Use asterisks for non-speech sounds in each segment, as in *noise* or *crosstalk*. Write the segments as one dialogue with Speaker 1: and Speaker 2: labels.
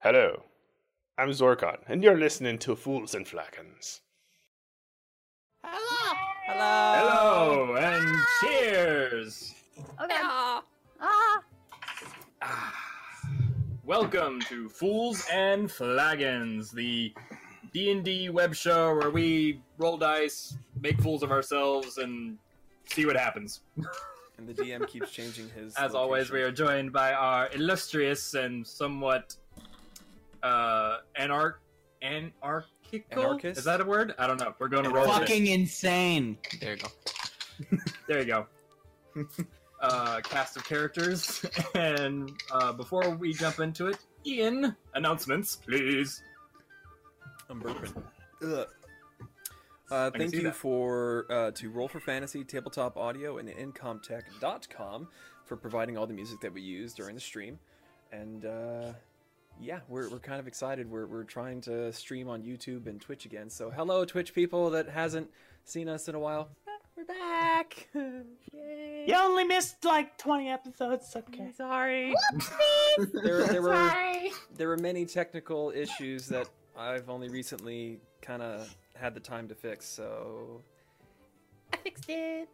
Speaker 1: Hello, I'm Zorkon, and you're listening to Fools and Flacons.
Speaker 2: Hello.
Speaker 3: Hello and cheers!
Speaker 4: Oh, Okay.
Speaker 2: Ah.
Speaker 4: Ah.
Speaker 3: Ah. Welcome to Fools and Flagons, the D&D web show where we roll dice, make fools of ourselves, and see what happens.
Speaker 5: And the DM keeps changing his.
Speaker 3: As always, we are joined by our illustrious and somewhat uh, anarch- anarchical?
Speaker 5: Anarchist?
Speaker 3: Is that a word? I don't know. We're going to roll with it.
Speaker 2: Fucking insane. There you go.
Speaker 3: There you go. *laughs* uh, cast of characters. *laughs* And uh, before we jump into it, Ian, announcements, please.
Speaker 5: I'm burping. Ugh. Uh,
Speaker 3: can
Speaker 5: thank
Speaker 3: see
Speaker 5: you
Speaker 3: that.
Speaker 5: for uh, to Roll for Fantasy, Tabletop Audio, and IncomTech.com for providing all the music that we use during the stream. And uh, yeah, we're, we're kind of excited. We're, we're trying to stream on YouTube and Twitch again. So hello, Twitch people that hasn't seen us in a while. We're back. Yay.
Speaker 6: You only missed like 20 episodes. it's Okay.
Speaker 5: Sorry. there,
Speaker 4: *laughs*
Speaker 5: there were
Speaker 4: Sorry.
Speaker 5: there were many technical issues that I've only recently kind of had the time to fix. So
Speaker 4: I fixed it.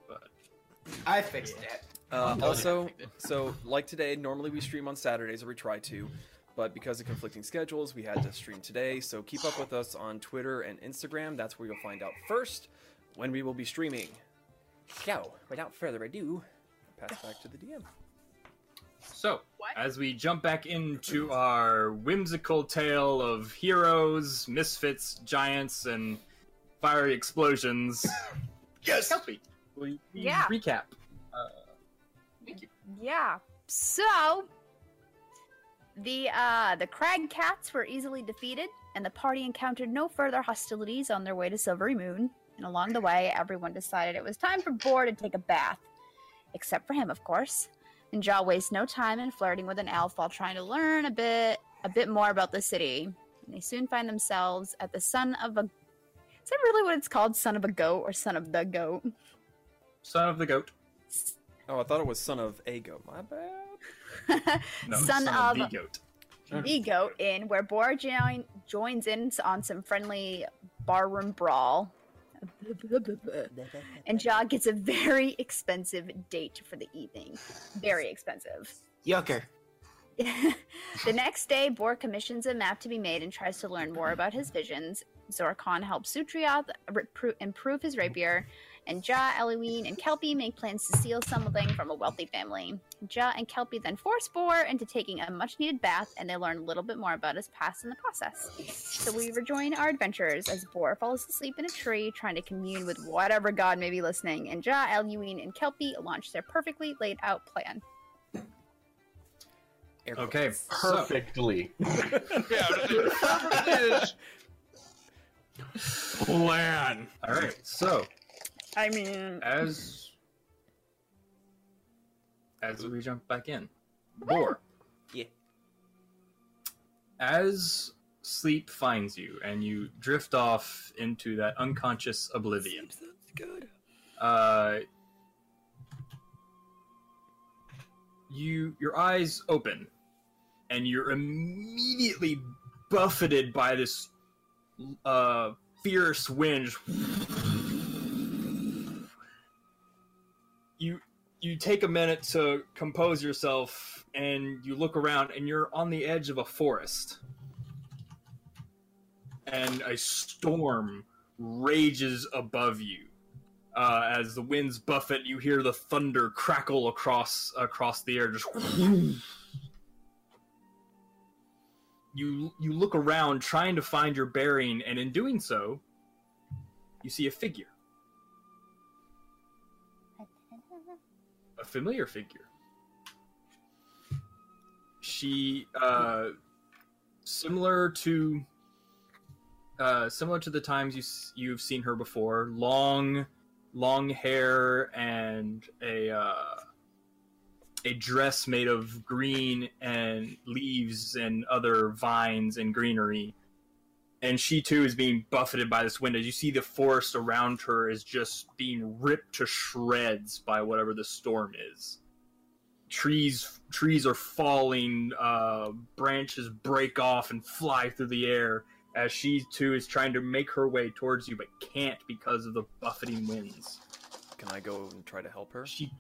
Speaker 7: I fixed it.
Speaker 5: uh, also, so like today, normally we stream on Saturdays or we try to, but because of conflicting schedules, we had to stream today. So keep up with us on Twitter and Instagram. That's where you'll find out first when we will be streaming. So without further ado, pass it back to the DM.
Speaker 3: So, as we jump back into our whimsical tale of heroes, misfits, giants, and fiery
Speaker 4: *laughs*
Speaker 3: explosions. yes! Help me. We, we
Speaker 4: Yeah.
Speaker 3: recap.
Speaker 4: Yeah. So the uh the Crag Cats were easily defeated, and the party encountered no further hostilities on their way to Silvery Moon. And along the way, everyone decided it was time for Boar to take a bath, except for him, of course. And Jaw wastes no time in flirting with an elf while trying to learn a bit a bit more about the city. And they soon find themselves at the son of a. Is that really what it's called? Son of a goat or son of the goat?
Speaker 3: Son of the goat.
Speaker 5: Oh, I thought it was son of Ago. My bad.
Speaker 3: No,
Speaker 4: Son
Speaker 3: of,
Speaker 4: of-
Speaker 3: the goat.
Speaker 4: *laughs* the goat in where Bora join, joins in on some friendly barroom brawl. And Ja gets a very expensive date for the evening. Very expensive.
Speaker 7: Yucker.
Speaker 4: *laughs* the next day, Bor commissions a map to be made and tries to learn more about his visions. Zorkon helps Sutrioth repro- improve his rapier, and Ja, Eloine, and Kelpie make plans to steal something from a wealthy family. Ja and Kelpie then force Bor into taking a much needed bath, and they learn a little bit more about his past in the process. So we rejoin our adventures as Bor falls asleep in a tree, trying to commune with whatever god may be listening, and Ja, Eloine, and Kelpie launch their perfectly laid out plan.
Speaker 5: Air
Speaker 3: Okay. so-
Speaker 1: *laughs*
Speaker 7: Perfectly.
Speaker 1: Plan.
Speaker 3: all right. So,
Speaker 4: I mean,
Speaker 3: as as we jump back in more
Speaker 5: Yeah.
Speaker 3: as sleep finds you and you drift off into that unconscious oblivion
Speaker 5: Good.
Speaker 3: uh you your eyes open and you're immediately buffeted by this uh fierce wind you you take a minute to compose yourself and you look around and you're on the edge of a forest and a storm rages above you uh, as the winds buffet you hear the thunder crackle across across the air just *sniffs* you you look around trying to find your bearing and in doing so you see a figure a familiar figure she uh similar to uh similar to the times you s- you've seen her before long long hair and a uh, a dress made of green and leaves and other vines and greenery. And she too is being buffeted by this wind. As you see, the forest around her is just being ripped to shreds by whatever the storm is. trees trees are falling uh, branches break off and fly through the air as she too is trying to make her way towards you but can't because of the buffeting winds
Speaker 5: Can I go and try to help her?
Speaker 3: she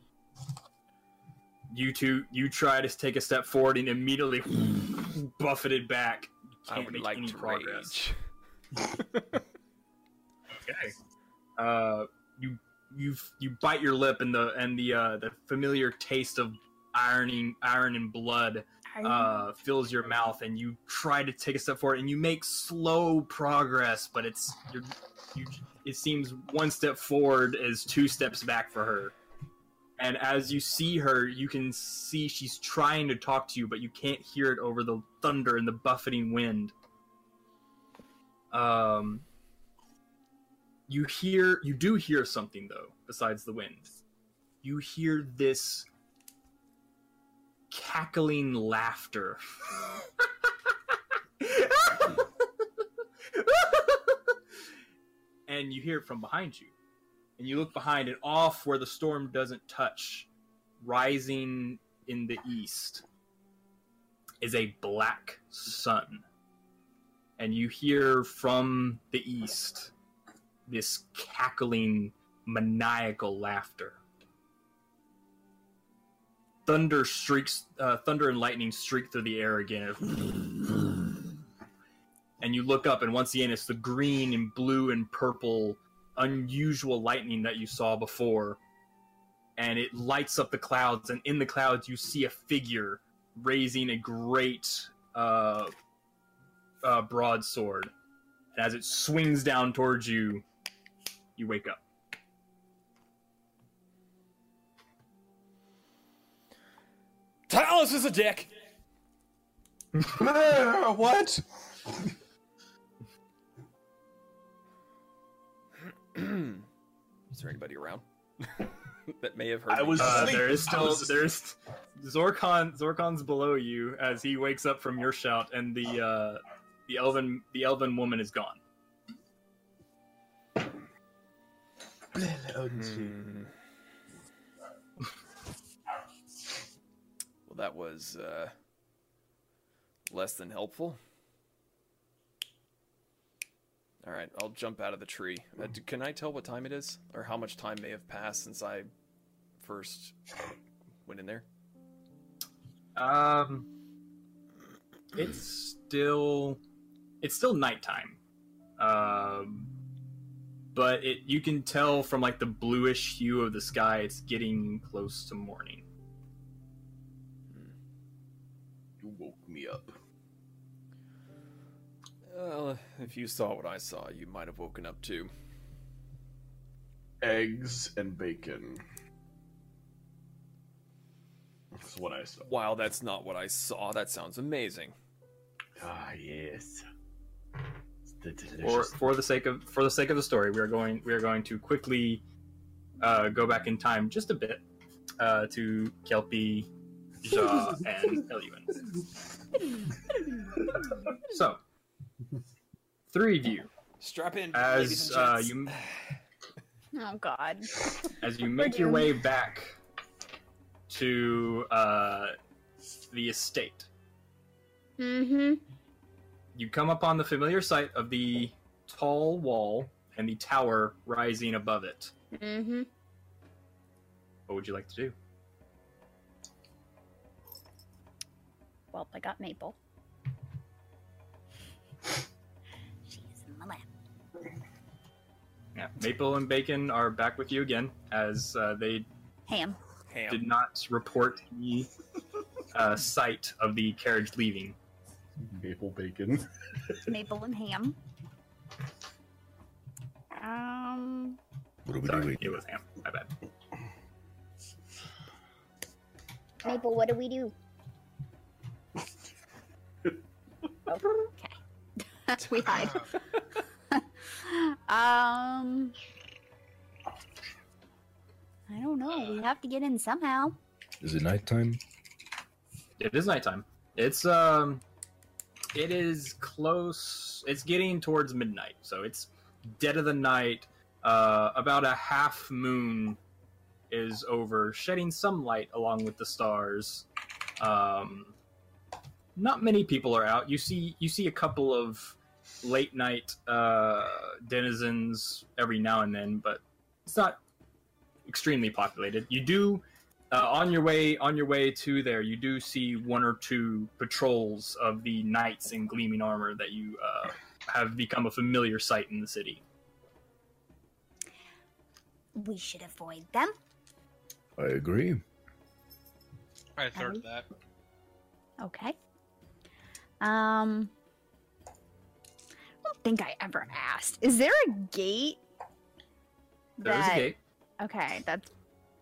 Speaker 3: you two you try to take a step forward and immediately *laughs* buffeted back You
Speaker 5: I
Speaker 3: can't
Speaker 5: would
Speaker 3: make
Speaker 5: like
Speaker 3: any
Speaker 5: to
Speaker 3: progress
Speaker 5: rage.
Speaker 3: Okay. Uh, you you you bite your lip and the and the uh, the familiar taste of ironing iron and blood uh, fills your mouth and you try to take a step forward and you make slow progress but it's you're, you it seems one step forward is two steps back for her and as you see her you can see she's trying to talk to you but you can't hear it over the thunder and the buffeting wind um you hear you do hear something though besides the wind you hear this cackling laughter *laughs* and you hear it from behind you and you look behind and off where the storm doesn't touch rising in the east is a black sun and you hear from the east this cackling, maniacal laughter. Thunder streaks, uh, thunder and lightning streak through the air again. And you look up, and once again, it's the green and blue and purple, unusual lightning that you saw before. And it lights up the clouds, and in the clouds, you see a figure raising a great uh, uh, broadsword. And as it swings down towards you, you wake
Speaker 1: *laughs*
Speaker 3: up.
Speaker 5: Talus is a dick.
Speaker 1: what?
Speaker 5: is there anybody around *laughs* that may have heard?
Speaker 8: I
Speaker 5: me?
Speaker 8: was-
Speaker 3: Uh,
Speaker 1: Sleep.
Speaker 3: there is
Speaker 1: I
Speaker 3: still
Speaker 1: was-
Speaker 3: there's Zorkon. Zorkon's below you as he wakes up from your shout, and the uh, the elven the elven woman is gone.
Speaker 5: Hmm. well, that was uh, less than helpful. All right, I'll jump out of the tree. Uh, d- can I tell what time it is, or how much time may have passed since I first went in there?
Speaker 3: Um, it's still it's still nighttime. Um, but it you can tell from like the bluish hue of the sky, it's getting close to morning.
Speaker 1: You woke me up.
Speaker 5: Well, if you saw what I saw, you might have woken up too.
Speaker 1: Eggs and bacon. That's what I saw.
Speaker 5: Wow, that's not what I saw. That sounds amazing.
Speaker 1: Ah, yes. It's the
Speaker 3: for,
Speaker 1: delicious.
Speaker 3: for the sake of for the sake of the story, we are going we are going to quickly uh, go back in time just a bit uh, to Kelpie, Ja, and Eluin. So, three of you,
Speaker 5: Strap in, ladies
Speaker 3: as
Speaker 5: and
Speaker 3: uh,
Speaker 5: gents.
Speaker 3: you
Speaker 4: Oh God.
Speaker 5: *laughs*
Speaker 3: as you make your
Speaker 4: doomed.
Speaker 3: way back to uh, the estate.
Speaker 4: Mm-hmm.
Speaker 3: you come upon the familiar sight of the tall wall and the tower rising above it.
Speaker 4: Mm-hmm.
Speaker 3: What would you like to do?
Speaker 4: Well, I got Maple. She's in my lap.
Speaker 3: Yeah, Maple and Bacon are back with you again, as uh, they
Speaker 4: Ham.
Speaker 5: Ham.
Speaker 3: did not report the uh, sight of the carriage leaving.
Speaker 1: Maple bacon.
Speaker 4: Maple and ham. Um.
Speaker 1: What are we
Speaker 3: Sorry, it was ham. My bad.
Speaker 4: Maple, what do we do? okay. *laughs* we hide. *laughs* um. I don't know. We have to get in somehow.
Speaker 9: Is it nighttime?
Speaker 3: It is nighttime. It's um, it is close. It's getting towards midnight, so it's dead of the night. Uh, about a half moon is over, shedding some light along with the stars. Um, not many people are out. You see, you see a couple of late night uh, denizens every now and then, but it's not extremely populated. You do uh, on your way on your way to there, you do see one or two patrols of the knights in gleaming armor that you uh, have become a familiar sight in the city.
Speaker 4: We should avoid them.
Speaker 10: I agree.
Speaker 11: I third that.
Speaker 4: Okay. Um, I don't think I ever asked. Is there a gate?
Speaker 3: There is a
Speaker 4: that-
Speaker 3: gate.
Speaker 4: Okay, that's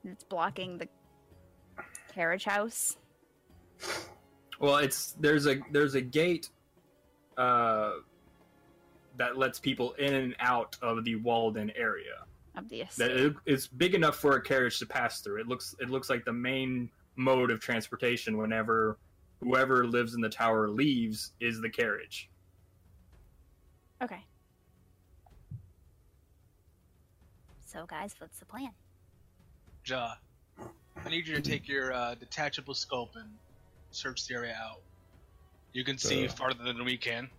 Speaker 4: that's blocking the carriage house.
Speaker 3: Well, it's there's a there's a gate uh, that lets people in and out of the Walden area.
Speaker 4: of the estate.
Speaker 3: That it, it's big enough for a carriage to pass through. It looks it looks like the main mode of transportation whenever whoever lives in the tower leaves is the carriage.
Speaker 4: Okay. So, guys, what's the plan?
Speaker 11: Ja, I need you to take your uh, detachable scope and search the area out. You can see
Speaker 10: Uh.
Speaker 11: farther than we can.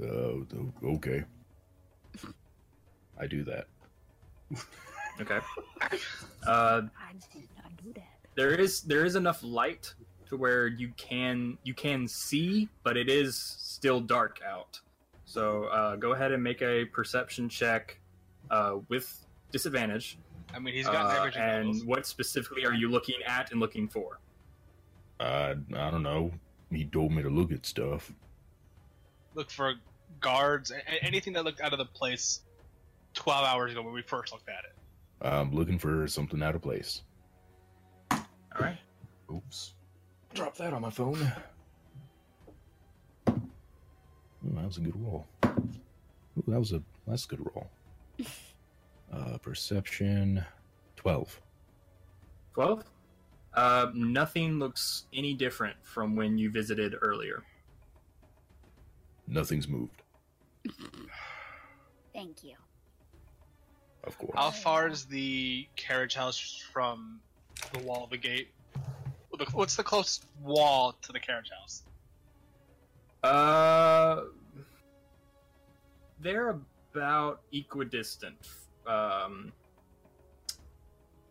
Speaker 10: Uh, o- okay. I do that.
Speaker 3: Okay. Uh,
Speaker 4: I did not do *sighs* that.
Speaker 3: there is there is enough light to where you can you can see, but it is still dark out. So uh, go ahead and make a perception check uh, with disadvantage.
Speaker 11: I mean, he's got
Speaker 3: Uh,
Speaker 11: average
Speaker 3: and
Speaker 11: levels.
Speaker 3: what specifically are you looking at and looking for?
Speaker 10: I I don't know. He told me to look at stuff.
Speaker 11: Look for guards, a- a- anything that looked out of the place 12 hours ago when we first looked at it.
Speaker 10: I'm looking for something out of place.
Speaker 3: All right.
Speaker 10: Oops. Drop that on my phone. Ooh, that was a good roll. Ooh, that was a that's a good roll. Uh, perception, twelve.
Speaker 3: Twelve. Uh, nothing looks any different from when you visited earlier.
Speaker 10: Nothing's moved,
Speaker 4: Thank you.
Speaker 10: of course.
Speaker 4: Oh,
Speaker 11: How far is the carriage house from the wall of the gate? Look, What's the closest wall to the carriage house?
Speaker 3: Uh, they're about equidistant. Um,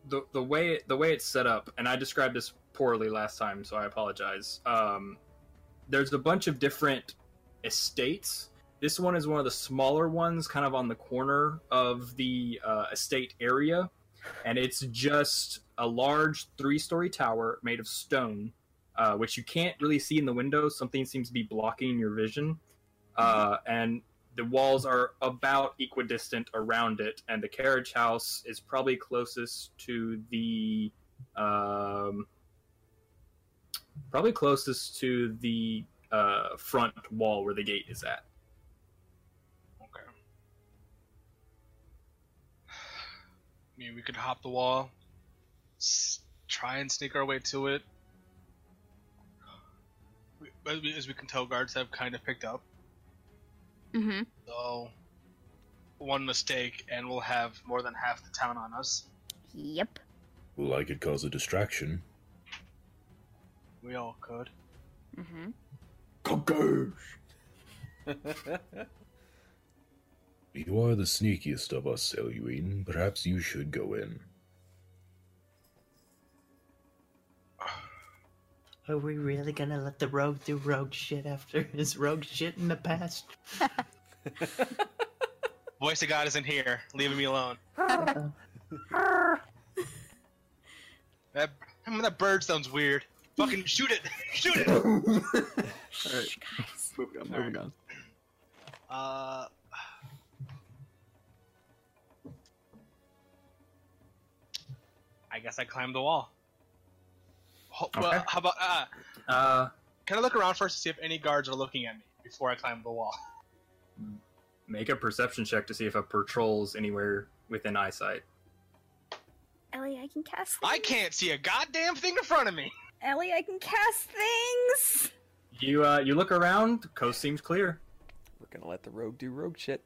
Speaker 3: the the way it, the way it's set up, and I described this poorly last time, so I apologize. Um, there's a bunch of different estates. This one is one of the smaller ones, kind of on the corner of the uh, estate area, and it's just a large three-story tower made of stone uh, which you can't really see in the window. Something seems to be blocking your vision. Uh, and the walls are about equidistant around it, and the carriage house is probably closest to the. Um, probably closest to the uh, front wall where the gate is at.
Speaker 11: Okay. I mean, we could hop the wall, s- try and sneak our way to it. We- As we, as we can tell, guards have kind of picked up.
Speaker 4: Mm-hmm.
Speaker 11: So, one mistake, and we'll have more than half the town on us.
Speaker 4: Yep.
Speaker 10: Well, I could cause a distraction.
Speaker 11: We all could.
Speaker 4: Mm-hmm.
Speaker 10: You are the sneakiest of us, Eluine. Perhaps you should go in.
Speaker 6: Are we really gonna let the rogue do rogue shit after *laughs* his rogue shit in the past?
Speaker 11: Voice of God isn't here, leaving me
Speaker 4: *laughs*
Speaker 11: alone. that, I mean, that bird sounds weird. Fucking shoot it! *laughs* Shoot it!
Speaker 4: Shh, guys.
Speaker 12: Moving on, moving on.
Speaker 11: Uh. I guess I climbed the wall. Ho- Well,
Speaker 3: Okay.
Speaker 11: how about uh,
Speaker 3: Uh,
Speaker 11: can I look around first to see if any guards are looking at me before I climb the wall?
Speaker 3: make a perception check to see if a patrol's anywhere within eyesight.
Speaker 4: Ellie, I can cast.
Speaker 11: I
Speaker 4: things.
Speaker 11: can't see a goddamn thing in front of me.
Speaker 4: Ellie, I can cast things.
Speaker 3: You uh, you look around. Coast seems clear.
Speaker 5: We're gonna let the rogue do rogue shit.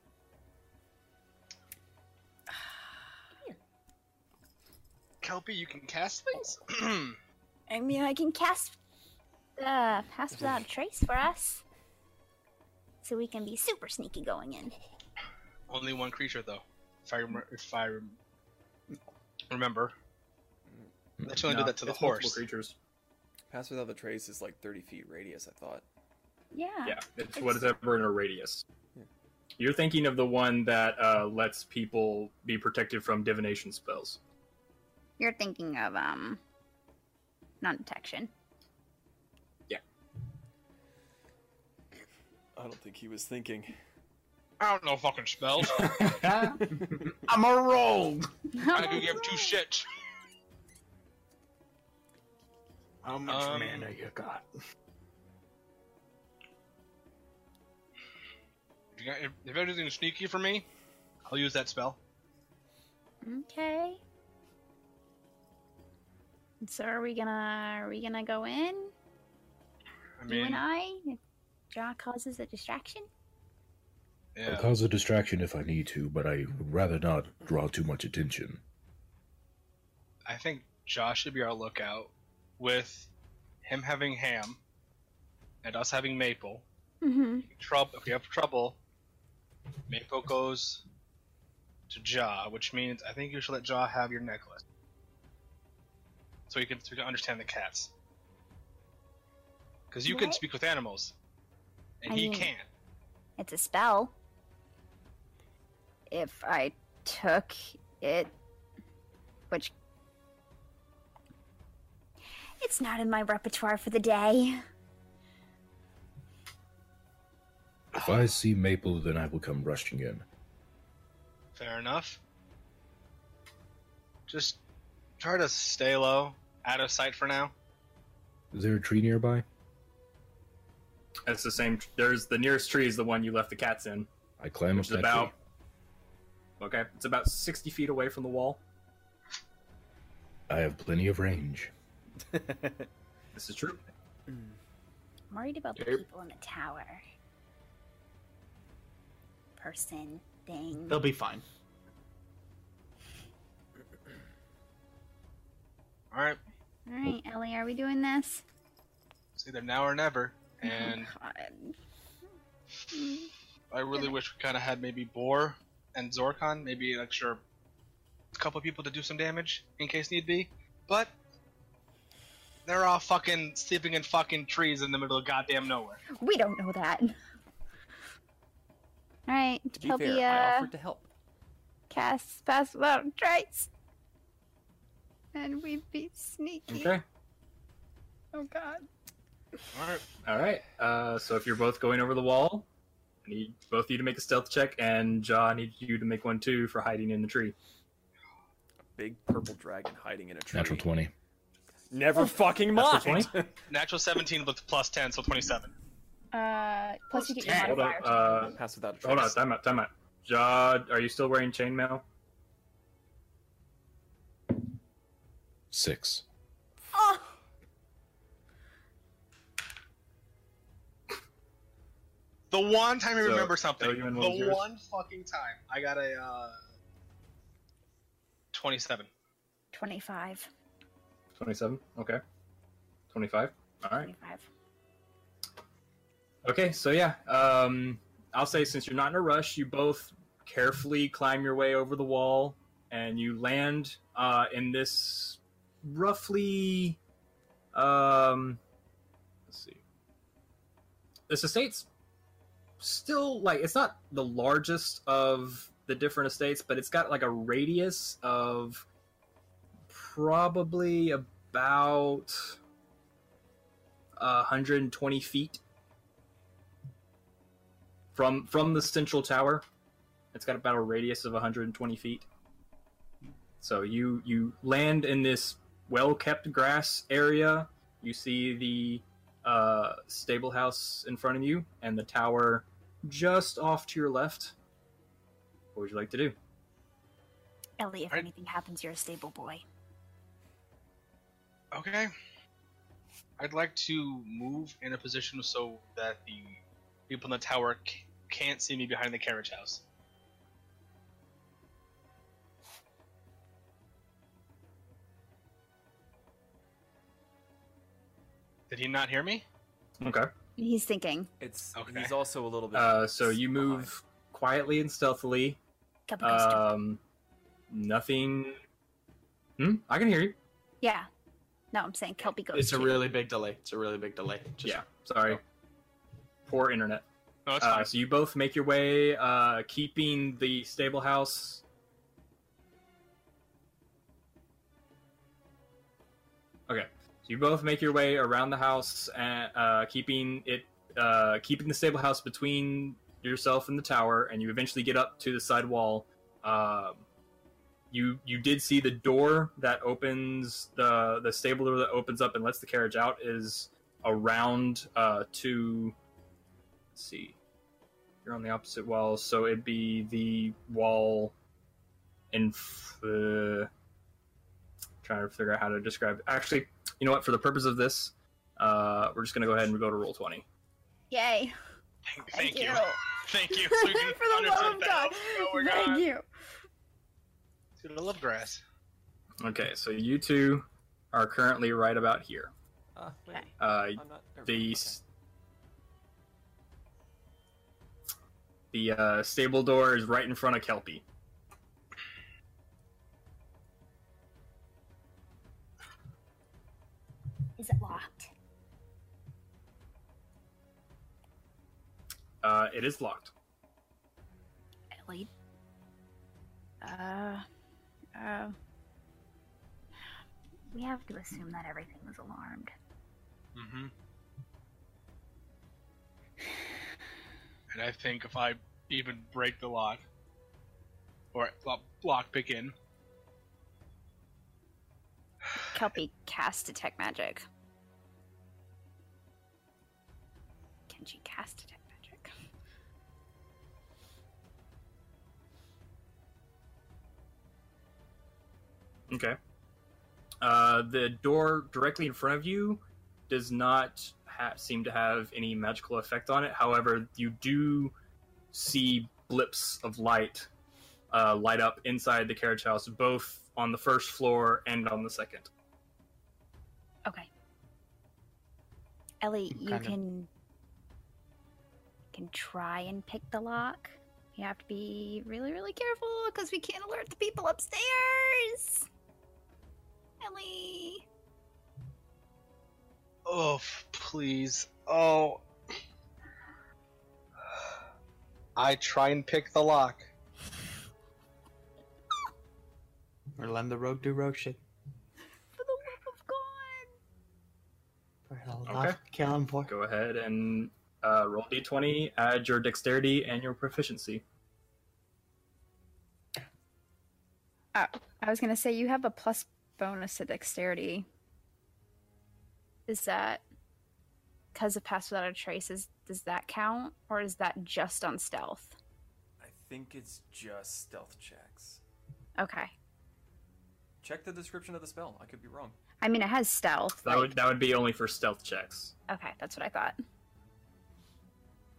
Speaker 11: Kelpie, you can cast things? *clears throat*
Speaker 4: I mean, I can cast uh, pass without a trace for us, so we can be super sneaky going in.
Speaker 11: Only one creature, though. If I, rem- if I rem- remember. That you only
Speaker 5: No,
Speaker 11: did that to the
Speaker 5: Mm, it's multiple
Speaker 11: horse.
Speaker 3: creatures.
Speaker 5: Pass without a trace is like 30 feet radius, I thought.
Speaker 4: Yeah.
Speaker 3: Yeah, *laughs* it's whatever in a radius. You're thinking of the one that uh, lets people be protected from divination spells.
Speaker 4: You're thinking of um, non-detection.
Speaker 5: I don't think he was thinking.
Speaker 11: I don't know fucking spells.
Speaker 2: I'm a rogue.
Speaker 11: I do give
Speaker 4: *laughs*
Speaker 11: two shits.
Speaker 1: *laughs* How much
Speaker 11: Um,
Speaker 1: mana you got?
Speaker 11: If, you got, if, if everything's sneaky for me, I'll use that spell.
Speaker 4: Okay. So are we gonna are we gonna go in?
Speaker 11: I
Speaker 4: you
Speaker 11: mean,
Speaker 4: and I. If Jaw causes a distraction.
Speaker 11: yeah.
Speaker 10: I'll cause a distraction if I need to, but I would rather not draw too much attention.
Speaker 11: I think Josh should be our lookout with him having ham and us having maple.
Speaker 4: Mm-hmm.
Speaker 11: Trouble if we have trouble, Maple goes to Jaw, which means I think you should let Jaw have your necklace. So you can so you can understand the cats. Because you can
Speaker 4: What?
Speaker 11: speak with animals. And
Speaker 4: I
Speaker 11: he
Speaker 4: mean-
Speaker 11: can't.
Speaker 4: It's a spell. If I took it, which it's not in my repertoire for the day.
Speaker 10: If I see Maple, then I will come rushing in.
Speaker 11: Fair enough. Just try to stay low, out of sight for now.
Speaker 10: Is there a tree nearby?
Speaker 3: That's the same. There's the nearest tree is the one you left the cats in,
Speaker 10: I climb
Speaker 3: which
Speaker 10: up
Speaker 3: is
Speaker 10: that
Speaker 3: about
Speaker 10: tree.
Speaker 3: okay. It's about sixty feet away from the wall.
Speaker 10: I have plenty of range.
Speaker 3: This is true.
Speaker 4: I'm worried about the
Speaker 3: Yep.
Speaker 4: people in the tower. Person, thing.
Speaker 6: They'll be fine.
Speaker 11: Alright.
Speaker 4: Alright, Ellie, are we doing this? Oh
Speaker 11: It's either now or never.
Speaker 4: Mm-hmm.
Speaker 11: And
Speaker 4: God.
Speaker 11: I really wish we kind of had maybe Boar and Zorkon, maybe an extra couple people to do some damage in case need be. But they're all fucking sleeping in fucking trees in the middle of goddamn nowhere.
Speaker 4: We don't know that. Alright,
Speaker 5: To be fair,
Speaker 4: Kelpie,
Speaker 5: I
Speaker 4: uh,
Speaker 5: offered to help.
Speaker 4: cast Pass Without Trace. And we be sneaky.
Speaker 3: Okay.
Speaker 4: Oh god.
Speaker 11: All right,
Speaker 3: All right. Uh, so if you're both going over the wall, I need both of you to make a stealth check, and Jaw I need you to make one too for hiding in the tree.
Speaker 5: Big purple dragon hiding in a tree.
Speaker 10: Natural 20.
Speaker 3: Oh.
Speaker 5: Never fucking
Speaker 3: Natural
Speaker 5: mind.
Speaker 3: *laughs*
Speaker 11: natural seventeen with plus ten, so twenty-seven.
Speaker 4: Uh, plus you get your
Speaker 3: Hold on.
Speaker 4: modifier.
Speaker 3: Uh,
Speaker 5: Pass without a trace.
Speaker 3: hold on. Time out. Time out. Jaw, are you still wearing chainmail?
Speaker 10: Six.
Speaker 4: Oh!
Speaker 11: The one time I
Speaker 3: So,
Speaker 11: remember something,
Speaker 3: tell you when
Speaker 11: the
Speaker 3: one's yours.
Speaker 11: one fucking time I got a uh, twenty-seven.
Speaker 4: 25.
Speaker 3: 27? Okay. 25? Alright.
Speaker 4: 25.
Speaker 3: Okay, so yeah, um, I'll say since you're not in a rush, you both carefully climb your way over the wall and you land uh, in this roughly. Um, let's see. This estate's still like it's not the largest of the different estates, but it's got like a radius of probably about 120 feet from from the central tower. It's got about a radius of 120 feet. So you you land in this well kept grass area. You see the uh, stable house in front of you and the tower just off to your left. What would you like to do?
Speaker 4: Ellie, if
Speaker 11: Alright.
Speaker 4: anything happens, you're a stable boy.
Speaker 11: Okay. I'd like to move in a position so that the people in the tower c- can't see me behind the carriage house. Did he not hear me?
Speaker 3: Okay.
Speaker 4: He's thinking.
Speaker 5: It's he's also a little bit.
Speaker 3: Uh, so you move quietly and stealthily.
Speaker 4: Couple goes to-
Speaker 3: Um, nothing. Hmm. I can hear you.
Speaker 4: yeah. No, I'm saying Kelpie goes.
Speaker 2: It's a
Speaker 4: to-
Speaker 2: really big delay. It's a really big delay. Just,
Speaker 3: Yeah. Sorry. Poor internet.
Speaker 11: No, it's
Speaker 3: Uh,
Speaker 11: Oh, fine.
Speaker 3: so you both make your way, uh, keeping the stable house. Okay, so you both make your way around the house, and uh, keeping it, uh, keeping the stable house between yourself and the tower, and you eventually get up to the side wall. Um, you you did see the door that opens the the stable door that opens up and lets the carriage out is around uh, to let's see. You're on the opposite wall, so it'd be the wall in. F- uh, trying to figure out how to describe. Actually, you know what? For the purpose of this, uh, we're just gonna go ahead and go to roll twenty.
Speaker 4: Yay!
Speaker 11: Thank,
Speaker 4: Thank,
Speaker 11: thank
Speaker 4: you.
Speaker 11: you. *laughs*
Speaker 4: *laughs*
Speaker 11: Thank you. So we can
Speaker 4: For the love
Speaker 11: understand
Speaker 4: of
Speaker 11: that.
Speaker 4: God!
Speaker 11: Oh my
Speaker 4: Thank
Speaker 11: God.
Speaker 4: you.
Speaker 11: Dude, I love grass.
Speaker 3: Okay, so you two are currently right about here.
Speaker 5: Uh, wait,
Speaker 4: Okay.
Speaker 3: Uh,
Speaker 5: I'm not. or-
Speaker 3: the
Speaker 5: okay.
Speaker 3: s the uh, stable door is right in front of Kelpie.
Speaker 4: Is it locked?
Speaker 3: Uh, it is locked.
Speaker 4: Ellie. Uh, uh, we have to assume that everything was alarmed.
Speaker 11: Mm-hmm. And I think if I even break the lock, or lo- lock pick in,
Speaker 4: Kelpie cast detect magic. Can she cast detect magic?
Speaker 3: Okay. Uh, the door directly in front of you does not ha- seem to have any magical effect on it. However, you do see blips of light uh, light up inside the carriage house, both on the first floor and on the second.
Speaker 4: Okay. Ellie, you
Speaker 2: Kind of-
Speaker 4: can can try and pick the lock. You have to be really, really careful because we can't alert the people upstairs. Ellie,
Speaker 11: oh f- please, oh, I try and pick the lock.
Speaker 6: Or let the rogue do rogue shit.
Speaker 4: for the love of God!
Speaker 6: For the
Speaker 3: Okay.
Speaker 6: love of Kellen Borg.
Speaker 3: Go ahead and uh, roll d20, add your dexterity and your proficiency.
Speaker 4: I was gonna say you have a plus bonus to dexterity. Is that because of pass without a trace? Is does that count, or is that just on stealth?
Speaker 5: I think it's just stealth checks.
Speaker 4: Okay.
Speaker 5: Check the description of the spell. I could be wrong.
Speaker 4: I mean, it has stealth.
Speaker 3: That
Speaker 4: like-
Speaker 3: would that would be only for stealth checks.
Speaker 4: Okay, that's what I thought.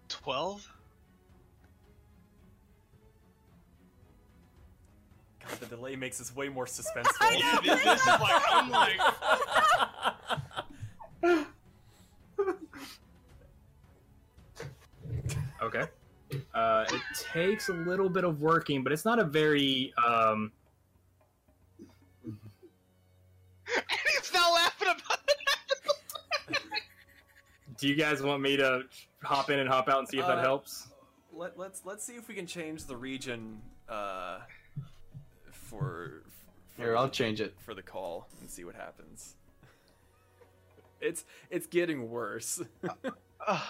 Speaker 11: Twelve.
Speaker 5: God, the delay makes this way more suspenseful.
Speaker 11: know! This- this is like- *laughs* I'm
Speaker 3: Okay. Uh, it takes a little bit of working, but it's not a very um,
Speaker 11: And he's not laughing about it.
Speaker 3: Do you guys want me to hop in and hop out and see if that
Speaker 5: Uh,
Speaker 3: helps?
Speaker 5: Let, let's let's see if we can change the region uh, for, for
Speaker 2: Here, I'll change it.
Speaker 5: for the call and see what happens. It's it's getting worse.
Speaker 11: Ugh.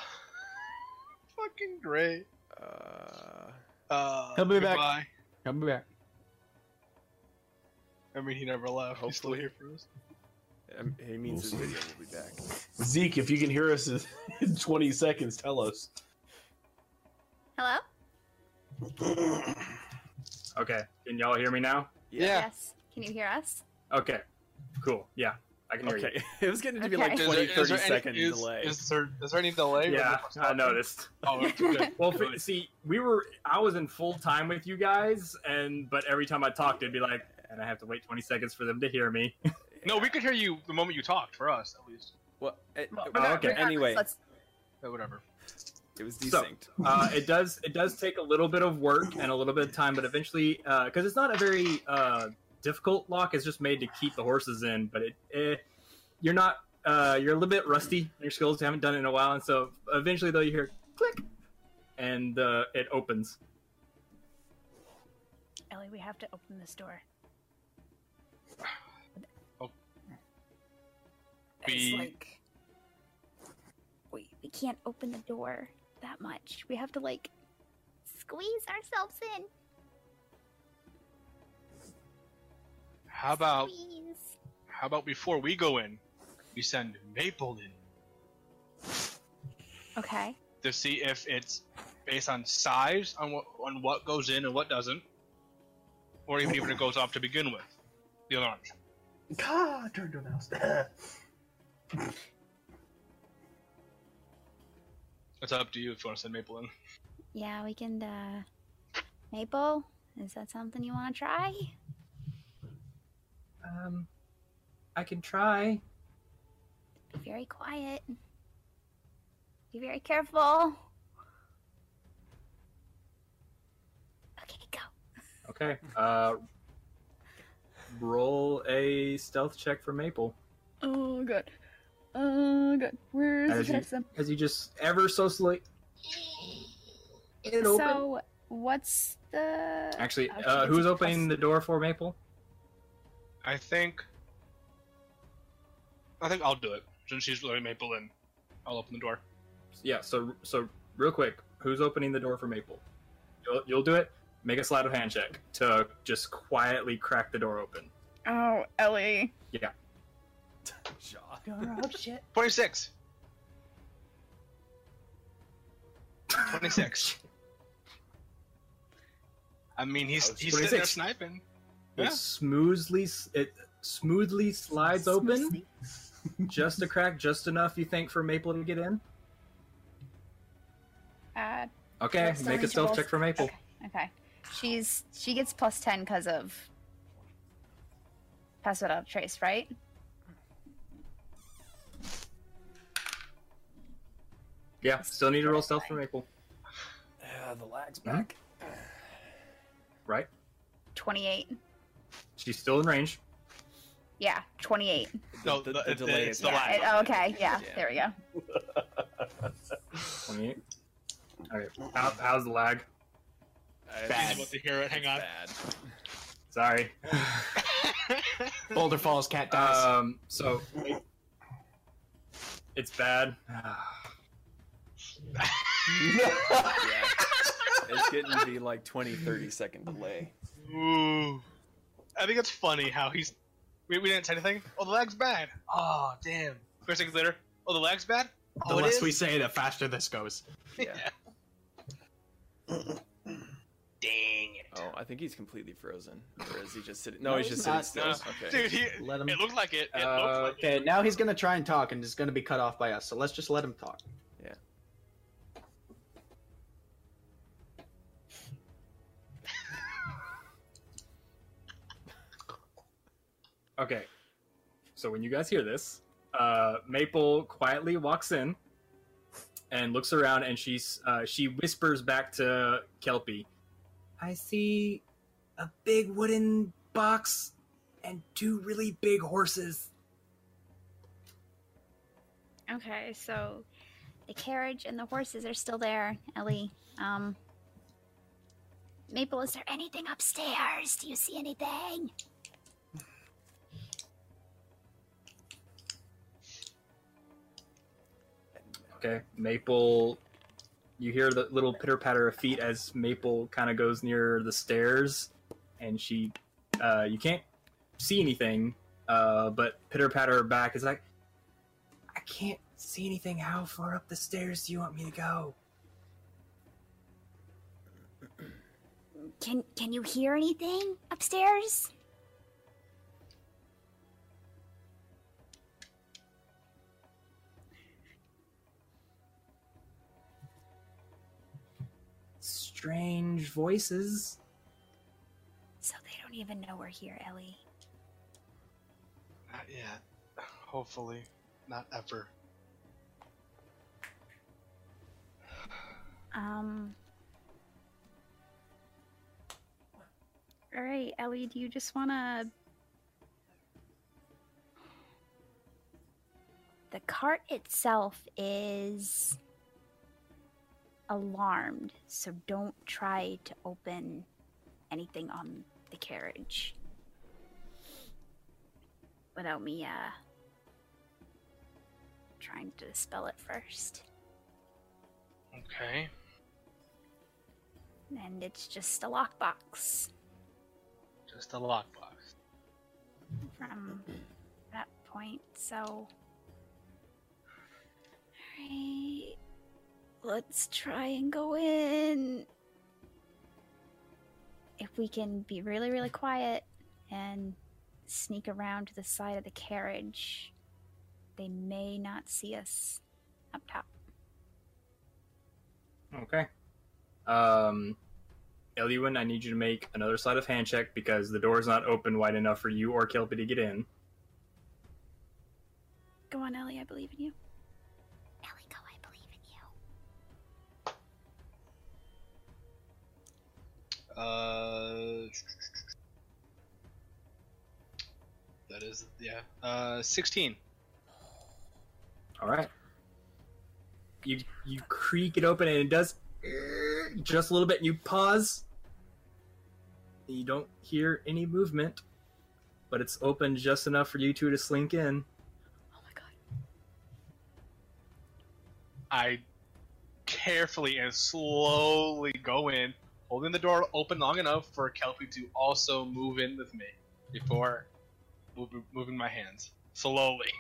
Speaker 11: Fucking great.
Speaker 5: Uh,
Speaker 11: Uh,
Speaker 2: He'll be back.
Speaker 11: goodbye.
Speaker 2: I'll be back.
Speaker 11: I mean, he never left. He's still
Speaker 5: Hopefully.
Speaker 11: here for us.
Speaker 5: um, he means his video will be back.
Speaker 1: Zeke, if you can hear us in *laughs* 20 seconds, tell us.
Speaker 4: Hello?
Speaker 3: Okay. Can y'all hear me now?
Speaker 11: Yeah.
Speaker 4: Yes. Can you hear us?
Speaker 3: Okay. Cool. Yeah, I can hear you.
Speaker 5: Okay, it was getting to be like
Speaker 4: Okay.
Speaker 5: 20, 30
Speaker 11: any-
Speaker 5: second
Speaker 11: is-
Speaker 5: delay.
Speaker 11: Is there, is there any delay?
Speaker 3: Yeah, I noticed.
Speaker 11: Oh, it's good.
Speaker 3: Well, f- see, we were I was in full time with you guys, and but every time I talked, it'd be like, and I have to wait 20 seconds for them to hear me.
Speaker 11: No, we could hear you the moment you talked for us, at least.
Speaker 5: Well, it,
Speaker 3: but
Speaker 5: well,
Speaker 3: okay.
Speaker 5: Oh, okay. Anyway,
Speaker 4: Let's-
Speaker 11: whatever.
Speaker 5: it was
Speaker 3: So,
Speaker 5: desynced.
Speaker 3: uh, it does it does take a little bit of work and a little bit of time, but eventually, because it's not a very uh, difficult lock, it's just made to keep the horses in. But it, eh, you're not uh, you're a little bit rusty in your skills. You haven't done it in a while, and so eventually, though, you hear click, and uh, it opens.
Speaker 4: Ellie, we have to open this door.
Speaker 11: Oh.
Speaker 4: It's
Speaker 11: We-
Speaker 4: like we we can't open the door that much. We have to like squeeze ourselves in.
Speaker 11: How about
Speaker 4: Squeeze.
Speaker 11: how about before we go in, we send Maple in
Speaker 4: Okay.
Speaker 11: to see if it's based on size on what on what goes in and what doesn't, or even if it goes off to begin with. The other option.
Speaker 13: God, turn to a mouse.
Speaker 11: *laughs* It's up to you if you want to send Maple in.
Speaker 4: Yeah, we can. Uh, Maple, is that something you want to try?
Speaker 3: Um, I can try.
Speaker 4: Be very quiet. Be very careful. Okay, go.
Speaker 3: Okay. Uh, roll a stealth check for Maple.
Speaker 4: Oh god. Oh god. Where
Speaker 3: As you- As you just ever so slowly. It opens.
Speaker 4: So what's the
Speaker 3: Actually,
Speaker 4: Okay,
Speaker 3: uh,
Speaker 4: it's
Speaker 3: who's
Speaker 4: Oh, a
Speaker 3: opening the
Speaker 4: plus-
Speaker 3: door for Maple?
Speaker 11: I think. I think I'll do it since she's letting Maple in. I'll open the door.
Speaker 3: Yeah. So, so real quick, who's opening the door for Maple? You'll, you'll do it. Make a sleight of hand check to just quietly crack the door open.
Speaker 4: Oh, Ellie.
Speaker 5: Shot.
Speaker 6: Rogue shit.
Speaker 11: Twenty six. Twenty six. I mean, he's
Speaker 3: Ouch.
Speaker 11: he's sitting there
Speaker 3: 26.
Speaker 11: sniping.
Speaker 3: It
Speaker 11: Yeah.
Speaker 3: smoothly s- it smoothly slides open, *laughs* just a crack, just enough. You think for Maple to get in?
Speaker 4: Uh,
Speaker 3: Okay,
Speaker 4: What's the
Speaker 3: make a
Speaker 4: range
Speaker 3: stealth
Speaker 4: rolls?
Speaker 3: check for Maple.
Speaker 4: okay. Okay. She's she gets plus ten because of pass without a trace, right?
Speaker 3: Yeah, still need to roll stealth for Maple, Hmm?
Speaker 5: Ah, the lag's back.
Speaker 3: right?
Speaker 4: Twenty eight.
Speaker 3: She's still in range.
Speaker 4: Yeah, twenty eight.
Speaker 11: No,
Speaker 5: the,
Speaker 11: the,
Speaker 5: the
Speaker 11: it-
Speaker 5: delay
Speaker 11: it's
Speaker 5: is
Speaker 11: the
Speaker 5: back.
Speaker 11: lag.
Speaker 4: Yeah, it- okay, yeah,
Speaker 5: Yeah.
Speaker 4: there we go.
Speaker 3: Twenty-eight. Okay. How, how's the lag?
Speaker 5: It's
Speaker 11: *laughs* He's about to hear it. Hang on.
Speaker 5: bad.
Speaker 3: Sorry.
Speaker 11: *laughs*
Speaker 2: *laughs* Boulder Falls cat dies.
Speaker 3: Um, so it's bad. *sighs*
Speaker 11: Uh,
Speaker 2: *laughs*
Speaker 5: Yeah. it's getting to be like 20, 30 second delay.
Speaker 11: Ooh. I think it's funny how he's. We, we didn't say anything. Oh, the lag's bad. Oh, damn. Three seconds later. Oh, the lag's bad.
Speaker 2: the
Speaker 11: Oh, it
Speaker 2: less
Speaker 11: is?
Speaker 2: we say, the faster this goes.
Speaker 5: Yeah.
Speaker 11: Dang it.
Speaker 5: Oh, I think he's completely frozen. Or is he just sitting? No, he's just sitting still.
Speaker 11: No.
Speaker 5: Okay.
Speaker 11: Uh, Dude, he,
Speaker 2: Let him.
Speaker 11: it looked like it. It
Speaker 2: Uh,
Speaker 11: looked like
Speaker 2: okay, now he's gonna try and talk, and it's gonna be cut off by us. So let's just let him talk.
Speaker 3: Okay. So when you guys hear this, uh, Maple quietly walks in and looks around, and she's uh, she whispers back to Kelpie, "I see a big wooden box and two really big horses."
Speaker 4: Okay, so the carriage and the horses are still there, Ellie. Um Maple, is there anything upstairs? Do you see anything?
Speaker 3: Okay, Maple. You hear the little pitter patter of feet as Maple kind of goes near the stairs, and she, uh, you can't see anything, uh, but pitter patter back is like, I can't see anything. How far up the stairs do you want me to go?
Speaker 4: Can can you hear anything upstairs?
Speaker 3: Strange voices.
Speaker 4: So they don't even know we're here, Ellie.
Speaker 11: it. Not yet. Hopefully. Not ever.
Speaker 4: Um. All right, Ellie, do you just want to. The cart itself is alarmed, so don't try to open anything on the carriage without me uh, trying to spell it first.
Speaker 11: Okay.
Speaker 4: And it's just a lockbox
Speaker 11: Just a lockbox.
Speaker 4: from that point, so. Alright. Let's try and go in. If we can be really, really quiet and sneak around to the side of the carriage, they may not see us up top.
Speaker 3: Okay. Um, Eluin, I need you to make another sleight of hand check because the door is not open wide enough for you or Kelpie to get in.
Speaker 4: Go on, Ellie, I believe in you. Ellie, go, I believe in you.
Speaker 11: Uh, that is yeah. Uh, sixteen.
Speaker 3: All right. You you creak it open and it does just a little bit. and You pause. You don't hear any movement, but it's open just enough for you two to slink in.
Speaker 4: Oh my god.
Speaker 11: I carefully and slowly go in, holding the door open long enough for Kelpie to also move in with me before move, moving my hands slowly.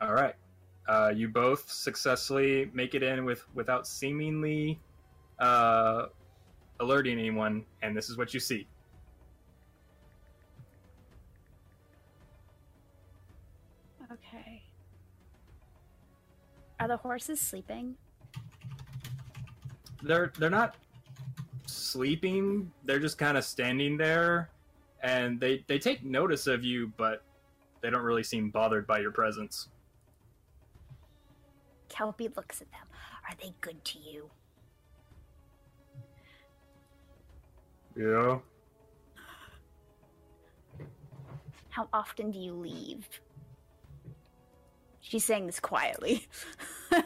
Speaker 3: All right. Uh, you both successfully make it in with without seemingly uh, alerting anyone, and this is what you see.
Speaker 4: Okay. Are the horses sleeping?
Speaker 3: they're they're not sleeping they're just kind of standing there and they they take notice of you but they don't really seem bothered by your presence
Speaker 4: Kelpie looks at them. Are they good to you?
Speaker 3: yeah
Speaker 4: How often do you leave? She's saying this quietly. *laughs*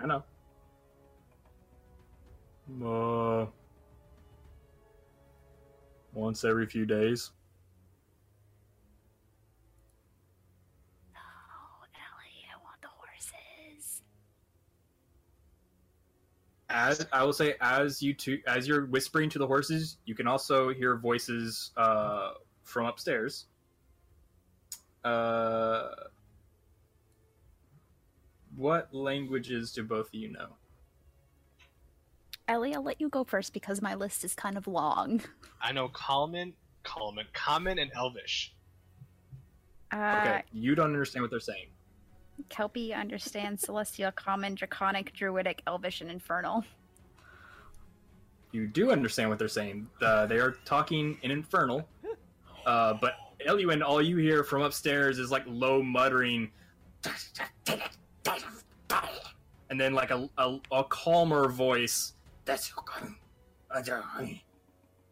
Speaker 3: i know uh, once every few days
Speaker 4: Oh, Ellie, I want the horses.
Speaker 3: as i will say as you two as you're whispering to the horses you can also hear voices uh from upstairs uh what languages do both of you know
Speaker 4: Ellie, I'll let you go first because my list is kind of long.
Speaker 11: I know Common, Common, Common, and Elvish.
Speaker 4: Uh,
Speaker 3: Okay, you don't understand what they're saying.
Speaker 4: Kelpie understands *laughs* Celestial, Common, Draconic, Druidic, Elvish, and Infernal.
Speaker 3: You do understand what they're saying. Uh, they are talking in Infernal, uh, but Eluin, all you hear from upstairs is like low muttering, and then like a, a, a calmer voice.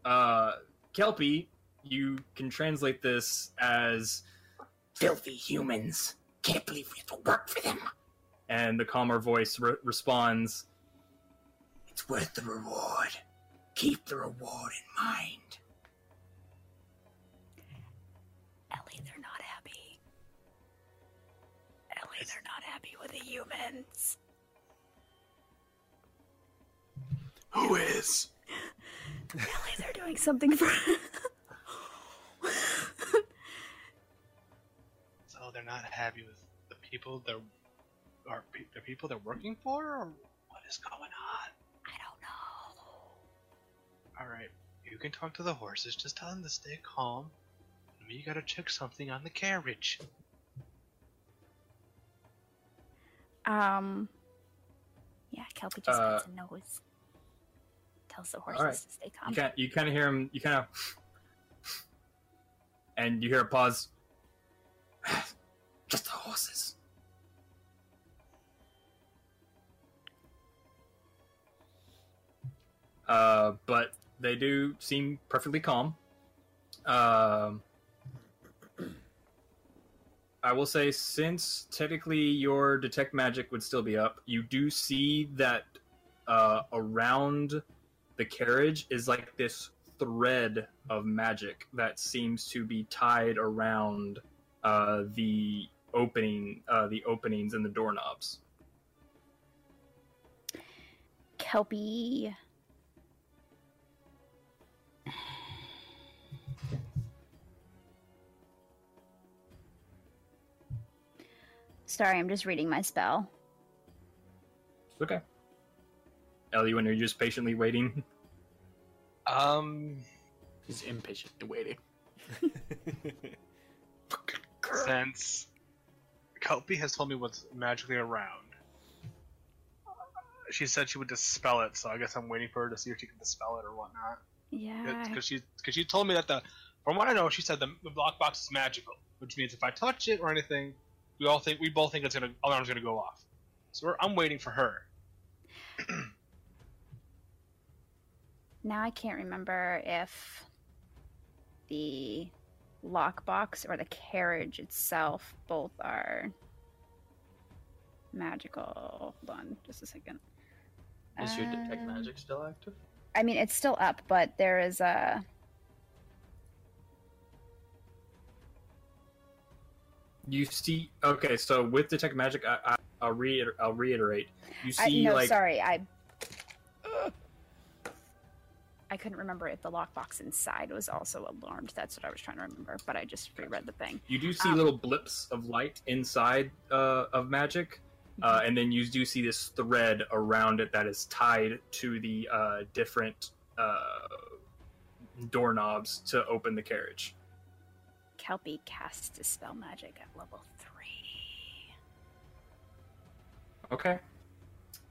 Speaker 3: Uh, Kelpie, you can translate this as filthy humans. Can't believe we have to work for them. And the calmer voice re- responds, it's worth the reward. Keep the reward in mind.
Speaker 4: Ellie, they're not happy. Ellie, they're not happy with the humans.
Speaker 14: Who is?
Speaker 4: Ellie, they're doing something for. *laughs*
Speaker 11: So they're not happy with the people they're are pe- the people they're working for, or what is going on?
Speaker 4: I don't know.
Speaker 11: All right, you can talk to the horses. Just tell them to stay calm. You gotta check something on the carriage.
Speaker 4: Um. Yeah, Kelpie just
Speaker 3: Uh,
Speaker 4: puts a nose. Tells the horses
Speaker 3: right.
Speaker 4: to stay
Speaker 3: You
Speaker 4: calm.
Speaker 3: can you kind of hear him. You kind *sighs* of, and you hear a pause. *sighs* Just the horses. Uh, but they do seem perfectly calm. Um, I will say, since technically your detect magic would still be up, you do see that uh, around the carriage is like this thread of magic that seems to be tied around uh, the opening, uh, the openings and the doorknobs.
Speaker 4: Kelpie. Sorry, I'm just reading my spell.
Speaker 3: Okay. Ellie, when are you just patiently waiting?
Speaker 11: Um,
Speaker 2: He's impatient and waiting.
Speaker 11: since Kelpie has told me what's magically around, she said she would dispel it. So I guess I'm waiting for her to see if she can dispel it or whatnot.
Speaker 4: Yeah.
Speaker 11: Because she because she told me that the from what I know, she said the, the block box is magical, which means if I touch it or anything, we all think we both think it's gonna alarm's gonna go off. So we're, I'm waiting for her.
Speaker 4: Now I can't remember if the lockbox or the carriage itself both are magical. Hold on just a second.
Speaker 2: Is your detect
Speaker 4: Um,
Speaker 2: magic still active?
Speaker 4: I mean, it's still up, but there is a.
Speaker 3: You see, okay, so with detect magic, I, I, I'll, reiter- I'll reiterate. You
Speaker 4: I,
Speaker 3: see,
Speaker 4: no,
Speaker 3: like,
Speaker 4: sorry, I. I couldn't remember if the lockbox inside was also alarmed. That's what I was trying to remember, but I just reread the thing.
Speaker 3: you do see
Speaker 4: um,
Speaker 3: little blips of light inside uh, of magic, uh, and then you do see this thread around it that is tied to the uh, different uh, doorknobs to open the carriage.
Speaker 4: Kelpie casts dispel magic at level three.
Speaker 3: Okay.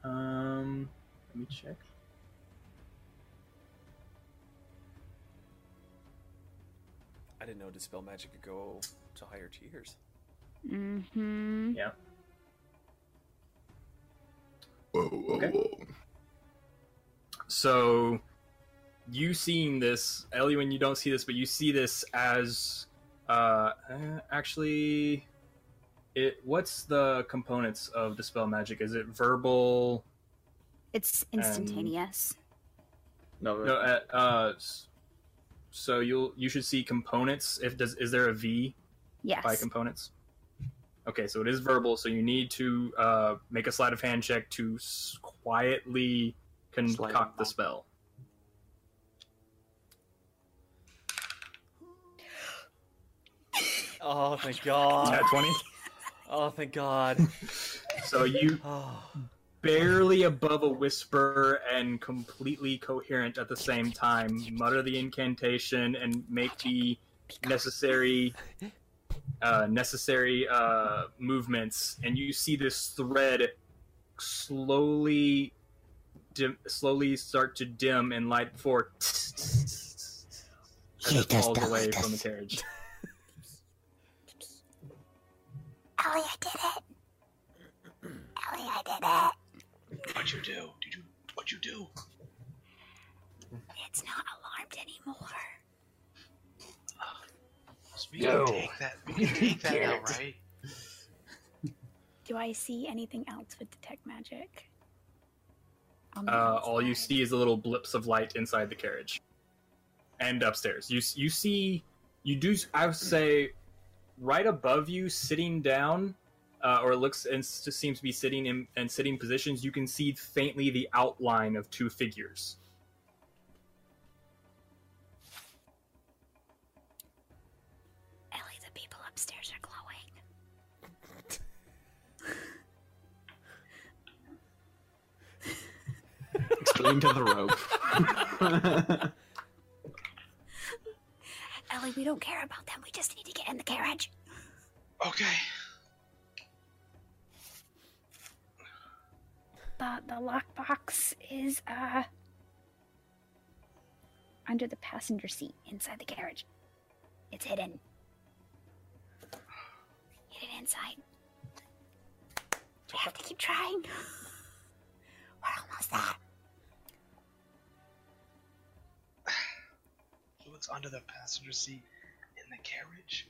Speaker 3: Um, let me check.
Speaker 5: I didn't know dispel magic could go to higher tiers.
Speaker 4: Mm-hmm.
Speaker 3: Yeah.
Speaker 15: Whoa, whoa,
Speaker 3: Okay.
Speaker 15: whoa.
Speaker 3: So, you seeing this, Ellie, when you don't see this, but you see this as uh, eh, actually, it. What's the components of dispel magic? Is it verbal?
Speaker 4: It's instantaneous.
Speaker 2: No,
Speaker 3: No. Uh, uh, s- so you'll you should see components. If does is there a V
Speaker 4: yes.
Speaker 3: by components? Okay, so it is verbal. So you need to uh, make a sleight of hand check to s- quietly
Speaker 2: Sleight of
Speaker 3: concoct the
Speaker 2: hand.
Speaker 3: spell.
Speaker 5: Oh, thank
Speaker 3: *laughs*
Speaker 5: God.
Speaker 3: Nat twenty.
Speaker 5: Oh, thank God.
Speaker 3: So you
Speaker 5: Oh,
Speaker 3: barely above a whisper and completely coherent at the same time, mutter the incantation and make the necessary uh, necessary uh, movements, and you see this thread slowly dim, slowly start to dim and light before as it falls away from the carriage.
Speaker 4: Ellie, I did it. Ellie, I did it.
Speaker 11: What'd you do? Did you what'd you do?
Speaker 4: It's not alarmed anymore.
Speaker 11: So we can take that.
Speaker 15: *laughs*
Speaker 11: We can take that now, right?
Speaker 4: Do I see anything else with detect magic? On the
Speaker 3: Uh, all you
Speaker 4: outside?
Speaker 3: see is the little blips of light inside the carriage, and upstairs. You s- you see, you do. s- I would say, right above you, sitting down, uh, or looks and s- just seems to be sitting in and sitting positions. You can see faintly the outline of two figures.
Speaker 4: Ellie, the people upstairs are glowing.
Speaker 2: Explain to the rogue.
Speaker 4: *laughs* Ellie, we don't care about them. We just need to get in the carriage.
Speaker 11: Okay.
Speaker 4: But the lockbox is uh under the passenger seat inside the carriage. It's hidden. You it inside. We have to keep trying. *laughs* We're almost there.
Speaker 11: What's under the passenger seat in the carriage?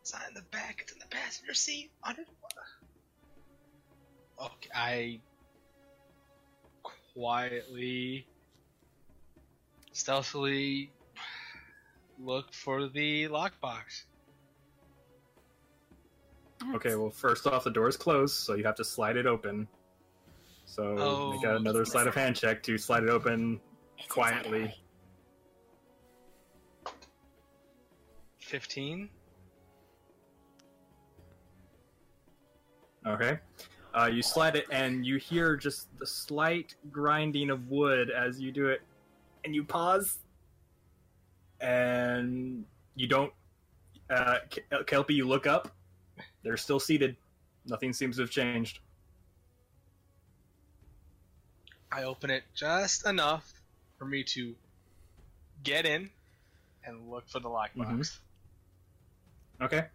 Speaker 11: It's not in the back. It's in the passenger seat. Under. the- Okay, I quietly, stealthily look for the lockbox.
Speaker 3: Okay, well, first off, the door is closed, so you have to slide it open. So
Speaker 11: Oh.
Speaker 3: make another sleight of hand check to slide it open
Speaker 4: It's
Speaker 3: quietly.
Speaker 4: inside
Speaker 11: Fifteen.
Speaker 3: Okay. Uh, you slide it, and you hear just the slight grinding of wood as you do it, and you pause, and you don't. Uh, K- Kelpie, you look up. They're still seated. Nothing seems to have changed.
Speaker 11: I open it just enough for me to get in and look for the lockbox.
Speaker 5: Mm-hmm.
Speaker 3: Mhm. Okay.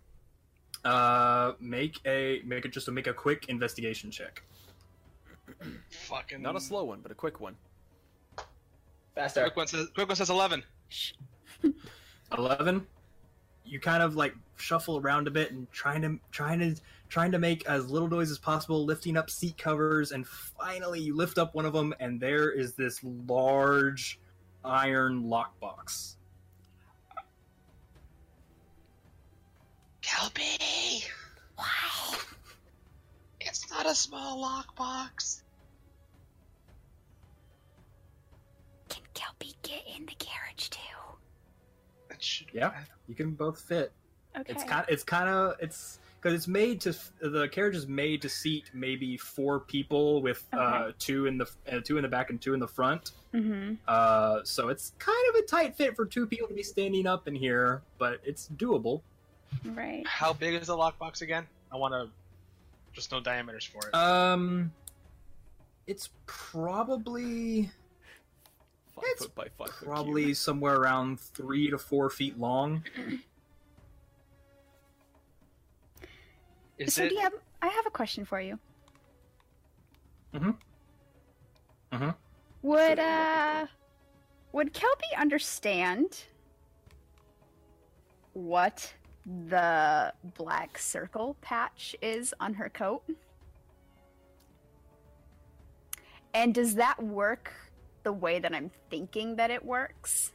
Speaker 3: Uh, make a make it just make a quick investigation check.
Speaker 11: Fucking
Speaker 5: Not a slow one, but a quick one.
Speaker 2: Faster.
Speaker 11: Quick one says, quick one says eleven.
Speaker 3: 11 you kind of like shuffle around a bit and trying to trying to trying to make as little noise as possible lifting up seat covers and finally you lift up one of them and there is this large iron lockbox
Speaker 11: Kelpie! Why? It's not a small lockbox.
Speaker 4: Can Kelpie get in the carriage too?
Speaker 11: It should
Speaker 3: Yeah. you can both fit
Speaker 4: Okay.
Speaker 3: it's kind it's kind of it's because it's made to the carriage is made to seat maybe four people with uh, two in the uh, two in the back and two in the front
Speaker 4: mm-hmm.
Speaker 3: Uh, so it's kind of a tight fit for two people to be standing up in here, but it's doable.
Speaker 4: Right.
Speaker 11: How big is the lockbox again? I want to just know diameters for it.
Speaker 3: Um, it's probably
Speaker 5: Five
Speaker 3: It's
Speaker 5: foot by five foot. cube.
Speaker 3: probably somewhere around three to four feet long.
Speaker 11: is
Speaker 4: so,
Speaker 11: it?
Speaker 4: do you have? I have a question for you.
Speaker 11: Mm-hmm.
Speaker 3: Mhm. Mhm.
Speaker 4: Would uh, would Kelpie understand what the black circle patch is on her coat? And does that work the way that I'm thinking that it
Speaker 11: *laughs*
Speaker 4: works?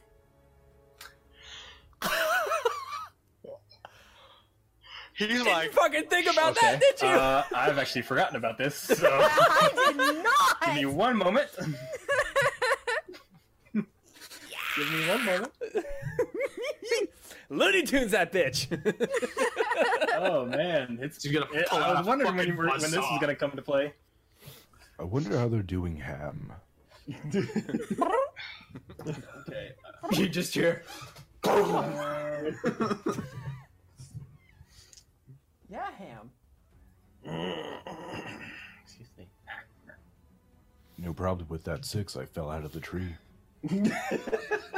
Speaker 11: He's
Speaker 5: Didn't
Speaker 11: like,
Speaker 5: fucking think about that, did you?
Speaker 3: Uh, I've actually forgotten about this.
Speaker 5: *laughs*
Speaker 3: So
Speaker 4: I
Speaker 3: give
Speaker 4: did
Speaker 3: me
Speaker 4: not.
Speaker 3: one moment. give me one moment.
Speaker 5: *laughs* Looney Tunes that bitch.
Speaker 3: *laughs* Oh man, it's.
Speaker 1: She's gonna
Speaker 3: It,
Speaker 1: pull
Speaker 3: I
Speaker 1: out
Speaker 3: was
Speaker 1: a
Speaker 3: wondering when,
Speaker 1: fucking
Speaker 3: you were, when this
Speaker 1: buzzsaw.
Speaker 3: was gonna come into play.
Speaker 10: I wonder how they're doing ham.
Speaker 3: Okay.
Speaker 1: *laughs* You just hear.
Speaker 5: yeah, ham.
Speaker 1: Excuse me.
Speaker 10: You know, probably with that six, I fell out of the tree.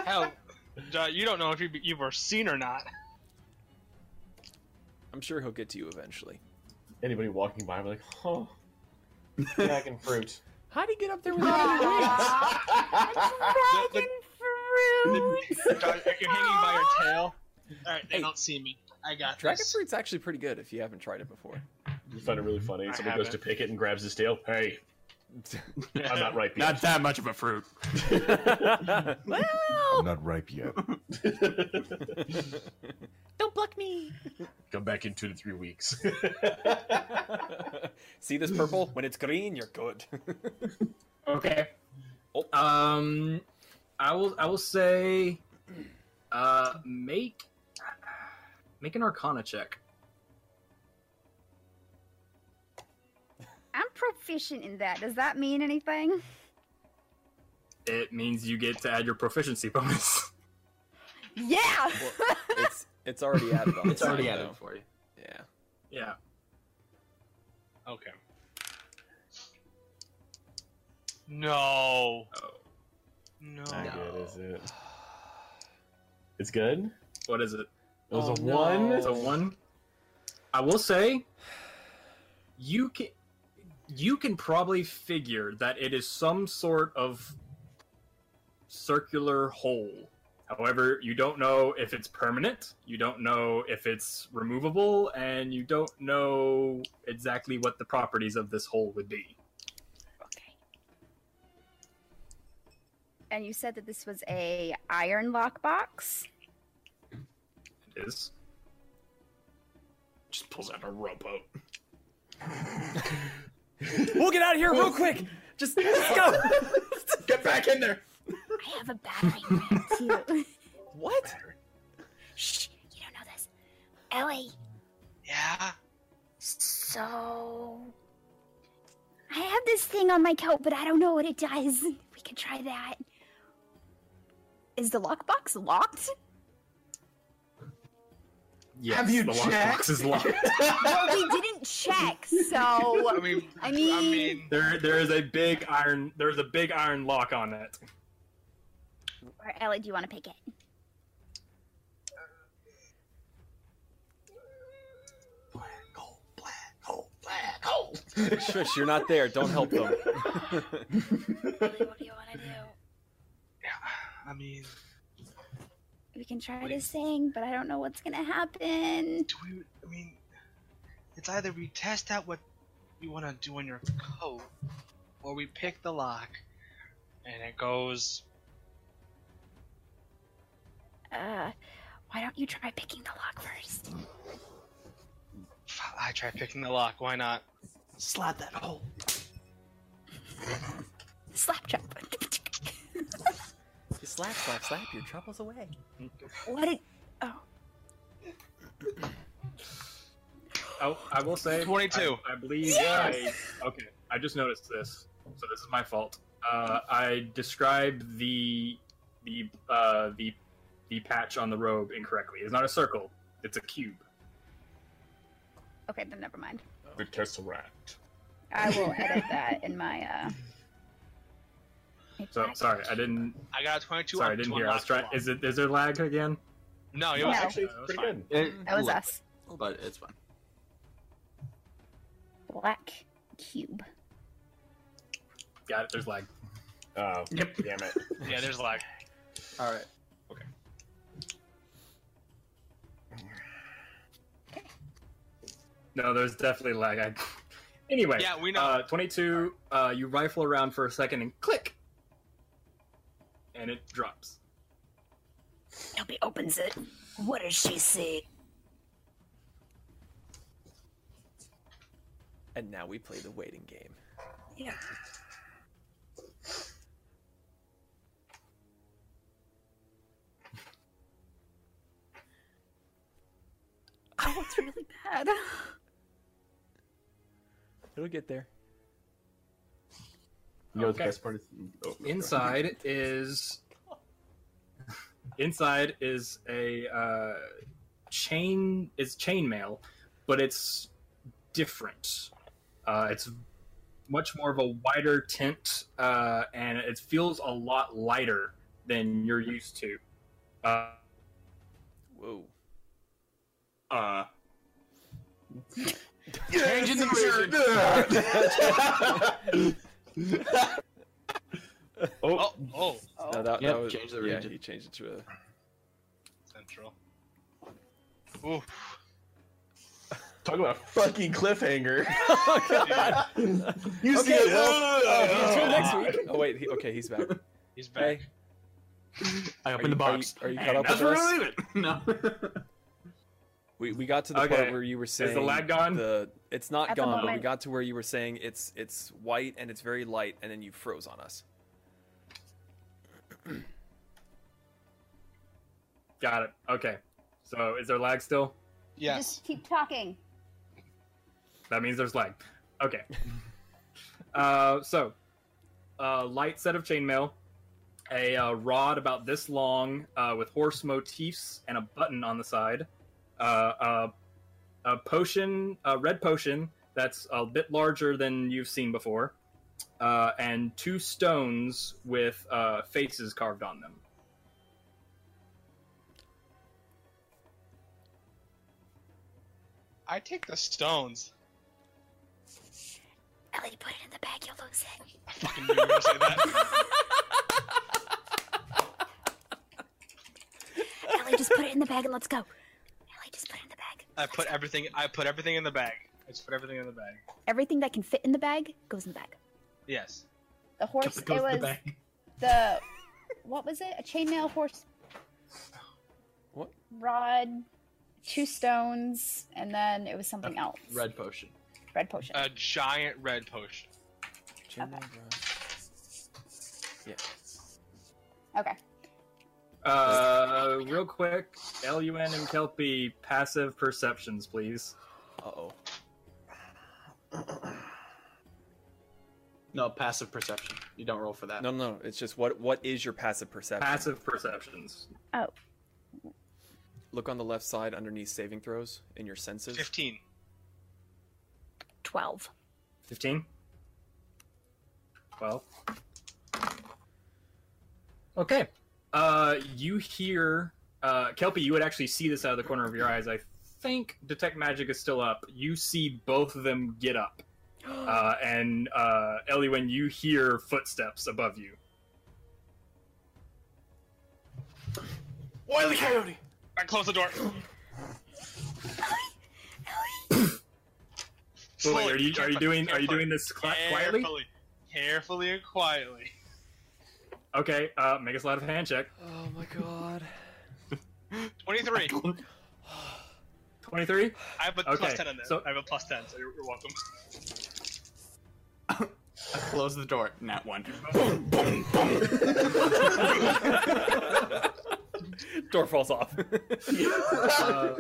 Speaker 11: hell, John, you don't know if you, you were seen
Speaker 4: *laughs*
Speaker 11: or not.
Speaker 5: I'm sure he'll get to you eventually.
Speaker 1: Anybody walking by, I'm like, oh, dragon fruit.
Speaker 5: How'd he get up *laughs* there without any wings?
Speaker 11: The- John, if you're hanging by your tail. All right, they
Speaker 5: Hey.
Speaker 11: don't see me. I got
Speaker 5: Dragon
Speaker 11: this.
Speaker 5: fruit's actually pretty good if you haven't tried it *laughs* before.
Speaker 1: You find it really funny.
Speaker 11: Mm-hmm. I
Speaker 1: Somebody goes to
Speaker 11: haven't.
Speaker 1: pick it and grabs his tail. Hey,
Speaker 16: *laughs*
Speaker 1: I'm not right
Speaker 16: Not that much of a fruit.
Speaker 10: I'm not ripe
Speaker 3: *laughs*
Speaker 10: yet.
Speaker 5: Don't block me.
Speaker 1: Come back in two to three weeks. *laughs*
Speaker 5: See this purple? When it's green, you're good. *laughs*
Speaker 3: Okay.
Speaker 11: Oh.
Speaker 3: Um, I will. I will say, uh, make make an Arcana check.
Speaker 4: I'm proficient in that. Does that mean anything?
Speaker 3: It means you get to add your proficiency bonus. *laughs*
Speaker 4: Yeah.
Speaker 5: Well, it's it's already added on.
Speaker 2: It's already
Speaker 5: the
Speaker 2: added
Speaker 5: side,
Speaker 2: for you.
Speaker 5: though. Yeah.
Speaker 3: yeah.
Speaker 11: Okay. No.
Speaker 3: Oh.
Speaker 11: No.
Speaker 1: Not good, is it? It's good.
Speaker 3: What is it?
Speaker 1: It was
Speaker 5: Oh,
Speaker 1: a
Speaker 5: no.
Speaker 1: one.
Speaker 3: It's a one. I will say, you can you can probably figure that it is some sort of circular hole. However, you don't know if it's permanent, you don't know if it's removable, and you don't know exactly what the properties of this hole would be.
Speaker 4: Okay. *laughs* And you said that this was a iron lockbox.
Speaker 3: It is just pulls out a rope out.
Speaker 5: We'll get out of here real quick. Just,
Speaker 2: *laughs*
Speaker 5: just go.
Speaker 2: Get back in there.
Speaker 4: I have a battery ring *laughs* too.
Speaker 5: what?
Speaker 4: Shh, you don't know this. Ellie,
Speaker 11: Yeah.
Speaker 4: so I have this thing on my coat, but I don't know what it does. We could try that. Is the lockbox locked?
Speaker 3: Yes,
Speaker 2: Have you
Speaker 3: the lockbox
Speaker 2: checked?
Speaker 3: is locked. *laughs*
Speaker 4: Well, we *laughs* didn't check, so *laughs*
Speaker 11: I mean,
Speaker 4: I mean-
Speaker 11: I mean,
Speaker 3: There, there is a big iron. There's a big iron lock on it. *laughs*
Speaker 4: Or Ellie, do you want to pick it?
Speaker 5: Shush, you're not there. Don't help them.
Speaker 4: Ellie, what do you want to do?
Speaker 11: I mean,
Speaker 4: We can try this thing, but I don't know what's gonna happen.
Speaker 11: do we? I mean, it's either we test out what you want to do on your coat, or we pick the lock, and it goes.
Speaker 4: Uh, why don't you try picking the lock first?
Speaker 11: I try picking the lock. Why not?
Speaker 17: Slide that hole.
Speaker 4: Slap chop. *laughs*
Speaker 5: Just slap, slap, slap. Your trouble's away.
Speaker 4: what did?
Speaker 3: Oh, I will say
Speaker 11: 22.
Speaker 3: I, I believe. I, okay, I just noticed this, so this is my fault. Uh, I described the the uh, the the patch on the robe incorrectly. It's not a circle; it's a cube.
Speaker 4: Okay, then never mind.
Speaker 1: The tesseract.
Speaker 4: I will edit that in my uh.
Speaker 3: So sorry, I didn't.
Speaker 11: I got a 22.
Speaker 3: Sorry,
Speaker 11: on
Speaker 3: I didn't
Speaker 11: to
Speaker 3: hear. I was
Speaker 11: unlock the
Speaker 3: trying.
Speaker 11: lock.
Speaker 3: Is it? Is there lag again?
Speaker 11: No, it
Speaker 4: No.
Speaker 11: was
Speaker 1: Actually,
Speaker 11: actually
Speaker 1: it's
Speaker 11: it was
Speaker 1: pretty
Speaker 11: fine.
Speaker 1: good.
Speaker 2: It,
Speaker 4: That was
Speaker 2: look,
Speaker 4: us.
Speaker 2: But it's fine.
Speaker 4: Black cube.
Speaker 3: Got it. There's lag.
Speaker 1: Oh,
Speaker 2: Yep.
Speaker 1: damn it.
Speaker 11: *laughs* Yeah, there's lag.
Speaker 2: All right.
Speaker 3: *laughs* No, there's definitely lag. I... Anyway,
Speaker 11: Yeah, we know.
Speaker 3: Uh, 22. Uh, you rifle around for a second and click, and it drops.
Speaker 4: Nobody opens it. What does she see?
Speaker 5: And now we play the waiting game.
Speaker 4: *laughs* Yeah. Oh, it's really *laughs* bad.
Speaker 5: It'll get there.
Speaker 1: You know what
Speaker 3: Okay.
Speaker 1: the best part is? Oh, no,
Speaker 3: Inside is inside is a uh, chain is chainmail, but it's different. Uh, it's much more of a wider tint, uh, and it feels a lot lighter than you're used to. Uh,
Speaker 5: Whoa.
Speaker 3: uh,
Speaker 2: Changing the shirt.
Speaker 1: go.
Speaker 11: Oh, oh,
Speaker 5: No, that,
Speaker 2: Yep,
Speaker 5: that was,
Speaker 2: change the
Speaker 5: yeah,
Speaker 2: region.
Speaker 5: he changed it to
Speaker 11: central. Ooh,
Speaker 1: Talk about a fucking cliffhanger.
Speaker 5: a. *laughs* Oh, God.
Speaker 1: *laughs* You
Speaker 5: Okay,
Speaker 1: see it?
Speaker 5: well,
Speaker 2: uh,
Speaker 1: Oh,
Speaker 5: Until
Speaker 1: oh,
Speaker 5: next
Speaker 1: *laughs*
Speaker 5: week. Oh, wait. He, okay, he's back.
Speaker 11: he's
Speaker 5: Hey.
Speaker 11: back.
Speaker 2: I
Speaker 5: Are
Speaker 2: opened
Speaker 5: you,
Speaker 2: the
Speaker 5: are you,
Speaker 2: box.
Speaker 5: are you caught up
Speaker 3: that's
Speaker 5: with
Speaker 3: where
Speaker 5: us?
Speaker 3: I leave it.
Speaker 2: No.
Speaker 5: We, we got to the part
Speaker 3: Okay.
Speaker 5: where you were saying
Speaker 3: the lag gone?
Speaker 5: the- it's not
Speaker 4: At the
Speaker 5: gone, but we
Speaker 4: moment.
Speaker 5: got to where you were saying it's it's white and it's very light, and then you froze on us.
Speaker 3: Got it. Okay. So is there lag still?
Speaker 11: Yes.
Speaker 4: Just keep talking.
Speaker 3: That means there's lag. Okay. uh, so, uh, light set of chainmail, a uh, rod about this long uh, with horse motifs and a button on the side, uh, uh, a potion, a red potion that's a bit larger than you've seen before, uh, and two stones with uh, faces carved on them.
Speaker 11: I take the stones.
Speaker 4: Ellie, put it in the bag. You'll lose it. *laughs*
Speaker 11: I fucking knew you were gonna say that.
Speaker 4: Ellie, just put it in the bag and let's go. Ellie, just put it in the bag.
Speaker 11: I put everything. I put everything in the bag. I just put everything in the bag.
Speaker 4: Everything that can fit in the bag goes in the bag.
Speaker 11: Yes.
Speaker 4: The horse.
Speaker 2: Goes
Speaker 4: It
Speaker 2: to the
Speaker 4: was
Speaker 2: back.
Speaker 4: the what was it? A chainmail horse.
Speaker 5: What?
Speaker 4: Rod, two stones, and then it was something else.
Speaker 2: Red potion.
Speaker 4: Red potion.
Speaker 11: A giant red potion.
Speaker 5: Chainmail rod. Yeah.
Speaker 4: okay.
Speaker 3: Uh, real quick, Lun and Kelpie, passive perceptions, please.
Speaker 5: Uh oh.
Speaker 2: No, passive perception. You don't roll for that.
Speaker 5: No, no, no. It's just what what is your passive perception?
Speaker 3: Passive perceptions.
Speaker 4: Oh,
Speaker 5: Look on the left side underneath saving throws in your senses.
Speaker 11: Fifteen.
Speaker 4: 12.
Speaker 3: Fifteen. Twelve. Okay. Uh, you hear, uh, Kelpie, you would actually see this out of the corner of your eyes. I think detect magic is still up. You see both of them get up. Uh, and uh, Elwyn, you hear footsteps above you.
Speaker 11: Wily coyote. I close the door.
Speaker 3: Wait, wait, are you are you
Speaker 11: Slowly,
Speaker 3: doing are you
Speaker 11: carefully,
Speaker 3: doing this cla- quietly?
Speaker 11: Carefully, carefully and quietly.
Speaker 3: Okay, uh, make us a lot of hand check.
Speaker 5: Oh my god.
Speaker 11: Twenty-three.
Speaker 3: *laughs* Twenty three.
Speaker 11: I have a
Speaker 3: Okay,
Speaker 11: plus ten on that.
Speaker 3: so-
Speaker 11: I have a plus ten, so you're, you're welcome.
Speaker 2: I *laughs* close the door. Not one.
Speaker 5: Door falls off.
Speaker 3: Uh,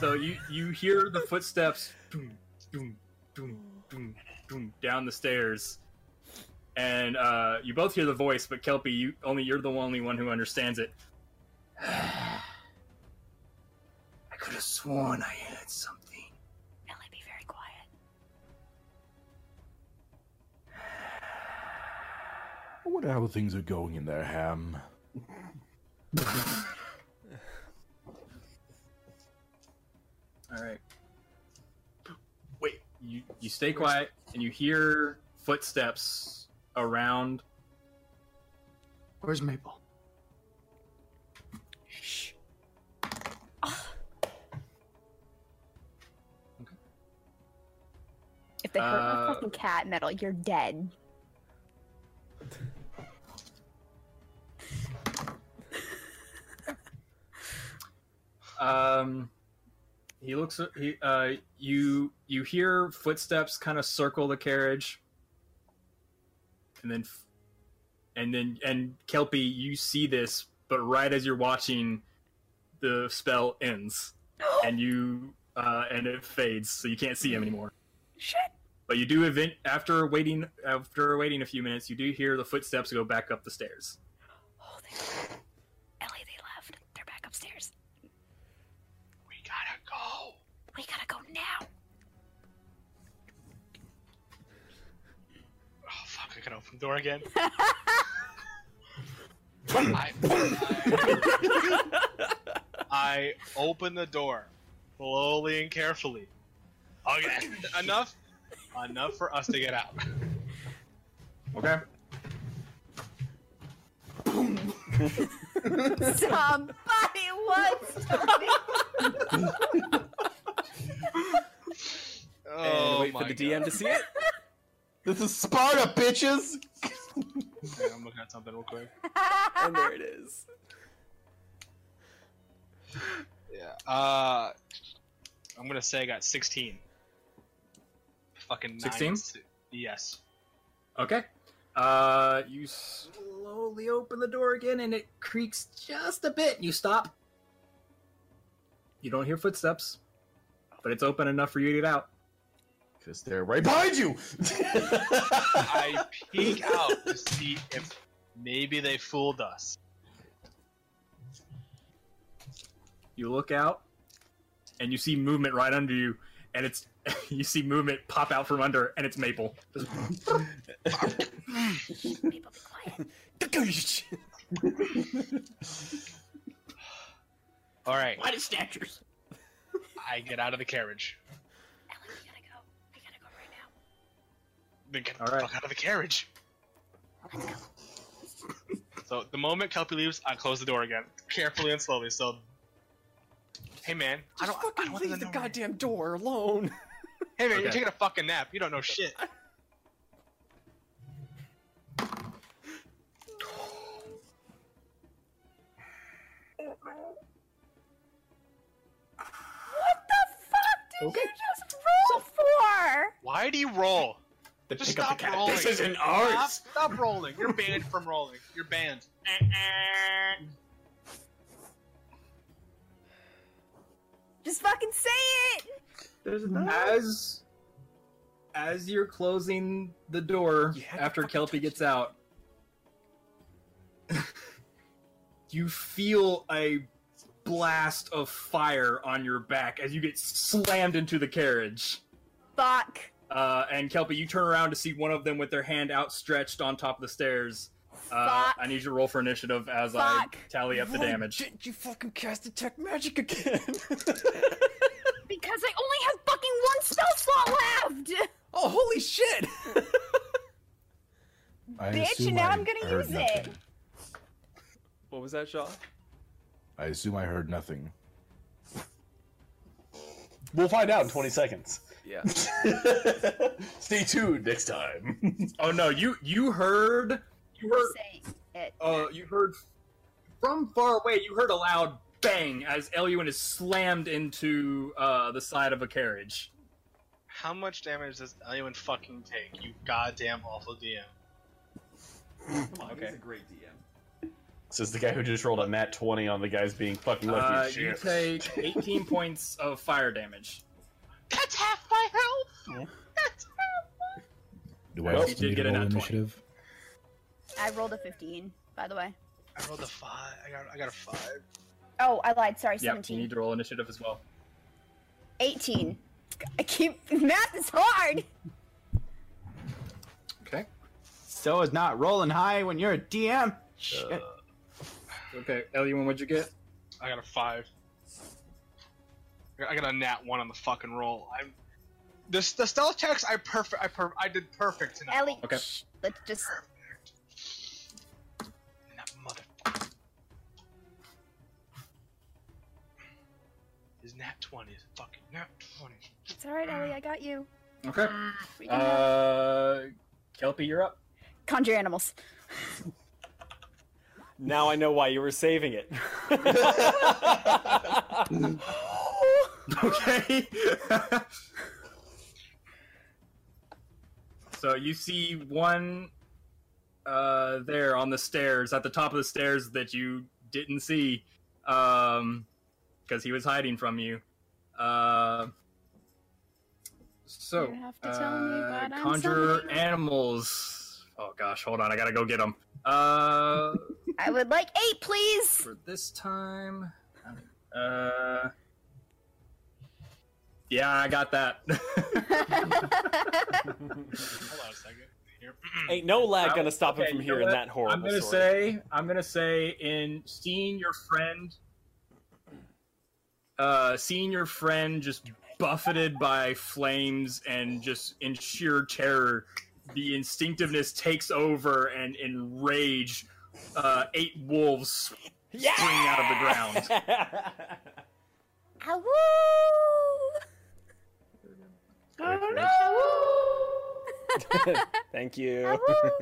Speaker 3: so you you hear the footsteps doom, doom, doom, doom, doom, down the stairs, and uh, you both hear the voice, but Kelpie, you only you're the only one who understands it. *sighs* I could have sworn I heard something.
Speaker 4: Ellie, be very quiet.
Speaker 10: I wonder how things are going in there, Ham.
Speaker 3: All right. Wait. You you stay quiet and you hear footsteps around.
Speaker 2: Where's Maple?
Speaker 4: If they hurt my
Speaker 3: Uh,
Speaker 4: fucking cat metal, you're dead.
Speaker 3: Um he looks he uh you you hear footsteps kind of circle the carriage. And then f- and then and Kelpie, you see this, but right as you're watching the spell ends and you uh and it fades so you can't see him anymore.
Speaker 4: Shit.
Speaker 3: But you do event after waiting after waiting a few minutes, you do hear the footsteps go back up the stairs.
Speaker 4: Oh, they left. Ellie, they left. They're back upstairs.
Speaker 11: We gotta go.
Speaker 4: We gotta go now. *laughs*
Speaker 11: Oh fuck! I can open the
Speaker 3: *laughs*
Speaker 11: door again. *laughs* I open the door slowly and carefully.
Speaker 3: *laughs*
Speaker 11: Okay, enough, enough for us to get out.
Speaker 3: Okay.
Speaker 4: Somebody *laughs* wants to
Speaker 5: and
Speaker 11: Oh
Speaker 5: wait for the DM to see it.
Speaker 2: *laughs* This is Sparta, bitches.
Speaker 11: Hang on, I'm looking at something real quick.
Speaker 5: And there it is.
Speaker 11: Yeah. Uh, I'm gonna say I got 16. Fucking nine
Speaker 3: 16?
Speaker 11: si- Yes.
Speaker 3: Okay. Uh, you slowly open the door again, and it creaks just a bit. You stop. You don't hear footsteps, but it's open enough for you to get out.
Speaker 1: Because they're right behind
Speaker 2: *laughs*
Speaker 1: you!
Speaker 11: I peek out to see if maybe they fooled us.
Speaker 3: You look out, and you see movement right under you, and it's *laughs* you see movement pop out from under, and it's Maple.
Speaker 4: People be quiet.
Speaker 11: All right.
Speaker 2: Why did snatchers?
Speaker 11: I get out of the carriage. Ellen, we gotta go. We gotta go right now. Then get the
Speaker 3: All right.
Speaker 11: fuck out of the carriage. so the moment Kelpie leaves, I close the door again, carefully and slowly. So, hey man, I
Speaker 5: Just
Speaker 11: don't, I
Speaker 5: fucking
Speaker 11: don't
Speaker 5: leave
Speaker 11: wanna
Speaker 5: the
Speaker 11: know
Speaker 5: goddamn door alone.
Speaker 11: Hey man, you're
Speaker 3: Okay.
Speaker 11: taking a fucking nap. You don't know shit.
Speaker 4: What the fuck did you just roll for?
Speaker 11: Why do you roll?
Speaker 2: They
Speaker 11: Just
Speaker 2: pick up the
Speaker 11: stop
Speaker 2: cat.
Speaker 11: rolling.
Speaker 2: This isn't
Speaker 11: Stop,
Speaker 2: ours.
Speaker 11: stop rolling. You're banned from rolling. You're *laughs* banned.
Speaker 4: Just fucking say it.
Speaker 6: There's no.
Speaker 3: as as you're closing the door
Speaker 5: You had to
Speaker 3: after
Speaker 5: fucking
Speaker 3: Kelpie gets out, *laughs* you feel a blast of fire on your back as you get slammed into the carriage.
Speaker 4: Fuck.
Speaker 3: Uh, and Kelpie, you turn around to see one of them with their hand outstretched on top of the stairs. Uh,
Speaker 4: Fuck.
Speaker 3: I need you to roll for initiative as
Speaker 4: Fuck.
Speaker 3: I tally up the
Speaker 5: Why
Speaker 3: damage.
Speaker 5: didn't you fucking cast detect magic again? *laughs*
Speaker 4: Because I only have fucking one spell slot left.
Speaker 5: oh, holy shit! *laughs*
Speaker 10: I
Speaker 4: Bitch,
Speaker 10: assume
Speaker 4: now
Speaker 10: I
Speaker 4: I'm gonna
Speaker 10: heard
Speaker 4: use it.
Speaker 10: nothing.
Speaker 5: what was that, Shaw?
Speaker 10: I assume I heard nothing.
Speaker 1: We'll find out in 20 seconds. *laughs*
Speaker 5: Yeah.
Speaker 1: Stay tuned next time. *laughs*
Speaker 3: Oh no, you you heard you heard
Speaker 4: Say it.
Speaker 3: uh, you heard from far away. You heard a loud bang as Eluin is slammed into uh, the side of a carriage.
Speaker 11: How much damage does anyone fucking take? You goddamn awful DM.
Speaker 5: Okay. he's a
Speaker 3: great
Speaker 1: this is the guy who just rolled a nat 20 on the guys being fucking lucky
Speaker 3: Uh,
Speaker 1: as
Speaker 3: you
Speaker 1: shit. *laughs*
Speaker 3: take 18 *laughs* points of fire damage.
Speaker 11: That's half my health. That's
Speaker 10: Do I
Speaker 1: Well,
Speaker 10: also
Speaker 3: you did
Speaker 10: need to
Speaker 3: get a
Speaker 10: roll
Speaker 3: nat 20.
Speaker 10: initiative?
Speaker 4: I rolled a 15, by the way.
Speaker 11: half. I rolled a five. I got, I got a five.
Speaker 4: Oh, I lied. Sorry,
Speaker 3: Yep, you
Speaker 4: 17.
Speaker 3: need to roll initiative as well.
Speaker 4: 18. I keep *laughs* math is hard.
Speaker 3: Okay.
Speaker 2: So is not rolling high when you're a DM. Shit.
Speaker 6: Uh,
Speaker 3: Okay, Eluin, what'd you get?
Speaker 11: I got a five. I got- I got a nat one on the fucking roll. I'm. This, the stealth checks I perfect. I per, I did perfect tonight.
Speaker 4: Ellie,
Speaker 3: Okay.
Speaker 4: shh, let's just.
Speaker 11: And that motherfucker. His nat 20 is a fucking nat 20.
Speaker 4: It's all right, Ellie. I got you.
Speaker 3: Okay.
Speaker 4: We can have-
Speaker 3: Uh, Kelpie, you're up.
Speaker 4: conjure animals.
Speaker 5: Now I know why you were saving it.
Speaker 3: Okay. *laughs* so you see one uh, there on the stairs, at the top of the stairs that you didn't see, because he was hiding from you. Uh, so,
Speaker 4: You have to tell me
Speaker 3: uh,
Speaker 4: what I'm
Speaker 3: conjure
Speaker 4: saying.
Speaker 3: animals. Oh gosh, hold on, I gotta go get them. Uh,
Speaker 4: I would like
Speaker 3: *laughs*
Speaker 4: eight, please.
Speaker 3: for this time. Uh, yeah, I got that. *laughs*
Speaker 11: Hold on a second. Here.
Speaker 18: Ain't no lag
Speaker 3: I-
Speaker 18: gonna stop
Speaker 3: okay,
Speaker 18: him from
Speaker 3: you know
Speaker 18: hearing
Speaker 3: what?
Speaker 18: that horrible
Speaker 3: I'm gonna
Speaker 18: story.
Speaker 3: say, I'm gonna say, in seeing your friend, uh, seeing your friend just buffeted by flames and just in sheer terror, the instinctiveness takes over, and in rage, uh, eight wolves
Speaker 18: yeah!
Speaker 3: spring out of the ground.
Speaker 5: *laughs*
Speaker 4: Awoo!
Speaker 3: *laughs*
Speaker 18: Thank you.
Speaker 5: *laughs*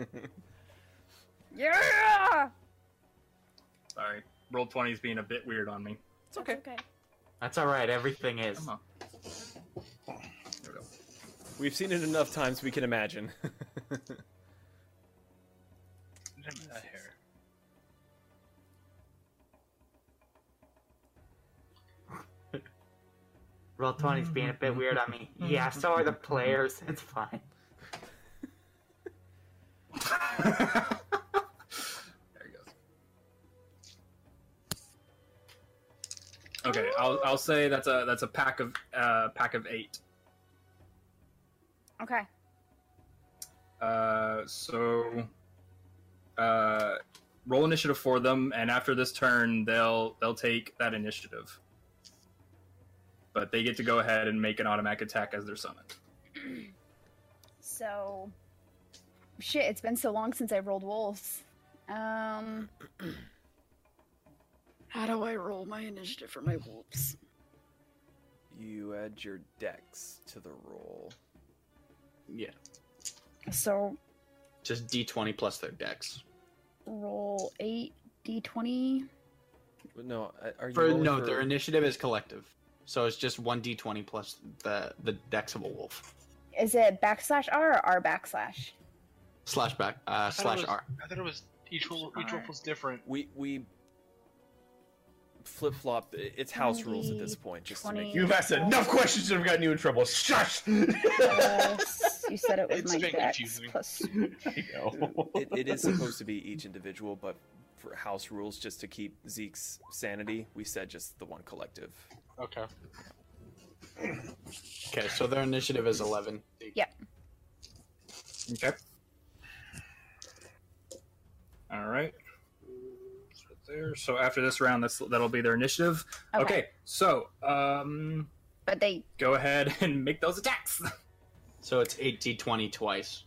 Speaker 4: Yeah.
Speaker 3: Sorry, roll twenty is being a bit weird on me.
Speaker 5: it's okay.
Speaker 4: Okay.
Speaker 6: That's all right. Everything is.
Speaker 3: Come on. There we go.
Speaker 5: We've seen it enough times we can imagine. *laughs*
Speaker 11: That hair.
Speaker 6: Roll 20's being a bit weird on me. Yeah, so are the players. It's fine.
Speaker 3: There he goes. Okay, I'll, I'll say that's a that's a pack of uh, pack of eight.
Speaker 4: Okay.
Speaker 3: Uh, so, uh, roll initiative for them, and after this turn, they'll they'll take that initiative.
Speaker 19: but they get to go ahead and make an automatic attack as their summon.
Speaker 4: So, shit, it's been so long since I rolled wolves. Um, *clears throat* how do I roll my initiative for my wolves?
Speaker 5: You add your dex to the roll.
Speaker 2: Yeah.
Speaker 4: So,
Speaker 2: Just d20 plus their dex.
Speaker 4: roll 8 d20.
Speaker 5: But No, uh, are you
Speaker 2: For
Speaker 5: rolling
Speaker 2: no,
Speaker 5: for-
Speaker 2: their initiative is collective. So it's just one d20 plus the the dex of a wolf.
Speaker 4: Is it backslash R or R backslash?
Speaker 2: Slash back uh,
Speaker 11: I thought it
Speaker 2: slash
Speaker 11: was-
Speaker 2: R.
Speaker 11: I thought it was each roll. Each roll was different.
Speaker 5: we we flip flop. It's house rules at this point, just to make
Speaker 4: 20.
Speaker 3: You've
Speaker 4: *laughs*
Speaker 3: asked enough questions that have gotten you in trouble. Shush!
Speaker 4: Uh, you said it was
Speaker 11: It's
Speaker 4: my
Speaker 11: been
Speaker 4: dex
Speaker 11: confusing.
Speaker 4: plus.
Speaker 3: I know.
Speaker 5: it, it is supposed to be each individual, but for house rules, just to keep Zeke's sanity, we said just the one collective.
Speaker 11: Okay.
Speaker 2: Okay, so their initiative is 11.
Speaker 19: Okay. All right. It's right There. So after this round, that's that'll be their initiative.
Speaker 4: Okay.
Speaker 19: Okay. So um,
Speaker 4: But they
Speaker 19: go ahead *laughs* and make those attacks.
Speaker 2: So it's 8 d20 twice.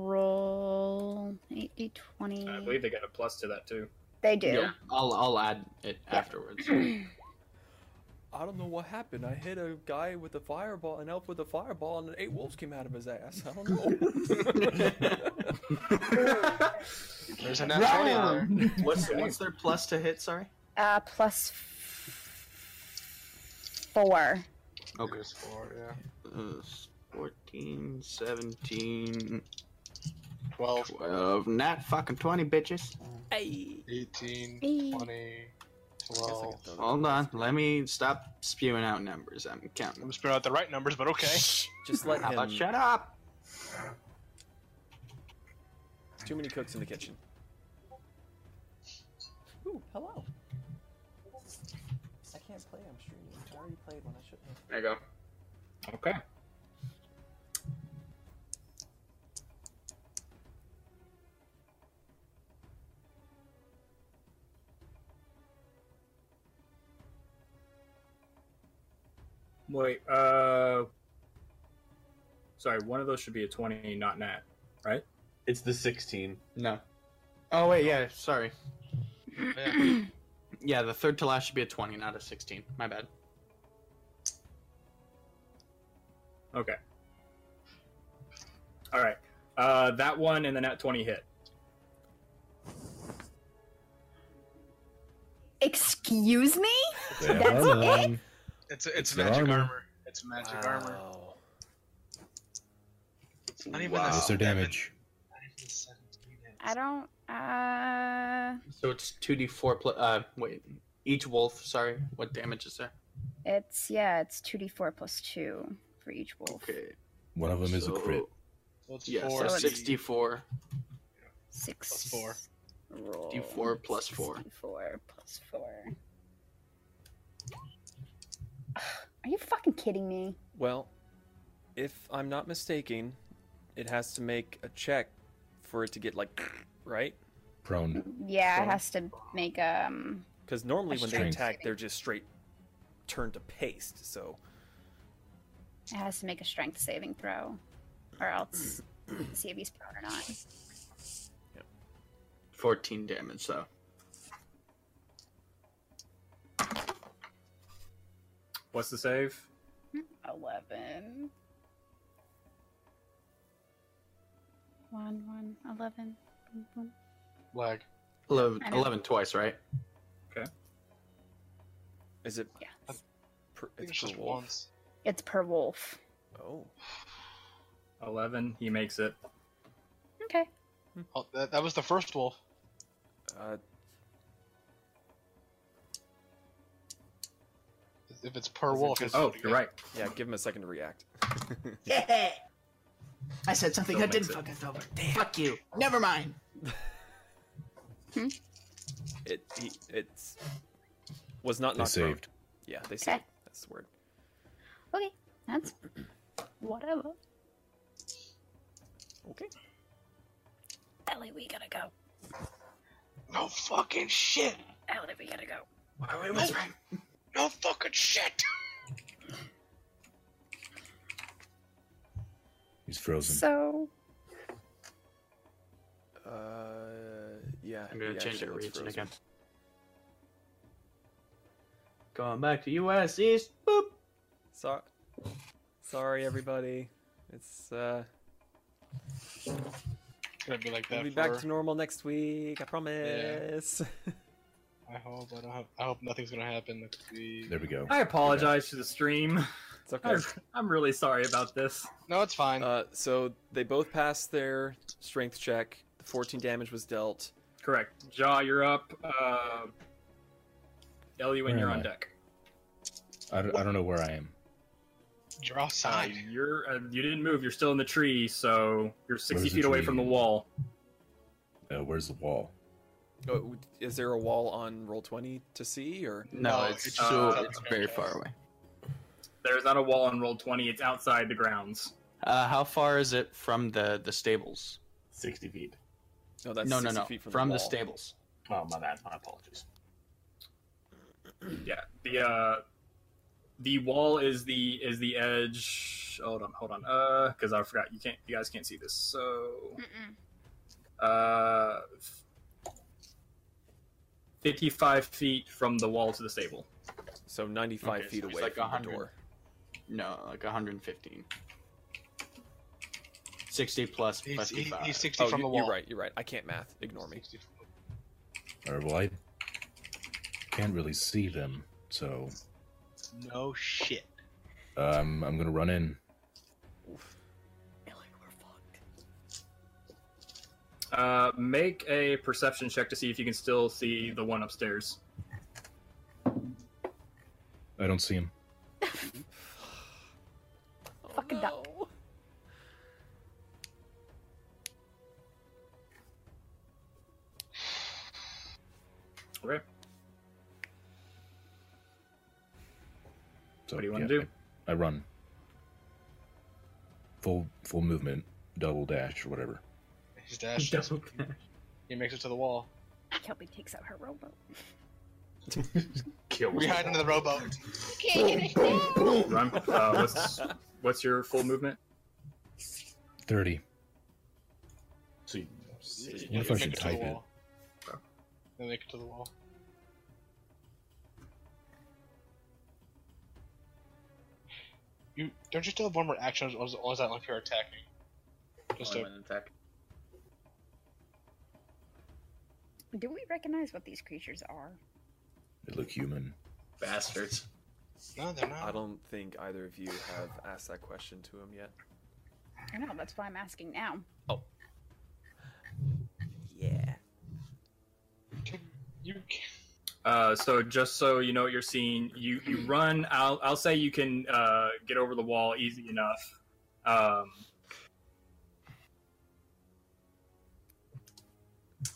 Speaker 4: roll 8
Speaker 19: I
Speaker 4: d20.
Speaker 19: believe they got a plus to that too.
Speaker 4: They do.
Speaker 2: Yeah, I'll I'll add it
Speaker 4: Yeah.
Speaker 2: afterwards.
Speaker 5: I don't know what happened. I hit a guy with a fireball, an elf with a fireball, and eight wolves came out of his ass. I don't know.
Speaker 11: There's an
Speaker 2: Round! What's what's their plus to hit? Sorry.
Speaker 4: Uh, plus f- 4.
Speaker 2: Okay.
Speaker 11: Four, yeah.
Speaker 2: Uh, 14, 17,
Speaker 11: Twelve.
Speaker 2: 12, not fucking 20, bitches.
Speaker 11: 18,
Speaker 4: Eight.
Speaker 11: 20, 12.
Speaker 2: Hold on, let me stop spewing out numbers. I'm counting.
Speaker 11: I'm spelling out the right numbers, but okay.
Speaker 5: *laughs* just let
Speaker 2: How about
Speaker 5: him.
Speaker 2: shut up?
Speaker 5: Too many cooks in the kitchen. Ooh, hello. I can't play. I'm streaming. I already played when I shouldn't. have.
Speaker 2: There you go.
Speaker 19: Okay. Wait, uh sorry, one of those should be a twenty, not nat.
Speaker 20: It's the 16.
Speaker 2: No. Oh wait, yeah. Sorry.
Speaker 11: Yeah.
Speaker 2: Yeah, the third to last should be a 20, not a 16. My bad.
Speaker 19: Okay. Alright. Uh that one and the nat twenty hit.
Speaker 4: *clears throat* Excuse me? That's
Speaker 10: Hold
Speaker 4: okay.
Speaker 10: on.
Speaker 11: It's it's
Speaker 10: It's
Speaker 11: magic
Speaker 10: armor.
Speaker 11: armor. It's magic armor.
Speaker 5: Wow.
Speaker 11: Not even
Speaker 10: What's their
Speaker 11: the
Speaker 10: damage?
Speaker 11: Not even the 17 hits.
Speaker 4: I don't. Uh,
Speaker 2: So it's 2d4 plus. Uh, wait. Each wolf. Sorry. What damage is there?
Speaker 4: it's yeah, it's two d four plus two for each wolf.
Speaker 2: Okay.
Speaker 10: One of them is a
Speaker 2: so-
Speaker 10: crit.
Speaker 11: Well, it's
Speaker 2: Yeah,
Speaker 11: four,
Speaker 2: so
Speaker 4: it's-
Speaker 11: sixty.
Speaker 2: 64.
Speaker 4: Six
Speaker 11: Plus four.
Speaker 4: Roll.
Speaker 2: D4 plus four.
Speaker 4: D four plus four. Are you fucking kidding me?
Speaker 5: Well, if I'm not mistaken, it has to make a check for it to get like *clears throat* right
Speaker 10: Prone.
Speaker 4: Yeah, it
Speaker 5: Four.
Speaker 4: has to make um.
Speaker 5: because normally
Speaker 4: A
Speaker 5: when they
Speaker 4: strength.
Speaker 5: attack, they're just straight turned to paste. So
Speaker 4: It has to make a strength saving throw, or else see if he's prone or not.
Speaker 2: 14 damage, though.
Speaker 19: What's the save?
Speaker 4: Eleven. One, one, eleven. Boom, boom.
Speaker 11: Lag.
Speaker 2: 11,
Speaker 4: I know.
Speaker 2: 11 twice, right?
Speaker 5: is it?
Speaker 4: Yeah.
Speaker 5: Per,
Speaker 11: I
Speaker 5: it's
Speaker 11: think it's
Speaker 5: per
Speaker 11: just
Speaker 5: wolf?
Speaker 11: once.
Speaker 4: It's per wolf.
Speaker 5: Oh,
Speaker 19: Eleven, he makes it.
Speaker 4: Okay.
Speaker 11: Oh, that, that was the first wolf.
Speaker 5: uh,
Speaker 11: If it's per
Speaker 5: Is it
Speaker 11: wolf,
Speaker 5: just-
Speaker 11: it's
Speaker 19: Oh, you're right.
Speaker 5: yeah. Give him a second to react.
Speaker 6: I said something
Speaker 2: Still
Speaker 6: I
Speaker 2: makes
Speaker 6: didn't
Speaker 2: it.
Speaker 6: fucking over. Damn. Fuck you. Never mind.
Speaker 5: It he, it's was not
Speaker 10: They
Speaker 5: knocked prone.
Speaker 10: saved.
Speaker 5: Yeah, they saved. That's the word.
Speaker 4: Okay, that's whatever.
Speaker 5: Okay.
Speaker 4: Ellie, we gotta go.
Speaker 11: No fucking shit.
Speaker 4: Ellie, we gotta go.
Speaker 11: Why are we whispering? No fucking shit. *laughs*
Speaker 10: He's frozen.
Speaker 4: So
Speaker 5: Uh, yeah.
Speaker 2: I'm gonna
Speaker 5: he
Speaker 2: change
Speaker 5: actually
Speaker 2: it
Speaker 5: looks
Speaker 2: region
Speaker 5: frozen.
Speaker 2: again.
Speaker 21: Going back to U.S.
Speaker 2: E.
Speaker 21: East. Boop.
Speaker 5: Sorry, sorry everybody. It's uh,
Speaker 11: Gonna be like
Speaker 5: we'll
Speaker 11: that
Speaker 5: be
Speaker 11: for.
Speaker 5: back to normal next week. I promise.
Speaker 11: I hope I don't have. I hope nothing's gonna happen. Let's see.
Speaker 10: There we go.
Speaker 3: I apologize to the stream.
Speaker 5: *laughs* it's okay.
Speaker 3: I'm, I'm really sorry about this.
Speaker 11: No, it's fine.
Speaker 5: Uh, so they both passed their strength check. The 14 damage was dealt.
Speaker 3: Correct. Jaw, you're up. Uh, Eluin,
Speaker 10: Where
Speaker 3: you're
Speaker 10: am
Speaker 3: on
Speaker 10: I?
Speaker 3: deck.
Speaker 10: I don't, I don't know where I am.
Speaker 11: You're
Speaker 3: Uh,
Speaker 11: outside.
Speaker 3: you're uh, you didn't move. You're still in the tree, so you're 60
Speaker 10: Where's the
Speaker 3: feet away from the
Speaker 10: tree?
Speaker 3: wall.
Speaker 10: Uh, where's the wall?
Speaker 5: Oh, is there a wall on roll 20 to see or?
Speaker 2: No,
Speaker 11: No,
Speaker 2: it's,
Speaker 11: it's
Speaker 2: so
Speaker 3: outside
Speaker 2: it's
Speaker 11: the
Speaker 2: very
Speaker 11: franchise.
Speaker 2: far away.
Speaker 3: There's not a wall on roll 20. It's outside the grounds.
Speaker 2: Uh, how far is it from the the stables?
Speaker 1: 60 feet.
Speaker 5: No, that's
Speaker 2: no, no,
Speaker 5: 60
Speaker 2: no,
Speaker 5: feet from,
Speaker 2: from
Speaker 5: the,
Speaker 2: the,
Speaker 5: wall.
Speaker 2: stables.
Speaker 1: Oh, my bad. My apologies.
Speaker 3: Yeah. The uh, the wall is the is the edge. Hold on, hold on. Uh, because I forgot. You can't. You guys can't see this. So
Speaker 4: mm-mm.
Speaker 3: uh, 55 feet from the wall to the stable.
Speaker 5: So 95
Speaker 2: Okay,
Speaker 5: feet
Speaker 2: so he's
Speaker 5: away
Speaker 2: like
Speaker 5: from
Speaker 2: 100.
Speaker 5: the door.
Speaker 2: No, like 115. 60 plus
Speaker 11: He's, he,
Speaker 2: 55.
Speaker 11: he's 60
Speaker 5: Oh,
Speaker 11: from
Speaker 5: you-
Speaker 11: the wall.
Speaker 5: you're right. You're right. I can't math. Ignore me.
Speaker 11: 60 from the wall.
Speaker 10: Or well, I can't really see them, so
Speaker 11: No shit.
Speaker 10: um, I'm gonna run in.
Speaker 3: Uh, make a perception check to see if you can still see the one upstairs.
Speaker 10: I don't see him.
Speaker 4: fucking duck.
Speaker 3: Okay.
Speaker 10: So,
Speaker 3: What do you wanna do?
Speaker 10: I, I run. Full full movement, double dash or whatever.
Speaker 11: He's dashed. He makes it to the wall.
Speaker 4: Kelpie takes out her rowboat.
Speaker 1: Kill
Speaker 11: We hide under the rowboat.
Speaker 3: Run. Uh, what's what's your full movement?
Speaker 10: Thirty.
Speaker 1: So you-
Speaker 11: You
Speaker 10: What if I
Speaker 11: make
Speaker 10: should
Speaker 11: it to the
Speaker 10: type it?
Speaker 11: wall. They make it to the wall. You don't you still have one more action, or is, or is that like you're attacking? Just
Speaker 2: Only
Speaker 11: a,
Speaker 2: one attack.
Speaker 4: Do we recognize what these creatures are?
Speaker 10: They look human.
Speaker 2: Bastards.
Speaker 11: no, they're
Speaker 5: I
Speaker 11: not.
Speaker 5: don't think either of you have asked that question to him yet.
Speaker 4: I know. That's why I'm asking now.
Speaker 5: Yeah.
Speaker 11: You can't-
Speaker 3: Uh, so just so you know what you're seeing, you you run. I'll I'll say you can uh, get over the wall easy enough. Um,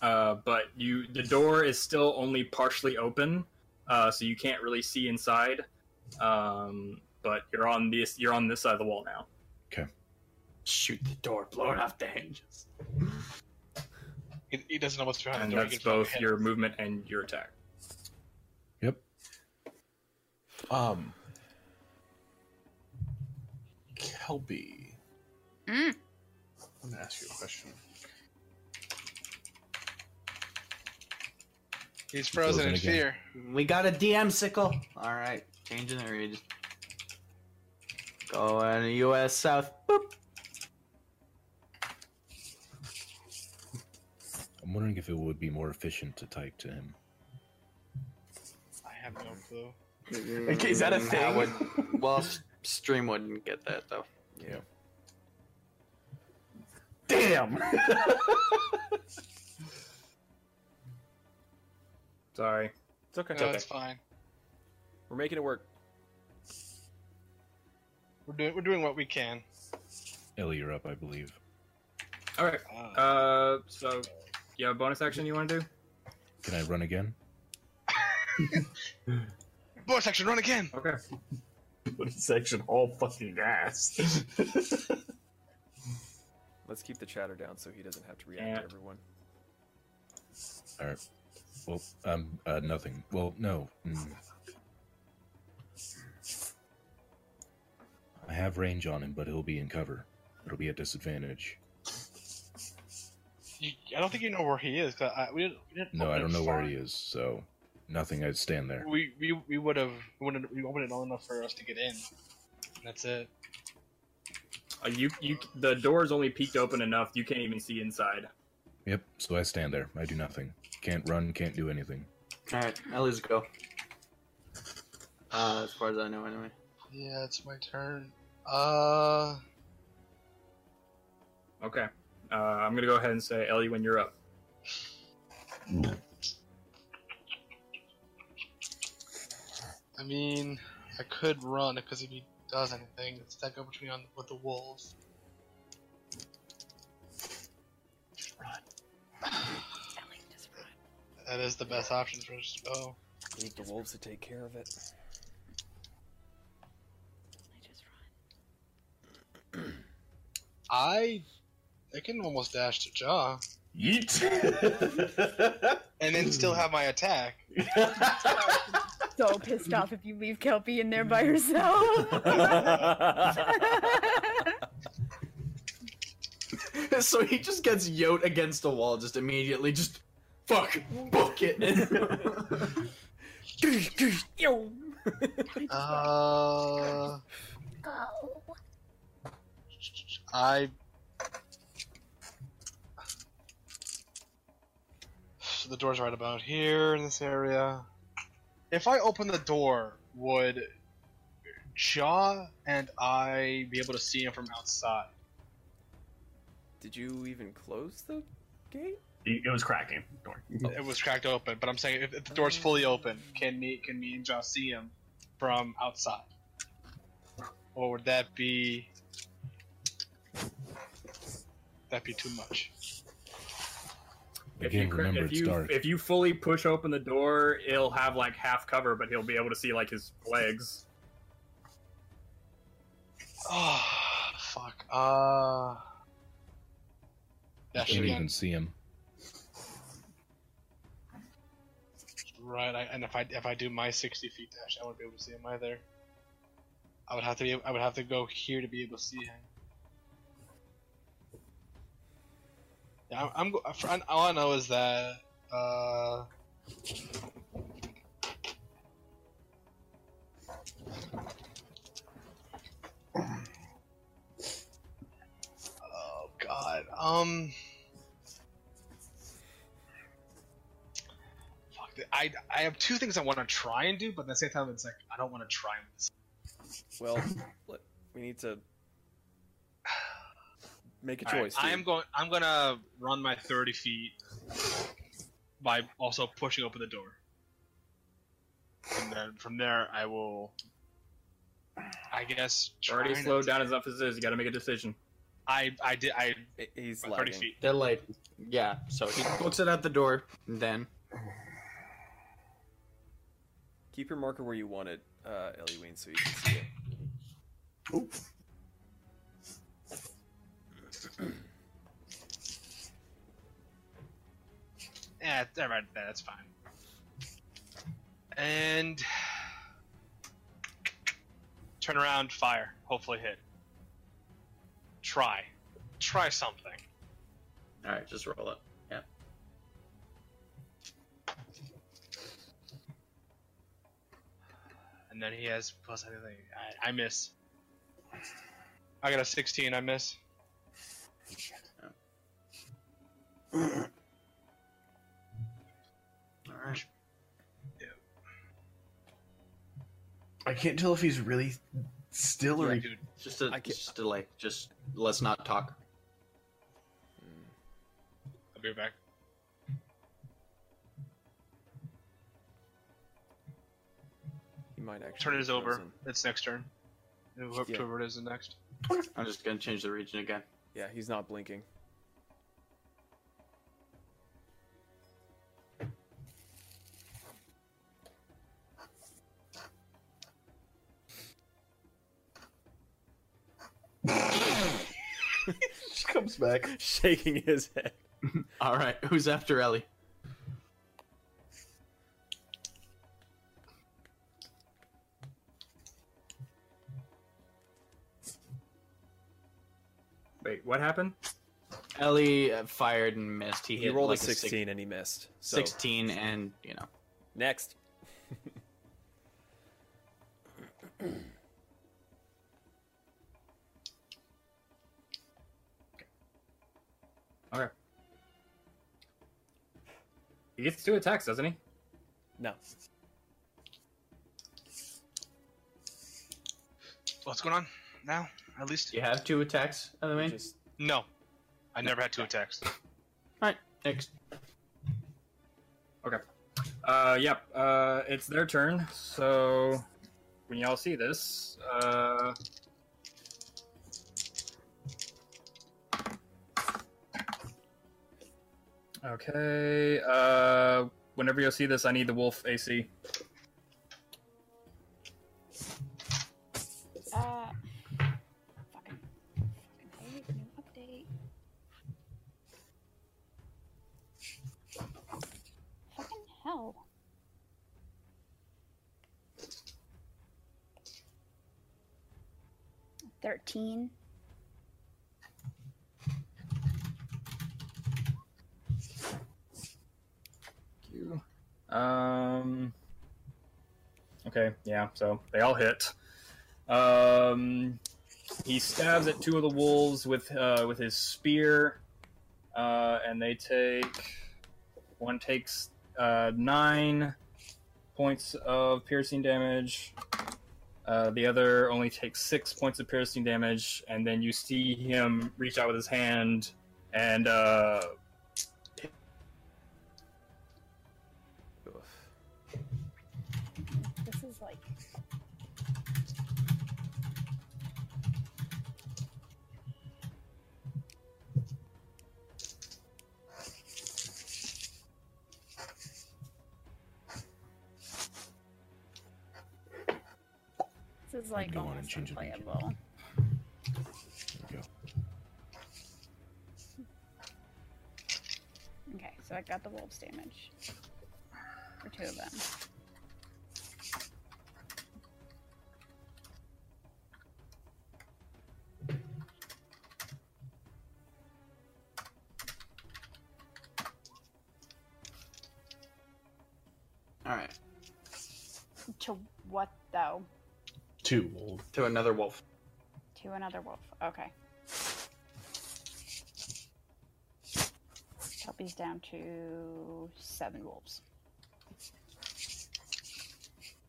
Speaker 3: uh, but you the door is still only partially open, uh, so you can't really see inside. Um, but you're on this you're on this side of the wall now.
Speaker 2: Shoot the door, blow it off the hinges.
Speaker 11: he, he doesn't know what's behind
Speaker 3: and
Speaker 11: the door.
Speaker 3: that's
Speaker 11: he gets
Speaker 3: both
Speaker 11: hit.
Speaker 3: your movement and your attack.
Speaker 10: Yep.
Speaker 1: Um. Kelby.
Speaker 4: Mm.
Speaker 1: I'm gonna ask you a question.
Speaker 11: He's frozen
Speaker 10: frozen
Speaker 11: in
Speaker 10: again.
Speaker 11: fear.
Speaker 21: We got a DM sickle.
Speaker 2: All right, changing the region. Going U.S. South. Boop.
Speaker 10: I'm wondering if it would be more efficient to type to him.
Speaker 11: I have no clue.
Speaker 2: Is Mm, that a thing? *laughs* would, well, s- stream wouldn't get that though.
Speaker 10: Yeah.
Speaker 1: Damn!
Speaker 3: Sorry.
Speaker 5: It's okay.
Speaker 11: No, it's fine.
Speaker 5: We're making it work.
Speaker 11: We're doing we're doing what we can.
Speaker 10: Ellie, you're up, I believe.
Speaker 3: All right.
Speaker 11: Uh,
Speaker 3: Uh, so you have a bonus action you want to do?
Speaker 10: Can I run again?
Speaker 11: bonus action, run again.
Speaker 3: Okay.
Speaker 1: Put section all fucking ass.
Speaker 5: Let's keep the chatter down so he doesn't have to react
Speaker 3: Yeah.
Speaker 5: to everyone.
Speaker 10: Hmm. All right. Well, um, uh, nothing. Well, no. Mm. I have range on him, but he'll be in cover. It'll be at disadvantage.
Speaker 11: You, I don't think you know where he is. 'cause I, we didn't, we didn't
Speaker 10: No,
Speaker 11: open
Speaker 10: I
Speaker 11: it
Speaker 10: don't know where
Speaker 11: far.
Speaker 10: he is, so nothing. I'd stand there.
Speaker 11: We we we would have we wouldn't we opened it long enough for us to get in. And that's it.
Speaker 19: Uh, you you the door's only peeked open enough. You can't even see inside.
Speaker 10: Yep. So I stand there. I do nothing. Can't run. Can't do anything.
Speaker 2: All right, Ellie's go. Uh, as far as I know, anyway.
Speaker 11: Yeah, it's my turn. Uh,
Speaker 19: Okay. Uh, I'm gonna go ahead and say Ellie, when you're up.
Speaker 11: I mean, I could run because if he does anything, it's that go between on with the wolves. Just run. That is the best option for us to go.
Speaker 5: Leave the wolves to take care of it.
Speaker 11: I, I can almost dash to jaw
Speaker 10: *laughs*
Speaker 3: Yeet.
Speaker 11: and then still have my attack.
Speaker 4: So pissed off if you leave Kelpie in there by herself.
Speaker 2: *laughs* so he just gets yote against a wall, just immediately, just fuck, book
Speaker 5: *laughs*
Speaker 2: it.
Speaker 11: Uh,
Speaker 4: Go.
Speaker 11: I. So the door's right about here in this area. If I open the door, would Jaw and I be able to see him from outside?
Speaker 5: Did you even close the gate?
Speaker 3: it was cracking. Don't worry.
Speaker 11: It was cracked open, but I'm saying if, if the door's fully open, can me can me and Jaw see him from outside? Or would that be that be too much?
Speaker 10: Oh, Again,
Speaker 19: cr-
Speaker 10: remember
Speaker 19: if
Speaker 10: it's
Speaker 19: you
Speaker 10: dark.
Speaker 19: if you fully push open the door, it'll have like half cover, but he'll be able to see like his legs.
Speaker 11: Oh, *sighs* fuck. Uh.
Speaker 10: I
Speaker 11: Dash
Speaker 10: can't
Speaker 11: again.
Speaker 10: even see him.
Speaker 11: Right, I, and if I if I do my sixty feet dash, I won't be able to see him either. I would have to be I would have to go here to be able to see him. Yeah, I'm, I'm go- for- all I know is that uh, oh god, um. Fuck, th- I, I have two things I want to try and do, but at the same time, it's like, I don't want to try this.
Speaker 5: Well, let- we need to make a
Speaker 11: All right,
Speaker 5: choice.
Speaker 11: I
Speaker 5: dude.
Speaker 11: am going. I'm gonna run my 30 feet by also pushing open the door. And then from there, I will. I guess.
Speaker 19: You're Already
Speaker 11: try and-
Speaker 19: slowed down as enough as it is. You got to make a decision.
Speaker 11: I I did I
Speaker 5: I- He's
Speaker 11: my 30
Speaker 5: lagging.
Speaker 11: feet.
Speaker 2: They're like, yeah. So he books it at the door. and Then
Speaker 5: Keep your marker where you want it, uh, Eliween, so you can see it.
Speaker 11: Yeah, all right, that's fine. And turn around, fire. Hopefully hit. Try, try something.
Speaker 2: all right, just roll it. Yeah.
Speaker 11: And then he has plus anything. I, I miss. I got a 16. I miss.
Speaker 2: All right.
Speaker 3: I can't tell if he's really still or
Speaker 2: Yeah,
Speaker 3: he-
Speaker 2: dude. Just a,
Speaker 5: I can't-
Speaker 2: just a, like, just let's not talk.
Speaker 11: I'll be right back.
Speaker 5: He might actually.
Speaker 11: Turn
Speaker 5: be
Speaker 11: is over.
Speaker 5: frozen.
Speaker 11: It's next turn. Whoever
Speaker 5: Yeah.
Speaker 11: whoever it is the next.
Speaker 2: I'm just gonna change the region again.
Speaker 5: Yeah, he's not blinking.
Speaker 3: *laughs* She comes back.
Speaker 5: Shaking his head.
Speaker 2: All right, *laughs* who's after Ellie?
Speaker 3: Wait, what happened?
Speaker 2: Ellie uh, fired and missed. He,
Speaker 5: He
Speaker 2: hit
Speaker 5: rolled
Speaker 2: like
Speaker 5: a 16
Speaker 2: six-
Speaker 5: and he missed. So,
Speaker 2: 16 and you know.
Speaker 5: Next.
Speaker 3: Okay. He gets two attacks, doesn't he?
Speaker 5: No.
Speaker 11: What's going on now? At least
Speaker 2: Do you have two attacks, Ellie? Just...
Speaker 5: Just,
Speaker 11: no. I never had two attacks.
Speaker 5: Oh,
Speaker 2: All right, next.
Speaker 3: Okay. Uh, yep. Uh, it's their turn. So when y'all see this, uh, okay. Uh, whenever you'll see this, I need the wolf AC.
Speaker 4: Uh, fucking, fucking hate new update. Fucking hell. Thirteen.
Speaker 3: you. Um. Okay, yeah. So they all hit. Um, he stabs at two of the wolves with uh, with his spear, uh, and they take one takes uh, nine points of piercing damage. Uh, the other only takes six points of piercing damage, and then you see him reach out with his hand and uh,
Speaker 5: oof.
Speaker 4: This is like. This is like
Speaker 10: go on and
Speaker 4: almost
Speaker 10: change it again.
Speaker 4: unplayable.
Speaker 10: There we go.
Speaker 4: Okay, so I got the wolves damage. For two of them.
Speaker 2: All right,
Speaker 4: To what though?
Speaker 1: Two old.
Speaker 2: to another wolf.
Speaker 4: To another wolf. Okay. Puppy's down to seven wolves.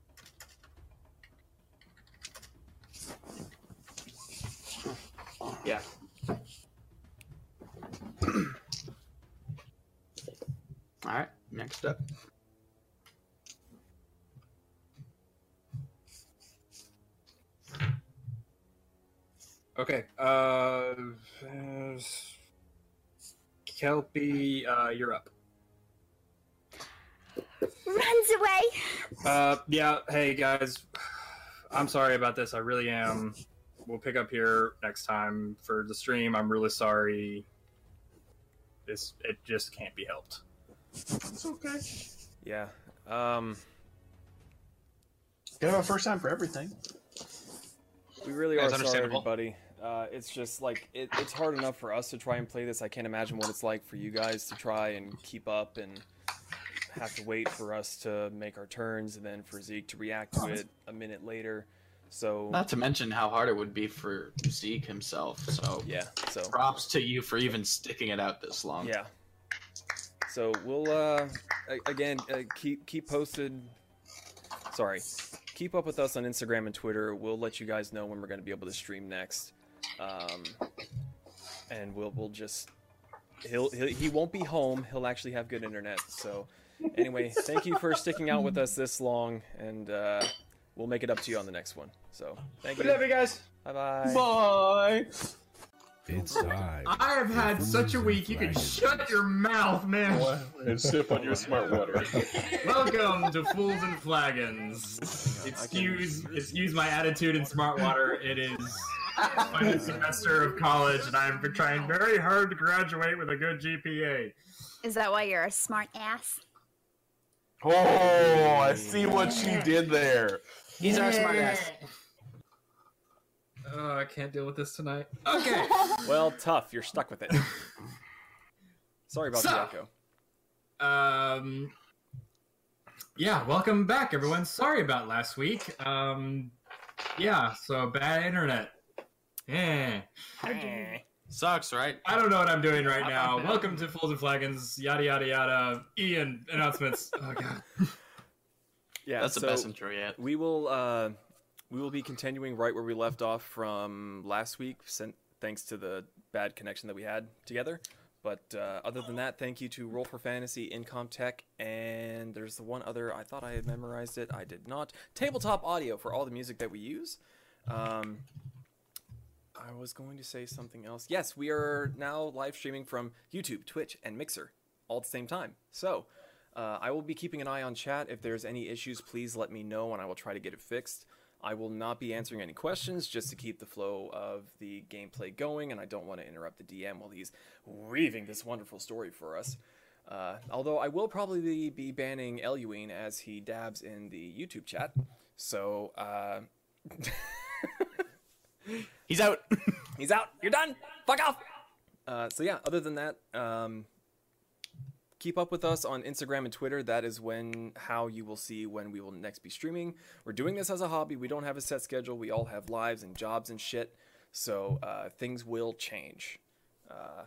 Speaker 2: *clears throat* Yeah. All right, next up.
Speaker 3: Okay. Uh, there's- Kelpie, uh, you're up.
Speaker 4: Runs away!
Speaker 3: Uh, yeah. Hey guys, I'm sorry about this. I really am. We'll pick up here next time for the stream. I'm really sorry. This it just can't be helped.
Speaker 1: It's okay.
Speaker 5: yeah. Um,
Speaker 1: You have a first time for everything.
Speaker 5: we really
Speaker 11: That's
Speaker 5: are sorry,
Speaker 11: understandable.
Speaker 5: everybody. Uh, it's just like it, it's hard enough for us to try and play this. I can't imagine what it's like for you guys to try and keep up and have to wait for us to make our turns and then for Zeke to react to it a minute later. So
Speaker 2: Not to mention how hard it would be for Zeke himself. So
Speaker 5: yeah, so
Speaker 2: props to you for even sticking it out this long.
Speaker 5: Yeah. So we'll uh a- again uh, keep keep posted. Sorry, keep up with us on Instagram and Twitter. We'll let you guys know when we're going to be able to stream next. Um, and we'll we'll just he'll, he'll he won't be home. He'll actually have good internet. So anyway, thank you for sticking out with us this long, and uh, we'll make it up to you on the next one. So thank you.
Speaker 3: you guys.
Speaker 5: Bye bye.
Speaker 2: Bye.
Speaker 4: *laughs*
Speaker 10: It's I.
Speaker 4: Uh,
Speaker 2: I have had such a week. You can shut your mouth, man.
Speaker 1: And sip on your smart water.
Speaker 3: Welcome to Fools and Flagons. Excuse, excuse my attitude and smart water. It is final semester of college, and I've been trying very hard to graduate with a good GPA.
Speaker 4: Is that why you're a smart ass?
Speaker 1: *laughs* Oh, I see what she did there.
Speaker 2: He's our smartass.
Speaker 3: Oh, I can't deal with this tonight. Okay.
Speaker 5: Well, tough. You're stuck *laughs* with it. Sorry about
Speaker 3: So-
Speaker 5: that, Yako.
Speaker 3: um yeah welcome back everyone sorry about last week um yeah so bad internet eh.
Speaker 2: Sucks, right?
Speaker 3: i don't know what i'm doing right now welcome to fools and flagons yada yada yada ian announcements *laughs* oh god
Speaker 5: Yeah,
Speaker 2: That's the
Speaker 5: so-
Speaker 2: best intro yet.
Speaker 5: We will uh, we will be continuing right where we left off from last week, sent, thanks to the bad connection that we had together. But uh, other than that, thank you to Roll for Fantasy, Incom Tech, and there's the one other. I thought I had memorized it. I did not. Tabletop Audio for all the music that we use. Um, I was going to say something else. Yes, we are now live streaming from YouTube, Twitch, and Mixer all at the same time. So uh, I will be keeping an eye on chat. If there's any issues, please let me know and I will try to get it fixed. I will not be answering any questions just to keep the flow of the gameplay going, and I don't want to interrupt the DM while he's weaving this wonderful story for us. Uh, although I will probably be banning Eluine as he dabs in the YouTube chat. So, uh,
Speaker 2: He's out.
Speaker 5: He's out. *laughs* You're done. Fuck off. Uh, so yeah. Other than that, um, keep up with us on Instagram and Twitter. That is when how you will see when we will next be streaming. We're doing this as a hobby. We don't have a set schedule. We all have lives and jobs and shit. So uh, things will change. Uh,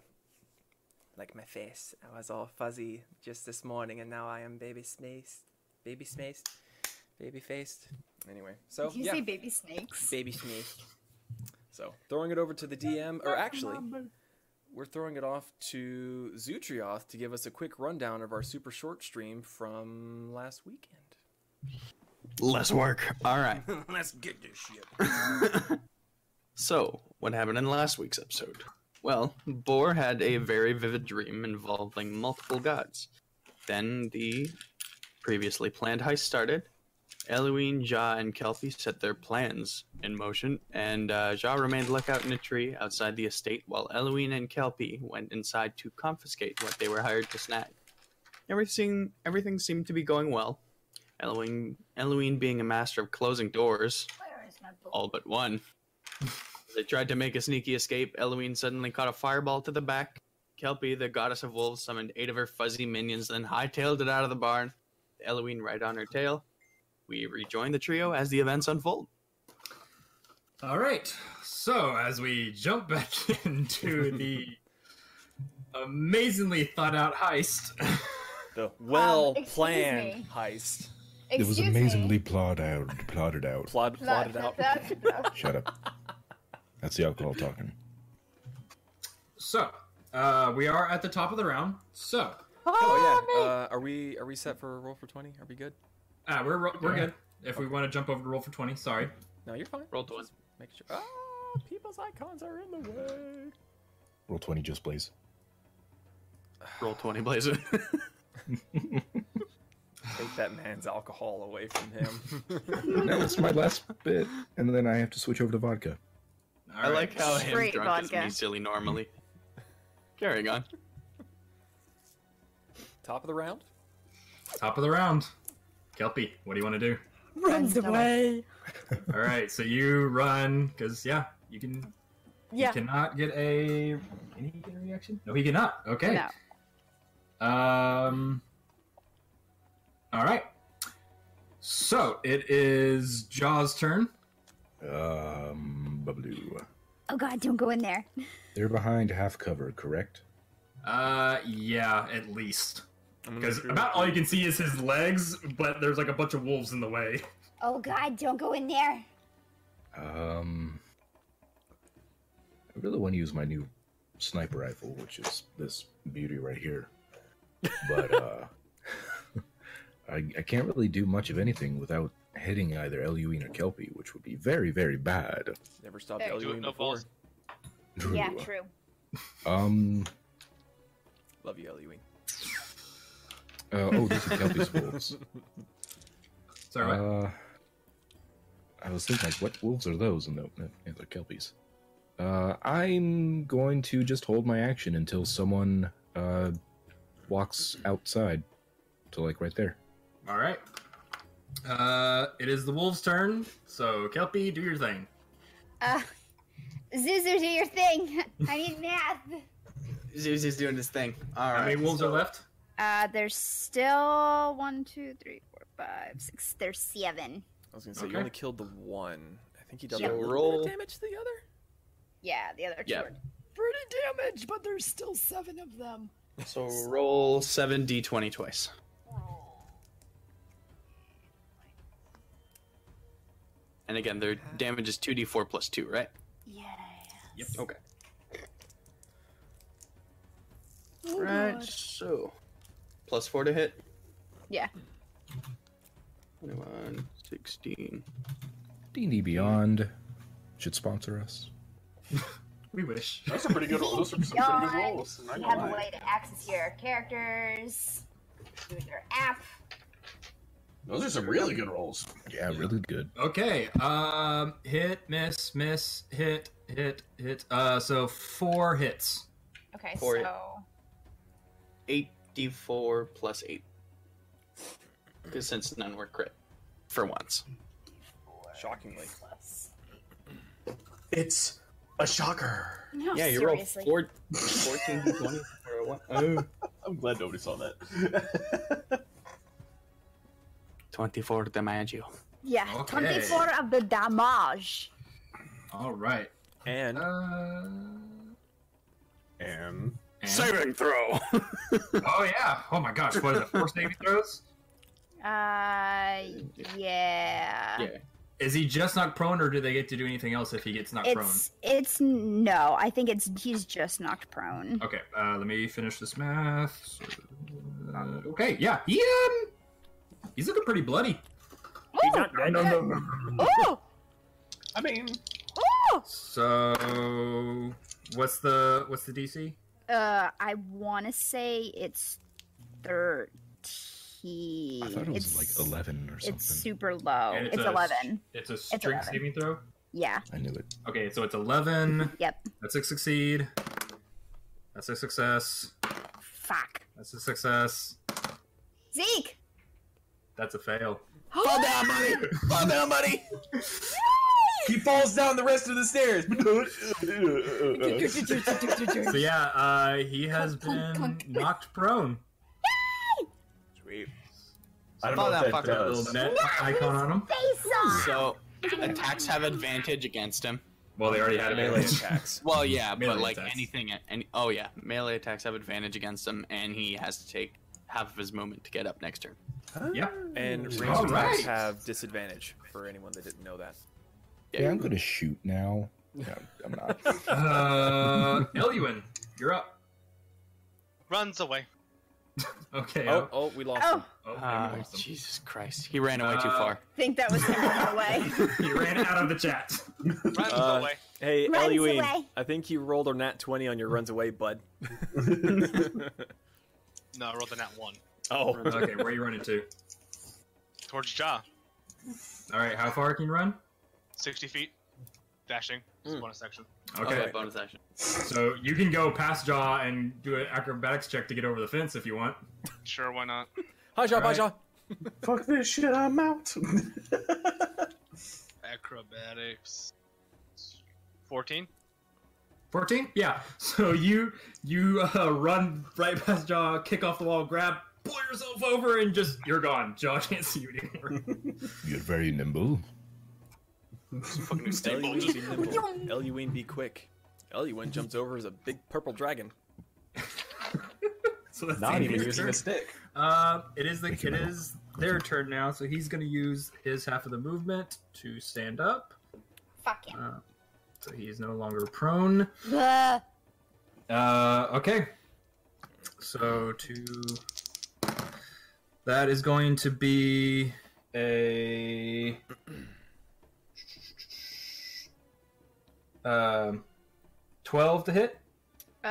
Speaker 5: like my face, I was all fuzzy just this morning, and now I am baby smaced, baby smaced, baby faced. Anyway, so
Speaker 4: Did you
Speaker 5: Oh, yeah,
Speaker 4: say baby snakes?
Speaker 5: baby smaced. So throwing it over to the DM, or actually, we're throwing it off to Zutrioth to give us a quick rundown of our super short stream from last weekend.
Speaker 2: Less work. All right.
Speaker 5: *laughs* Let's get this shit.
Speaker 2: *laughs* So, what happened in last week's episode? Well, Boar had a very vivid dream involving multiple gods. Then the previously planned heist started. Eloine, Ja, and Kelpie set their plans in motion, and uh, Ja remained lookout in a tree outside the estate while Eloine and Kelpie went inside to confiscate what they were hired to snag. Everything, everything seemed to be going well. Eloine, Eloine being a master of closing doors,
Speaker 4: Where is my
Speaker 5: Oh,
Speaker 4: book?
Speaker 2: all but *laughs* one. As they tried to make a sneaky escape. Eloine suddenly caught a fireball to the back. Kelpie, the goddess of wolves, summoned eight of her fuzzy minions, then hightailed it out of the barn. Eloine right on her tail. We rejoin the trio as the events unfold.
Speaker 3: all right so as we jump back *laughs* into the amazingly thought out heist
Speaker 5: The well
Speaker 4: Um, excuse
Speaker 5: planned
Speaker 4: me.
Speaker 5: heist.
Speaker 10: It was
Speaker 4: Excuse me.
Speaker 10: amazingly plotted out. Plotted out.
Speaker 5: Plod,
Speaker 4: That-
Speaker 5: plotted
Speaker 4: that-
Speaker 5: out. *laughs*
Speaker 4: that- that- *laughs*
Speaker 10: Shut up. That's the alcohol talking.
Speaker 3: so uh, we are at the top of the round so
Speaker 5: Oh yeah. Uh, are we are we set for a roll for twenty? Are we good?
Speaker 3: Uh, we're ro- we're good. If we want to jump over to roll for twenty, sorry.
Speaker 5: No, you're fine.
Speaker 2: Roll to one.
Speaker 5: Make sure. Ah, people's icons are in the way.
Speaker 10: Roll 20 just please.
Speaker 2: Roll 20, Blazer.
Speaker 5: Take that man's alcohol away from
Speaker 4: *laughs*
Speaker 5: him.
Speaker 10: No, it's my last bit, and then I have to switch over to vodka.
Speaker 2: *laughs* I like how him
Speaker 4: Straight
Speaker 2: drunk is
Speaker 4: vodka.
Speaker 2: me silly normally. Carrying on.
Speaker 5: Top of the round.
Speaker 3: Top of the round. Kelpie, what do you want to do?
Speaker 4: Runs away.
Speaker 3: All right, so you run because yeah, you can.
Speaker 22: Yeah.
Speaker 3: He cannot get a. Can he get a reaction? No, he cannot. Okay.
Speaker 4: No.
Speaker 3: Um. All right. So it is Jaws' turn.
Speaker 10: Um, babaloo.
Speaker 4: Oh god, don't go in there.
Speaker 10: They're behind half cover, correct?
Speaker 3: Uh, yeah, at least
Speaker 5: I'm gonna
Speaker 3: because
Speaker 5: make sure-
Speaker 3: about all you can see is his legs, but there's like a bunch of wolves in the way. *laughs*
Speaker 4: Oh god, don't go in there.
Speaker 10: Um, I really want to use my new sniper rifle, which is this beauty right here. But uh, *laughs* I, I can't really do much of anything without hitting either Eluine or Kelpie, which would be very, very bad.
Speaker 5: Never stopped
Speaker 4: Hey, do
Speaker 5: Eluine
Speaker 11: it, no
Speaker 5: before.
Speaker 11: balls.
Speaker 10: *laughs*
Speaker 4: Yeah, true.
Speaker 10: Um.
Speaker 5: Love you, Eluine.
Speaker 10: Uh, oh, these are Kelpie's wolves.
Speaker 3: Sorry. what?
Speaker 10: Uh, I was thinking, like, what wolves are those? And no, no, yeah, they're kelpies. Uh, I'm going to just hold my action until someone uh, walks outside to like right there.
Speaker 3: All right. Uh, it is the wolves' turn. So Kelpie, do your thing.
Speaker 4: Uh, Zuzu, do your thing. *laughs* I need math.
Speaker 2: Zuzu's doing his thing. All right.
Speaker 3: How many wolves are left?
Speaker 4: Uh, there's still one, two, three, four, five, six. There's seven.
Speaker 5: I was gonna say you
Speaker 3: Okay.
Speaker 5: only killed the one. I think he dealt
Speaker 2: So
Speaker 5: a little
Speaker 2: roll-
Speaker 5: bit of damage to the other.
Speaker 4: Yeah, the other two.
Speaker 2: Yeah.
Speaker 4: are-
Speaker 23: Pretty damage, but there's still seven of them.
Speaker 2: So roll seven d twenty twice. And again, their damage is two d four plus two, right?
Speaker 4: Yeah.
Speaker 3: Yep.
Speaker 2: Okay.
Speaker 4: Oh,
Speaker 2: right.
Speaker 4: God.
Speaker 2: So plus four to hit.
Speaker 4: Yeah.
Speaker 2: 21, 16.
Speaker 10: D&D Beyond should sponsor us.
Speaker 3: We wish.
Speaker 1: Those are pretty good. Those are some pretty good
Speaker 4: Yawn.
Speaker 1: rolls. I'm
Speaker 4: You
Speaker 1: not
Speaker 4: have
Speaker 1: gonna
Speaker 4: a
Speaker 1: lie.
Speaker 4: way to access your characters. Through your app.
Speaker 1: Those are some really good rolls.
Speaker 10: Yeah, really good.
Speaker 3: Okay. Um, hit, miss, miss, hit, hit, hit. Uh, so four hits.
Speaker 4: Okay,
Speaker 2: For it.
Speaker 4: so
Speaker 2: 8d4 plus 8. Because since none were crit. For once.
Speaker 5: Shockingly.
Speaker 4: plus.
Speaker 1: It's a shocker.
Speaker 4: No,
Speaker 2: yeah, you rolled
Speaker 4: seriously.
Speaker 2: four, 14 d20 for a one. Oh.
Speaker 1: *laughs* I'm glad nobody saw that.
Speaker 2: 24 damage you.
Speaker 4: Yeah,
Speaker 3: Okay.
Speaker 4: 24 of the damage.
Speaker 3: All right.
Speaker 5: And
Speaker 3: Uh,
Speaker 24: And
Speaker 3: *laughs* and-
Speaker 2: Saving *laughs* throw!
Speaker 3: Oh yeah. Oh my gosh. What is it? Four saving throws.
Speaker 4: Uh, yeah.
Speaker 2: yeah.
Speaker 3: Is he just knocked prone, or do they get to do anything else if he gets knocked prone?
Speaker 4: It's it's no. I think it's he's just knocked prone.
Speaker 3: Okay. Uh, let me finish this math. So, uh, okay. Yeah. He um. He's looking pretty bloody.
Speaker 1: He's not dead. No, no, no.
Speaker 4: Oh,
Speaker 1: I mean,
Speaker 4: oh.
Speaker 3: So what's the what's the DC?
Speaker 4: Uh, I want to say it's thirteen.
Speaker 10: I thought it was
Speaker 4: It's-
Speaker 10: like 11 or something.
Speaker 4: It's super low.
Speaker 3: And
Speaker 4: Oh, It's,
Speaker 3: it's a-
Speaker 4: eleven.
Speaker 3: It's a strength
Speaker 4: 11.
Speaker 3: saving throw.
Speaker 4: Yeah.
Speaker 10: I knew it.
Speaker 3: Okay, so it's eleven.
Speaker 4: Yep.
Speaker 3: That's a succeed. That's a success.
Speaker 4: Fuck.
Speaker 3: That's a success.
Speaker 4: Zeke. *gasps*
Speaker 3: That's a fail.
Speaker 5: fall down, buddy. Fall down, buddy. he falls down the rest of the stairs.
Speaker 3: *laughs* So yeah, uh, he has been knocked prone.
Speaker 5: Sweet.
Speaker 1: I don't
Speaker 2: Fall
Speaker 1: know
Speaker 2: down,
Speaker 1: what that
Speaker 2: fuck that
Speaker 1: does.
Speaker 3: Little net icon on him.
Speaker 4: Face off.
Speaker 2: So attacks have advantage against him.
Speaker 3: Well, they already had a
Speaker 5: Melee
Speaker 3: melee.
Speaker 5: attacks.
Speaker 2: Well, yeah,
Speaker 3: Melee
Speaker 2: but like
Speaker 3: attacks.
Speaker 2: anything. Any, oh, yeah. Melee attacks have advantage against him, and he has to take half of his movement to get up next turn.
Speaker 3: Yeah.
Speaker 5: And
Speaker 3: All
Speaker 5: ranged attacks
Speaker 3: right.
Speaker 5: have disadvantage for anyone that didn't know that.
Speaker 10: Yeah, I'm going to shoot now. No, I'm not.
Speaker 3: *laughs* Uh, Eluin, you're up.
Speaker 11: Runs
Speaker 5: *laughs*
Speaker 11: away.
Speaker 3: Okay.
Speaker 5: Oh, oh, we lost him.
Speaker 4: Oh,
Speaker 3: oh, we
Speaker 2: Ah,
Speaker 3: lost him.
Speaker 2: Jesus Christ. He ran away too
Speaker 3: Uh,
Speaker 2: far.
Speaker 4: I think that was him running
Speaker 3: *laughs*
Speaker 4: away.
Speaker 3: He ran out of the chat.
Speaker 11: Runs
Speaker 5: Uh,
Speaker 11: away.
Speaker 5: Hey,
Speaker 4: Runs
Speaker 5: Eluine,
Speaker 4: away.
Speaker 5: I think you rolled a nat 20 on your runs away, bud.
Speaker 11: No, I rolled a nat one.
Speaker 5: *laughs* oh.
Speaker 3: Okay, where are you running to?
Speaker 11: Towards jaw.
Speaker 3: All right, how far can you run?
Speaker 11: 60 feet. Dashing. It's
Speaker 5: Mm.
Speaker 11: bonus action.
Speaker 3: Okay,
Speaker 2: bonus action.
Speaker 3: so you can go past Jaw and do an acrobatics check to get over the fence if you want.
Speaker 11: Sure, why not?
Speaker 5: Hi, Shaw, hi,
Speaker 3: Right.
Speaker 5: Shaw.
Speaker 1: Fuck this shit. I'm out.
Speaker 11: Acrobatics. 14?
Speaker 3: 14 yeah *laughs* so you you uh, run right past jaw kick off the wall grab pull yourself over and just you're gone jaw *laughs* can't see you anymore *laughs*
Speaker 10: You're very nimble.
Speaker 11: Fucking stable.
Speaker 5: Eluine,
Speaker 11: Just
Speaker 5: be nimble. Eluine, be quick. Eluine jumps over as a big purple dragon.
Speaker 3: so that's
Speaker 1: Not
Speaker 3: the
Speaker 1: even
Speaker 3: end of
Speaker 1: using
Speaker 3: your
Speaker 1: a
Speaker 3: turn.
Speaker 1: stick.
Speaker 3: uh, it is the it is their turn now so he's gonna use his half of the movement to stand up
Speaker 4: *laughs* Fuck him.
Speaker 3: uh, so he is no longer prone
Speaker 4: Blah.
Speaker 3: Uh, okay. So to that is going to be a um twelve to hit.
Speaker 4: Um.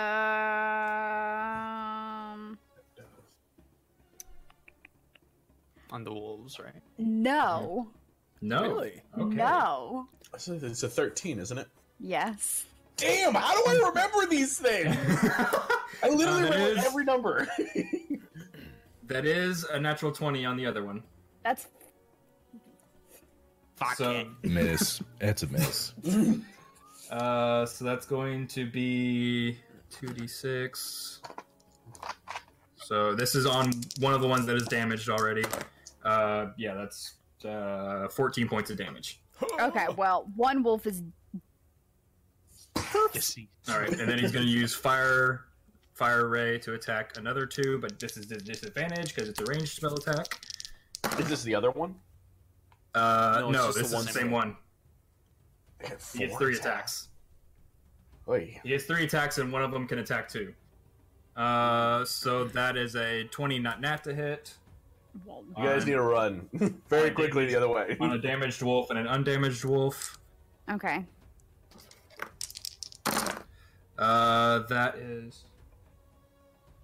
Speaker 2: On the wolves, right?
Speaker 4: No.
Speaker 3: No.
Speaker 5: Really?
Speaker 3: Okay.
Speaker 4: No.
Speaker 1: So It's a 13, isn't it?
Speaker 4: Yes.
Speaker 1: Damn, how do I remember these *laughs* things? I literally
Speaker 3: Um, it
Speaker 1: remember
Speaker 3: is-
Speaker 1: every number.
Speaker 3: That is a natural twenty on the other one.
Speaker 4: That's
Speaker 3: Fuck so,
Speaker 10: Miss. That's a miss.
Speaker 3: Uh, so that's going to be 2d6. So this is on one of the ones that is damaged already. Uh, yeah, that's uh, 14 points of damage.
Speaker 4: Okay, well, one wolf is
Speaker 3: All right, and then he's going to use fire fire ray to attack another two, but this is dis- disadvantage because it's a ranged spell attack.
Speaker 1: Is this the other one?
Speaker 3: Uh,
Speaker 1: No,
Speaker 3: no,
Speaker 1: it's just
Speaker 3: this is
Speaker 1: the
Speaker 3: the
Speaker 1: one.
Speaker 3: same one. He gets
Speaker 1: four
Speaker 3: three
Speaker 1: attacks.
Speaker 3: attacks.
Speaker 1: Oy.
Speaker 3: He has three attacks, and one of them can attack two. Uh, so that is a 20 not nat to hit.
Speaker 1: You guys
Speaker 3: On-
Speaker 1: need to run *laughs* very quickly the other way.
Speaker 3: on a damaged wolf and an undamaged wolf.
Speaker 4: okay.
Speaker 3: Uh, that is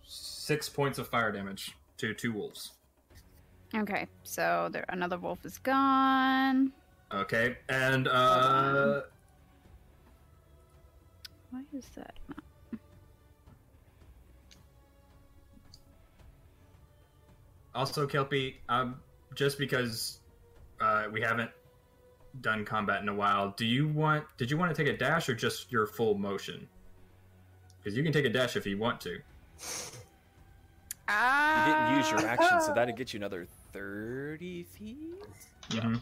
Speaker 3: six points of fire damage to two wolves.
Speaker 4: Okay, so there another wolf is gone.
Speaker 3: Okay, and uh,
Speaker 4: Why is that? not-
Speaker 3: also Kelpie, um, just because uh, we haven't done combat in a while, do you want? Did you want to take a dash or just your full motion? Because you can take a dash if you want to.
Speaker 5: You
Speaker 4: Ah,
Speaker 5: didn't use your action,
Speaker 4: Uh,
Speaker 5: so that'd get you another 30 feet?
Speaker 3: Mhm.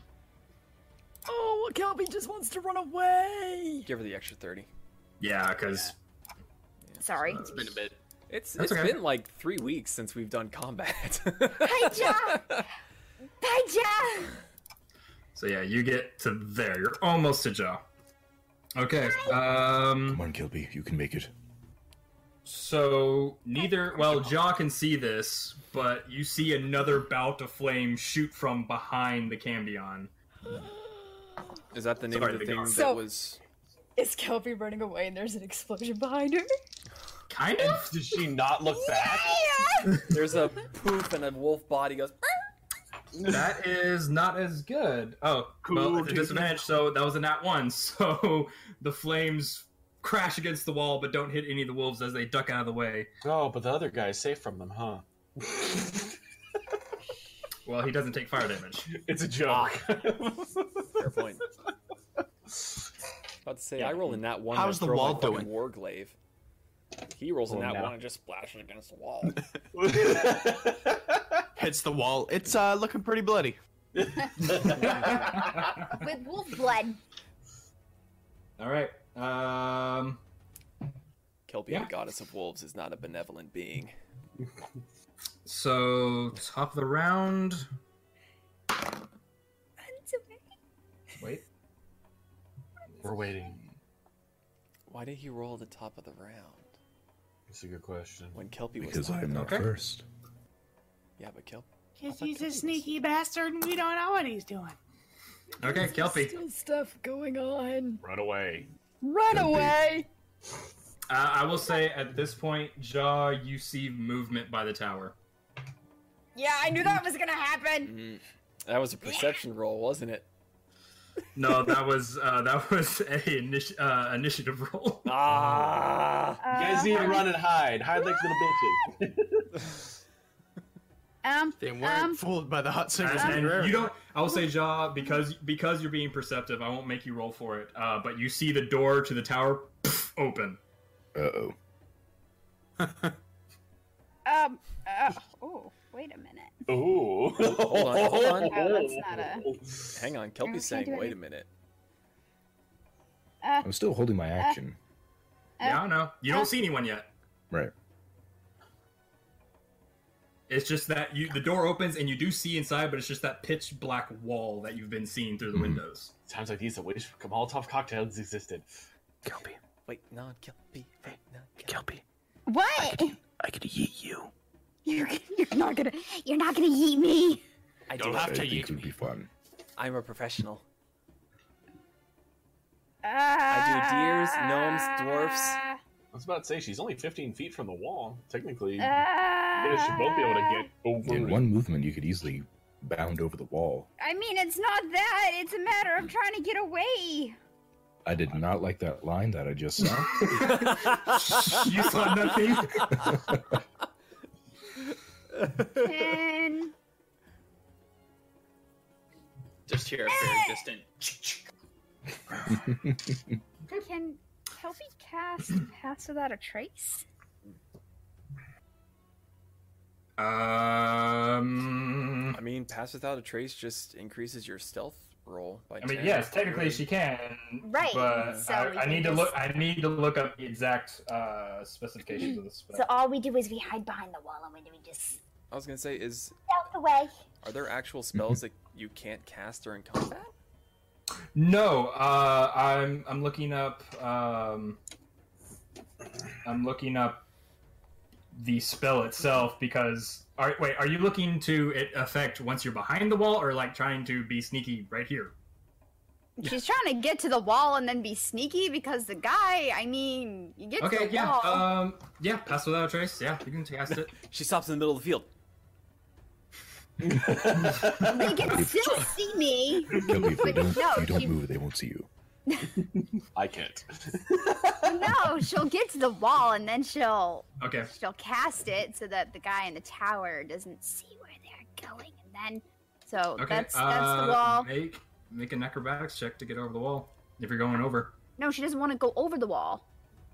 Speaker 25: Oh, well, Kelpie just wants to run away.
Speaker 5: Give her the extra 30.
Speaker 3: Yeah, because
Speaker 4: Sorry.
Speaker 5: It's been a bit. It's,
Speaker 3: That's
Speaker 5: it's
Speaker 3: okay.
Speaker 5: been like three weeks since we've done combat.
Speaker 25: *laughs*
Speaker 4: Hey, Jack! Hey, Jack!
Speaker 3: So yeah, you get to there. You're almost to Joe. Okay. Um.
Speaker 10: Come on, Kilby, you can make it.
Speaker 3: So neither well, Jaw can see this, but you see another bout of flame shoot from behind the Cambion.
Speaker 5: *laughs* Is that the name
Speaker 3: Sorry,
Speaker 5: of the
Speaker 3: big
Speaker 5: thing
Speaker 3: dog.
Speaker 5: that
Speaker 25: So-
Speaker 5: was.
Speaker 25: Is Kelpie running away and there's an explosion behind her?
Speaker 3: Kind of?
Speaker 1: Did she not look back?
Speaker 5: There's a poof and a wolf body goes.
Speaker 1: *laughs*
Speaker 3: That is not as good. Oh, well,
Speaker 1: Cool,
Speaker 3: it's a
Speaker 1: dude.
Speaker 3: disadvantage. So that was a nat one. *laughs* So the flames crash against the wall, but don't hit any of the wolves as they duck out of the way.
Speaker 1: Oh, but the other guy's safe from them, *laughs* huh?
Speaker 3: Well, he doesn't take fire damage. *laughs*
Speaker 1: It's a joke. *laughs*
Speaker 5: Fair point. About to say, I roll in that one.
Speaker 6: How's
Speaker 5: How's
Speaker 6: the
Speaker 5: the wall
Speaker 6: wall
Speaker 5: doing?
Speaker 6: doing?
Speaker 5: Warglaive. He rolls in
Speaker 1: Oh,
Speaker 5: that
Speaker 1: no.
Speaker 5: one and just splashes against the wall.
Speaker 6: Hits the wall. It's uh, looking pretty bloody.
Speaker 4: *laughs* With wolf blood.
Speaker 3: All right. Um.
Speaker 5: Kelpie,
Speaker 3: Yeah.
Speaker 5: the goddess of wolves, is not a benevolent being.
Speaker 3: So top of the round. Wait.
Speaker 1: We're waiting.
Speaker 5: Why did he roll the top of the round
Speaker 1: That's a good question.
Speaker 5: when Kelpie was?
Speaker 10: Because
Speaker 5: not
Speaker 10: I am not
Speaker 5: there?
Speaker 10: first.
Speaker 5: Yeah, but Kelpie.
Speaker 26: Because he's a sneaky bastard and we don't know what he's doing.
Speaker 3: Okay, Kelpie.
Speaker 25: Still stuff going on.
Speaker 27: Run away.
Speaker 25: Run away.
Speaker 3: Uh, I will say at this point, Jaw, you see movement by the tower.
Speaker 4: Yeah, I knew that was gonna happen.
Speaker 5: Mm. That was a perception roll, wasn't it?
Speaker 3: No, that was uh, that *laughs* was a initi- uh, initiative roll.
Speaker 5: Ah.
Speaker 4: Uh,
Speaker 1: You guys need to run and hide. Hide like little bitches.
Speaker 4: um,
Speaker 6: They weren't
Speaker 4: Um,
Speaker 6: fooled by the hot
Speaker 3: And,
Speaker 6: service.
Speaker 3: and
Speaker 6: temporarily.
Speaker 3: you don't. I will say, Jaw, because because you're being perceptive, I won't make you roll for it. Uh, but you see the door to the tower pff, open.
Speaker 10: Uh oh.
Speaker 4: um, uh, oh, wait a minute.
Speaker 1: Ooh.
Speaker 5: Hold on, hold on.
Speaker 4: Oh, that's not a.
Speaker 5: Hang on,
Speaker 4: we can't
Speaker 5: Kelpie's saying,
Speaker 4: do
Speaker 5: "Wait a
Speaker 4: anything."
Speaker 5: minute."
Speaker 4: Uh,
Speaker 10: I'm still holding my action.
Speaker 3: yeah, I don't know. You don't see anyone yet.
Speaker 10: Right.
Speaker 3: It's just that you the door opens and you do see inside, but it's just that pitch black wall that you've been seeing through the
Speaker 10: Mhm.
Speaker 3: windows. *laughs*
Speaker 1: Times like these, I wish Molotov cocktails existed.
Speaker 26: Kelpie,
Speaker 5: Wait, no, Kelpie. Wait, no, Kelpie.
Speaker 26: Kelpie,
Speaker 4: what?
Speaker 26: I could yeet you.
Speaker 4: *laughs* You're, you're not gonna. You're not gonna eat me.
Speaker 5: I
Speaker 6: Don't
Speaker 5: do
Speaker 6: have
Speaker 10: I
Speaker 5: it.
Speaker 6: to
Speaker 10: think
Speaker 6: yeet
Speaker 10: it would
Speaker 6: me.
Speaker 10: be fun.
Speaker 5: I'm a professional.
Speaker 4: Uh,
Speaker 5: I do deers, gnomes, dwarfs.
Speaker 1: I was about to say she's only 15 feet from the wall. Technically,
Speaker 4: Uh,
Speaker 1: you guys should both be able to get over.
Speaker 10: In
Speaker 1: it.
Speaker 10: one movement, you could easily bound over the wall.
Speaker 4: I mean, it's not that. It's a matter of trying to get away.
Speaker 10: I did not like that line that I just *laughs* saw.
Speaker 3: you saw nothing.
Speaker 4: Ten.
Speaker 6: Just hear a very distant.
Speaker 4: Can Kelpie cast Pass Without a Trace?
Speaker 19: Um,
Speaker 5: I mean, pass without a trace just increases your stealth roll by.
Speaker 3: I mean,
Speaker 5: 10,
Speaker 3: yes, technically
Speaker 5: really.
Speaker 3: she can.
Speaker 4: Right,
Speaker 3: But
Speaker 4: so we
Speaker 3: I, I
Speaker 4: can
Speaker 3: need to
Speaker 4: just-
Speaker 3: look. I need to look up the exact uh, specifications of the spell.
Speaker 4: So all we do is we hide behind the wall and we, we just
Speaker 5: I was gonna say, is
Speaker 4: out the way.
Speaker 5: are there actual spells that you can't cast during combat?
Speaker 3: No, uh, I'm I'm looking up. Um, I'm looking up the spell itself because. Are, wait, are you looking to it affect once you're behind the wall, or like trying to be sneaky right here?
Speaker 4: She's trying to get to the wall and then be sneaky because the guy, I mean, you get to
Speaker 3: Okay,
Speaker 4: the
Speaker 3: yeah,
Speaker 4: wall.
Speaker 3: um, yeah, pass without a trace. Yeah, you can cast it.
Speaker 5: she stops in the middle of the field.
Speaker 3: uh,
Speaker 4: *laughs* They can still see me.
Speaker 10: Kelpie, if you
Speaker 4: But
Speaker 10: don't,
Speaker 4: no,
Speaker 10: if you don't
Speaker 4: she-
Speaker 10: move, they won't see you.
Speaker 20: I
Speaker 1: *laughs*
Speaker 20: can't.
Speaker 4: no, she'll get to the wall and then she'll
Speaker 3: Okay.
Speaker 4: she'll cast it so that the guy in the tower doesn't see where they're going and then so
Speaker 3: Okay,
Speaker 4: that's that's
Speaker 3: uh,
Speaker 4: the wall.
Speaker 3: Make make an acrobatics check to get over the wall if you're going over.
Speaker 4: No, she doesn't want to go over the wall.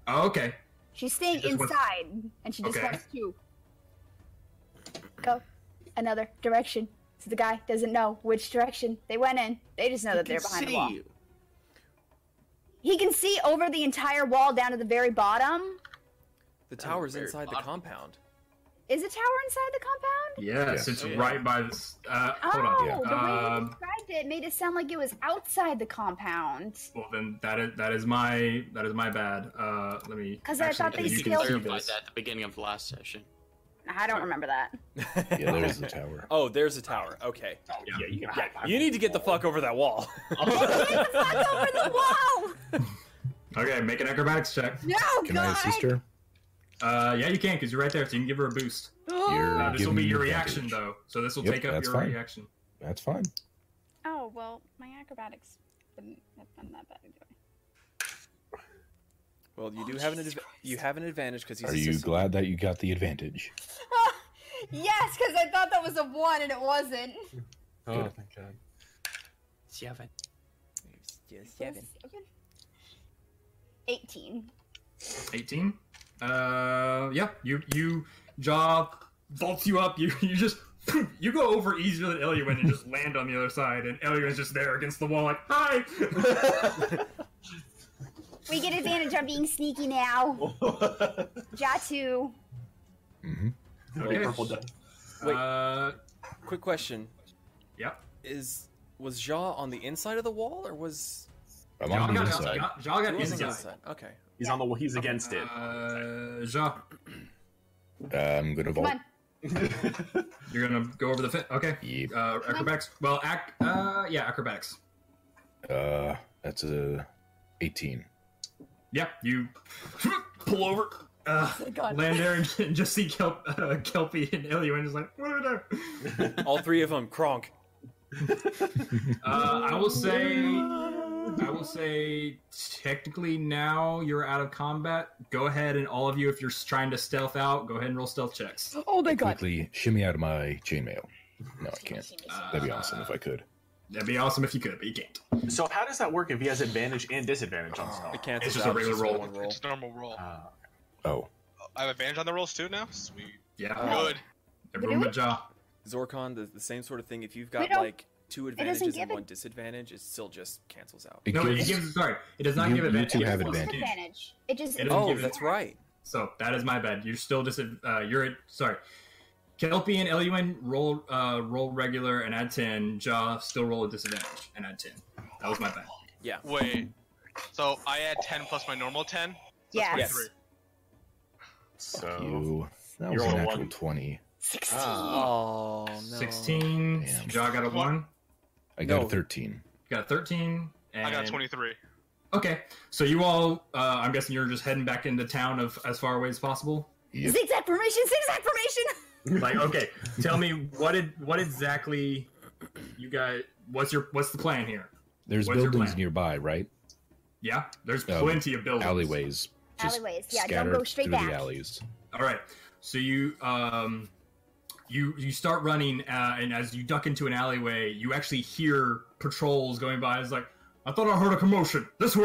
Speaker 3: Oh, okay.
Speaker 4: She's staying
Speaker 3: She just wants-
Speaker 4: inside and she just
Speaker 3: Okay.
Speaker 4: wants to go another direction. So the guy doesn't know which direction they went in. They just know that they're behind the wall. He can see over the entire wall down to the very bottom.
Speaker 5: The tower's
Speaker 2: very
Speaker 5: inside the
Speaker 2: odd.
Speaker 5: compound.
Speaker 4: Is a tower inside the compound?
Speaker 3: Yes, it's
Speaker 2: Yeah.
Speaker 3: right by this. Uh, hold
Speaker 4: Oh,
Speaker 3: on.
Speaker 4: the way you
Speaker 3: Um,
Speaker 4: described it made it sound like it was outside the compound.
Speaker 3: Well, then that is that is my that is my bad. Uh, let me.
Speaker 4: 'Cause I
Speaker 3: actually,
Speaker 4: thought they
Speaker 3: you
Speaker 2: you
Speaker 3: can
Speaker 4: still-
Speaker 3: see
Speaker 2: clarified
Speaker 3: this.
Speaker 2: that at the beginning of the last session.
Speaker 4: I don't remember *laughs* that.
Speaker 10: Yeah, there's the tower.
Speaker 5: *laughs* Oh, there's a tower. Okay.
Speaker 3: *laughs* Yeah, you can hide behind
Speaker 5: You need to get the fuck over that wall.
Speaker 4: That's over the wall.
Speaker 3: it. Okay, make an acrobatics check.
Speaker 4: No,
Speaker 10: Can I
Speaker 4: God.
Speaker 10: assist her?
Speaker 3: Uh, yeah, you can because you're right there, so you can give her a boost.
Speaker 4: Oh.
Speaker 10: You're
Speaker 3: Uh, this will
Speaker 10: giving
Speaker 3: be
Speaker 10: me
Speaker 3: your
Speaker 10: advantage.
Speaker 3: reaction though, so this will
Speaker 10: Yep,
Speaker 3: take up
Speaker 10: that's
Speaker 3: your
Speaker 10: fine.
Speaker 3: reaction.
Speaker 10: That's fine.
Speaker 4: Oh well, my acrobatics wouldn't have been that bad anyway. *laughs*
Speaker 5: well, you do have an adv- you have an advantage because he's.
Speaker 10: Are you
Speaker 5: assisting.
Speaker 10: glad that you got the advantage?
Speaker 4: Yes, because I thought that was a one and it wasn't.
Speaker 20: Oh, thank God.
Speaker 2: Seven.
Speaker 4: Eighteen.
Speaker 3: 18 uh yeah you you jaw vaults you up *laughs* you you just you go over easier than Eluin and just land on the other side and Eluin's just there against the wall like hi *laughs*
Speaker 4: We get advantage on being sneaky now. Jatu.
Speaker 10: hmm
Speaker 3: Okay.
Speaker 20: Purple death.
Speaker 3: uh
Speaker 5: Quick question:
Speaker 3: yeah
Speaker 5: Is was Jaw on the inside of the wall or was
Speaker 10: I'm
Speaker 3: Jaw
Speaker 10: on the
Speaker 3: got,
Speaker 10: inside.
Speaker 3: outside. Jaw- Jaw got
Speaker 5: he was on the
Speaker 3: inside.
Speaker 5: inside? Okay.
Speaker 20: He's on the. He's against it.
Speaker 3: Uh, Jaw,
Speaker 10: Uh, I'm gonna
Speaker 4: Come
Speaker 10: vault.
Speaker 4: on.
Speaker 3: Uh, you're gonna go over the fence. Okay.
Speaker 10: Yep.
Speaker 3: Uh, acrobatics. Well, ac- uh, yeah, acrobatics.
Speaker 10: Uh, that's a 18.
Speaker 3: Yeah, you *laughs* pull over, uh,
Speaker 28: God.
Speaker 3: land there, and, and just see Kelp, uh, Kelpie and Eluin just like, what are we doing?
Speaker 5: All three of them. Kronk.
Speaker 3: Uh, I will say, I will say, technically now you're out of combat. Go ahead and all of you, if you're s- trying to stealth out, go ahead and roll stealth checks.
Speaker 28: Oh my god.
Speaker 10: Quickly shimmy out of my chainmail. No, I can't. That'd be awesome if I could.
Speaker 3: That'd be awesome if you could, but you can't.
Speaker 20: So how does that work if he has advantage and disadvantage on stuff?
Speaker 5: It cancels
Speaker 3: It's just a
Speaker 5: out,
Speaker 3: regular roll.
Speaker 5: one
Speaker 11: It's a normal roll.
Speaker 20: Uh,
Speaker 10: Oh,
Speaker 11: I have advantage on the rolls too now. Sweet.
Speaker 3: Yeah,
Speaker 11: Good.
Speaker 3: everyone but Jaw.
Speaker 5: Zorkon, the, the same sort of thing. If you've got
Speaker 4: don't-
Speaker 5: like two
Speaker 4: doesn't
Speaker 5: advantages
Speaker 4: give
Speaker 5: and
Speaker 4: it-
Speaker 5: one disadvantage, it still just cancels out.
Speaker 10: it
Speaker 3: No, it
Speaker 10: gives-
Speaker 3: gives. Sorry, it does not
Speaker 10: You-
Speaker 3: give
Speaker 10: you
Speaker 3: advantage.
Speaker 10: two
Speaker 3: it gives
Speaker 10: have
Speaker 3: plus
Speaker 10: advantage.
Speaker 3: two.
Speaker 4: Disadvantage. It just.
Speaker 3: It doesn't
Speaker 5: Oh,
Speaker 3: give it-
Speaker 5: that's right.
Speaker 3: So that is my bad. You're still dis. Uh, you're at, sorry. Kelpie and Eluin roll uh, roll regular and add ten. Jaw still roll a disadvantage and add ten. That was my bad.
Speaker 11: Oh,
Speaker 5: Yeah.
Speaker 11: Wait. So I add ten plus my normal ten.
Speaker 4: yes.
Speaker 5: Yes.
Speaker 20: so
Speaker 10: you. That was
Speaker 20: You're
Speaker 10: a
Speaker 20: on
Speaker 10: natural
Speaker 20: one.
Speaker 10: 20.
Speaker 4: Sixteen.
Speaker 20: Ah.
Speaker 5: Oh no.
Speaker 3: Sixteen.
Speaker 10: Damn.
Speaker 3: Jaw got a one.
Speaker 10: I got
Speaker 5: No.
Speaker 10: a 13.
Speaker 3: got a 13 and
Speaker 11: I got twenty-three.
Speaker 3: okay so you all uh, i'm guessing you're just heading back into town of as far away as possible
Speaker 10: Yep.
Speaker 4: Zigzag formation. Zigzag formation.
Speaker 3: like okay tell me what did what exactly you guys what's your what's the plan here
Speaker 10: There's
Speaker 3: What's your
Speaker 10: buildings
Speaker 3: plan?
Speaker 10: nearby, right?
Speaker 3: yeah there's
Speaker 10: Um,
Speaker 3: plenty of buildings
Speaker 10: Alleyways. Just
Speaker 4: Alleyways, yeah, don't
Speaker 10: scattered
Speaker 4: go straight
Speaker 10: through
Speaker 4: back.
Speaker 10: the alleys.
Speaker 3: all right so you um you you start running uh, and as you duck into an alleyway you actually hear patrols going by it's like i thought i heard a commotion this way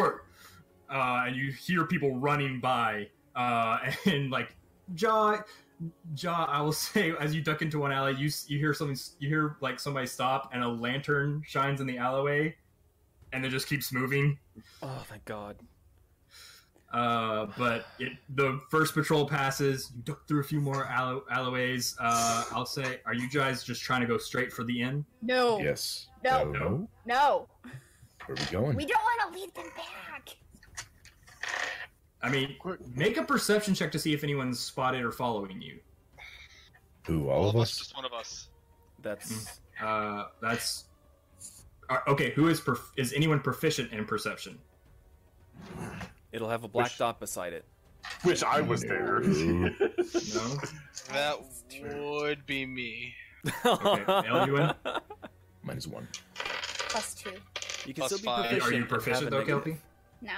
Speaker 3: uh, and you hear people running by, uh, *laughs* and like Jaw, Jaw. I will *laughs* say, as you duck into one alley, you s- you hear something. s- You hear like somebody stop, and a lantern shines in the alleyway, and it just keeps moving.
Speaker 5: Oh, thank God.
Speaker 3: Uh, but it, the first patrol passes. You duck through a few more allo- alleyways. Uh, I'll say, are you guys just trying to go straight for the inn?
Speaker 4: No.
Speaker 10: Yes.
Speaker 4: No.
Speaker 10: No.
Speaker 4: No.
Speaker 10: Where are we going?
Speaker 4: We don't want to lead them back.
Speaker 3: I mean, make a perception check to see if anyone's spotted or following you.
Speaker 10: Who? All, of us?
Speaker 11: Just one of us.
Speaker 5: That's
Speaker 3: uh, that's uh, okay. Who is perf- is anyone proficient in perception?
Speaker 5: It'll have a black dot beside it.
Speaker 1: Wish I was there.
Speaker 10: *laughs*
Speaker 3: *laughs* No.
Speaker 11: That would be me.
Speaker 3: Okay, Elwin?
Speaker 10: Mine's one.
Speaker 4: Plus two.
Speaker 5: *laughs* You
Speaker 11: Plus
Speaker 3: Are
Speaker 11: five.
Speaker 3: you- Are you proficient though, Kelpie?
Speaker 4: No.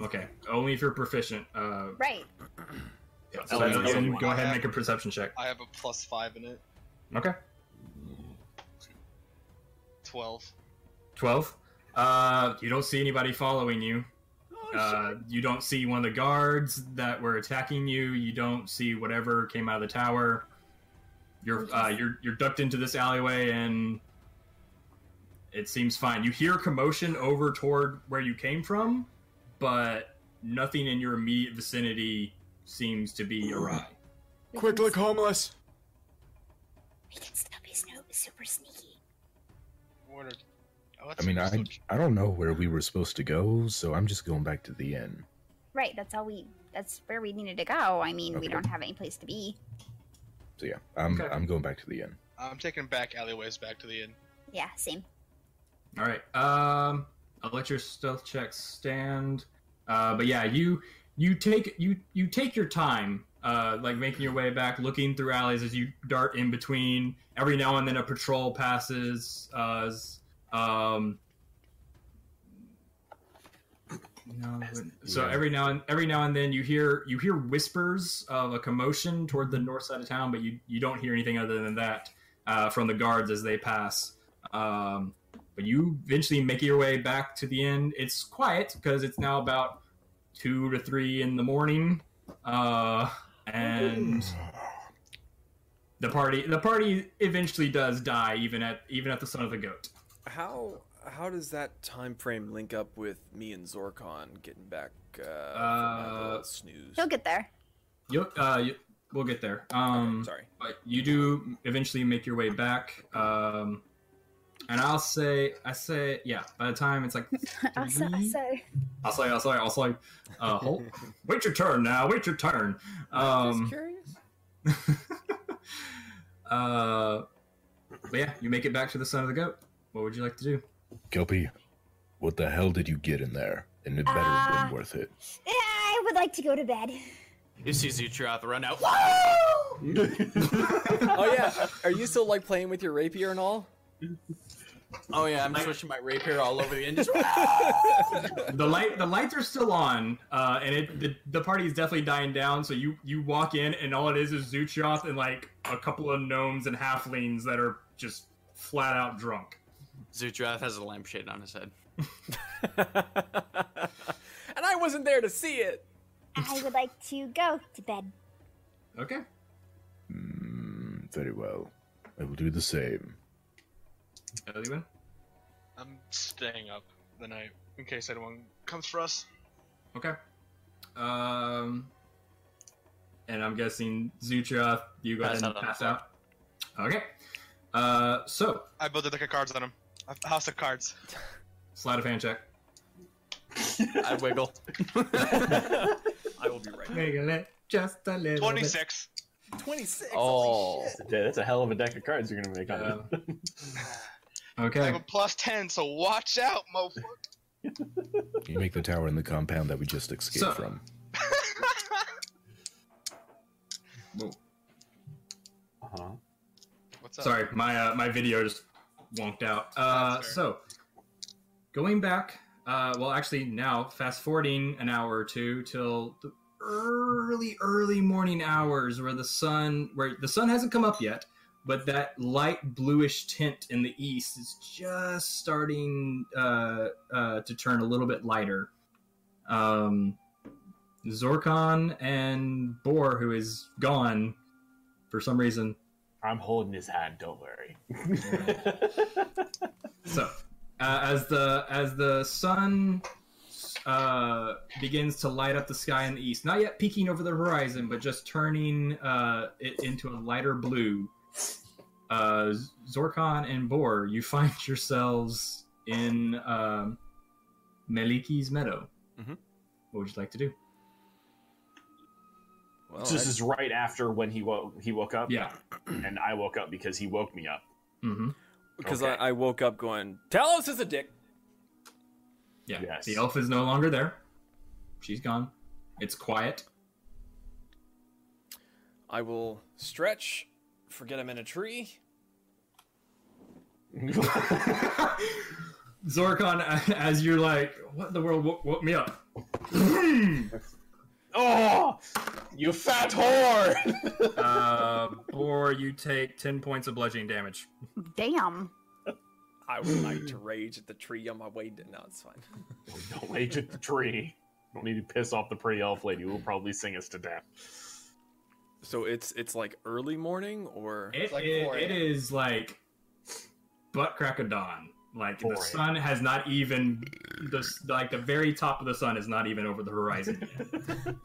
Speaker 3: Okay, only if you're proficient. Uh,
Speaker 4: Right.
Speaker 3: yeah,
Speaker 11: Oh,
Speaker 3: so that's
Speaker 11: that's
Speaker 3: Elwin,
Speaker 11: one.
Speaker 3: go ahead and make a perception check.
Speaker 11: I have a plus five in it.
Speaker 3: Okay.
Speaker 11: Twelve.
Speaker 3: 12 uh you don't see anybody following you uh you don't see one of the guards that were attacking you you don't see whatever came out of the tower you're uh you're you're ducked into this alleyway and it seems fine you hear commotion over toward where you came from but nothing in your immediate vicinity seems to be awry
Speaker 29: Quick, look homeless.
Speaker 4: We can still be sno- super sneaky.
Speaker 11: Order. oh,
Speaker 10: I mean, I I don't know where we were supposed to go, so I'm just going back to the inn.
Speaker 4: Right. That's all we. That's where we needed to go. I mean, we
Speaker 10: Okay.
Speaker 4: don't have any place to be.
Speaker 10: So yeah, I'm
Speaker 3: Okay.
Speaker 10: I'm going back to the inn.
Speaker 11: I'm taking back alleyways back to the inn.
Speaker 4: Yeah. Same.
Speaker 3: All right. Um, I'll let your stealth check stand. Uh, but yeah, you you take you you take your time, uh, like making your way back, looking through alleys as you dart in between. Every now and then, a patrol passes. Uh, s- um, no, so every now and every now and then, you hear you hear whispers of a commotion toward the north side of town, but you you don't hear anything other than that uh, from the guards as they pass. Um, but you eventually make your way back to the inn. It's quiet because it's now about two to three in the morning, uh, and the party the party eventually does die, even at even at the son of the goat.
Speaker 5: How how does that time frame link up with me and Zorkon getting back uh, from my
Speaker 3: Uh,
Speaker 5: little snooze? Oh,
Speaker 4: You'll get there. *laughs*
Speaker 3: You'll, uh, you, we'll get there. Um,
Speaker 5: sorry.
Speaker 3: But you do eventually make your way back. Um, and I'll say, I say, yeah, by the time it's like,
Speaker 4: I'll say. I'll say.
Speaker 3: I'll say, I'll say, I'll say, uh, hold, wait your turn now, wait your turn. Um,
Speaker 5: curious.
Speaker 3: *laughs* uh, but yeah, you make it back to the son of the goat. What would you like to
Speaker 11: *laughs*
Speaker 3: do?
Speaker 10: Kelpie, what the hell did you get in there? And it better have
Speaker 4: Ah.
Speaker 10: been worth it.
Speaker 4: I would like to go to bed.
Speaker 2: You see Zutroth run out.
Speaker 5: oh yeah, are you still like playing with your rapier and
Speaker 3: *laughs*
Speaker 5: all?
Speaker 2: Oh yeah, I'm switching my rapier all over *laughs* the end. Just
Speaker 3: the light the lights are still on uh and it the, the party is definitely dying down so you you walk in and all it is is Zuchioth and like a couple of gnomes and halflings that are just flat out drunk
Speaker 2: Zutroth has a lampshade on his head.
Speaker 5: And I wasn't there to see it.
Speaker 4: I would like to go to bed.
Speaker 3: okay
Speaker 10: Mm, very well. I will do the same.
Speaker 3: Elwin?
Speaker 11: I'm staying up the night in case anyone comes for us.
Speaker 3: okay um and i'm guessing Zuchioth you go
Speaker 11: Pass
Speaker 3: ahead and
Speaker 11: out on the
Speaker 3: pass
Speaker 11: floor.
Speaker 3: out okay uh so
Speaker 11: I built a deck of cards on him. A house of cards.
Speaker 3: slide of hand check
Speaker 2: I
Speaker 4: *laughs*
Speaker 2: wiggle.
Speaker 5: I will be right.
Speaker 3: just a
Speaker 5: *laughs*
Speaker 3: little
Speaker 11: Twenty-six.
Speaker 5: Twenty-six.
Speaker 20: Oh, that's a hell of a deck of cards you're gonna make on it.
Speaker 11: I
Speaker 3: okay
Speaker 11: have a plus ten, so watch out, *laughs* mofo.
Speaker 10: You make the tower in the compound that we just escaped
Speaker 3: So-
Speaker 10: from.
Speaker 20: Uh-huh.
Speaker 11: What's up?
Speaker 3: Sorry, my uh, my video just wonked out. Uh, so, going back, uh, well, actually, now fast forwarding an hour or two till the early early morning hours, where the sun where the sun hasn't come up yet, but that light bluish tint in the east is just starting uh, uh, to turn a little bit lighter. Um, Zorkon and Boar, who is gone for some reason.
Speaker 20: I'm holding his hand. Ah, Don't worry.
Speaker 3: so, uh, as the as the sun uh, begins to light up the sky in the east, not yet peeking over the horizon, but just turning uh, it into a lighter blue. Uh, Zorkon and Boar, you *laughs* find yourselves in um Meliki's meadow.
Speaker 5: Mhm.
Speaker 3: What would you like to do?
Speaker 20: *laughs*
Speaker 5: Well,
Speaker 20: this
Speaker 5: I-
Speaker 20: is right after when he woke. He woke up.
Speaker 3: Yeah.
Speaker 20: and I woke up because he woke me up.
Speaker 3: Mm-hmm.
Speaker 5: Because I, I woke up going, Talos is a dick.
Speaker 3: Yeah.
Speaker 20: Yes.
Speaker 3: The elf is no longer there. She's gone. It's quiet.
Speaker 5: I will stretch, forget I'm in a tree.
Speaker 3: Zorkon, *laughs* as you're like, what in the world woke, woke me up?
Speaker 20: oh, you fat whore! *laughs*
Speaker 3: *laughs* uh, or you take 10 points of bludgeoning damage.
Speaker 4: Damn.
Speaker 5: I would like to rage at the tree on my way. To... No, it's fine.
Speaker 20: Don't rage at the tree. Don't need to piss off the pretty elf lady who will probably sing us to death.
Speaker 5: So it's it's like early morning or
Speaker 3: It, it- it is like butt crack of dawn. Like
Speaker 5: Boy.
Speaker 3: the sun has not even the s- like the very top of the sun is not even over
Speaker 1: *laughs*
Speaker 3: the horizon. Yet.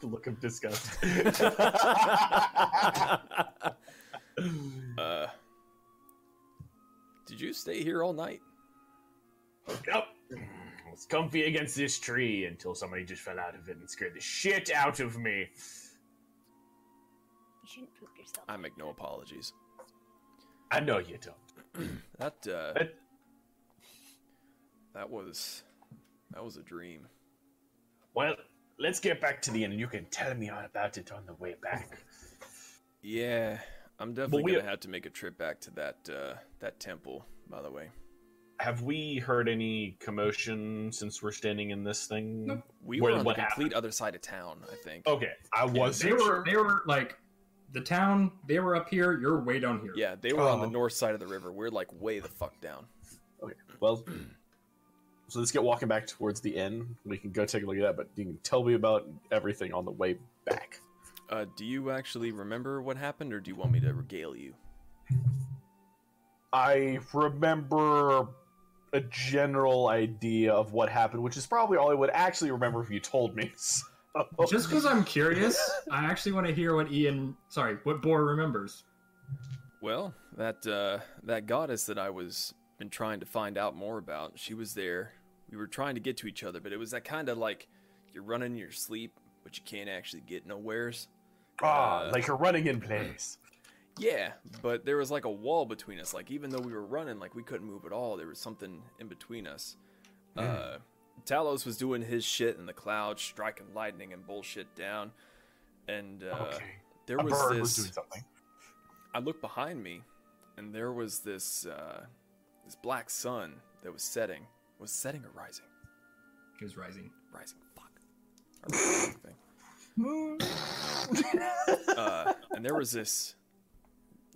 Speaker 20: *laughs* the look of disgust.
Speaker 5: uh, did you stay here all night?
Speaker 20: Yep. It's comfy against this tree until somebody just fell out of it and scared the shit out of me.
Speaker 4: You shouldn't poop yourself.
Speaker 5: I make no apologies.
Speaker 20: I know you don't.
Speaker 5: That uh,
Speaker 20: That-
Speaker 5: that was that was a dream.
Speaker 20: Well, let's get back to the inn and you can tell me all about it on the way back.
Speaker 5: Yeah, I'm definitely
Speaker 20: we-
Speaker 5: gonna have to make a trip back to that uh, that temple. By the way,
Speaker 20: Have we heard any commotion since we're standing in this thing?
Speaker 5: we
Speaker 20: Where-
Speaker 5: were on the
Speaker 20: what
Speaker 5: complete
Speaker 20: happened? Oh.
Speaker 5: other side of town. I think.
Speaker 20: Okay, I was
Speaker 3: they were they were like the town. They were up here. You're way down here.
Speaker 5: Yeah, they were on the
Speaker 20: Oh.
Speaker 5: north side of the river. We're like way the fuck down.
Speaker 20: Okay, well, *clears throat* so let's get walking back towards the inn. We can go take a look at that, but you can tell me about everything on the way back.
Speaker 5: Uh, do you actually remember what happened, or do you want me to regale you?
Speaker 20: I remember a general idea of what happened, which is probably all I would actually remember if you told
Speaker 1: *laughs*
Speaker 20: me. So-
Speaker 3: Just because I'm curious, I actually want to hear what Ian, sorry, what Boar remembers.
Speaker 5: Well, that uh, that goddess that I was been trying to find out more about, she was there. We were trying to get to each other, but it was that kind of like you're running in your sleep, but you can't actually get nowheres.
Speaker 1: Ah,
Speaker 5: Uh,
Speaker 1: like a running
Speaker 5: *clears throat*
Speaker 1: in place.
Speaker 5: Yeah, but there was like a wall between us. Like even though we were running, like we couldn't move at all. There was something in between us.
Speaker 1: Hmm.
Speaker 5: Uh, Talos was doing his shit in the clouds, striking lightning and bullshit down. And uh, there
Speaker 1: a
Speaker 5: was
Speaker 1: bird
Speaker 5: this.
Speaker 1: was doing something.
Speaker 5: I looked behind me, and there was this uh, this black sun that was setting. Was setting or rising?
Speaker 3: He was rising.
Speaker 5: Rising. Fuck. I remember everything. uh, and there was this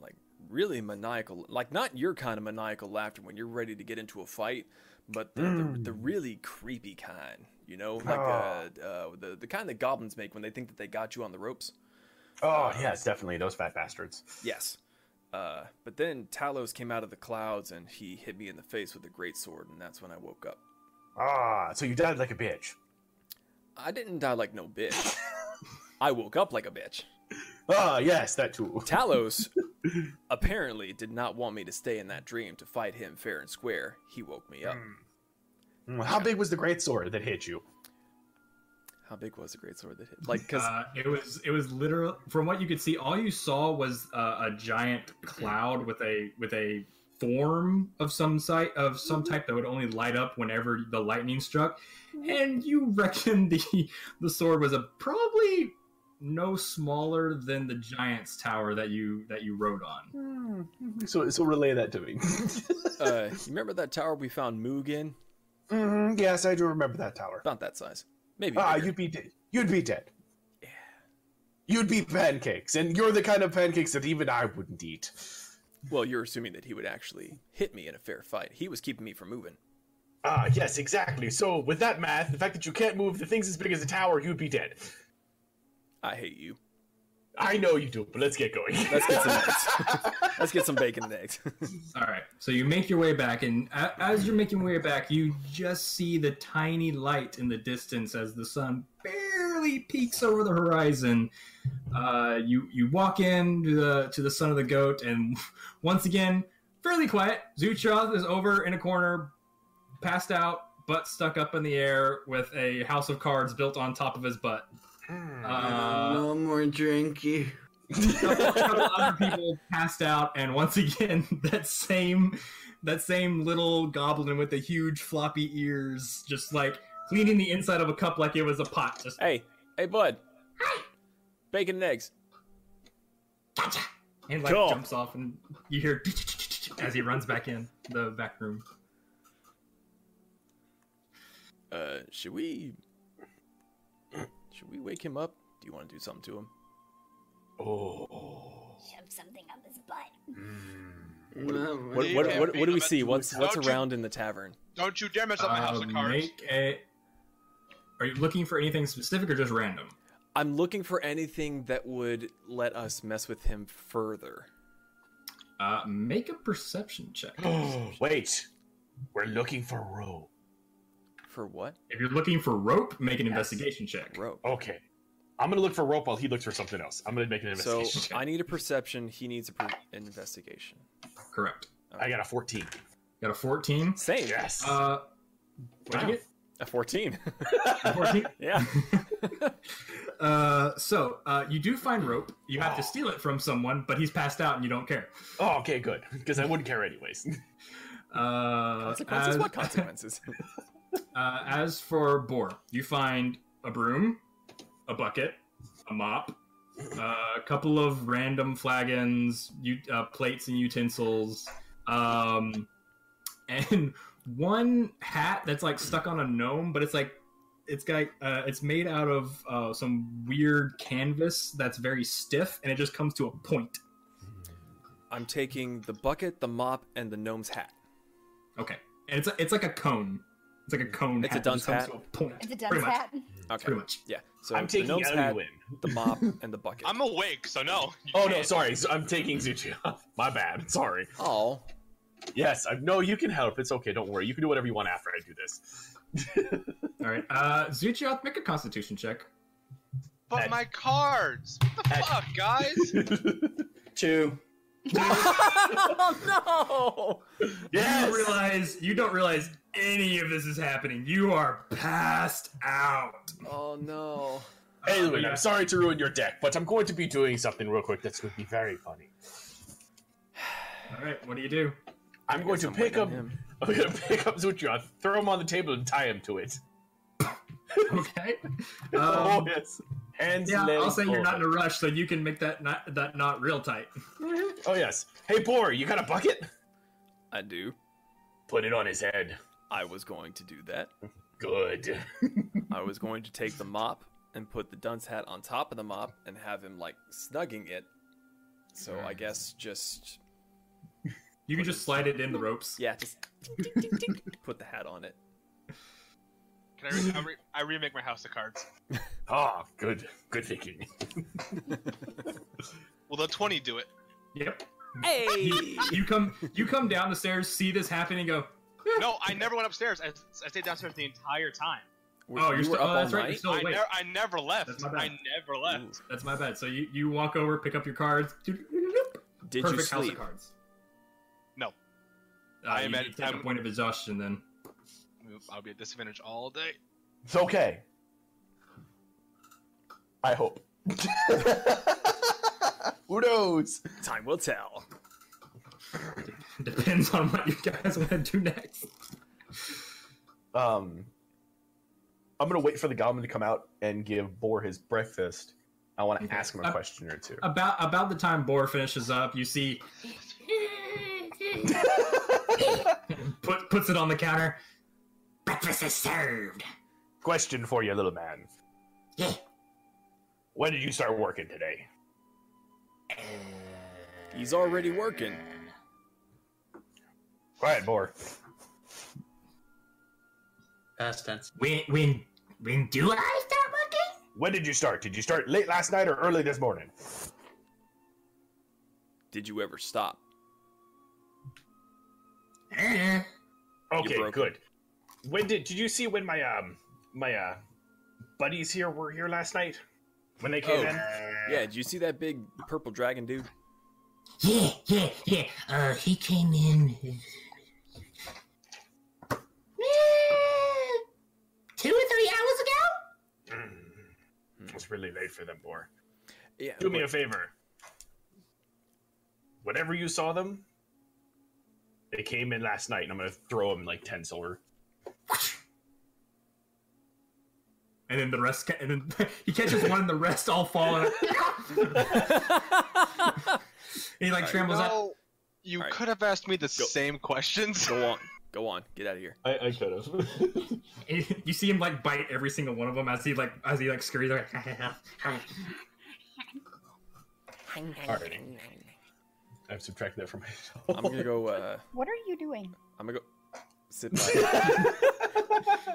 Speaker 5: like really maniacal like not your kind of maniacal laughter when you're ready to get into a fight but the, the, the really creepy kind you know like
Speaker 20: Ah.
Speaker 5: uh, uh, the, the kind that goblins make when they think that they got you on the ropes
Speaker 1: Ah,
Speaker 20: oh, yes, definitely. Those fat bastards.
Speaker 5: yes uh, but then talos came out of the clouds and he hit me in the face with a great sword and that's when i woke up
Speaker 1: Ah, so you died like a bitch.
Speaker 5: i didn't die like no bitch i woke up like a bitch
Speaker 1: Ah, yes, that too.
Speaker 5: Talos apparently did not want me to stay in that dream to fight him fair and square. He woke me up.
Speaker 1: Mm, How big was the great sword that hit you?
Speaker 5: How big was the great sword that hit? Like, because
Speaker 3: Uh, it was it was literal from what you could see. All you saw was uh, a giant cloud with a with a form of some site of some type that would only light up whenever the lightning struck, and you reckon the the sword was a probably no smaller than the giant's tower that you that you rode on.
Speaker 1: Hmm, So, so relay that to me. *laughs*
Speaker 5: uh, you remember that tower we found Moog in?
Speaker 1: Mhm, yes, I do remember that tower.
Speaker 5: About that size, maybe.
Speaker 1: Ah,
Speaker 5: bigger.
Speaker 1: you'd be dead. You'd be dead. Yeah. You'd be pancakes, and you're the kind of pancakes that even I wouldn't eat.
Speaker 5: Well, you're assuming that he would actually hit me in a fair fight. He was keeping me from moving.
Speaker 1: Ah, yes, exactly. So, with that math, the fact that you can't move the things as big as a tower, you'd be dead.
Speaker 5: I hate you.
Speaker 1: I know you do, but let's get going.
Speaker 5: Let's
Speaker 1: *laughs*
Speaker 5: get some eggs. Let's get some bacon and eggs.
Speaker 3: All right. So you make your way back, and a- as you're making your way back, you just see the tiny light in the distance as the sun barely peeks over the horizon. Uh, you you walk in to the to the son of the goat, and *laughs* once again, fairly quiet. Zuchroth is over in a corner, passed out, butt stuck up in the air, with a house of cards built on top of his butt. Uh,
Speaker 2: no more drinky.
Speaker 3: couple other people passed out, and once again, *laughs* that same that same little goblin with the huge floppy ears, just like cleaning the inside of a cup like it was a pot. Just
Speaker 5: hey, hey, bud. Bacon and eggs.
Speaker 3: Gotcha! And like
Speaker 5: Cool.
Speaker 3: jumps off, and you hear *laughs* as he runs back in the back room.
Speaker 5: Uh, should we? Should we wake him up? Do you want to do something to him?
Speaker 1: Oh.
Speaker 5: Uh,
Speaker 4: Shove something up his butt.
Speaker 5: What,
Speaker 2: No,
Speaker 5: what,
Speaker 2: you
Speaker 5: what,
Speaker 2: can't
Speaker 5: what,
Speaker 2: beat
Speaker 5: what do we
Speaker 2: them.
Speaker 5: see? What's what's
Speaker 11: Don't you-
Speaker 5: around in the tavern?
Speaker 11: Don't you dare mess up my house
Speaker 3: Uh,
Speaker 11: of cards.
Speaker 3: make a. Are you looking for anything specific or just random?
Speaker 5: I'm looking for anything that would let us mess with him further.
Speaker 3: Uh, make a perception check.
Speaker 10: Um,
Speaker 1: Wait. We're looking for rope.
Speaker 5: For what?
Speaker 3: If you're looking for rope, make an investigation check.
Speaker 5: Rope.
Speaker 1: Okay. I'm going to look for rope while he looks for something else. I'm going to make an
Speaker 5: So
Speaker 1: investigation. check.
Speaker 5: I need a perception. He needs a per- an investigation.
Speaker 3: Correct.
Speaker 1: I got a 14.
Speaker 3: Got a 14.
Speaker 5: Same.
Speaker 1: Yes.
Speaker 3: Uh, what'd
Speaker 5: Wow.
Speaker 3: you get?
Speaker 5: A 14.
Speaker 3: 14?
Speaker 5: *laughs* yeah.
Speaker 3: *laughs* Uh, so uh, you do find rope. You have to steal it from someone, but he's passed out and you don't care.
Speaker 1: oh, okay, good. *laughs* Because I wouldn't care anyways.
Speaker 3: Uh,
Speaker 5: Consequences?
Speaker 3: as-
Speaker 5: What consequences?
Speaker 3: Uh, as for boar, you find a broom, a bucket, a mop, uh, a couple of random flagons, u- uh, plates and utensils, um, and *laughs* one hat that's like stuck on a gnome, but it's like it's got uh, it's made out of uh, some weird canvas that's very stiff, and it just comes to a point.
Speaker 5: I'm taking the bucket, the mop, and the gnome's hat.
Speaker 3: Okay, and it's it's like a cone. It's like a cone.
Speaker 5: It's a
Speaker 3: hat that
Speaker 5: dunce
Speaker 3: just comes
Speaker 5: hat?
Speaker 3: To a point.
Speaker 4: It's a
Speaker 3: pretty
Speaker 4: dunce
Speaker 3: much.
Speaker 4: hat.
Speaker 5: Okay.
Speaker 3: Pretty much.
Speaker 5: Yeah. So
Speaker 1: I'm taking
Speaker 5: the gnome's hat,
Speaker 1: Elwin.
Speaker 5: the
Speaker 3: *laughs*
Speaker 5: mop, and the bucket.
Speaker 11: I'm awake, so no. you
Speaker 1: Oh, no,
Speaker 11: can't.
Speaker 1: sorry. So I'm taking Zuchi. *laughs* My bad. Sorry.
Speaker 5: Oh,
Speaker 1: Yes, I no, you can help. It's okay. Don't worry. You can do whatever you want after I do this.
Speaker 3: All right. Uh, Zuchioth, make a Constitution check.
Speaker 11: But my cards. What the
Speaker 1: Heck.
Speaker 11: fuck,
Speaker 3: *laughs*
Speaker 11: guys?
Speaker 2: Two.
Speaker 5: oh no!
Speaker 3: You
Speaker 1: Yes.
Speaker 3: don't realize you don't realize any of this is happening. You are passed out.
Speaker 5: Oh no!
Speaker 1: Anyway,
Speaker 3: yeah.
Speaker 1: I'm sorry to ruin your deck, but I'm going to be doing something real quick that's going to be very funny.
Speaker 3: All right. What do you do?
Speaker 1: I'm going to
Speaker 5: I'm
Speaker 1: pick
Speaker 5: waiting
Speaker 1: up.
Speaker 5: on him.
Speaker 1: I'm going to *laughs* pick up Zutrion, throw him on the table, and tie him to it. *laughs*
Speaker 3: *laughs* Okay.
Speaker 1: oh
Speaker 3: Um,
Speaker 1: yes. Hands.
Speaker 3: yeah.
Speaker 1: legs,
Speaker 3: I'll say you're not in a
Speaker 1: over.
Speaker 3: rush, so you can make that not, that knot real tight.
Speaker 1: Oh yes. Hey, Boar, you got a bucket?
Speaker 5: I do.
Speaker 1: Put it on his head.
Speaker 5: I was going to do that.
Speaker 1: Good.
Speaker 5: I was going to take the mop and put the dunce hat on top of the mop and have him like snugging it. So I guess just
Speaker 3: You can just slide it in the ropes.
Speaker 5: yeah, just put the hat on it.
Speaker 11: Can I, re- I, re- I remake my house of cards?
Speaker 1: Ah, good. Good thinking.
Speaker 11: Will the twenty do it?
Speaker 3: Yep.
Speaker 28: Hey!
Speaker 3: You come you come down the stairs, see this happening, and go.
Speaker 11: *laughs* No, I never went upstairs. I, I stayed downstairs the entire time.
Speaker 5: Were-
Speaker 3: Oh, you're
Speaker 5: you were
Speaker 3: still.
Speaker 5: up
Speaker 3: Oh, that's
Speaker 5: all
Speaker 3: right. You're
Speaker 5: night.
Speaker 3: still
Speaker 11: I,
Speaker 3: awake.
Speaker 11: never I never left.
Speaker 3: That's my bad.
Speaker 11: I never left.
Speaker 5: Ooh.
Speaker 3: That's my bad. So you you walk over, pick up your cards.
Speaker 5: Did
Speaker 3: Perfect
Speaker 5: you
Speaker 3: house
Speaker 5: sleep?
Speaker 3: of cards.
Speaker 11: No.
Speaker 3: Uh,
Speaker 11: I
Speaker 3: you
Speaker 11: am at-
Speaker 3: take a
Speaker 11: I'm-
Speaker 3: point of exhaustion then. *laughs*
Speaker 11: I'll be at disadvantage all day.
Speaker 1: It's okay. I hope. *laughs* Who knows?
Speaker 5: Time will tell.
Speaker 3: Depends on what you guys *laughs* want to do next.
Speaker 1: Um, I'm gonna wait for the goblin to come out and give Boar his breakfast. I want to
Speaker 3: Okay.
Speaker 1: ask him a
Speaker 3: Uh,
Speaker 1: question or two.
Speaker 3: About about the time Boar finishes up, you see put puts it on the counter. Breakfast is served.
Speaker 1: *laughs* question for you, little man.
Speaker 3: Yeah.
Speaker 1: When did you start working today?
Speaker 5: He's already working.
Speaker 1: Quiet, Boar.
Speaker 2: past tense.
Speaker 1: When when when do I start working? When did you start? Did you start late last night or early this morning?
Speaker 5: Did you ever stop?
Speaker 30: Uh,
Speaker 1: okay,
Speaker 5: broken.
Speaker 1: good. When did did you see when my um my uh buddies here were here last night? When they came
Speaker 5: Oh,
Speaker 1: in?
Speaker 5: yeah. Did you see that big purple dragon dude?
Speaker 30: Yeah, yeah, yeah. Uh, he came in uh, two or three hours ago.
Speaker 1: It's really late for them, boy.
Speaker 5: Yeah.
Speaker 1: Do me
Speaker 5: but-
Speaker 1: a favor. Whenever you saw them, they came in last night, and I'm gonna throw them like ten silver.
Speaker 3: And then the rest, ca- and then *laughs* he catches one, and the rest all fall. out. *laughs* he like scrambles up.
Speaker 11: No, You could have asked me the same questions.
Speaker 5: Go on. Go on. Get out of here.
Speaker 1: I, I could *laughs* have.
Speaker 3: you see him like bite every single one of them as he like as he like scurries like
Speaker 1: Alrighty. I've subtracted that from myself.
Speaker 5: I'm gonna go. Uh,
Speaker 4: What are you doing?
Speaker 5: I'm gonna go. Sit
Speaker 3: *laughs*
Speaker 5: by.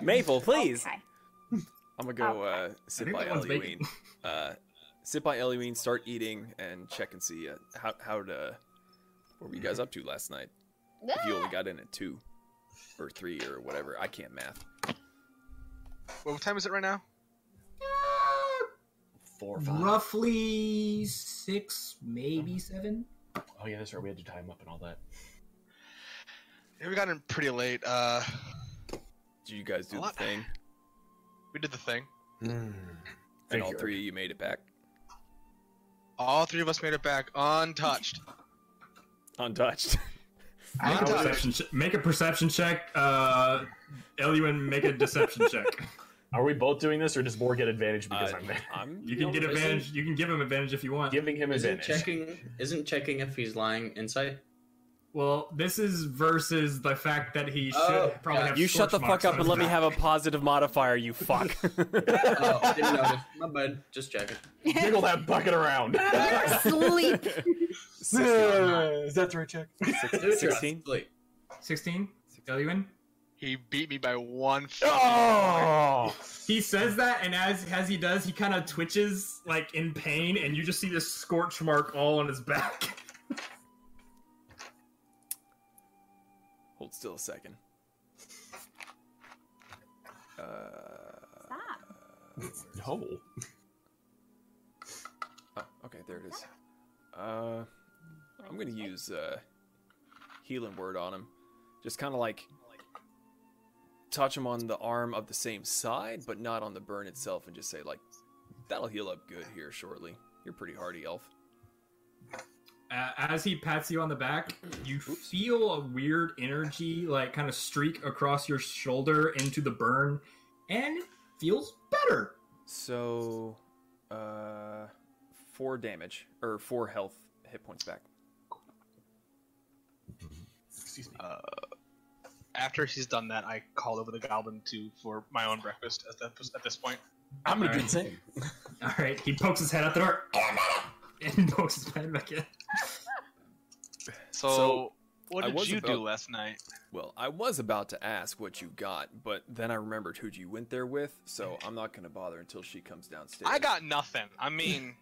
Speaker 5: Maple, please.
Speaker 4: Okay.
Speaker 5: I'm gonna go uh, sit
Speaker 3: think
Speaker 5: by
Speaker 3: that one's
Speaker 5: Eluine. *laughs* Uh, sit by Eluine. Start eating and check and see uh, how how to. What were you
Speaker 3: Mm-hmm.
Speaker 5: guys up to last night? If you
Speaker 4: Ah!
Speaker 5: only got in at two, or three, or whatever. I can't math.
Speaker 11: Well, *laughs* what time is it right now?
Speaker 1: *laughs* Four or five. Mm-hmm.
Speaker 3: roughly six, maybe seven.
Speaker 1: *laughs* Oh yeah, that's right. We had to tie him up and all that.
Speaker 11: Yeah, we got in pretty late. Uh,
Speaker 5: Did you guys do
Speaker 11: What?
Speaker 5: the thing?
Speaker 11: we did the thing.
Speaker 5: And all
Speaker 1: Figured.
Speaker 5: three of Hmm. you made it back
Speaker 11: All three of us made it back untouched.
Speaker 5: *laughs* untouched.
Speaker 3: Make a
Speaker 11: Untouched.
Speaker 3: perception, che- make a perception check. Uh, Eluin, make a deception check.
Speaker 1: Are we both doing this, or does Boar get advantage because
Speaker 5: Uh,
Speaker 1: I'm there?
Speaker 5: I'm
Speaker 3: You can get
Speaker 2: Listen.
Speaker 3: advantage. You can give him advantage if you want.
Speaker 1: Giving him
Speaker 2: Isn't
Speaker 1: advantage.
Speaker 2: checking isn't checking if he's lying *laughs* insight?
Speaker 3: Well, this is versus the fact that he should
Speaker 2: Oh,
Speaker 3: probably
Speaker 2: yeah.
Speaker 3: have.
Speaker 2: You
Speaker 3: scorch marks on his back.
Speaker 5: a positive modifier. You *laughs* fuck.
Speaker 2: oh, didn't notice. My bad. Just checking.
Speaker 1: Jiggle that bucket around. *laughs*
Speaker 4: Sleep.
Speaker 5: *laughs*
Speaker 1: Is that the right check?
Speaker 5: Sixteen.
Speaker 2: Like,
Speaker 3: Sixteen. Eluin.
Speaker 11: He beat me by one.
Speaker 1: Oh!
Speaker 3: He says that, and as as he does, he kind of twitches like in pain, and you just see this scorch mark all on his back. *laughs*
Speaker 5: Hold still a second. Uh,
Speaker 4: Stop.
Speaker 1: No.
Speaker 5: oh, okay, there it is. Uh, I'm gonna use uh, healing word on him. Just kind of like touch him on the arm of the same side, but not on the burn itself, and just say like, "That'll heal up good here shortly. You're pretty hardy, elf."
Speaker 3: Uh, as he pats you on the back, you feel a weird energy like kind of streak across your shoulder into the burn, and it feels better.
Speaker 5: So, uh, four damage or four health hit points back.
Speaker 1: Excuse me.
Speaker 11: After he's done that, I call over the goblin to for my own breakfast. At, that, at this point,
Speaker 1: I'm gonna do
Speaker 3: Alright.
Speaker 1: the same.
Speaker 3: All right, he pokes his head out the door *laughs* and pokes his head back in.
Speaker 11: so,
Speaker 5: So,
Speaker 11: what
Speaker 5: I
Speaker 11: did
Speaker 5: was
Speaker 11: you do
Speaker 5: about-
Speaker 11: last night?
Speaker 5: Well, I was about to ask what you got, but then I remembered who you went there with, so I'm not gonna bother until she comes downstairs.
Speaker 11: I got nothing.
Speaker 5: *laughs*
Speaker 11: I mean,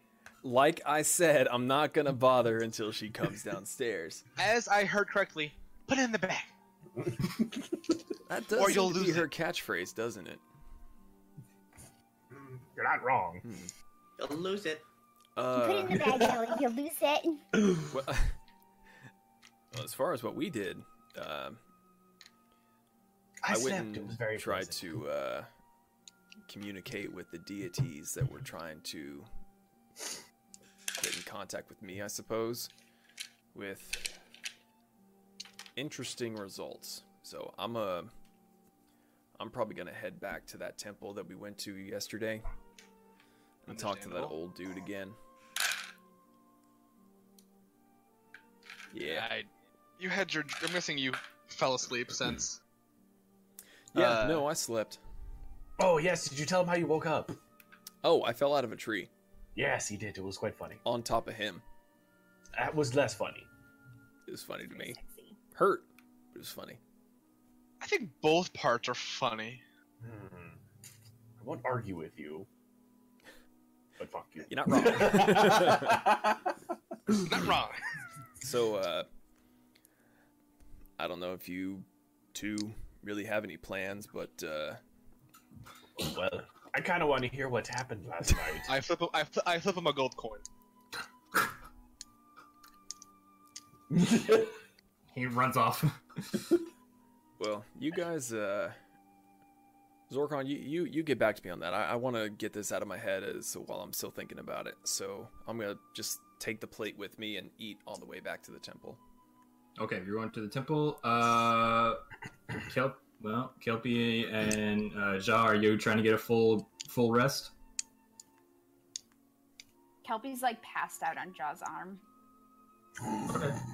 Speaker 5: like I said, I'm not gonna bother until she *laughs* comes downstairs.
Speaker 11: as I heard correctly, put it in the bag.
Speaker 5: That does
Speaker 11: Or
Speaker 5: seem
Speaker 11: you'll
Speaker 5: to be
Speaker 11: lose
Speaker 5: her catchphrase, doesn't it?
Speaker 1: You're not wrong.
Speaker 6: You'll lose it.
Speaker 5: Uh,
Speaker 30: the bag, Ellie. You'll lose
Speaker 5: *laughs*
Speaker 30: it.
Speaker 5: well, well, as far as what we did, um, I, went and tried to uh, communicate with the deities that were trying to get in contact with me, I suppose, with interesting results. So I'm a, I'm probably gonna head back to that temple that we went to yesterday and talk to that
Speaker 11: Understandable.
Speaker 5: old dude again. Yeah.
Speaker 11: I, you had your. I'm guessing you fell asleep since.
Speaker 5: Yeah.
Speaker 11: Uh,
Speaker 5: no, I slept.
Speaker 1: Oh yes, did you tell him how you woke up?
Speaker 5: Oh, I fell out of a tree
Speaker 1: Yes, he did. It was quite funny.
Speaker 5: on top of him.
Speaker 1: That was less funny.
Speaker 5: It was funny to me. Hurt, but it was funny.
Speaker 11: I think both parts are funny.
Speaker 1: Hmm. I won't argue with you. But fuck *laughs* you.
Speaker 5: You're not
Speaker 1: *laughs*
Speaker 5: wrong.
Speaker 11: Not wrong.
Speaker 5: so, uh, I don't know if you two really have any plans, but uh,
Speaker 1: well, I kind of want to hear what happened last night.
Speaker 11: I flip. him- I, fl- I flip him a gold coin.
Speaker 3: He runs off. *laughs*
Speaker 5: well, you guys, uh, Zorkon, you, you you get back to me on that. I, I want to get this out of my head as while I'm still thinking about it. So I'm gonna just take the plate with me and eat on the way back to the temple.
Speaker 3: Okay, you're going to the temple. Uh, Kelp, well, Kelpie and uh, Ja, are you trying to get a full full rest?
Speaker 4: Kelpie's like passed out on Jaw's arm.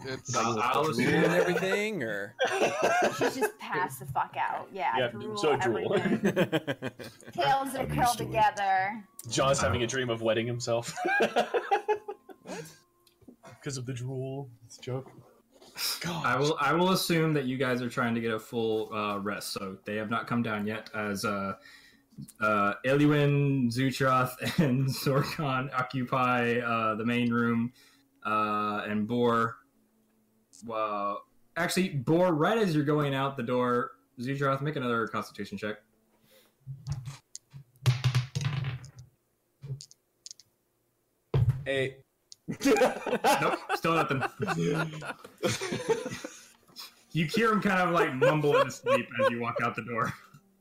Speaker 11: It's
Speaker 5: Like,
Speaker 3: I'll
Speaker 5: drool
Speaker 3: assume-
Speaker 5: and everything, or *laughs*
Speaker 4: She's just passed the fuck out. Yeah,
Speaker 1: Yeah,
Speaker 4: drool,
Speaker 1: so drool.
Speaker 4: everything.
Speaker 1: *laughs*
Speaker 4: Tails are curled together.
Speaker 1: John's having a dream of wetting *laughs* himself. Because of the drool. It's a joke. God.
Speaker 3: I will. I will assume that you guys are trying to get a full uh, rest, so they have not come down yet. As uh, uh, Eliwin, Zutroth, *laughs* and Zorkon occupy uh, the main room, uh, and Boar. Well, actually, Boar. Right as you're going out the door, Zutroth, make another Constitution check.
Speaker 5: hey,
Speaker 3: nope, still nothing. you hear him kind of like mumble in his sleep as you walk out the door.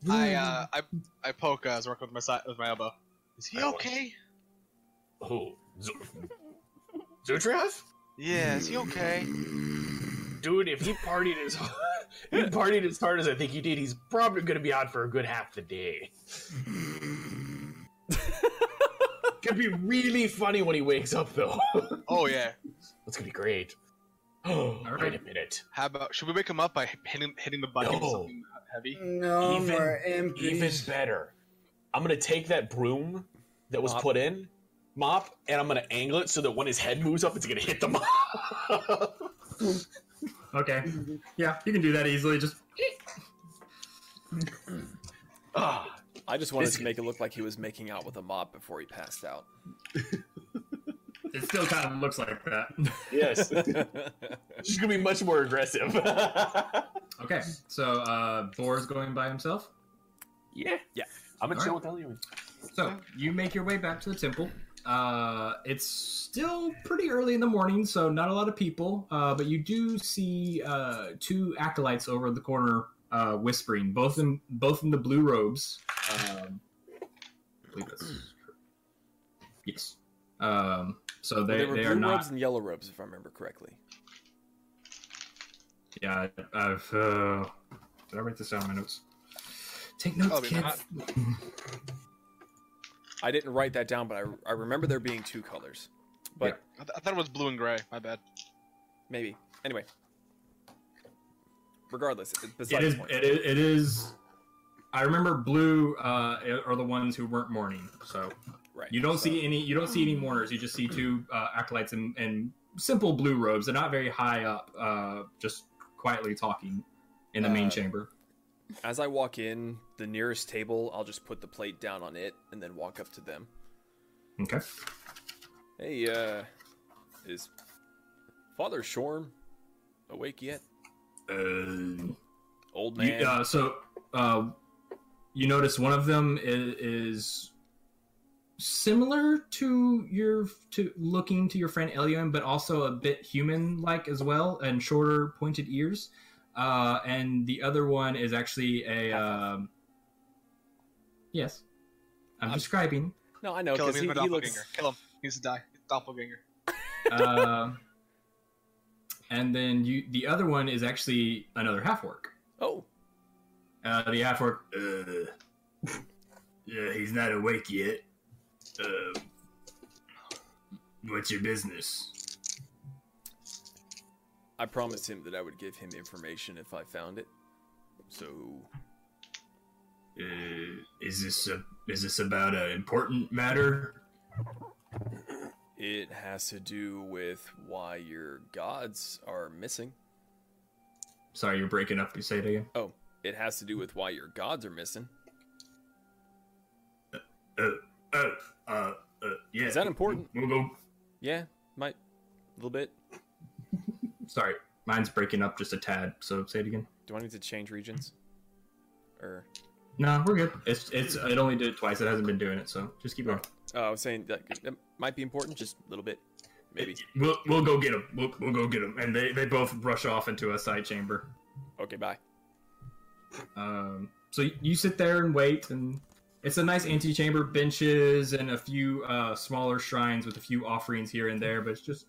Speaker 11: I uh, I I poke uh, Zork with my side with my elbow. Is he okay?
Speaker 1: Oh, Z- Zutrath?
Speaker 11: Yeah, is
Speaker 5: *laughs*
Speaker 11: he okay?
Speaker 1: Dude, if he partied as hard, he partied as hard as I think he did, he's probably going to be out for a good half the day. Could be really funny when he wakes up, though.
Speaker 11: Oh yeah.
Speaker 1: That's going to be great. *gasps* Oh,
Speaker 3: All
Speaker 1: wait a
Speaker 3: right.
Speaker 1: minute.
Speaker 11: How about should we wake him up by hitting hitting the button with
Speaker 1: No.
Speaker 11: something heavy?
Speaker 30: No
Speaker 1: Even-
Speaker 30: more *laughs*
Speaker 1: Even
Speaker 30: MPs.
Speaker 1: better. I'm gonna take that broom that was
Speaker 5: Mop.
Speaker 1: put in, mop, and I'm gonna angle it so that when his head moves up, it's gonna hit the mop.
Speaker 3: Okay. Yeah, you can do that easily. Just
Speaker 1: Ah,
Speaker 5: I just wanted
Speaker 1: This-
Speaker 5: to make it look like he was making out with a mop before he passed out.
Speaker 3: it still kind of looks like that.
Speaker 1: *laughs* yes. She's gonna be much more aggressive. *laughs*
Speaker 3: Okay, so uh, Boar's going by himself.
Speaker 1: yeah.
Speaker 5: Yeah.
Speaker 1: I'm gonna
Speaker 3: All
Speaker 1: chill with Elliot.
Speaker 3: So you make your way back to the temple. Uh, it's still pretty early in the morning, so not a lot of people. Uh, but you do see uh, two acolytes over in the corner uh, whispering. Both in both in the blue robes. Um, I believe that's yes. Um, so
Speaker 5: Well,
Speaker 3: they,
Speaker 5: were
Speaker 3: they
Speaker 5: blue
Speaker 3: are not.
Speaker 5: robes and yellow robes, if I remember correctly.
Speaker 3: Yeah, I- I've. Uh, did I write this down in my notes? Take notes,
Speaker 11: Oh, they're
Speaker 3: kids.
Speaker 5: I didn't write that down, but I, I remember there being two colors. But
Speaker 3: Yeah.
Speaker 11: I, th- I thought it was blue and gray. My bad.
Speaker 5: maybe anyway. Regardless, it's beside
Speaker 3: It
Speaker 5: the
Speaker 3: is,
Speaker 5: point.
Speaker 3: it is. It is. I remember blue uh, are the ones who weren't mourning. So
Speaker 5: right.
Speaker 3: you don't
Speaker 5: so- Hmm.
Speaker 3: see any. You don't see any mourners. You just see two uh, acolytes in, in simple blue robes. They're not very high up. Uh, just quietly talking in the main
Speaker 5: Uh,
Speaker 3: chamber.
Speaker 5: As I walk in, the nearest table, I'll just put the plate down on it and then walk up to them.
Speaker 3: Okay.
Speaker 5: Hey, uh, is Father Shorm awake yet?
Speaker 3: Uh,
Speaker 5: Old
Speaker 3: You,
Speaker 5: man.
Speaker 3: uh, so, uh, you notice one of them is, is similar to your to looking to your friend Elion, but also a bit human-like as well, and shorter, pointed ears. Uh, and the other one is actually a. Um, yes, I'm
Speaker 11: I'm-
Speaker 3: describing.
Speaker 5: no, I know
Speaker 11: Kill him.
Speaker 5: because
Speaker 11: He's
Speaker 5: he,
Speaker 11: my
Speaker 5: he
Speaker 11: doppelganger.
Speaker 5: looks.
Speaker 11: Kill him. He needs to die. He's a doppelganger.
Speaker 3: uh, *laughs* and then you, the other one is actually another half orc.
Speaker 5: Oh,
Speaker 3: Uh, the half orc. Uh, yeah, he's not awake yet. Uh, what's your business?
Speaker 5: I promised him that I would give him information if I found it. So
Speaker 3: Uh, is this a, is this about an important matter?
Speaker 5: it has to do with why your gods are missing.
Speaker 3: Sorry, you're breaking up. You say it again.
Speaker 5: Oh, it has to do with why your gods are missing.
Speaker 31: uh,
Speaker 3: Oh,
Speaker 31: uh, uh, uh, yeah.
Speaker 5: Is that important?
Speaker 31: We'll go.
Speaker 5: Yeah, might a little bit.
Speaker 3: Sorry, mine's breaking up just a tad. So say it again.
Speaker 5: Do I need to change regions? Or
Speaker 3: No, we're good. It's it's it only did it twice. It hasn't been doing it, so just keep going.
Speaker 5: oh, I was saying that it might be important, just a little bit, maybe.
Speaker 3: We'll we'll go get them. We'll, we'll go get them, and they they both rush off into a side chamber.
Speaker 5: Okay, bye.
Speaker 3: Um, so you sit there and wait, and it's a nice antechamber, benches, and a few uh, smaller shrines with a few offerings here and there. But it's just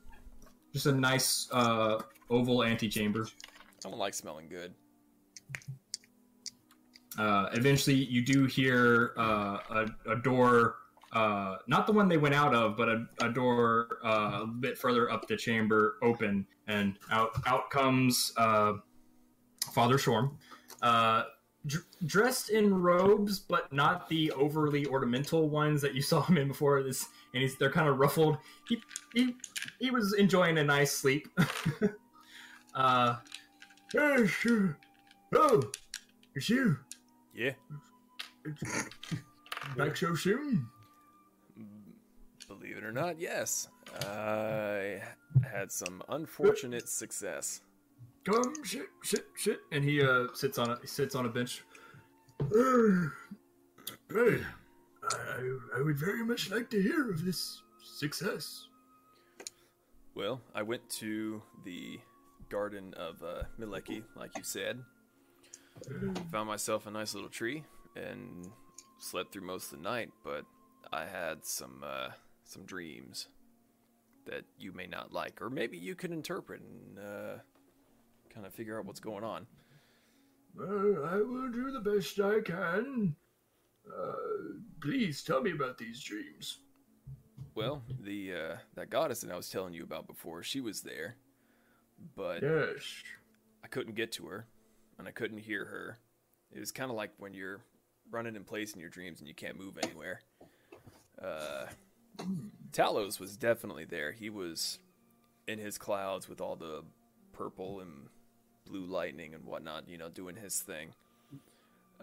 Speaker 3: just a nice uh, oval antechamber.
Speaker 5: Someone likes smelling good.
Speaker 3: Uh, eventually, you do hear uh, a, a door, uh, not the one they went out of, but a, a door uh, a bit further up the chamber open, and out out comes uh, Father Storm, uh, dr- dressed in robes, but not the overly ornamental ones that you *laughs* saw him in before. This and he's, they're kind of ruffled. He, he he was enjoying a nice sleep. *laughs* uh, "Hey, sure. Oh, it's you.
Speaker 5: Yeah.
Speaker 3: Back so soon?
Speaker 5: Believe it or not, yes. I had some unfortunate success.
Speaker 3: Come sit, sit, sit, and he uh, sits on a sits on a bench. *sighs* "Uh, hey, I, I- I would very much like to hear of this success.
Speaker 5: Well, I went to the garden of uh, Mileki, like you said. Found myself a nice little tree and slept through most of the night, but I had some uh, some dreams that you may not like, or maybe you can interpret and uh, kind of figure out what's going on.
Speaker 31: Well, I will do the best I can. Uh, please tell me about these dreams.
Speaker 5: Well, the uh, that goddess that I was telling you about before, she was there, but
Speaker 31: Yes.
Speaker 5: I couldn't get to her, and I couldn't hear her. It was kind of like when you're running in place in your dreams and you can't move anywhere. Uh, Talos was definitely there. He was in his clouds with all the purple and blue lightning and whatnot, you know, doing his thing.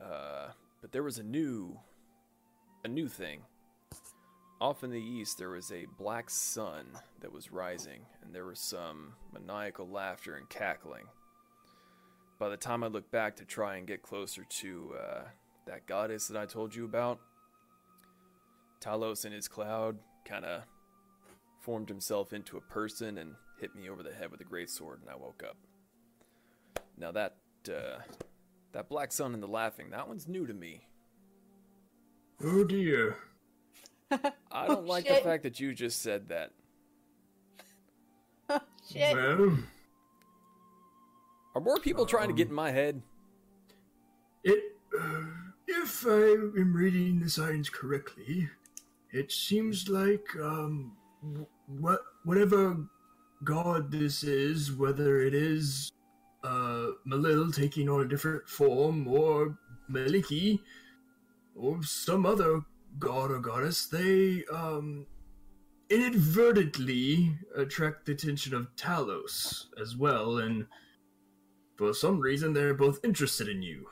Speaker 5: Uh, but there was a new, a new thing. Off in the east, there was a black sun that was rising, and there was some maniacal laughter and cackling. By the time I looked back to try and get closer to uh, that goddess that I told you about, Talos in his cloud kind of formed himself into a person and hit me over the head with a great sword, and I woke up. Now that uh, that black sun and the laughing, that one's new to me.
Speaker 31: Oh dear.
Speaker 5: I don't
Speaker 31: Oh,
Speaker 5: like
Speaker 31: shit.
Speaker 5: the fact that you just said that.
Speaker 31: Shit. Well.
Speaker 5: Are more people trying to get in my head?
Speaker 31: It, uh, if I am reading the signs correctly, it seems like um, what whatever god this is, whether it is uh, Malil taking on a different form or Maliki or some other god or goddess, they um, inadvertently attract the attention of Talos as well, and for some reason they're both interested in you.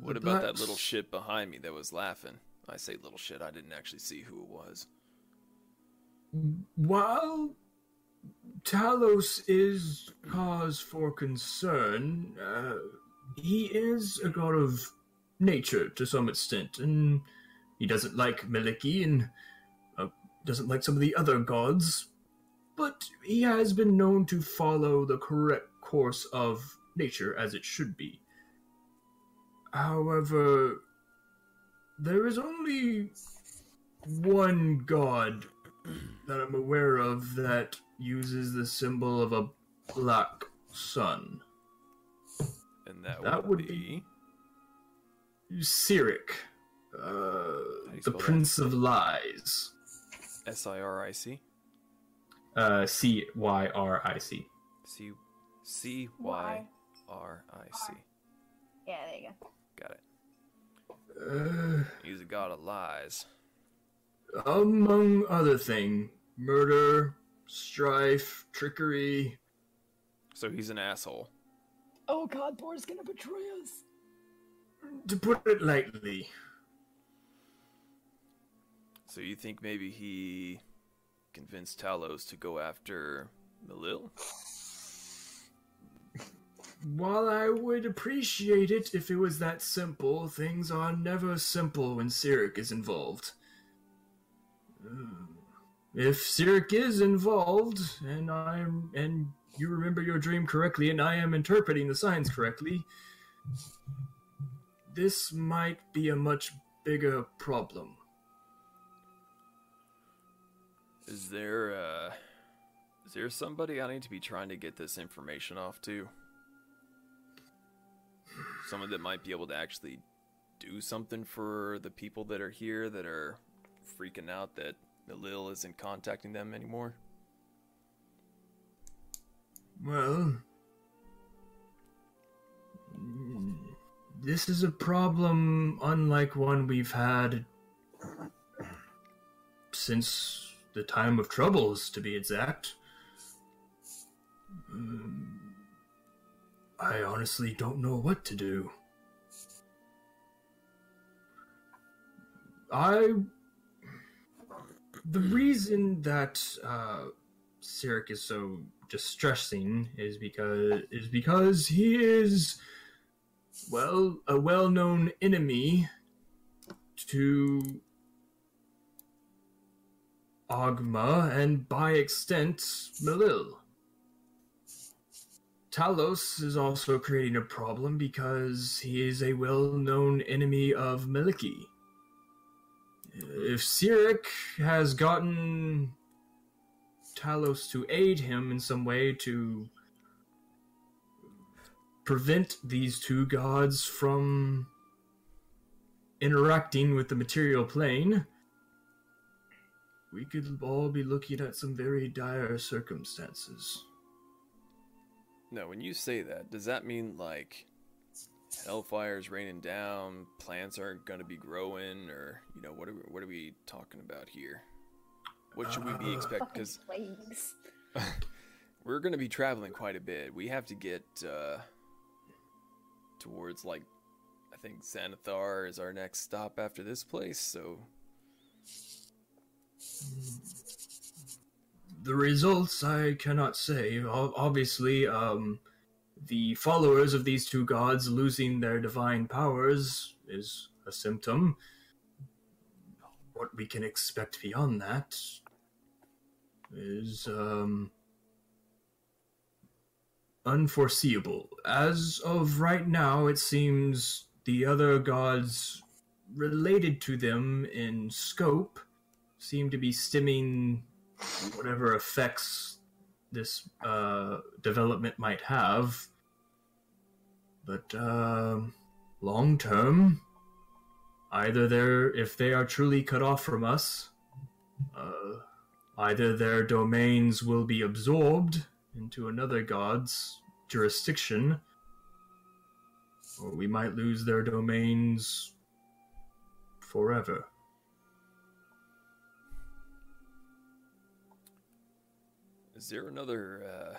Speaker 5: What about that
Speaker 31: Perhaps-
Speaker 5: little shit behind me that was laughing? I say little shit, I didn't actually see who it was.
Speaker 31: While Talos is cause for concern, uh, he is a god of nature to some extent, and he doesn't like Meliki and uh, doesn't like some of the other gods, but he has been known to follow the correct course of nature as it should be. However, there is only one god that I'm aware of that uses the symbol of a black sun.
Speaker 5: And that,
Speaker 31: That
Speaker 5: would
Speaker 31: would
Speaker 5: be.
Speaker 31: Cyric, uh, the
Speaker 5: spell that?
Speaker 31: Prince of Lies.
Speaker 5: S I R I C
Speaker 3: Uh, C Y R I C.
Speaker 5: C C Y R I C.
Speaker 4: Yeah, there you go.
Speaker 5: Got it.
Speaker 31: Uh,
Speaker 5: He's a god of lies.
Speaker 31: among other thing, murder, strife, trickery.
Speaker 5: So he's an asshole.
Speaker 28: Oh God, Bor's gonna betray us.
Speaker 31: To put it lightly,
Speaker 5: So you think maybe he convinced Talos to go after Melil?
Speaker 3: While I would appreciate it if it was that simple, things are never simple when Sirik is involved. Hmm. If Sirik is involved, and I'm and you remember your dream correctly, and I am interpreting the signs correctly, this might be a much bigger problem.
Speaker 5: Is there uh is there somebody I need to be trying to get this information off to? Someone that might be able to actually do something for the people that are here that are freaking out that Nalil isn't contacting them anymore?
Speaker 3: Well, mm, this is a problem unlike one we've had since the time of troubles, to be exact. Mm, I honestly don't know what to do. I the reason that uh, Sirik is so distressing is because is because he is well a well-known enemy to Agma and by extent Melil. Talos is also creating a problem because he is a well-known enemy of Meliki if Sirik has gotten Talos to aid him in some way to prevent these two gods from interacting with the material plane, we could all be looking at some very dire circumstances.
Speaker 5: No, when you say that, does that mean like hellfire's raining down, plants aren't going to be growing, or you know what are we, what are we talking about here? What should we be
Speaker 4: Uh,
Speaker 5: expecting?
Speaker 4: fucking
Speaker 5: Because
Speaker 4: plagues.
Speaker 5: we're going to be traveling quite a bit. We have to get uh, towards like I think Xanathar is our next stop after this place. So
Speaker 3: The results I cannot say. O- Obviously, um, the followers of these two gods losing their divine powers is a symptom. What we can expect beyond that is um, unforeseeable. As of right now, it seems the other gods related to them in scope seem to be stemming whatever effects this uh, development might have. But um, long term, either they're if they are truly cut off from us, uh, either their domains will be absorbed into another god's jurisdiction, or we might lose their domains forever.
Speaker 5: is there another uh,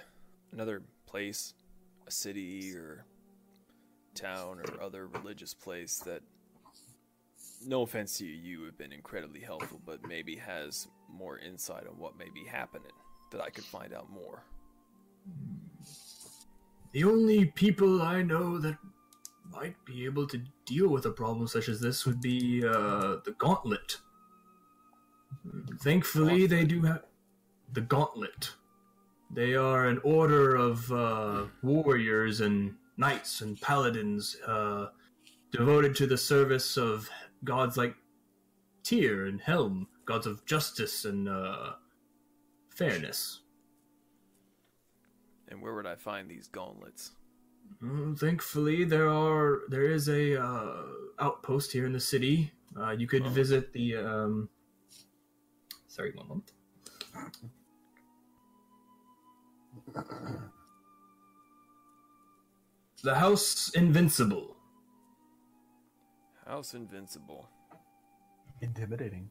Speaker 5: another place, a city or town or other religious place that? No offense to you, you have been incredibly helpful, but maybe has more insight on what may be happening that I could find out more.
Speaker 3: The only people I know that might be able to deal with a problem such as this would be uh, the Gauntlet. Thankfully, they do have the Gauntlet. They are an order of uh, warriors and knights and paladins uh, devoted to the service of gods like Tyr and Helm, gods of justice and uh, fairness.
Speaker 5: And where would I find these gauntlets?
Speaker 3: Mm, Thankfully, there are there is a uh, outpost here in the city. Uh, you could visit the. Um... Sorry, one moment. The House Invincible.
Speaker 5: House Invincible.
Speaker 10: Intimidating.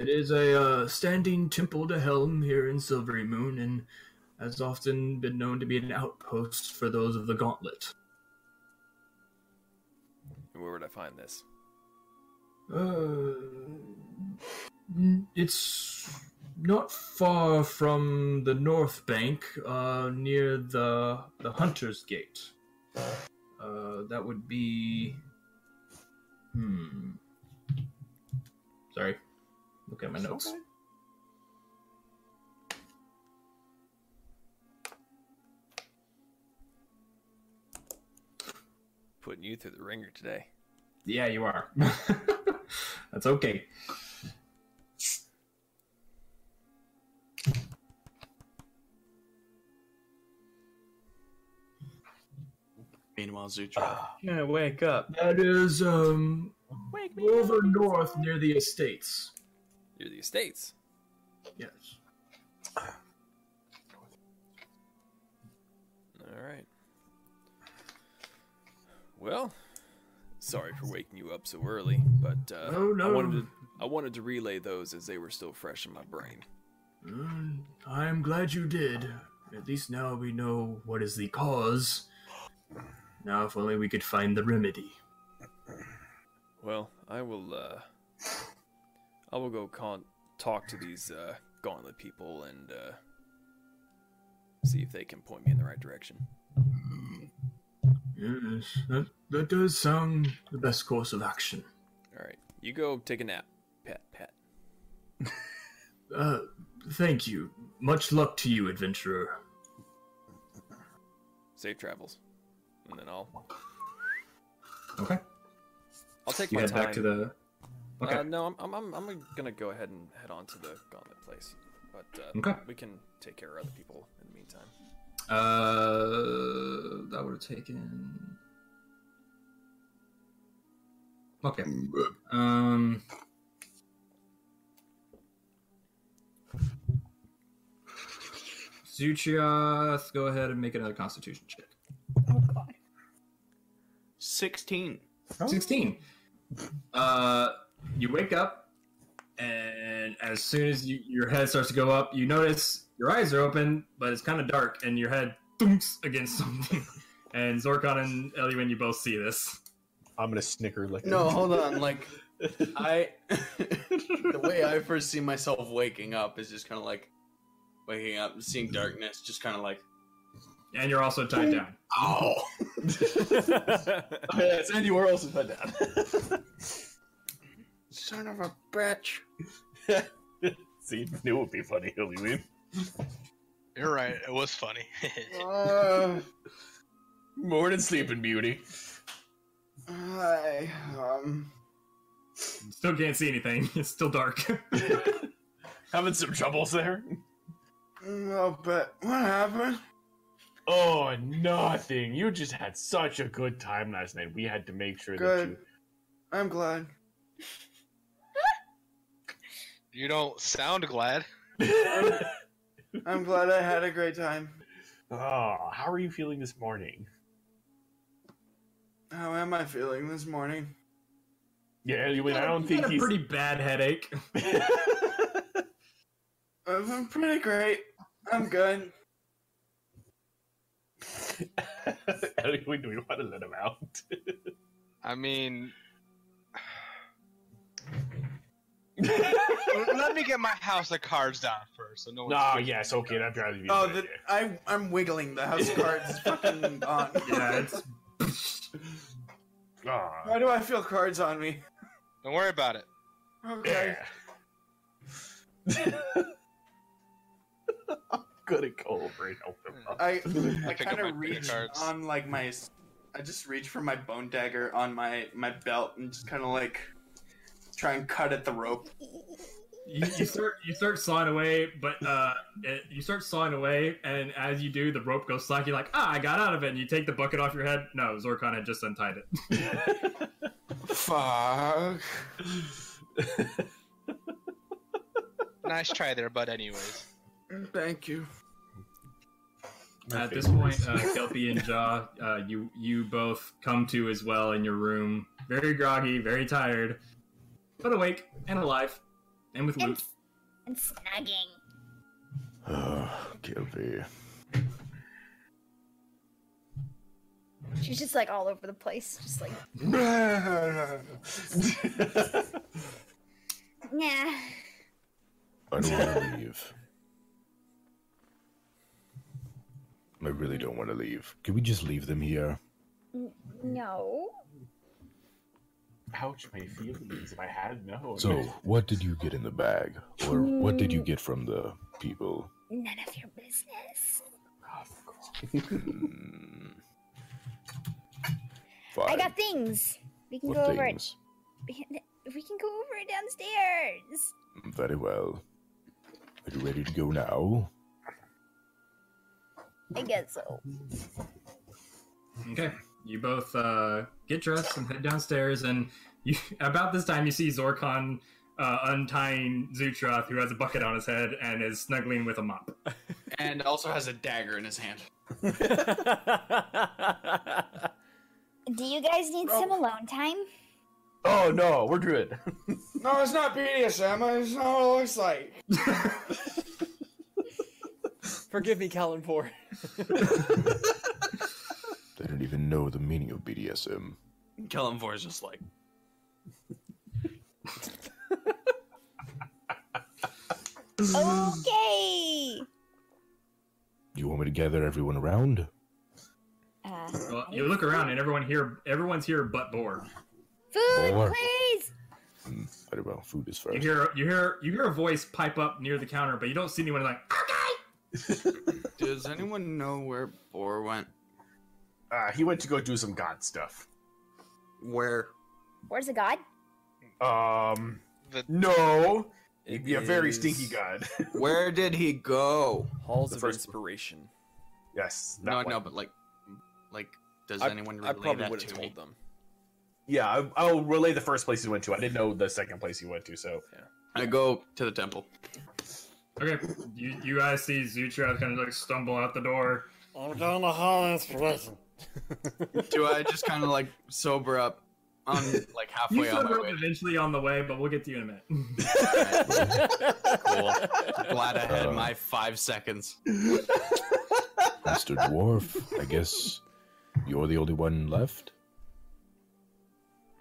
Speaker 3: It is a uh, standing temple to Helm here in Silvery Moon, and has often been known to be an outpost for those of the Gauntlet.
Speaker 5: And where would I find this?
Speaker 31: Uh, n- it's not far from the north bank, uh, near the the Hunter's Gate. Uh, that would be. Hmm. Sorry. Look at my notes.
Speaker 5: Putting you through the ringer today.
Speaker 3: Yeah,
Speaker 31: *laughs*
Speaker 3: you are. That's okay.
Speaker 2: Meanwhile, Zutra.
Speaker 19: Yeah, wake up.
Speaker 31: That is um over north near the estates.
Speaker 5: Near the estates.
Speaker 31: Yes.
Speaker 5: All right. Well, sorry for waking you up so early, but uh,
Speaker 31: Oh,
Speaker 5: I
Speaker 31: no.
Speaker 5: wanted to, I wanted to relay those as they were still fresh in my brain.
Speaker 31: Mm, I'm glad you did. At least now we know what is the cause. Now, if only we could find the remedy.
Speaker 5: Well, I will. Uh, I will go con- talk to these uh, gauntlet people and uh, see if they can point me in the right direction.
Speaker 31: Yes, that, that does sound the best course of action.
Speaker 5: All right, you go take a nap, Pat. Pat.
Speaker 31: Uh, thank you. Much luck to you, adventurer.
Speaker 5: Safe travels, and then I'll
Speaker 3: Okay.
Speaker 5: I'll take
Speaker 3: You
Speaker 5: my
Speaker 3: head
Speaker 5: time.
Speaker 3: back to the. Okay.
Speaker 5: Uh, no, I'm, I'm, I'm, I'm gonna go ahead and head on to the gauntlet place, but uh,
Speaker 3: Okay.
Speaker 5: we can take care of other people in the meantime.
Speaker 3: Uh, that would have taken. Okay. Um. Zuchiath, go ahead and make another Constitution check.
Speaker 2: 16.
Speaker 3: 16. Uh, you wake up, and as soon as you, your head starts to go up, you notice your eyes are open, but it's kind of dark, and your head thumps against *laughs* something. And Zorkon and Eluin, you both see this.
Speaker 1: I'm gonna snicker like
Speaker 2: No, hold on. Like, *laughs*
Speaker 30: *laughs*
Speaker 2: I. the way I first see myself waking up is just kind of like waking up and seeing darkness, just kind of like.
Speaker 3: And you're also tied down.
Speaker 2: Ow!
Speaker 1: *laughs* it's anywhere else but down. *laughs*
Speaker 2: Son of a *laughs* bitch.
Speaker 1: See, I knew it would be funny, Hillyween.
Speaker 11: You're right. It was funny. *laughs*
Speaker 1: Uh, more than Sleeping *laughs* Beauty.
Speaker 2: I, um.
Speaker 3: Still can't see anything. *laughs* It's still dark.
Speaker 1: Having some troubles there?
Speaker 2: No, but what happened?
Speaker 1: Oh, nothing. You just had such a good time last night. We had to make sure that you.
Speaker 2: Good. I'm glad.
Speaker 11: you don't sound glad.
Speaker 2: I'm glad I had a great
Speaker 1: *laughs*
Speaker 2: time.
Speaker 1: Oh, how are you feeling this morning?
Speaker 2: How am I feeling this morning?
Speaker 1: Yeah, Eluin, I don't
Speaker 3: You
Speaker 1: think
Speaker 3: got a
Speaker 1: he's.
Speaker 3: pretty bad headache.
Speaker 1: *laughs*
Speaker 2: Uh, I'm pretty great. I'm good.
Speaker 1: Eluin, do we want to let him *laughs* out?
Speaker 11: I mean, let me get my house of cards down first. So no one's
Speaker 1: no, yes, okay, that probably be. a
Speaker 11: Oh,
Speaker 1: good
Speaker 11: the-
Speaker 1: idea.
Speaker 30: I I'm wiggling. The house card's fucking
Speaker 2: *laughs*
Speaker 30: on.
Speaker 3: yeah, it's
Speaker 1: Aw,
Speaker 30: Why do I feel cards on me?
Speaker 11: Don't worry about it.
Speaker 30: Okay.
Speaker 1: *laughs* good at Colbert. Help him up.
Speaker 30: I I
Speaker 11: pick up
Speaker 30: kind of
Speaker 11: my data
Speaker 30: reach
Speaker 11: cards.
Speaker 30: on like my s- I just reach for my bone dagger on my my belt and just kind of like try and cut at the rope.
Speaker 3: you, you start you start sawing away, but uh, it, you start sawing away, and as you do, the rope goes slack. You're like, ah, I got out of it. And you take the bucket off your head. No, Zorkon had just untied it.
Speaker 2: Fuck.
Speaker 5: *laughs*
Speaker 11: Nice try there, but anyways.
Speaker 2: Thank you.
Speaker 3: At this point, uh, Kelpie and Jaw, uh, you you both come to as well in your room, very groggy, very tired, but awake and alive, and with Luke.
Speaker 4: And snagging.
Speaker 10: Ah,
Speaker 1: *laughs*
Speaker 10: Oh, Kelpie.
Speaker 4: She's just like all over the place, just like nah.
Speaker 10: I don't want to leave. I really don't want to leave. Can we just leave them here?
Speaker 4: N- no.
Speaker 1: *laughs* Ouch, my feelings. If I had no.
Speaker 10: So, what did you get in the bag? Or what did you get from the people?
Speaker 4: None of your business. I
Speaker 10: Mm. Fine.
Speaker 4: got things. We can
Speaker 10: What
Speaker 4: go over
Speaker 10: things?
Speaker 4: it. We can go over it downstairs.
Speaker 10: Very well. Are you ready to go now?
Speaker 4: I guess so.
Speaker 3: Okay. You both uh, get dressed and head downstairs, and you, *laughs* about this time you see Zorkon uh, untying Zutroth, who has a bucket on his head and is snuggling with a mop.
Speaker 2: and also has a dagger in his hand.
Speaker 4: Do you guys need some alone *laughs* time?
Speaker 1: Oh no, we're good.
Speaker 29: No, it's not BDSM. It's not what it looks like.
Speaker 5: Forgive me, Callan Poor.
Speaker 10: They don't even know the meaning of BDSM.
Speaker 2: Kellen Vor is just like,
Speaker 4: okay.
Speaker 10: Do you want me to gather everyone around?
Speaker 4: Uh,
Speaker 3: Well, you look around, and everyone here, everyone's here but Boar.
Speaker 4: Food,
Speaker 10: More.
Speaker 4: please.
Speaker 10: Hmm, Very well, food is
Speaker 3: You
Speaker 10: first.
Speaker 3: hear, you hear, you hear a voice pipe up near the counter, but you don't see anyone. Like, *laughs*
Speaker 2: does anyone know where Boar went?
Speaker 1: Uh, he went to go do some god stuff.
Speaker 2: Where?
Speaker 4: Where's the god?
Speaker 1: Um, no, he'd be a very
Speaker 5: is-
Speaker 1: stinky god. *laughs*
Speaker 2: Where did he go?
Speaker 5: Halls
Speaker 1: The
Speaker 5: of
Speaker 1: first-
Speaker 5: Inspiration.
Speaker 1: yes,
Speaker 2: No,
Speaker 1: that
Speaker 2: no,
Speaker 1: one.
Speaker 2: but like, like, does
Speaker 5: I-
Speaker 2: anyone
Speaker 5: I
Speaker 2: relay
Speaker 5: probably
Speaker 2: that
Speaker 5: would have
Speaker 2: to me?
Speaker 5: told them.
Speaker 1: Yeah, I, I'll relay the first place he went to. I didn't know the second place he went to, so
Speaker 2: I go to the temple.
Speaker 3: okay, you, you guys see Zutroth kind of like stumble out the door.
Speaker 29: I'm going to Hall Inspiration.
Speaker 2: Do I just kind of
Speaker 5: *laughs*
Speaker 2: like sober up? I'm like
Speaker 3: You
Speaker 2: halfway on my
Speaker 3: sober up
Speaker 2: way.
Speaker 3: eventually on the way, but we'll get to you in a minute. *laughs*
Speaker 5: *laughs*
Speaker 2: Cool. Glad I had
Speaker 10: Uh.
Speaker 2: my five seconds.
Speaker 10: Mr. Dwarf, I guess you're the only one left?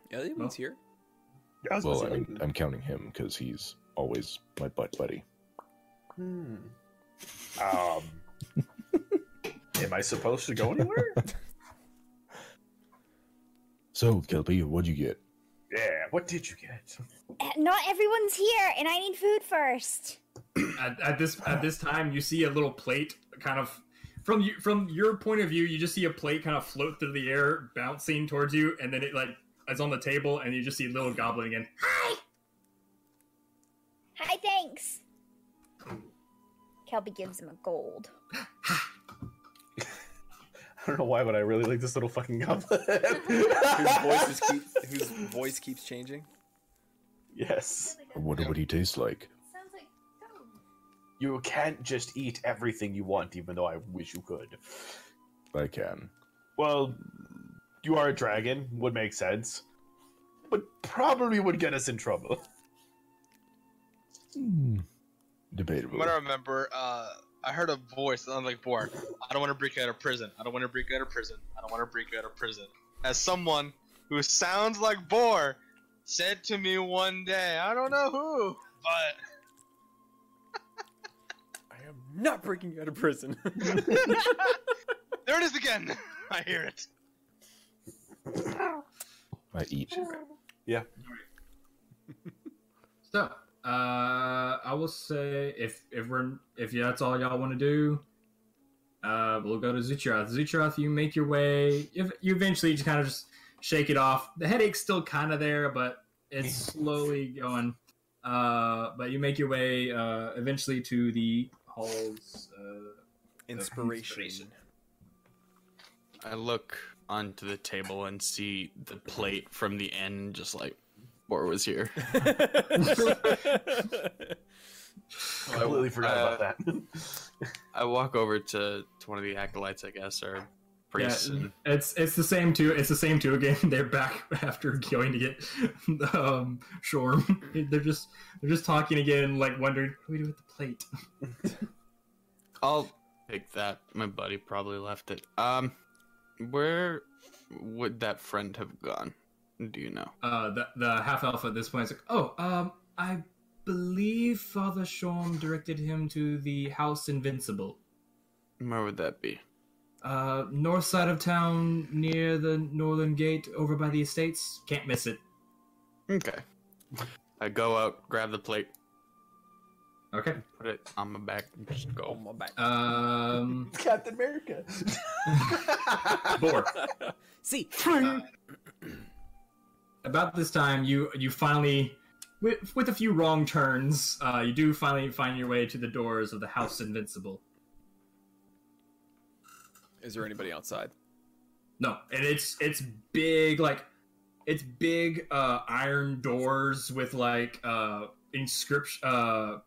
Speaker 5: Yeah, anyone's here?
Speaker 1: I was
Speaker 10: Well,
Speaker 1: gonna
Speaker 10: I
Speaker 1: say,
Speaker 10: mean, I'm counting him because he's always my butt buddy.
Speaker 1: Hmm. Um, *laughs* am I supposed to go anywhere?
Speaker 10: So, Kelpie, what'd you get?
Speaker 1: yeah. What did you get? *laughs*
Speaker 4: Eh, Not everyone's here, and I need food first.
Speaker 3: at, at this at this time you see a little plate kind of from you from your point of view you just see a plate kind of float through the air bouncing towards you and then it like it's on the table and you just see little goblin again
Speaker 4: Hi, thanks. Kelby gives him a gold.
Speaker 1: I don't know why, but I really like this little fucking goblin. *laughs*
Speaker 5: whose, voice is keep, whose voice keeps changing?
Speaker 1: yes.
Speaker 10: I wonder what he tastes like.
Speaker 4: Sounds like
Speaker 1: You can't just eat everything you want, even though I wish you could.
Speaker 10: I can.
Speaker 1: Well, you are a dragon, would make sense. But probably would get us in trouble. *laughs*
Speaker 10: Hmm. Debatable.
Speaker 11: From what I remember, uh, I heard a voice, and I'm like, "Boy, I don't want to break you out of prison. I don't want to break you out of prison. I don't want to break you out of prison." As someone who sounds like Boar said to me one day, I don't know who, but
Speaker 5: I am not breaking you out of prison. *laughs*
Speaker 11: there it is again. *laughs* I hear it.
Speaker 10: I eat.
Speaker 3: so uh i will say if if we're if that's all y'all want to do uh we'll go to zucharath zucharath you make your way if you eventually just kind of just shake it off the headache's still kind of there but it's slowly going uh but you make your way uh eventually to the halls uh
Speaker 5: Inspiration.
Speaker 2: I look onto the table and see the plate from the end, just like Boar was here.
Speaker 5: *laughs*
Speaker 1: I completely forgot
Speaker 2: uh,
Speaker 1: about that.
Speaker 2: I walk over to, to one of the acolytes, I guess, or priests.
Speaker 3: Yeah,
Speaker 2: and
Speaker 3: it's it's the same two. It's the same two again. *laughs* They're back after going to get *laughs* um, Shorm. *laughs* They're just they're just talking again, like wondering what do we do with the plate.
Speaker 2: I'll take that. My buddy probably left it. Um, Where would that friend have gone? Do you know?
Speaker 3: Uh, the, the half elf at this point is like, oh, um, I believe Father Shorm directed him to the House Invincible.
Speaker 2: Where would that be?
Speaker 3: Uh, north side of town, near the northern gate, over by the estates. Can't miss it.
Speaker 2: Okay. I go out, grab the plate.
Speaker 3: Okay.
Speaker 2: Put it on my back and just go.
Speaker 5: my back.
Speaker 3: Um,
Speaker 1: *laughs* Captain America.
Speaker 3: Boar.
Speaker 32: See.
Speaker 3: Uh, About this time, you you finally, with, with a few wrong turns, uh, you do finally find your way to the doors of the House Invincible.
Speaker 5: Is there anybody outside?
Speaker 3: No, and it's it's big like it's big uh iron doors with like uh inscription uh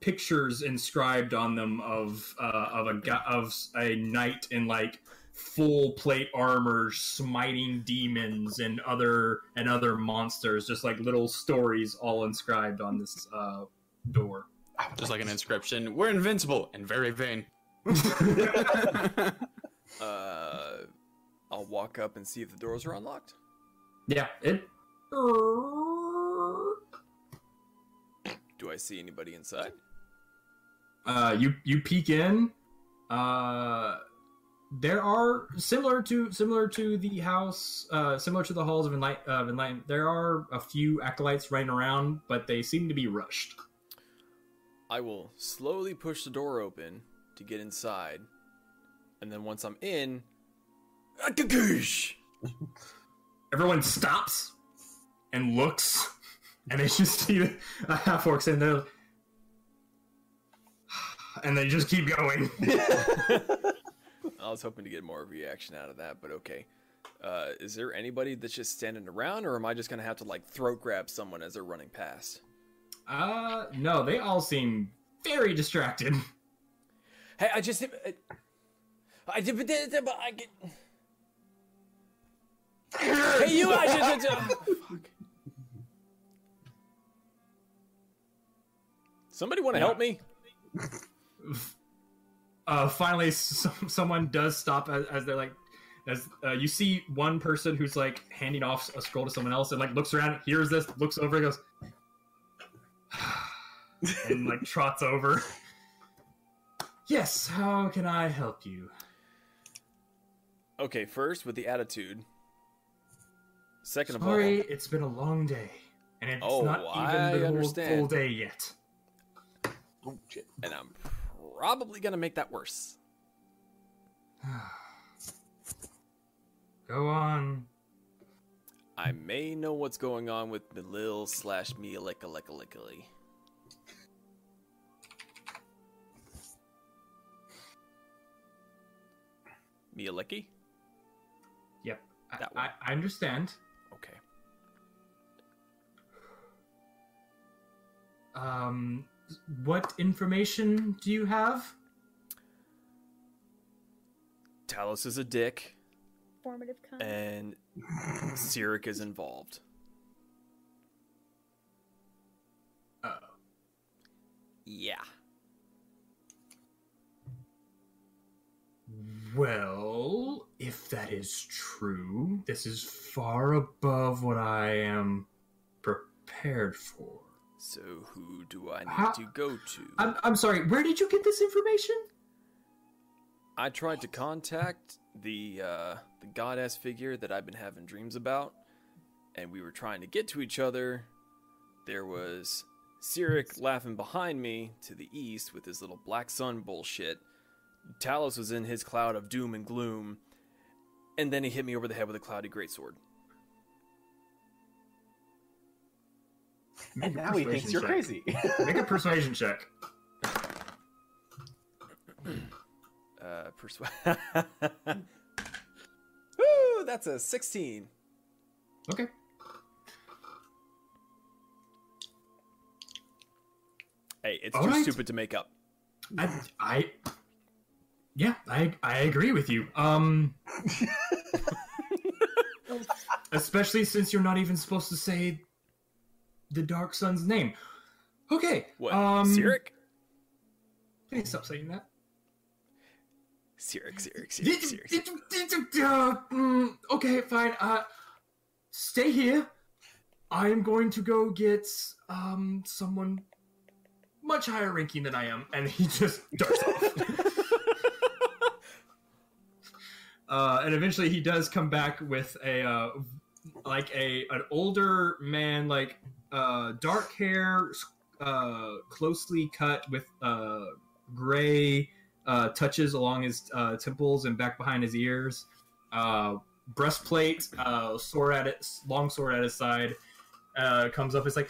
Speaker 3: pictures inscribed on them of uh of a gu- of a knight in like full plate armor smiting demons and other and other monsters just like little stories all inscribed on this uh door
Speaker 2: Just like an inscription. We're invincible and very
Speaker 5: *laughs*
Speaker 2: vain. *laughs*
Speaker 5: Uh, I'll walk up and see if the doors are unlocked.
Speaker 3: yeah it
Speaker 5: Do I see anybody inside?
Speaker 3: uh, you you peek in. Uh, there are similar to similar to the house, uh, similar to the halls of enlight of enlighten. There are a few acolytes running around, but they seem to be rushed.
Speaker 5: I will slowly push the door open to get inside, and then once I'm in, Akakoosh!
Speaker 3: Everyone stops and looks, *laughs* and they just *laughs* see a half orc in there, *sighs* and they just keep going. *laughs*
Speaker 5: I was hoping to get more reaction out of that, but okay. Uh, is there anybody that's just standing around, or am I just gonna have to like throat grab someone as they're running past?
Speaker 3: uh, no, they all seem very distracted. *laughs*
Speaker 5: Hey, I just. I did, but did, but I get. Hey, you! I just. um, *laughs* Somebody want to
Speaker 3: Yeah.
Speaker 5: help me?
Speaker 3: uh, finally some, someone does stop as, as they're like as uh, you see one person who's like handing off a scroll to someone else and like looks around hears this looks over and goes *sighs* and like trots over yes how can i help you
Speaker 5: Okay, first with the attitude. Second of all,
Speaker 3: sorry it's been a long day and it's
Speaker 5: Oh,
Speaker 3: not
Speaker 5: I
Speaker 3: even the whole,
Speaker 5: understand.
Speaker 3: full day yet *sighs*
Speaker 5: and I'm probably gonna make that worse.
Speaker 3: go on
Speaker 5: I may know what's going on with Melil slash Mealikalikali. Mealiki?
Speaker 3: yep I-
Speaker 5: That
Speaker 3: I, I understand
Speaker 5: Okay.
Speaker 3: um what information do you have
Speaker 5: Talos is a dick,
Speaker 4: Formative kind.
Speaker 5: and Sirik is involved.
Speaker 3: Oh.
Speaker 5: Yeah.
Speaker 3: Well, if that is true, this is far above what I am prepared for.
Speaker 5: So who do I need
Speaker 3: How-
Speaker 5: to go to?
Speaker 3: I'm, I'm sorry, where did you get this information?
Speaker 5: I tried to contact the uh, the goddess figure that I've been having dreams about, and we were trying to get to each other. There was Sirik laughing behind me to the east with his little black sun bullshit. Talos was in his cloud of doom and gloom, and then he hit me over the head with a cloudy greatsword.
Speaker 3: Make a
Speaker 1: now he thinks
Speaker 3: persuasion
Speaker 1: you're
Speaker 3: check.
Speaker 1: crazy.
Speaker 3: Make a persuasion check.
Speaker 5: Uh, persua- *laughs* Woo! That's a sixteen.
Speaker 3: Okay.
Speaker 5: Hey, it's
Speaker 3: All
Speaker 5: too
Speaker 3: right.
Speaker 5: stupid to make up.
Speaker 3: I, I yeah, I I agree with you. *laughs* Um, especially since you're not even supposed to say the Dark Sun's name. Okay.
Speaker 5: What?
Speaker 3: Um,
Speaker 5: Sirik?
Speaker 3: Please stop saying that.
Speaker 5: Xerix, Xerix,
Speaker 3: Did-
Speaker 5: Xerix, Xerix.
Speaker 3: did- did- did- uh, mm, okay, fine. Uh, stay here. I am going to go get um someone much higher ranking than I am, and he just *laughs* darts off. *laughs* uh, and eventually, he does come back with a uh, like a an older man, like uh, dark hair, uh, closely cut with uh, gray uh, touches along his uh, temples and back behind his ears. Uh, breastplate, uh, sword at it, long sword at his side. Uh, comes up. It's like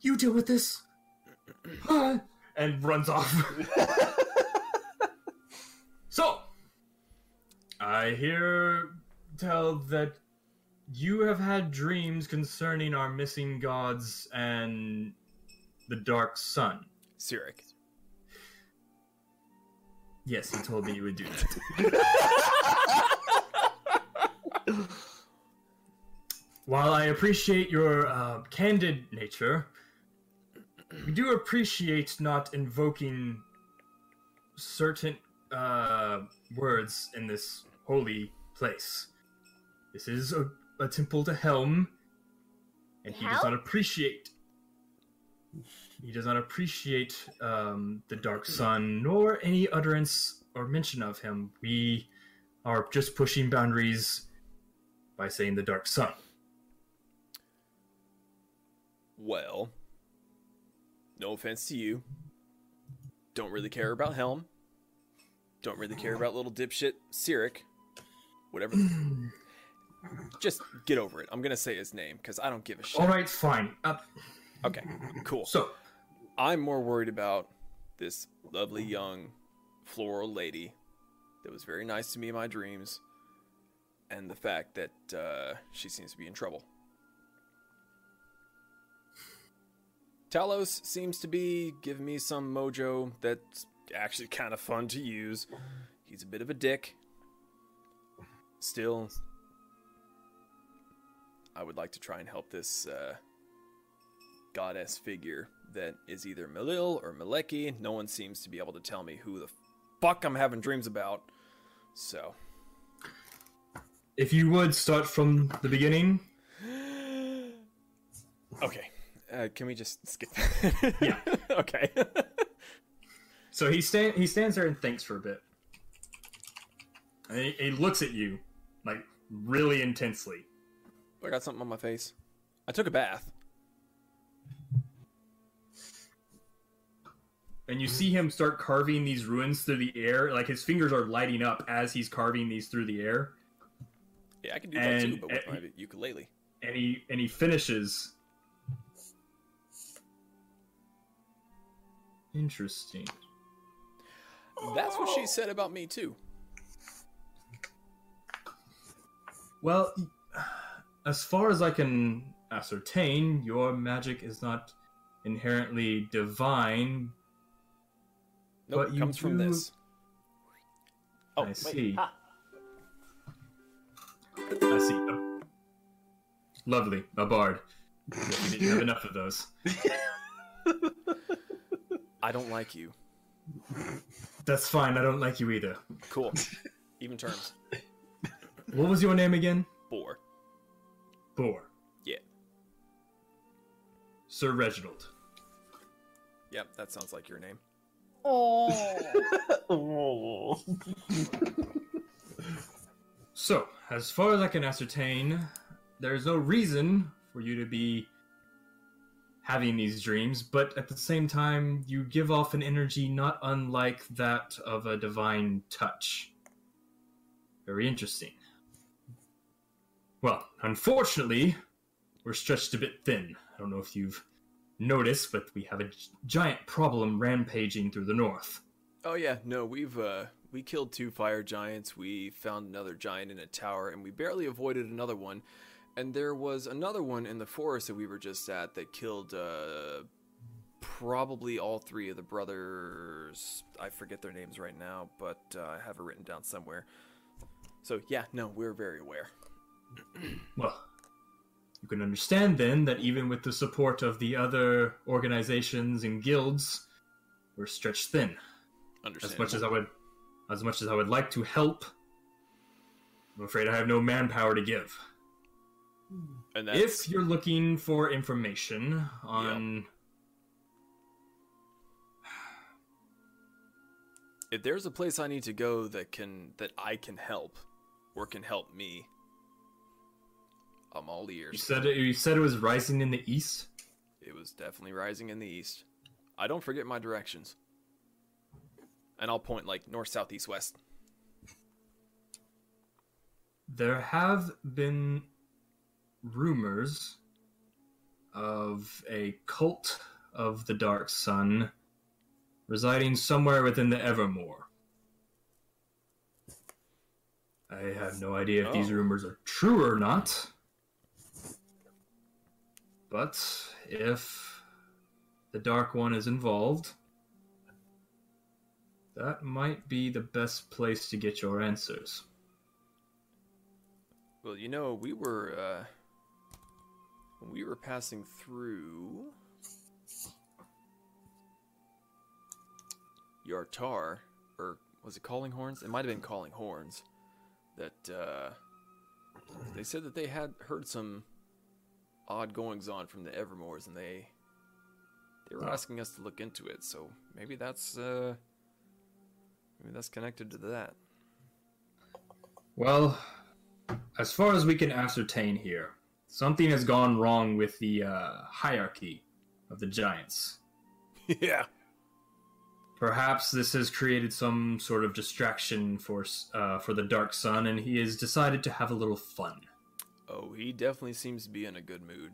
Speaker 3: you deal with *clears throat* this, Huh? and runs *laughs* off. so, I hear tell that you have had dreams concerning our missing gods and the dark sun.
Speaker 5: Sirik.
Speaker 3: Yes, he told me you would do that. While I appreciate your uh, candid nature, we do appreciate not invoking certain uh, words in this holy place. This is a, a temple to Helm, and he does
Speaker 33: Helm?
Speaker 3: not appreciate. He does not appreciate um, the Dark Sun nor any utterance or mention of him. We are just pushing boundaries by saying the Dark Sun.
Speaker 5: Well, no offense to you. Don't really care about Helm. Don't really care about little dipshit Sirik. Whatever. the- Just get over it. I'm gonna say his name because I don't give a shit.
Speaker 3: All right, fine. Uh,
Speaker 5: Okay, cool.
Speaker 3: So,
Speaker 5: I'm more worried about this lovely young floral lady that was very nice to me in my dreams, and the fact that uh, she seems to be in trouble. Talos seems to be giving me some mojo that's actually kind of fun to use. He's a bit of a dick. Still, I would like to try and help this uh, goddess figure that is either Melil or Meleki. No one seems to be able to tell me who the fuck I'm having dreams about. So,
Speaker 3: if you would start from the beginning,
Speaker 5: okay. Uh, can we just skip? *laughs*
Speaker 3: yeah.
Speaker 5: okay.
Speaker 3: so he stand he stands there and thinks for a bit. And he, he looks at you, like really intensely.
Speaker 5: I got something on my face. I took a bath.
Speaker 3: and you see him start carving these ruins through the air. Like his fingers are lighting up as he's carving these through the air,
Speaker 5: Yeah, I can do that too,
Speaker 3: And- uh,
Speaker 5: but with
Speaker 3: and-
Speaker 5: my ukulele.
Speaker 3: and he and he finishes. Interesting.
Speaker 5: That's what she said about me too.
Speaker 3: Well, as far as I can ascertain, your magic is not inherently divine.
Speaker 5: Nope,
Speaker 3: But you
Speaker 5: comes from
Speaker 3: do-
Speaker 5: this. Oh,
Speaker 3: I
Speaker 5: wait.
Speaker 3: see.
Speaker 5: Ah.
Speaker 3: I see. Oh. Lovely, a bard. we didn't have enough of those.
Speaker 5: I don't like you.
Speaker 3: That's fine. I don't like you either.
Speaker 5: Cool. *laughs* Even terms.
Speaker 3: What was your name again?
Speaker 5: Boar.
Speaker 3: Boar.
Speaker 5: Yeah.
Speaker 3: Sir Reginald.
Speaker 5: Yep, that sounds like your name.
Speaker 4: Oh.
Speaker 3: So, as far as I can ascertain, there's no reason for you to be having these dreams, but at the same time, you give off an energy not unlike that of a divine touch. Very interesting. Well, unfortunately, we're stretched a bit thin. I don't know if you've noticed, but we have a gi- giant problem rampaging through the north.
Speaker 5: Oh yeah, no, we've uh we killed two fire giants, we found another giant in a tower, and we barely avoided another one. And there was another one in the forest that we were just at that killed uh probably all three of the brothers. I forget their names right now, but uh, I have it written down somewhere. So yeah, no, we're very aware.
Speaker 3: Well, you can understand then that even with the support of the other organizations and guilds, we're stretched thin. As
Speaker 5: Understand.
Speaker 3: much as I would As much as I would like to help, I'm afraid I have no manpower to give.
Speaker 5: And
Speaker 3: If you're looking for information on
Speaker 5: if there's a place I need to go that can that I can help or can help me, I'm all ears.
Speaker 3: You said it, you said it was rising in the east.
Speaker 5: It was definitely rising in the east. I don't forget my directions. And I'll point like north, south, east, west.
Speaker 3: There have been rumors of a cult of the Dark Sun residing somewhere within the Evermore. I have no idea if these
Speaker 31: Oh.
Speaker 3: rumors are true or not. But if the Dark One is involved, that might be the best place to get your answers.
Speaker 5: Well, you know, we were uh when we were passing through Yartar, or was it Calling Horns? It might have been Calling Horns. That uh they said that they had heard some odd goings on from the Evermores and they they were
Speaker 3: Oh.
Speaker 5: asking us to look into it, so maybe that's uh maybe that's connected to that.
Speaker 3: Well, as far as we can ascertain here, something has gone wrong with the uh, hierarchy of the giants.
Speaker 5: yeah.
Speaker 3: Perhaps this has created some sort of distraction for s- uh, for the Dark Sun, and he has decided to have a little fun.
Speaker 5: Oh, he definitely seems to be in a good mood.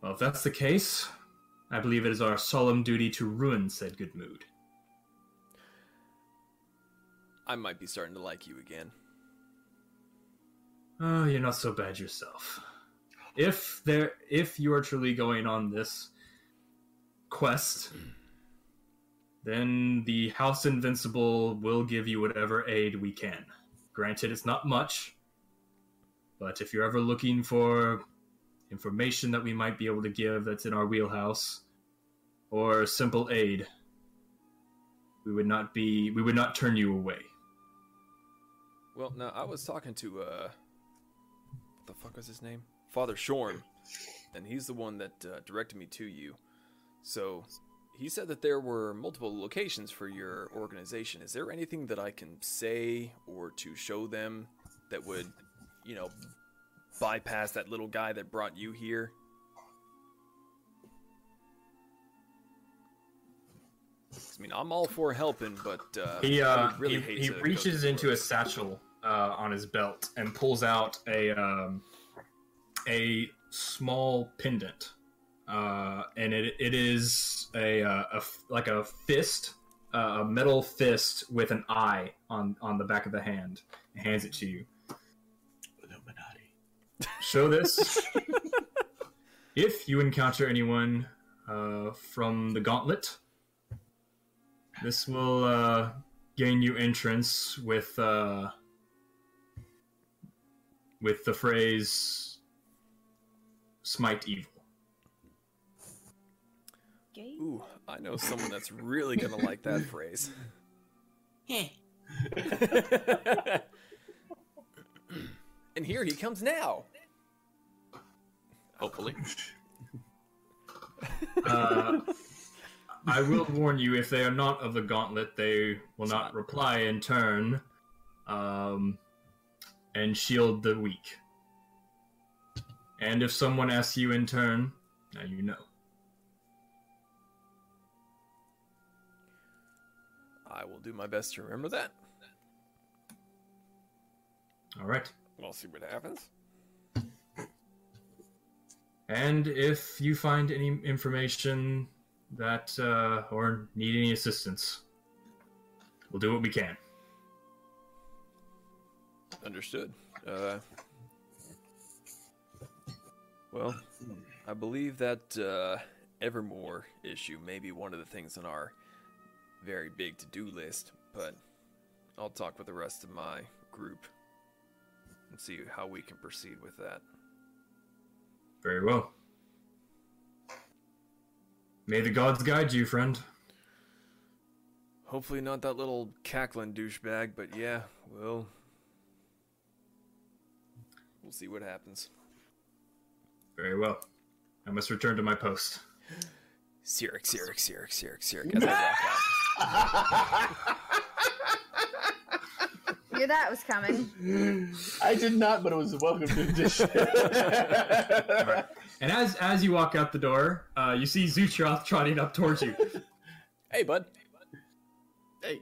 Speaker 3: Well, if that's the case, I believe it is our solemn duty to ruin said good mood.
Speaker 5: I might be starting to like you again.
Speaker 3: Oh, you're not so bad yourself. If there, if you are truly going on this quest, then the House Invincible will give you whatever aid we can. Granted, it's not much, but if you're ever looking for information that we might be able to give that's in our wheelhouse, or simple aid, we would not be, we would not turn you away.
Speaker 5: Well, no, I was talking to uh, what the fuck was his name? Father Shorn, and he's the one that uh, directed me to you. So, he said that there were multiple locations for your organization. Is there anything that I can say or to show them that would, you know, bypass that little guy that brought you here? I mean, I'm all for helping, but uh,
Speaker 3: He
Speaker 5: I
Speaker 3: uh,
Speaker 5: would really
Speaker 3: he,
Speaker 5: hate
Speaker 3: he
Speaker 5: to go
Speaker 3: reaches
Speaker 5: through
Speaker 3: into a satchel uh, on his belt and pulls out a um, a small pendant, uh, and it, it is a, uh, a f- like a fist, uh, a metal fist with an eye on on the back of the hand. And hands it to you. Illuminati. Show this if you encounter anyone uh, from the Gauntlet. This will uh, gain you entrance with uh, with the phrase "smite evil."
Speaker 5: Ooh, I know someone that's really gonna like that phrase. and here he comes now.
Speaker 2: Hopefully.
Speaker 3: Uh, I will warn you: if they are not of the Gauntlet, they will not reply in turn, um, and shield the weak. And if someone asks you in turn, now you know.
Speaker 5: I will do my best to remember that.
Speaker 3: All right.
Speaker 5: We'll see what happens.
Speaker 3: And if you find any information that uh, or need any assistance, we'll do what we can.
Speaker 5: Understood. Uh, well, I believe that uh, Evermore issue may be one of the things on our very big to do list, but I'll talk with the rest of my group and see how we can proceed with that.
Speaker 3: Very well. May the gods guide you, friend.
Speaker 5: Hopefully not that little cackling douchebag, but yeah, well, we'll see what happens.
Speaker 3: Very well. I must return to my post.
Speaker 5: Sirik, Sirik, Sirik, Sirik, Sirik. As I walk
Speaker 4: Knew that was coming.
Speaker 1: I did not, but it was a welcome condition.
Speaker 3: And as as you walk out the door, uh, you see Zutroth trotting up towards you.
Speaker 5: hey, bud.
Speaker 2: Hey.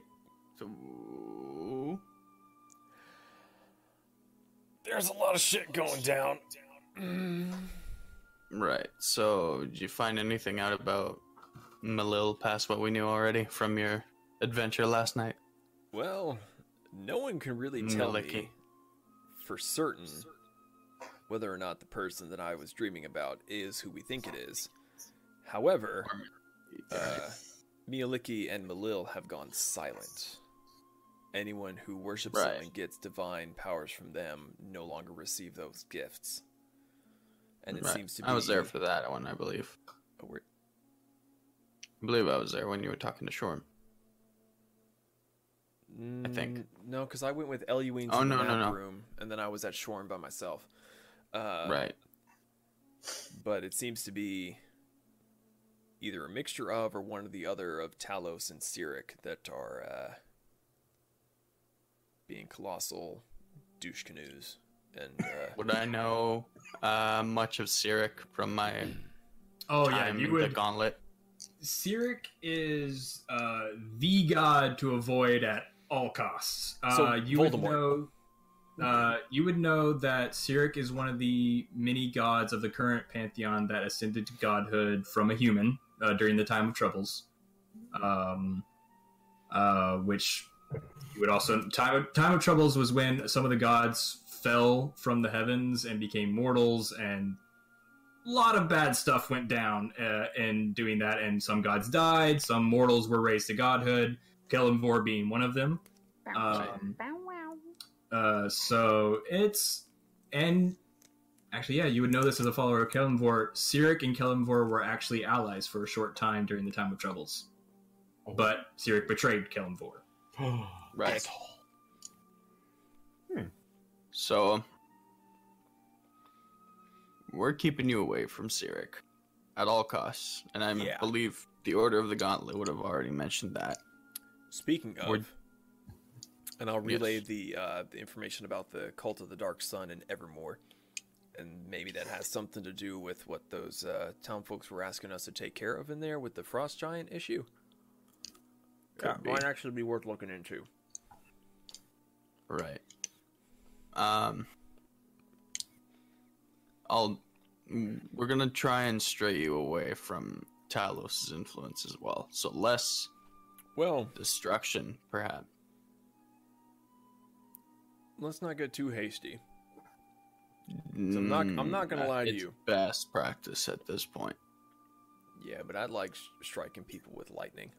Speaker 2: So.
Speaker 5: There's a lot of shit going down.
Speaker 2: Right. So, did you find anything out about Malil past what we knew already from your adventure last night?
Speaker 5: Well, no one can really
Speaker 2: Mm,
Speaker 5: tell me for certain whether or not the person that I was dreaming about is who we think it is. However, uh, Mialiki and Malil have gone silent. Anyone who worships them
Speaker 2: Right.
Speaker 5: and gets divine powers from them no longer receive those gifts. And it
Speaker 2: Right.
Speaker 5: seems to be
Speaker 2: I was there for that one, I believe. I believe I was there when you were talking to Shorm.
Speaker 5: I
Speaker 2: think.
Speaker 5: Mm, No, because I went with Eluine to
Speaker 2: Oh,
Speaker 5: the
Speaker 2: no, no,
Speaker 5: map
Speaker 2: no.
Speaker 5: room, and then I was at Shorn by myself. Uh,
Speaker 2: Right.
Speaker 5: But it seems to be either a mixture of or one or the other of Talos and Cyric that are uh, being colossal douche canoes. And
Speaker 2: *laughs*
Speaker 5: uh,
Speaker 2: Would I know uh, much of Sirik from my
Speaker 3: Oh, yeah,
Speaker 2: time
Speaker 3: you
Speaker 2: in the
Speaker 3: would-
Speaker 2: Gauntlet?
Speaker 3: Sirik is uh, the god to avoid at all costs. Uh,
Speaker 5: So,
Speaker 3: you
Speaker 5: Voldemort.
Speaker 3: would know. Uh, you would know that Sirik is one of the many gods of the current pantheon that ascended to godhood from a human uh, during the time of troubles, um, uh, which you would also time of, time of troubles was when some of the gods fell from the heavens and became mortals and a lot of bad stuff went down uh, in doing that, and some gods died, some mortals were raised to godhood, Kellimvor being one of them. Um,
Speaker 4: Bow wow.
Speaker 3: uh, so it's. And actually, yeah, you would know this as a follower of Kellimvor. Sirik and Kellimvor were actually allies for a short time during the Time of Troubles. But Sirik betrayed Kellimvor.
Speaker 2: Right.
Speaker 1: *laughs*
Speaker 2: So we're keeping you away from Sirik at all costs, and I
Speaker 5: Yeah.
Speaker 2: believe the Order of the Gauntlet would have already mentioned that.
Speaker 5: Speaking of,
Speaker 2: Would-
Speaker 5: and I'll
Speaker 2: Yes.
Speaker 5: relay the uh, the information about the cult of the dark sun and Evermore, and maybe that has something to do with what those uh, town folks were asking us to take care of in there with the frost giant issue.
Speaker 2: Could be.
Speaker 5: actually be worth looking into.
Speaker 2: Right. Um. I'll. mm, We're gonna try and stray you away from Talos' influence as well, so less.
Speaker 5: Well,
Speaker 2: destruction, perhaps.
Speaker 5: Let's not get too hasty. So I'm not- I'm not gonna
Speaker 2: Mm,
Speaker 5: lie to
Speaker 2: it's
Speaker 5: you.
Speaker 2: Best practice at this point.
Speaker 5: Yeah, but I like s- striking people with lightning.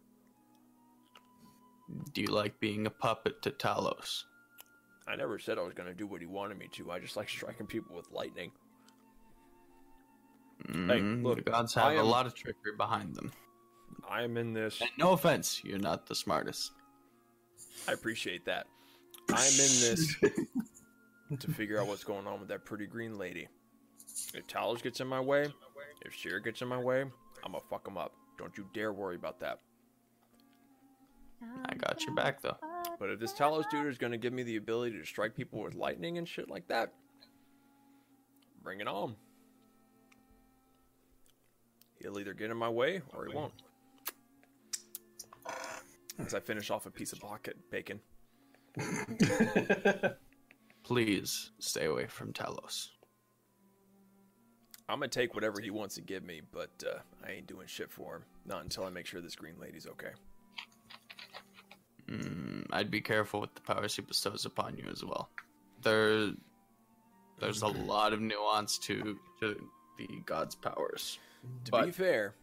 Speaker 2: Do you like being a puppet to Talos?
Speaker 5: I never said I was going to do what he wanted me to. I just like *laughs* striking people with lightning.
Speaker 2: Mm,
Speaker 5: look,
Speaker 2: the gods
Speaker 5: I
Speaker 2: have a
Speaker 5: am-
Speaker 2: lot of trickery behind them.
Speaker 5: I am in this.
Speaker 2: And no offense, you're not the smartest.
Speaker 5: I appreciate that. I'm in *laughs* this to figure out what's going on with that pretty green lady. If Talos gets in my way, if Sheer gets in my way, I'm gonna fuck him up. Don't you dare worry about that.
Speaker 2: I got your back though.
Speaker 5: But if this Talos dude is gonna give me the ability to strike people with lightning and shit like that, bring it on. He'll either get in my way or he won't. As I finish off a piece of pocket bacon.
Speaker 2: Please stay away from Talos.
Speaker 5: I'm gonna take whatever he wants to give me, but uh, I ain't doing shit for him. Not until I make sure this green lady's okay.
Speaker 2: Mm, I'd be careful with the powers he bestows upon you as well. There, there's a lot of nuance to to the god's powers.
Speaker 5: To
Speaker 2: But-
Speaker 5: be fair,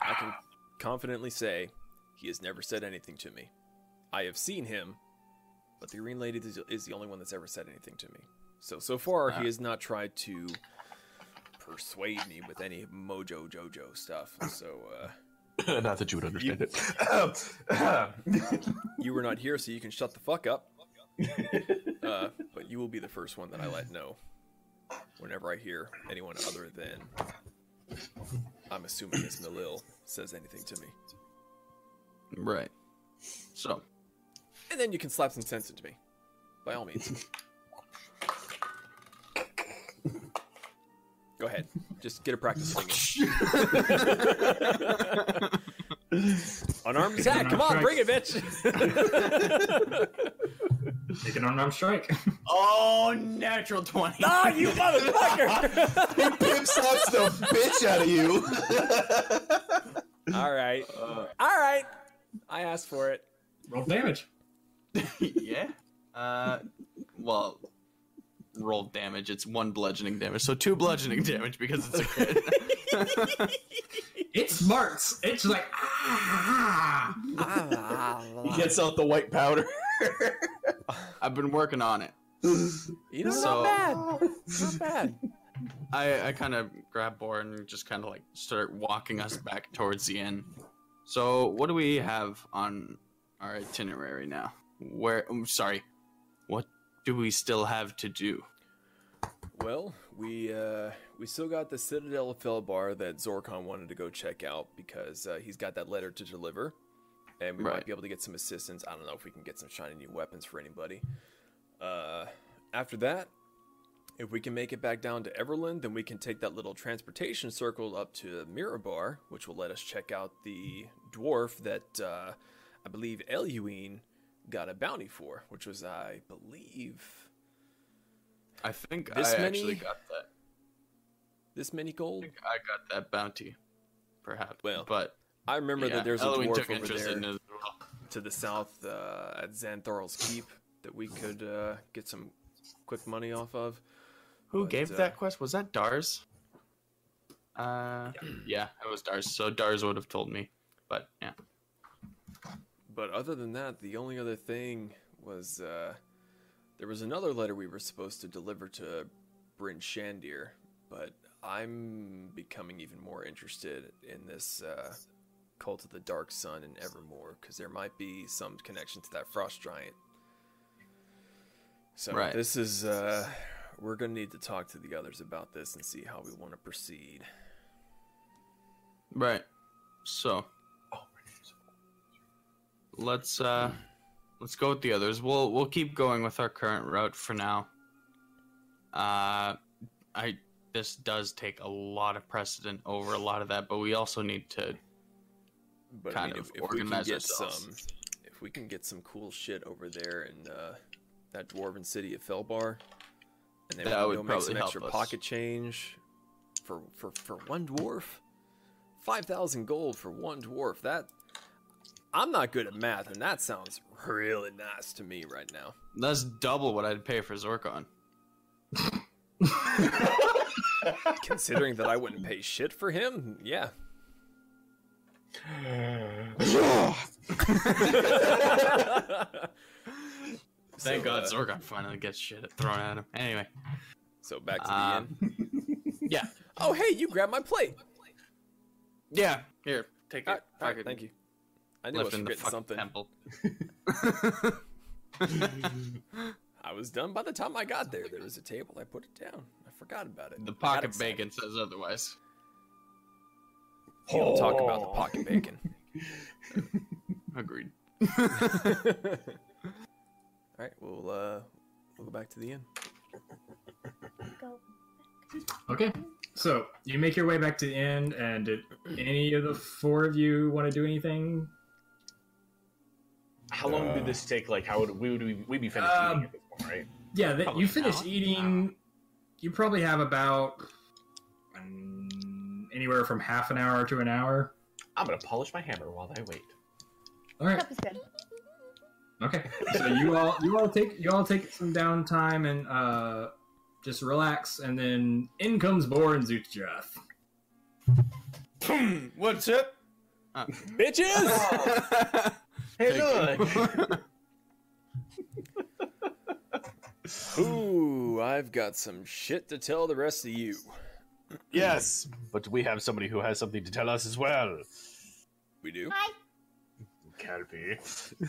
Speaker 5: I can confidently say he has never said anything to me. I have seen him, but the green lady is- is the only one that's ever said anything to me. So so far,
Speaker 2: Ah.
Speaker 5: he has not tried to persuade me with any mojo jojo stuff. So uh,
Speaker 10: *laughs*
Speaker 1: Not that you would understand
Speaker 5: it. you were not here, so you can shut the fuck up. uh, but you will be the first one that I let know whenever I hear anyone other than, I'm assuming Miss Malil says anything to me.
Speaker 2: Right. So.
Speaker 5: And then you can slap some sense into me. By all means. Go ahead. Just get a practice swing. in. Unarmed attack. Come on, bring it, bitch. *laughs*
Speaker 3: Take an unarmed strike.
Speaker 2: Oh,
Speaker 1: *laughs*
Speaker 2: natural 20.
Speaker 5: Ah, you motherfucker!
Speaker 1: he pimp slaps the bitch out of you.
Speaker 5: All right. All right. I asked for it.
Speaker 3: Roll damage.
Speaker 2: *laughs* yeah. Uh, well, roll damage. It's one bludgeoning damage, so two bludgeoning damage because it's a crit.
Speaker 3: it smarts. It's like ah.
Speaker 1: *laughs* he gets out the white powder.
Speaker 2: *laughs* I've been working on it.
Speaker 5: You know, so, not bad. Not bad.
Speaker 2: I I kind of grab Bor and just kind of like start walking us back towards the end. So what do we have on our itinerary now? Where? I'm sorry. What do we still have to do?
Speaker 5: Well, we uh, we still got the Citadel of Felbar that Zorkon wanted to go check out because uh, he's got that letter to deliver, and we might
Speaker 2: Right.
Speaker 5: be able to get some assistance. I don't know if we can get some shiny new weapons for anybody. Uh, after that, if we can make it back down to Everland, then we can take that little transportation circle up to Mirabar, which will let us check out the dwarf that uh, I believe Eluine got a bounty for, which was, I believe,
Speaker 2: I think
Speaker 5: This
Speaker 2: I
Speaker 5: many?
Speaker 2: actually got that.
Speaker 5: this many gold.
Speaker 2: I got that bounty, perhaps. Well, but
Speaker 5: I remember
Speaker 2: yeah,
Speaker 5: that there's a
Speaker 2: Elwyn
Speaker 5: dwarf
Speaker 2: took
Speaker 5: over
Speaker 2: interest
Speaker 5: there
Speaker 2: in it as well.
Speaker 5: to the south uh, at Xantharl's Keep that we could uh, get some quick money off of.
Speaker 2: Who
Speaker 5: But,
Speaker 2: gave
Speaker 5: uh,
Speaker 2: that quest? Was that Dars? Uh, yeah, it was Dars. So Dars would have told me, but yeah.
Speaker 5: But other than that, the only other thing was uh, there was another letter we were supposed to deliver to Bryn Shandir, but I'm becoming even more interested in this uh, Cult of the Dark Sun and Evermore because there might be some connection to that frost giant. So
Speaker 2: Right.
Speaker 5: this is uh, we're gonna need to talk to the others about this and see how we want to proceed.
Speaker 2: Right. So let's uh let's go with the others. We'll we'll keep going with our current route for now. Uh I this does take a lot of precedent over a lot of that, but we also need to
Speaker 5: But I
Speaker 2: kind
Speaker 5: mean,
Speaker 2: of
Speaker 5: if, if we can
Speaker 2: organize
Speaker 5: get
Speaker 2: ourselves.
Speaker 5: some, if we can get some cool shit over there in uh, that dwarven city of Felbar, and then
Speaker 2: That
Speaker 5: we
Speaker 2: would
Speaker 5: can go make
Speaker 2: probably
Speaker 5: some
Speaker 2: help
Speaker 5: extra
Speaker 2: us.
Speaker 5: pocket change for for for one dwarf, five thousand gold for one dwarf. That I'm not good at math, and that sounds really nice to me right now.
Speaker 2: That's double what I'd pay for
Speaker 5: *laughs*
Speaker 2: Zorkon.
Speaker 5: Considering that I wouldn't pay shit for him, yeah. *laughs*
Speaker 2: Thank
Speaker 5: So,
Speaker 2: God
Speaker 5: uh,
Speaker 2: Zorkon finally gets shit thrown at him. Anyway.
Speaker 5: So back to the
Speaker 2: Um,
Speaker 5: end.
Speaker 2: Yeah.
Speaker 5: Oh, hey, you grabbed my plate.
Speaker 2: Yeah. Here, take it.
Speaker 5: All right, all right,
Speaker 2: Fucking
Speaker 5: thank you. I knew I
Speaker 2: left
Speaker 5: was
Speaker 2: in the
Speaker 5: forgetting
Speaker 2: fucking
Speaker 5: something.
Speaker 2: temple.
Speaker 5: *laughs*
Speaker 2: *laughs*
Speaker 5: I was done by the time I got there. There was a table. I put it down. I forgot about it.
Speaker 2: The
Speaker 5: I got
Speaker 2: pocket
Speaker 5: excited.
Speaker 2: bacon says otherwise.
Speaker 5: We don't talk about the pocket *laughs* bacon.
Speaker 2: Agreed.
Speaker 5: All right, we'll uh, we'll go back to the inn.
Speaker 3: Okay. So you make your way back to the inn, and did any of the four of you want to do anything?
Speaker 1: How long did
Speaker 29: Uh,
Speaker 1: this take? Like, how would we would we we'd be finished
Speaker 3: Um,
Speaker 1: eating at this point, right?
Speaker 3: Yeah, that
Speaker 1: Probably
Speaker 3: you
Speaker 1: an
Speaker 3: finish
Speaker 1: hour.
Speaker 3: eating. You probably have about um, anywhere from half an hour to an hour.
Speaker 1: I'm gonna polish my hammer while I wait.
Speaker 3: All
Speaker 4: *laughs*
Speaker 3: right.
Speaker 4: Cup is good.
Speaker 3: Okay. So you all you all take you all take some downtime and uh just relax and then in comes Bor and Zutrath.
Speaker 29: What's up?
Speaker 2: Uh,
Speaker 5: Bitches!
Speaker 29: Hey, look.
Speaker 5: *laughs* Ooh, I've got some shit to tell the rest of you.
Speaker 1: Yes, but we have somebody who has something to tell us as well.
Speaker 5: We do.
Speaker 4: Hi.
Speaker 5: Kelpie.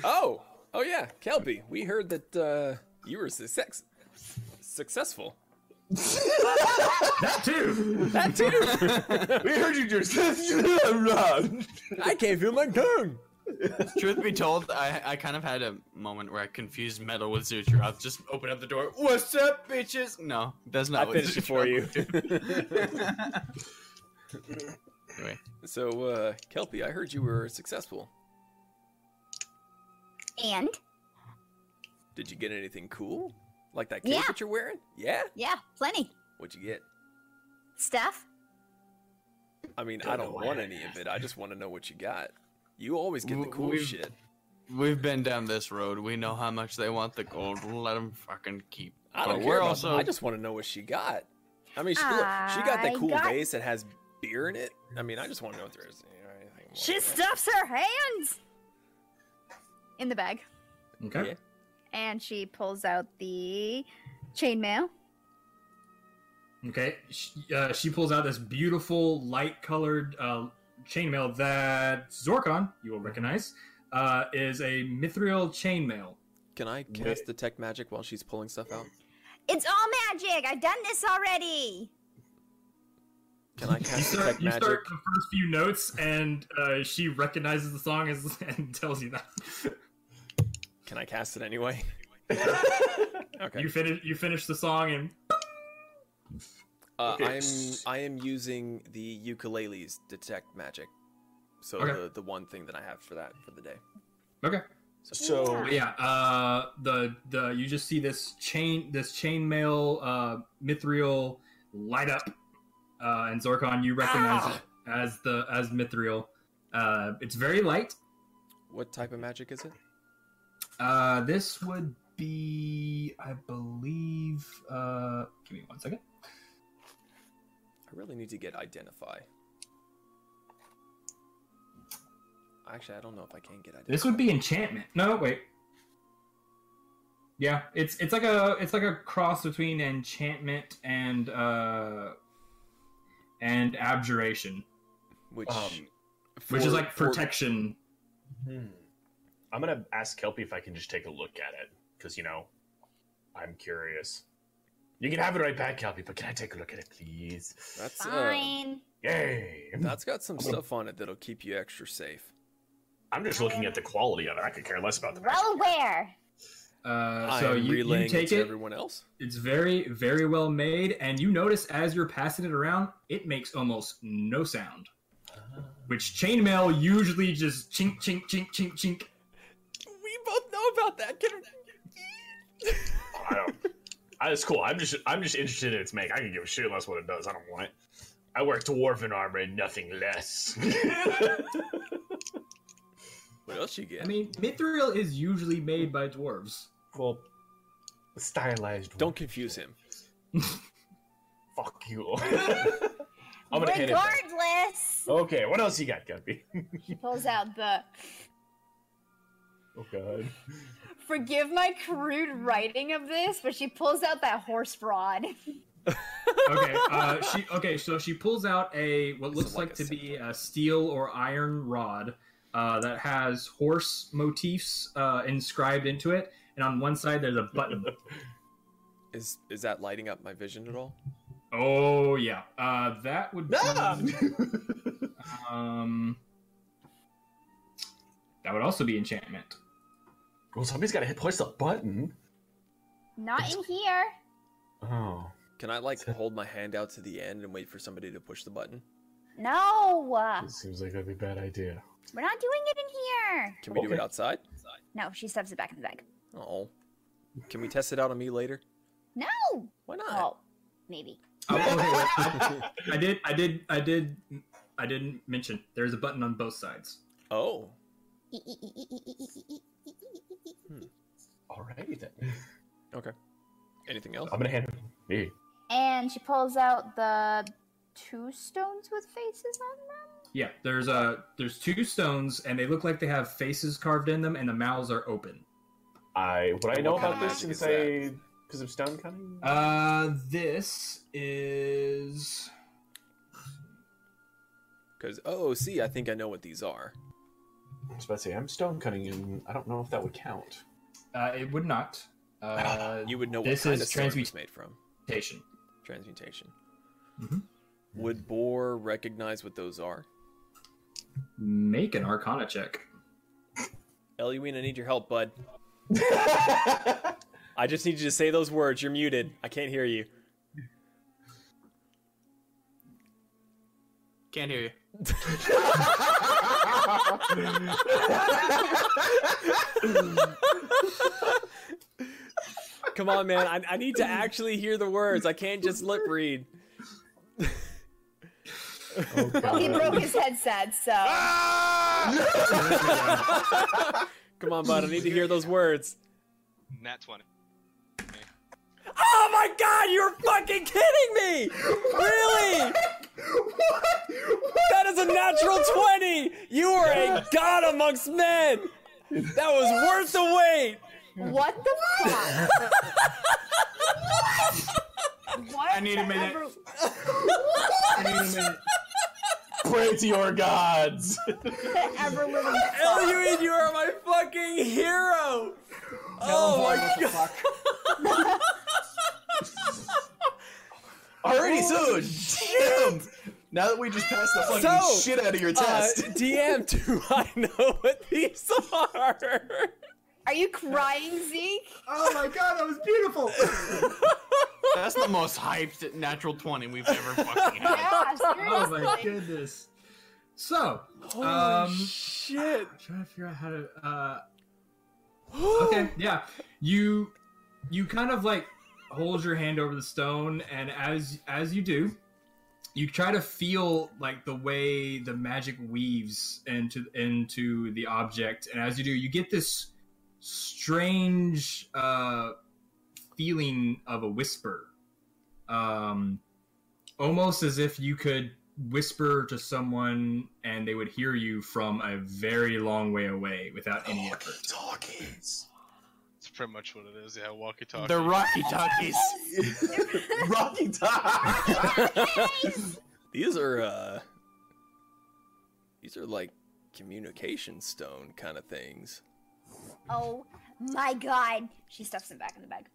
Speaker 5: oh, oh yeah, Kelpie. We heard that uh, you were success- successful. *laughs* that too. That too. *laughs* we heard you just.
Speaker 10: *laughs*
Speaker 5: I can't feel my tongue.
Speaker 2: Truth be told, I, I kind of had a moment where I confused metal with Zutroth. Just open up the door. What's up, bitches? No, that's not.
Speaker 5: I
Speaker 2: what
Speaker 5: finished it for you.
Speaker 2: anyway,
Speaker 5: so uh, Kelpie, I heard you were successful.
Speaker 4: And
Speaker 5: Did you get anything cool? Like that cape
Speaker 4: Yeah.
Speaker 5: that you're wearing? Yeah.
Speaker 4: yeah, plenty
Speaker 5: What'd you get?
Speaker 4: stuff.
Speaker 5: I mean,
Speaker 2: Don't
Speaker 5: I
Speaker 2: know
Speaker 5: don't
Speaker 2: why
Speaker 5: want
Speaker 2: I
Speaker 5: any of it. I just want to know what you got. You always get the
Speaker 2: W-
Speaker 5: cool
Speaker 2: we've-
Speaker 5: shit.
Speaker 2: We've been down this road. We know how much they want the gold. We'll let them fucking keep.
Speaker 5: I
Speaker 2: But
Speaker 5: don't
Speaker 2: we're
Speaker 5: care. About
Speaker 2: also
Speaker 5: I just want to know what she got. I mean, she, look, she got that
Speaker 4: I
Speaker 5: cool
Speaker 4: got-
Speaker 5: vase that has beer in it. I mean, I just want to know if there's you know, anything. more.
Speaker 4: She stuffs her hands in the bag,
Speaker 5: Okay.
Speaker 4: and she pulls out the chainmail.
Speaker 3: Okay, she, uh, she pulls out this beautiful light-colored uh, chainmail that Zorkon, you will recognize, uh, is a mithril chainmail.
Speaker 5: Can I cast detect magic while she's pulling stuff out?
Speaker 4: It's all magic. I've done this already.
Speaker 5: Can I cast
Speaker 3: You start,
Speaker 5: detect
Speaker 3: you
Speaker 5: magic?
Speaker 3: start the first few notes, and uh, she recognizes the song as, *laughs* and tells you that.
Speaker 5: Can I cast it anyway? okay.
Speaker 3: You finish. You finish the song, and
Speaker 5: Uh,
Speaker 3: Okay.
Speaker 5: I'm I am using the ukuleles detect magic, so
Speaker 3: Okay.
Speaker 5: the the one thing that I have for that for the day.
Speaker 3: Okay.
Speaker 5: So-
Speaker 3: But yeah, uh, the the you just see this chain this chainmail uh, mithril light up, uh, and Zorkon you recognize it as the as mithril. Uh, it's very light.
Speaker 5: What type of magic is it?
Speaker 3: Uh, this would be, I believe. Uh, give me one second.
Speaker 5: I really need to get identify. Actually, I don't know if I can get identify.
Speaker 3: This would be enchantment. No, wait. Yeah, it's it's like a it's like a cross between enchantment and uh and abjuration,
Speaker 5: which
Speaker 3: um, which is
Speaker 1: for-
Speaker 3: like
Speaker 1: for-
Speaker 3: protection.
Speaker 1: Hmm. I'm gonna ask Kelpie if I can just take a look at it because you know, I'm curious. You can have it right back, Kelpie, but can I take a look at it, please?
Speaker 5: That's uh,
Speaker 4: Fine.
Speaker 1: Yay!
Speaker 5: That's got some
Speaker 3: *laughs*
Speaker 1: I'm gonna-
Speaker 5: stuff on it that'll keep you extra safe.
Speaker 1: I'm just looking at the quality of it. I could care less about the.
Speaker 4: Well aware.
Speaker 3: Uh,
Speaker 5: I
Speaker 3: so
Speaker 5: am
Speaker 3: you,
Speaker 5: relaying
Speaker 3: you
Speaker 5: it
Speaker 3: take
Speaker 5: to
Speaker 3: it.
Speaker 5: everyone else.
Speaker 3: It's very very well made, and you notice as you're passing it around, it makes almost no sound.
Speaker 5: Ah.
Speaker 3: Which chainmail usually just chink chink chink chink chink.
Speaker 5: We both know about that. Get her-
Speaker 1: I
Speaker 5: *laughs*
Speaker 1: don't. I, it's cool. I'm just. I'm just interested in its make. I can give a shit less what it does. I don't want it. I wear dwarven armor and nothing
Speaker 5: *laughs*
Speaker 1: less.
Speaker 5: What else you get?
Speaker 3: I mean, mithril is usually made by dwarves.
Speaker 1: Well, stylized.
Speaker 5: Don't confuse him.
Speaker 1: Fuck you.
Speaker 20: *laughs*
Speaker 1: I'm gonna hand it back. Oh.
Speaker 4: Regardless,
Speaker 1: Okay, what else you got, Kelpie?
Speaker 4: she pulls out the
Speaker 1: Oh god.
Speaker 4: forgive my crude writing of this, but she pulls out that horse rod.
Speaker 3: okay. Uh, she okay. So she pulls out a what looks like, to be a steel or iron rod uh, that has horse motifs uh, inscribed into it, and on one side there's a *laughs* button.
Speaker 5: Is is that lighting up my vision at all?
Speaker 3: oh yeah, uh, that would be. um, that would also be enchantment.
Speaker 1: Well, somebody's got to hit push the button.
Speaker 4: Not in here.
Speaker 1: Oh.
Speaker 5: Can I
Speaker 1: *laughs*
Speaker 5: like hold my hand out to the end and wait for somebody to push the button?
Speaker 4: No, we're
Speaker 1: It seems like that'd be a bad idea.
Speaker 4: not doing it in here.
Speaker 5: Can we do it
Speaker 1: Okay.
Speaker 5: outside?
Speaker 4: No, she stuffs it back in the bag.
Speaker 5: Oh. Can we test it out on me later?
Speaker 4: No.
Speaker 5: Why not?
Speaker 4: Oh, maybe.
Speaker 3: Oh, okay, wait,
Speaker 1: *laughs*
Speaker 3: I, I did. I did. I did. I didn't mention there's a button on both sides.
Speaker 5: *laughs* Oh.
Speaker 1: Alrighty
Speaker 4: *laughs*
Speaker 1: then.
Speaker 5: Okay. Anything else?
Speaker 1: I'm gonna hand it me.
Speaker 4: And she pulls out the two stones with faces on them.
Speaker 3: Yeah, there's uh there's two stones and they look like they have faces carved in them and the mouths are open.
Speaker 1: I would I know
Speaker 5: what kind
Speaker 1: about
Speaker 5: of
Speaker 1: this
Speaker 5: magic
Speaker 1: since
Speaker 5: is
Speaker 1: I because I'm stone cutting?
Speaker 3: Uh this is
Speaker 5: Because oh, see, I think I know what these are.
Speaker 20: I was about to say I'm stone cutting, and I don't know if that would count.
Speaker 3: Uh, it would not.
Speaker 5: *laughs*
Speaker 3: Uh,
Speaker 5: you would know what
Speaker 3: this
Speaker 5: kind
Speaker 3: is
Speaker 5: of sword it was
Speaker 3: transmut-
Speaker 5: made from.
Speaker 3: Transmutation.
Speaker 5: Transmutation.
Speaker 1: Mm-hmm.
Speaker 5: Would Boar recognize what those are?
Speaker 3: Make an Arcana check.
Speaker 5: Eluine, I need your
Speaker 1: *laughs*
Speaker 5: help, bud. I just need you to say those words. You're muted. I can't hear you.
Speaker 2: Can't hear you.
Speaker 5: Come on, man. I, I need to actually hear the words. I can't just lip read. *laughs*
Speaker 4: Well, he broke his
Speaker 3: *laughs*
Speaker 4: headset, so.
Speaker 5: Come on, bud. I need to hear those words.
Speaker 11: Nat 20.
Speaker 5: Oh my god, you're fucking kidding me! Really? That is a natural 20! You are a god amongst men! That was worth the wait!
Speaker 4: What the fuck? what?
Speaker 3: I need a minute.
Speaker 4: I
Speaker 3: need a minute.
Speaker 20: Pray to your gods.
Speaker 4: Ever living
Speaker 3: *laughs*
Speaker 5: Eluin, you are my fucking hero! oh my god!
Speaker 20: Already
Speaker 5: Holy
Speaker 2: Oh,
Speaker 20: soon. Damn. Now that we just passed the fucking
Speaker 5: So,
Speaker 20: shit out of your
Speaker 5: uh,
Speaker 20: test.
Speaker 5: DM, do I know what these are?
Speaker 4: Are you crying, Zeke?
Speaker 31: Oh my god, that was beautiful!
Speaker 2: *laughs* That's the most hyped natural 20 we've ever fucking had.
Speaker 4: *laughs* Yeah,
Speaker 3: Oh
Speaker 5: *laughs*
Speaker 3: my
Speaker 4: seriously.
Speaker 3: goodness. So,
Speaker 5: Holy
Speaker 3: um,
Speaker 5: shit!
Speaker 3: trying to figure out how to. Uh,
Speaker 5: *gasps*
Speaker 3: okay, yeah. You you kind of like hold your hand over the stone, and as as you do, you try to feel like the way the magic weaves into into the object, and as you do, you get this strange uh, feeling of a whisper, um, almost as if you could whisper to someone and they would hear you from a very long way away without any effort.
Speaker 20: Talkies.
Speaker 11: That's pretty much what it is. Yeah, walkie talkie.
Speaker 2: The Rocky
Speaker 34: *laughs*
Speaker 2: Talkies.
Speaker 20: Rocky Talk.
Speaker 5: *laughs* These are uh these are like communication stone kind of things.
Speaker 4: Oh my god. She stuffs him back in the bag.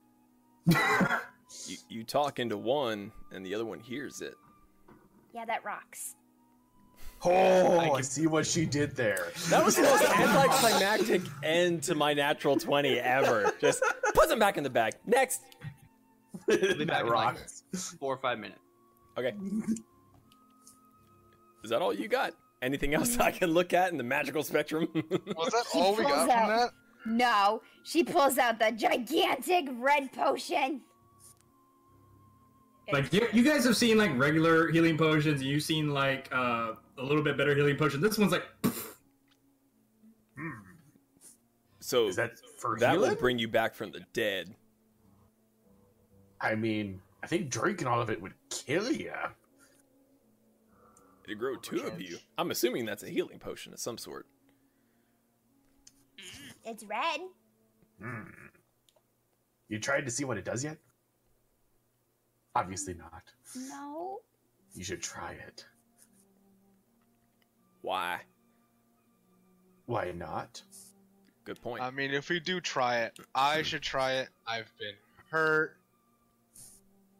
Speaker 5: You you talk into one and the other one hears it.
Speaker 4: Yeah, that rocks.
Speaker 20: Oh, I, see what she did there.
Speaker 5: That was the most anticlimactic end to my natural 20 ever. Just put them back in the bag. Next.
Speaker 2: We'll be back in like four or five minutes.
Speaker 5: Okay. Is that all you got? Anything else I can look at in the magical spectrum? *laughs*
Speaker 11: Was that
Speaker 4: all we got Pulls from out. that? No, she pulls out the gigantic red potion.
Speaker 3: Like you, you guys have seen like regular healing potions, and you've seen like uh, a little bit better healing potion. This one's like *clears throat*
Speaker 5: So
Speaker 20: that for
Speaker 5: that will
Speaker 20: healing?
Speaker 5: bring you back from the dead.
Speaker 20: I mean, I think drinking all of it would kill you.
Speaker 5: It grow two of you. I'm assuming that's a healing potion of some sort.
Speaker 4: It's red.
Speaker 20: Hmm. You tried to see what it does yet? Obviously not.
Speaker 4: No.
Speaker 20: You should try it.
Speaker 5: Why?
Speaker 20: Why not?
Speaker 5: Good point.
Speaker 11: I mean, if we do try it, I should try it. I've been hurt.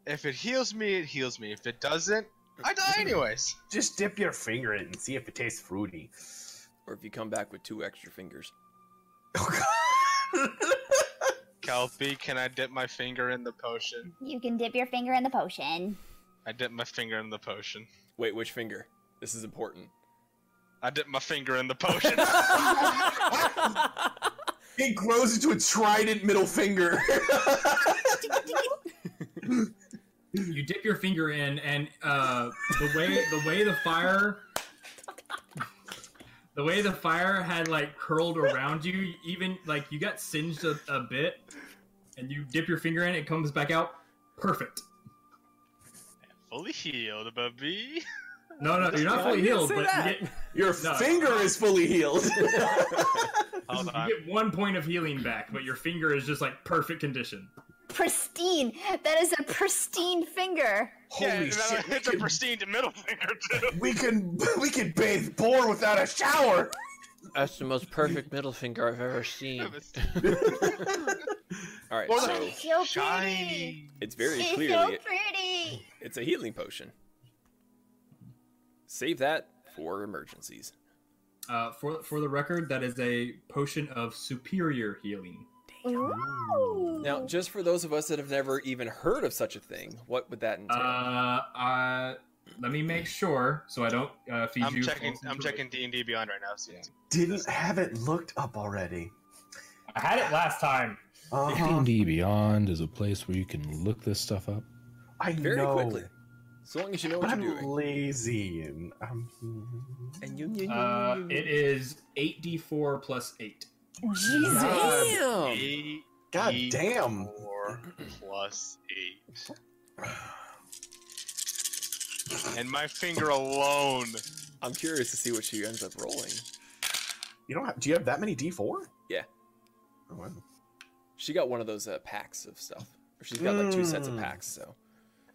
Speaker 11: If it heals me, it heals me. If it doesn't, I *laughs* die anyways.
Speaker 20: Just dip your finger in and see if it tastes fruity.
Speaker 5: Or if you come back with two extra fingers.
Speaker 11: Kelpie, can I dip my finger in the potion?
Speaker 4: You can dip your finger in the potion.
Speaker 11: I dip my finger in the potion.
Speaker 5: Wait, which finger? This is important.
Speaker 11: I dip my finger in
Speaker 20: *laughs*
Speaker 11: the potion.
Speaker 20: It grows into a trident middle finger.
Speaker 3: you dip your finger in, and uh, the way the way the fire, *laughs* the way the fire had like curled around you, even like you got singed a, a bit, and you dip your finger in, it comes back out perfect.
Speaker 11: Fully healed, baby.
Speaker 3: No, no, you're not fully healed, but you get,
Speaker 20: Your
Speaker 3: No.
Speaker 20: finger is fully
Speaker 4: *laughs*
Speaker 10: *laughs*
Speaker 20: healed.
Speaker 11: Hold
Speaker 3: you
Speaker 11: on.
Speaker 3: get one point of healing back, but your finger is just like perfect condition.
Speaker 4: *laughs* Pristine. That is a pristine finger.
Speaker 11: Yeah,
Speaker 20: Holy
Speaker 11: and I-
Speaker 20: shit!
Speaker 11: It's a pristine middle finger too.
Speaker 20: We can we can bathe poor without a shower.
Speaker 5: That's the most perfect middle finger I've ever seen. All right,
Speaker 11: More
Speaker 5: so
Speaker 11: like
Speaker 4: shiny.
Speaker 5: it's very
Speaker 4: She's
Speaker 5: clearly
Speaker 4: so pretty.
Speaker 5: it's a healing potion. Save that for emergencies.
Speaker 3: Uh, for for the record, that is a potion of superior healing.
Speaker 5: Now, just for those of us that have never even heard of such a thing, what would that
Speaker 3: Uh,
Speaker 5: entail?
Speaker 3: uh, let me make sure so I don't uh, feed
Speaker 11: I'm
Speaker 3: you.
Speaker 11: checking.
Speaker 3: false
Speaker 11: I'm
Speaker 3: information.
Speaker 11: checking D and D Beyond right now. So it's-
Speaker 20: Didn't have it looked up already.
Speaker 3: I had it last time.
Speaker 10: D&D Beyond is a place where you can look this stuff up.
Speaker 20: I
Speaker 5: Very
Speaker 20: know.
Speaker 5: quickly. So long as you know
Speaker 20: But
Speaker 5: what
Speaker 20: I'm
Speaker 5: you're doing.
Speaker 20: lazy and I'm.
Speaker 5: And you, you,
Speaker 3: Uh, it is eight d four plus eight.
Speaker 28: Jesus.
Speaker 20: God.
Speaker 11: Eight
Speaker 20: God
Speaker 11: D
Speaker 20: damn.
Speaker 11: four plus eight. And my finger alone.
Speaker 5: I'm curious to see what she ends up rolling.
Speaker 20: You don't have, do you have that many D4? Oh,
Speaker 5: Yeah,
Speaker 20: wow.
Speaker 5: she got one of those uh, packs of stuff. Or She's got like two sets of
Speaker 20: Mm.
Speaker 5: packs. So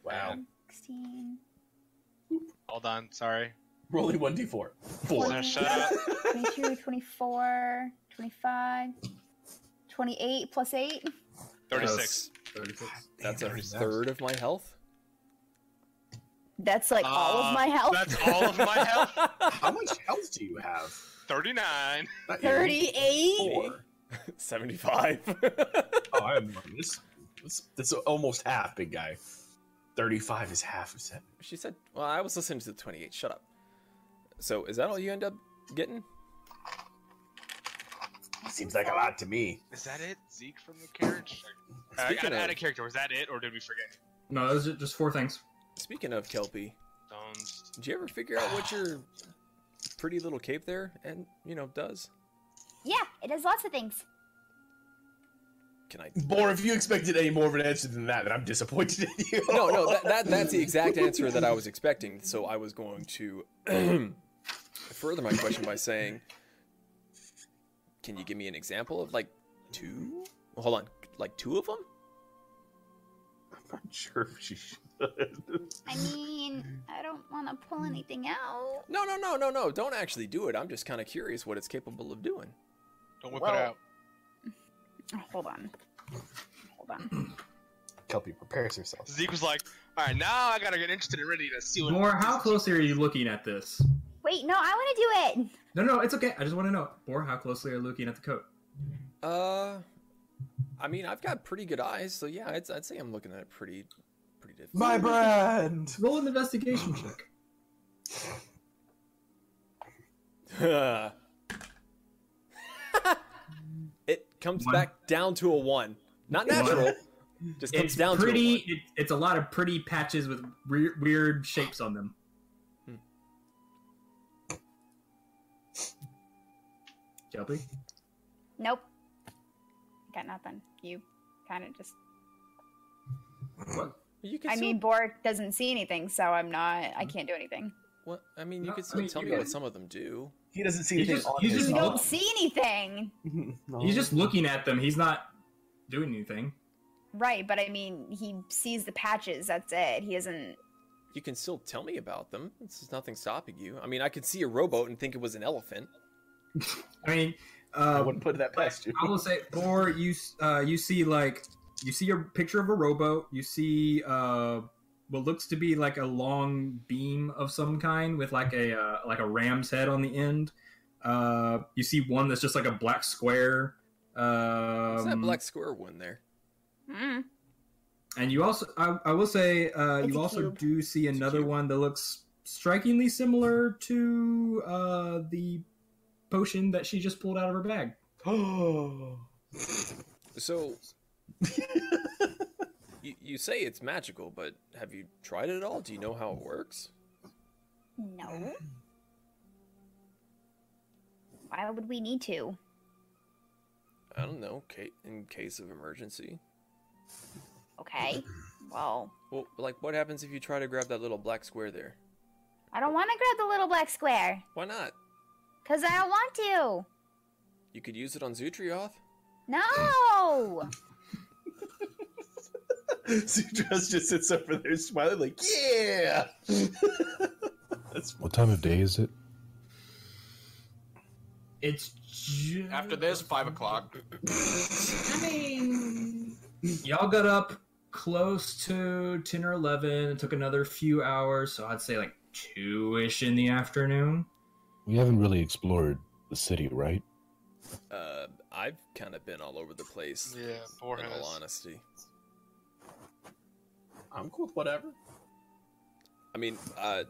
Speaker 20: Wow.
Speaker 4: Sixteen.
Speaker 11: Hold on. Sorry.
Speaker 20: Rolling 1D4. Four.
Speaker 11: Now shut up.
Speaker 4: 22, 24, 25, 28 plus 8.
Speaker 11: Thirty-six.
Speaker 5: that's a
Speaker 20: Thirty-six.
Speaker 5: third of my health.
Speaker 4: That's like all
Speaker 11: Uh,
Speaker 4: of my health. *laughs*
Speaker 11: That's all of my health.
Speaker 5: *laughs*
Speaker 20: How much health do you have?
Speaker 11: Thirty-nine.
Speaker 20: Not you.
Speaker 4: 38?
Speaker 20: Four.
Speaker 5: 75.
Speaker 20: Oh, I have this, this. This is almost half, big guy. 35 is half of that.
Speaker 5: *laughs* She said, "Well, I was listening to the 28. Shut up." So, is that all you end up getting?
Speaker 20: Seems like a lot to me.
Speaker 11: Is that it? Zeke from the carriage. Uh,
Speaker 5: Speaking
Speaker 11: out,
Speaker 5: of-
Speaker 11: out of character. Was that it, or did we forget?
Speaker 3: No, those are just four things.
Speaker 5: Speaking of Kelpie,
Speaker 11: Stones.
Speaker 5: did you ever figure out what your pretty little cape there and you know does?
Speaker 4: Yeah, it does lots of things.
Speaker 5: Can I?
Speaker 20: Bor, if you expected any more of an answer than that, then I'm disappointed in you.
Speaker 5: *laughs* No, no, that, that that's
Speaker 20: *laughs*
Speaker 5: the exact answer that I was expecting. So I was going to *clears throat* further my question by saying, "Can you give me an example of like two? Well, hold on, like two of them?"
Speaker 20: I'm not sure if she should.
Speaker 4: I mean, I don't want to pull anything out.
Speaker 5: No, no, no, no, no. Don't actually do it. I'm just kind of curious what it's capable of doing.
Speaker 11: Don't whip
Speaker 4: Well-
Speaker 11: it out.
Speaker 4: Oh, hold on. Hold on.
Speaker 20: Kelpie prepares herself.
Speaker 11: Zeke was like, "All right, now I gotta get interested and ready to see what."
Speaker 3: More, how closely are you looking at this?
Speaker 4: Wait, no, I want to do it.
Speaker 3: No, no, it's okay. I just want to know. Or how closely are you looking at the coat?
Speaker 5: Uh, I mean, I've got pretty good eyes, so yeah, I'd, I'd say I'm looking at it pretty, pretty different.
Speaker 20: My brand!
Speaker 3: Roll an investigation check.
Speaker 5: *laughs* it comes
Speaker 3: One.
Speaker 5: back down to a one, not
Speaker 3: One.
Speaker 5: natural. Just comes
Speaker 3: It's
Speaker 5: down
Speaker 3: pretty.
Speaker 5: to
Speaker 3: It, it's a lot of pretty patches with weird, weird shapes on them.
Speaker 5: Hmm.
Speaker 3: Kelpie,
Speaker 4: Nope. Got nothing. You kind of just.
Speaker 3: what?
Speaker 5: a one. You can
Speaker 4: I
Speaker 5: still-
Speaker 4: mean, Bork doesn't see anything, so I'm not. I can't do anything.
Speaker 5: what? I mean, you
Speaker 3: No,
Speaker 5: can
Speaker 3: I
Speaker 5: still
Speaker 3: mean,
Speaker 5: tell
Speaker 3: you
Speaker 5: me
Speaker 3: can-
Speaker 5: what some of them do.
Speaker 20: He doesn't see
Speaker 3: You
Speaker 20: anything
Speaker 3: just-
Speaker 20: on
Speaker 3: you
Speaker 20: his
Speaker 3: just
Speaker 4: You
Speaker 3: No.
Speaker 4: don't see anything!
Speaker 20: *laughs* no.
Speaker 3: He's just looking at them. He's not doing anything.
Speaker 4: Right, but I mean, he sees the patches. That's it. He doesn't.
Speaker 5: You can still tell me about them. There's nothing stopping you. I mean, I could see a rowboat and think it was an elephant.
Speaker 3: I mean,
Speaker 20: I
Speaker 3: uh,
Speaker 20: wouldn't put *laughs* that past you.
Speaker 3: I will say, or you s- uh, you see like you see a picture of a rowboat. You see uh, what looks to be like a long beam of some kind with like a uh, like a ram's head on the end. Uh, you see one that's just like a black square. Um,
Speaker 5: What's that black square one there?
Speaker 4: Mm.
Speaker 3: And you also, I, I will say, uh,
Speaker 4: It's
Speaker 3: you
Speaker 4: a
Speaker 3: also
Speaker 4: cube.
Speaker 3: do see another
Speaker 5: cube.
Speaker 3: one that looks strikingly similar to uh, the potion that she just pulled out of her bag.
Speaker 20: Oh.
Speaker 5: So, you, you say it's magical, but have you tried it at all? Do you know how it works?
Speaker 4: No. Why would we need to?
Speaker 5: I don't know. Ca- in case of emergency,
Speaker 4: Okay. Well,
Speaker 5: well, like what happens if you try to grab that little black square there?
Speaker 4: I don't want to grab the little black square
Speaker 5: Why not?
Speaker 4: because I don't want to.
Speaker 5: You could use it on Zutrioth.
Speaker 4: No.
Speaker 20: Sutras just sits over there smiling, like, yeah!
Speaker 10: What time of day is it?
Speaker 3: It's ju-
Speaker 32: After this, five o'clock.
Speaker 3: I mean, y'all got up close to 10 or 11. It took another few hours, so I'd say like two ish in the afternoon.
Speaker 10: We haven't really explored the city, right?
Speaker 5: Uh, I've kind of been all over the place.
Speaker 11: Yeah, Boar
Speaker 5: in
Speaker 11: has.
Speaker 5: all honesty.
Speaker 20: I'm cool with whatever.
Speaker 5: I mean, uh,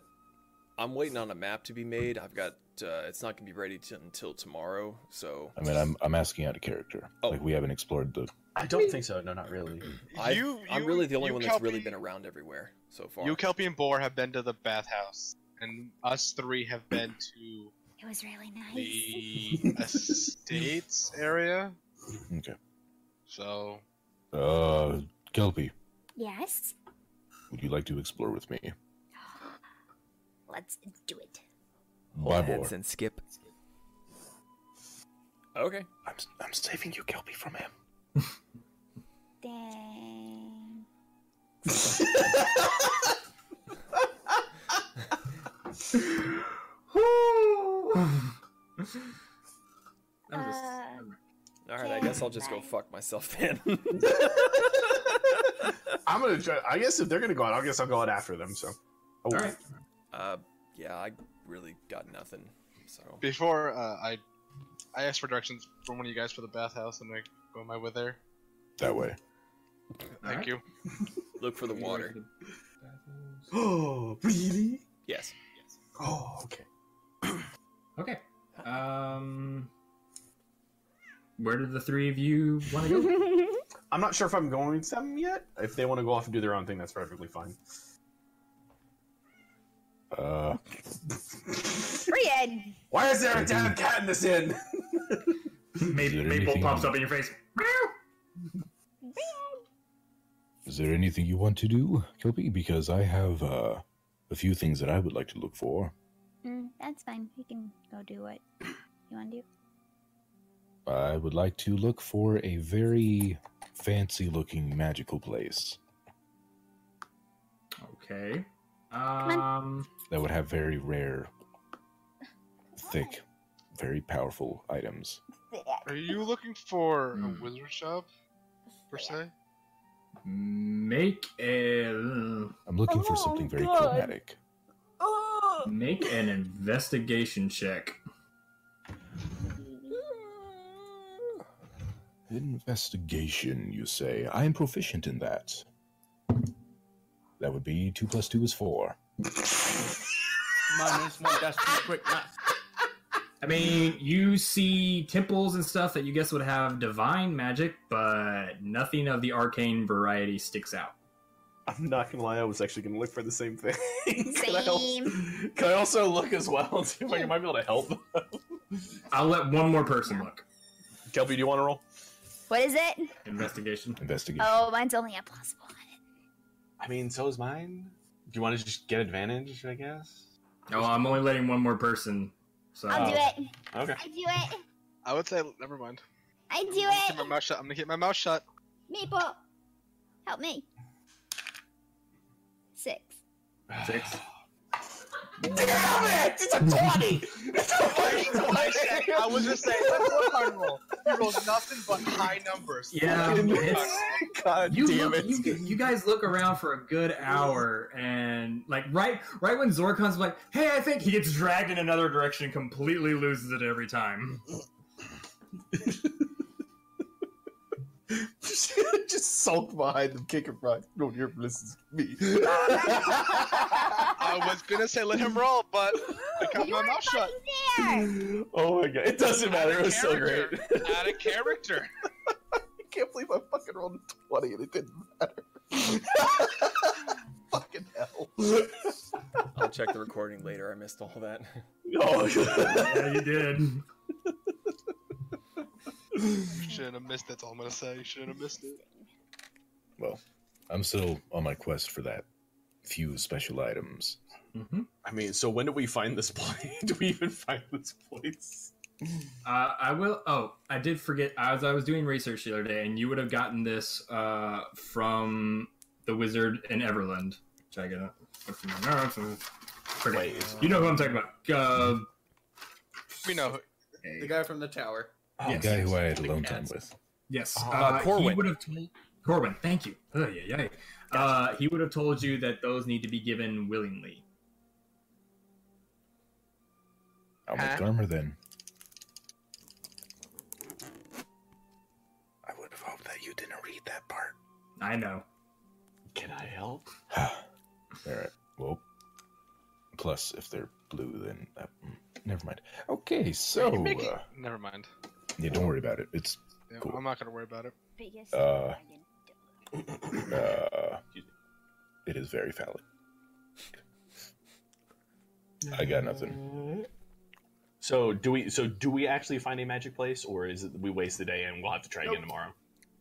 Speaker 5: I'm waiting on a map to be made. I've got. Uh, it's not gonna be ready t- until tomorrow. So
Speaker 10: I mean, I'm, I'm asking out of character.
Speaker 5: Oh.
Speaker 10: Like, we haven't explored the.
Speaker 20: I don't think so. No, not really.
Speaker 5: I,
Speaker 11: You-
Speaker 5: I'm
Speaker 11: you-
Speaker 5: really the only
Speaker 11: you
Speaker 5: one that's really
Speaker 11: Kelpie-
Speaker 5: been around everywhere so far.
Speaker 11: You, Kelpie, and Boar have been to the bathhouse, and us three have been to
Speaker 4: It was really nice.
Speaker 11: the estates area.
Speaker 10: Okay.
Speaker 11: So
Speaker 10: Uh, Kelpie,
Speaker 4: Yes.
Speaker 10: would you like to explore with me?
Speaker 4: Let's do it.
Speaker 5: Oh,
Speaker 10: Why, Boar?
Speaker 5: and skip. Okay.
Speaker 10: I'm, I'm saving you, Kelpie, from him.
Speaker 4: Dang.
Speaker 5: All right, I guess I'll just go fuck myself *laughs* then.
Speaker 20: I'm gonna try. I guess if they're gonna go out, I guess I'll go out after them. So, oh,
Speaker 3: Alright.
Speaker 5: Uh, yeah, I really got nothing. So
Speaker 11: before uh, I, I asked for directions from one of you guys for the bathhouse, and I go my way there.
Speaker 10: That way.
Speaker 11: Thank
Speaker 5: Alright.
Speaker 11: you.
Speaker 5: look for the water.
Speaker 20: Oh, *gasps* really?
Speaker 5: Yes.
Speaker 20: Oh, okay.
Speaker 3: Okay. Um, where do the three of you want
Speaker 4: *laughs*
Speaker 3: to go?
Speaker 20: I'm not sure if I'm going with them yet. If they want to go off and do their own thing, that's perfectly fine.
Speaker 10: Uh,
Speaker 4: Free Ed.
Speaker 20: Why is there a damn cat in this inn?
Speaker 3: Hmm. Maple,
Speaker 10: there
Speaker 3: Maple
Speaker 10: anything-
Speaker 3: pops up in your face.
Speaker 10: Is there anything you want to do, Kelpie? Because I have uh, a few things that I would like to look for.
Speaker 4: Mm, that's fine. We can go do what you want to do.
Speaker 10: I would like to look for a very fancy looking magical place
Speaker 3: Okay. Um,
Speaker 10: that would have very rare, thick, very powerful items.
Speaker 11: Are you looking for
Speaker 20: Hmm.
Speaker 11: a wizard shop, per se?
Speaker 3: Um, make a
Speaker 10: I'm looking for something very chromatic.
Speaker 3: make an investigation check.
Speaker 10: Investigation, you say? I am proficient in that. That would be 2 plus 2 is 4.
Speaker 32: Minus one. That's too quick. math.
Speaker 3: I mean, you see temples and stuff that you guess would have divine magic, but nothing of the arcane variety sticks out.
Speaker 20: I'm not gonna lie, I was actually gonna look for the same
Speaker 1: *laughs*
Speaker 20: thing. can, I help-
Speaker 4: Same.
Speaker 20: can I also look as well
Speaker 1: *laughs*
Speaker 20: and see if I might be able to help?
Speaker 3: I'll let one more person look.
Speaker 20: Kelpie, do you want to roll?
Speaker 4: What is it?
Speaker 3: Investigation.
Speaker 10: Investigation.
Speaker 4: Oh, mine's only a plus one.
Speaker 1: I mean, so is mine. Do you want to just get advantage? I guess.
Speaker 3: No, Oh, I'm only letting one more person. So
Speaker 4: I'll do it.
Speaker 1: Okay.
Speaker 4: I do it.
Speaker 11: I would say never mind.
Speaker 4: I do
Speaker 11: I'm gonna keep
Speaker 4: it.
Speaker 11: my mouth shut. I'm gonna keep my mouth shut.
Speaker 4: Maple, help me. Six.
Speaker 3: Six.
Speaker 20: Damn it! It's a
Speaker 1: *laughs*
Speaker 20: 20! It's a fucking 20!
Speaker 11: *laughs* I was just saying, let's work on roll. You rolled nothing but high numbers.
Speaker 3: Yeah, it's-
Speaker 20: God
Speaker 3: you,
Speaker 20: Oh, damn
Speaker 3: look-
Speaker 20: it.
Speaker 3: you you guys look around for a good hour, and like right right when Zorkon's like, "Hey, I think," he gets dragged in another direction, completely loses it
Speaker 20: *laughs*
Speaker 3: every time.
Speaker 20: just sulk behind them, kick and run. No, you're listening to me.
Speaker 11: I was gonna say let him roll, but I kept my mouth shut. *laughs*
Speaker 4: There.
Speaker 20: oh my god. It *laughs* doesn't matter. It was so great.
Speaker 11: Character. Out of character.
Speaker 20: I can't believe I fucking rolled a 20 and it didn't matter. fucking hell.
Speaker 5: I'll check the recording later. I missed all that.
Speaker 1: *laughs*
Speaker 20: Oh,
Speaker 3: yeah, you did. Mm-hmm.
Speaker 11: Shouldn't have missed. That's all I'm gonna say. Shouldn't have missed it.
Speaker 10: Well, I'm still on my quest for that few special items.
Speaker 20: I mean, so when do we find this
Speaker 1: *laughs*
Speaker 20: place? do we even find this place?
Speaker 3: Uh, I will. Oh, I did forget. As I was doing research the other day, and you would have gotten this uh, from the wizard in Everland. Check it out. Forget. You know who I'm talking about. Uh,
Speaker 11: We know.
Speaker 34: The guy from the tower.
Speaker 10: The guy who I had alone time with.
Speaker 3: Yes,
Speaker 10: Ah,
Speaker 3: uh, Corwin. He
Speaker 10: Corwin.
Speaker 3: would have told Corwin. Thank you. Ugh, yeah, yeah. Uh, he would have told you that those need to be given willingly.
Speaker 10: I'll
Speaker 11: Uh-huh.
Speaker 10: make armor then. I would have hoped that you didn't read that *sighs* part.
Speaker 3: I know.
Speaker 1: Can I help?
Speaker 10: Alright, well. Plus, if they're blue, then. Uh, mm, never mind. Okay, so.
Speaker 11: You make it-
Speaker 10: uh,
Speaker 11: Never mind.
Speaker 10: yeah, don't worry about it. It's.
Speaker 11: Yeah,
Speaker 10: Cool.
Speaker 11: I'm not gonna worry about it.
Speaker 10: Uh, uh, it is very valid. I got nothing.
Speaker 1: So do we? So do we actually find a magic place, or is it that we waste the day and we'll have to try again tomorrow?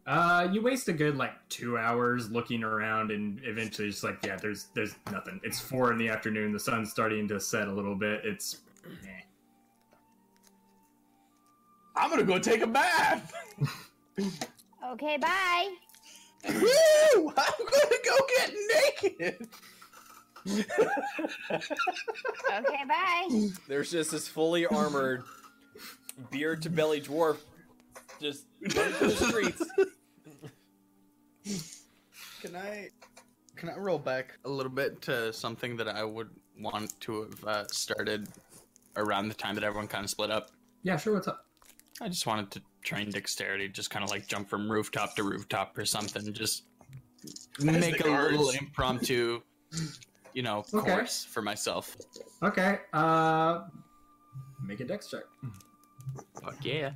Speaker 3: Uh, you waste a good like two hours looking around, and eventually, it's like, yeah, there's there's nothing. It's four in the afternoon. The sun's starting to set a little bit. It's
Speaker 1: I'm gonna go take a bath.
Speaker 4: Okay, bye.
Speaker 1: Woo! *laughs* I'm gonna go get naked.
Speaker 4: okay, bye.
Speaker 5: There's just this fully armored, beard to belly dwarf, just running through the streets.
Speaker 34: Can I?
Speaker 2: Can I roll back a little bit to something that I would want to have uh, started around the time that everyone kind of split up?
Speaker 3: yeah, sure. What's up?
Speaker 2: I just wanted to train dexterity, just kind of like jump from rooftop to rooftop or something. Just make a little impromptu, you know,
Speaker 3: Okay.
Speaker 2: course for myself.
Speaker 3: Okay. Uh, make a dex check.
Speaker 2: Fuck yeah.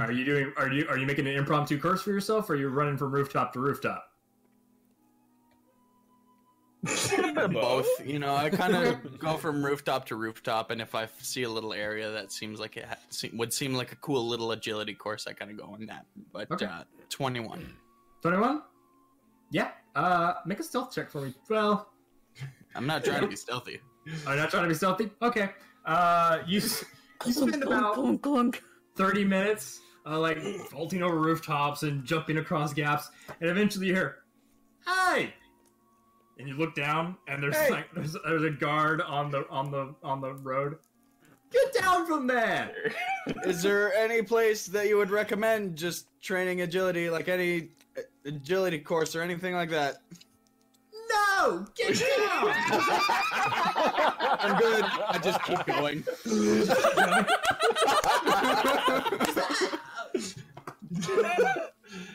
Speaker 3: Are you doing? Are you are you making an impromptu curse for yourself, or you're running from rooftop to rooftop?
Speaker 2: bit of both. You know, I kind of go from rooftop to rooftop, and if I f- see a little area that seems like it ha- se- would seem like a cool little agility course, I kind of go on that. But uh, twenty-one.
Speaker 3: Twenty-one. Yeah. Uh, make a stealth check for me. Well,
Speaker 2: I'm not trying to be stealthy.
Speaker 3: I'm not trying to be stealthy. Okay. Uh, you s- you spend about thirty minutes uh, like vaulting over rooftops and jumping across gaps, and eventually you hear, "Hey!" And you look down, and there's
Speaker 31: Hey.
Speaker 3: like there's, there's a guard on the on the on the road. Get down from there.
Speaker 34: Is there any place that you would recommend just training agility, like any uh, agility course or anything like that?
Speaker 31: No! Get down!
Speaker 34: I'm good. I just keep going.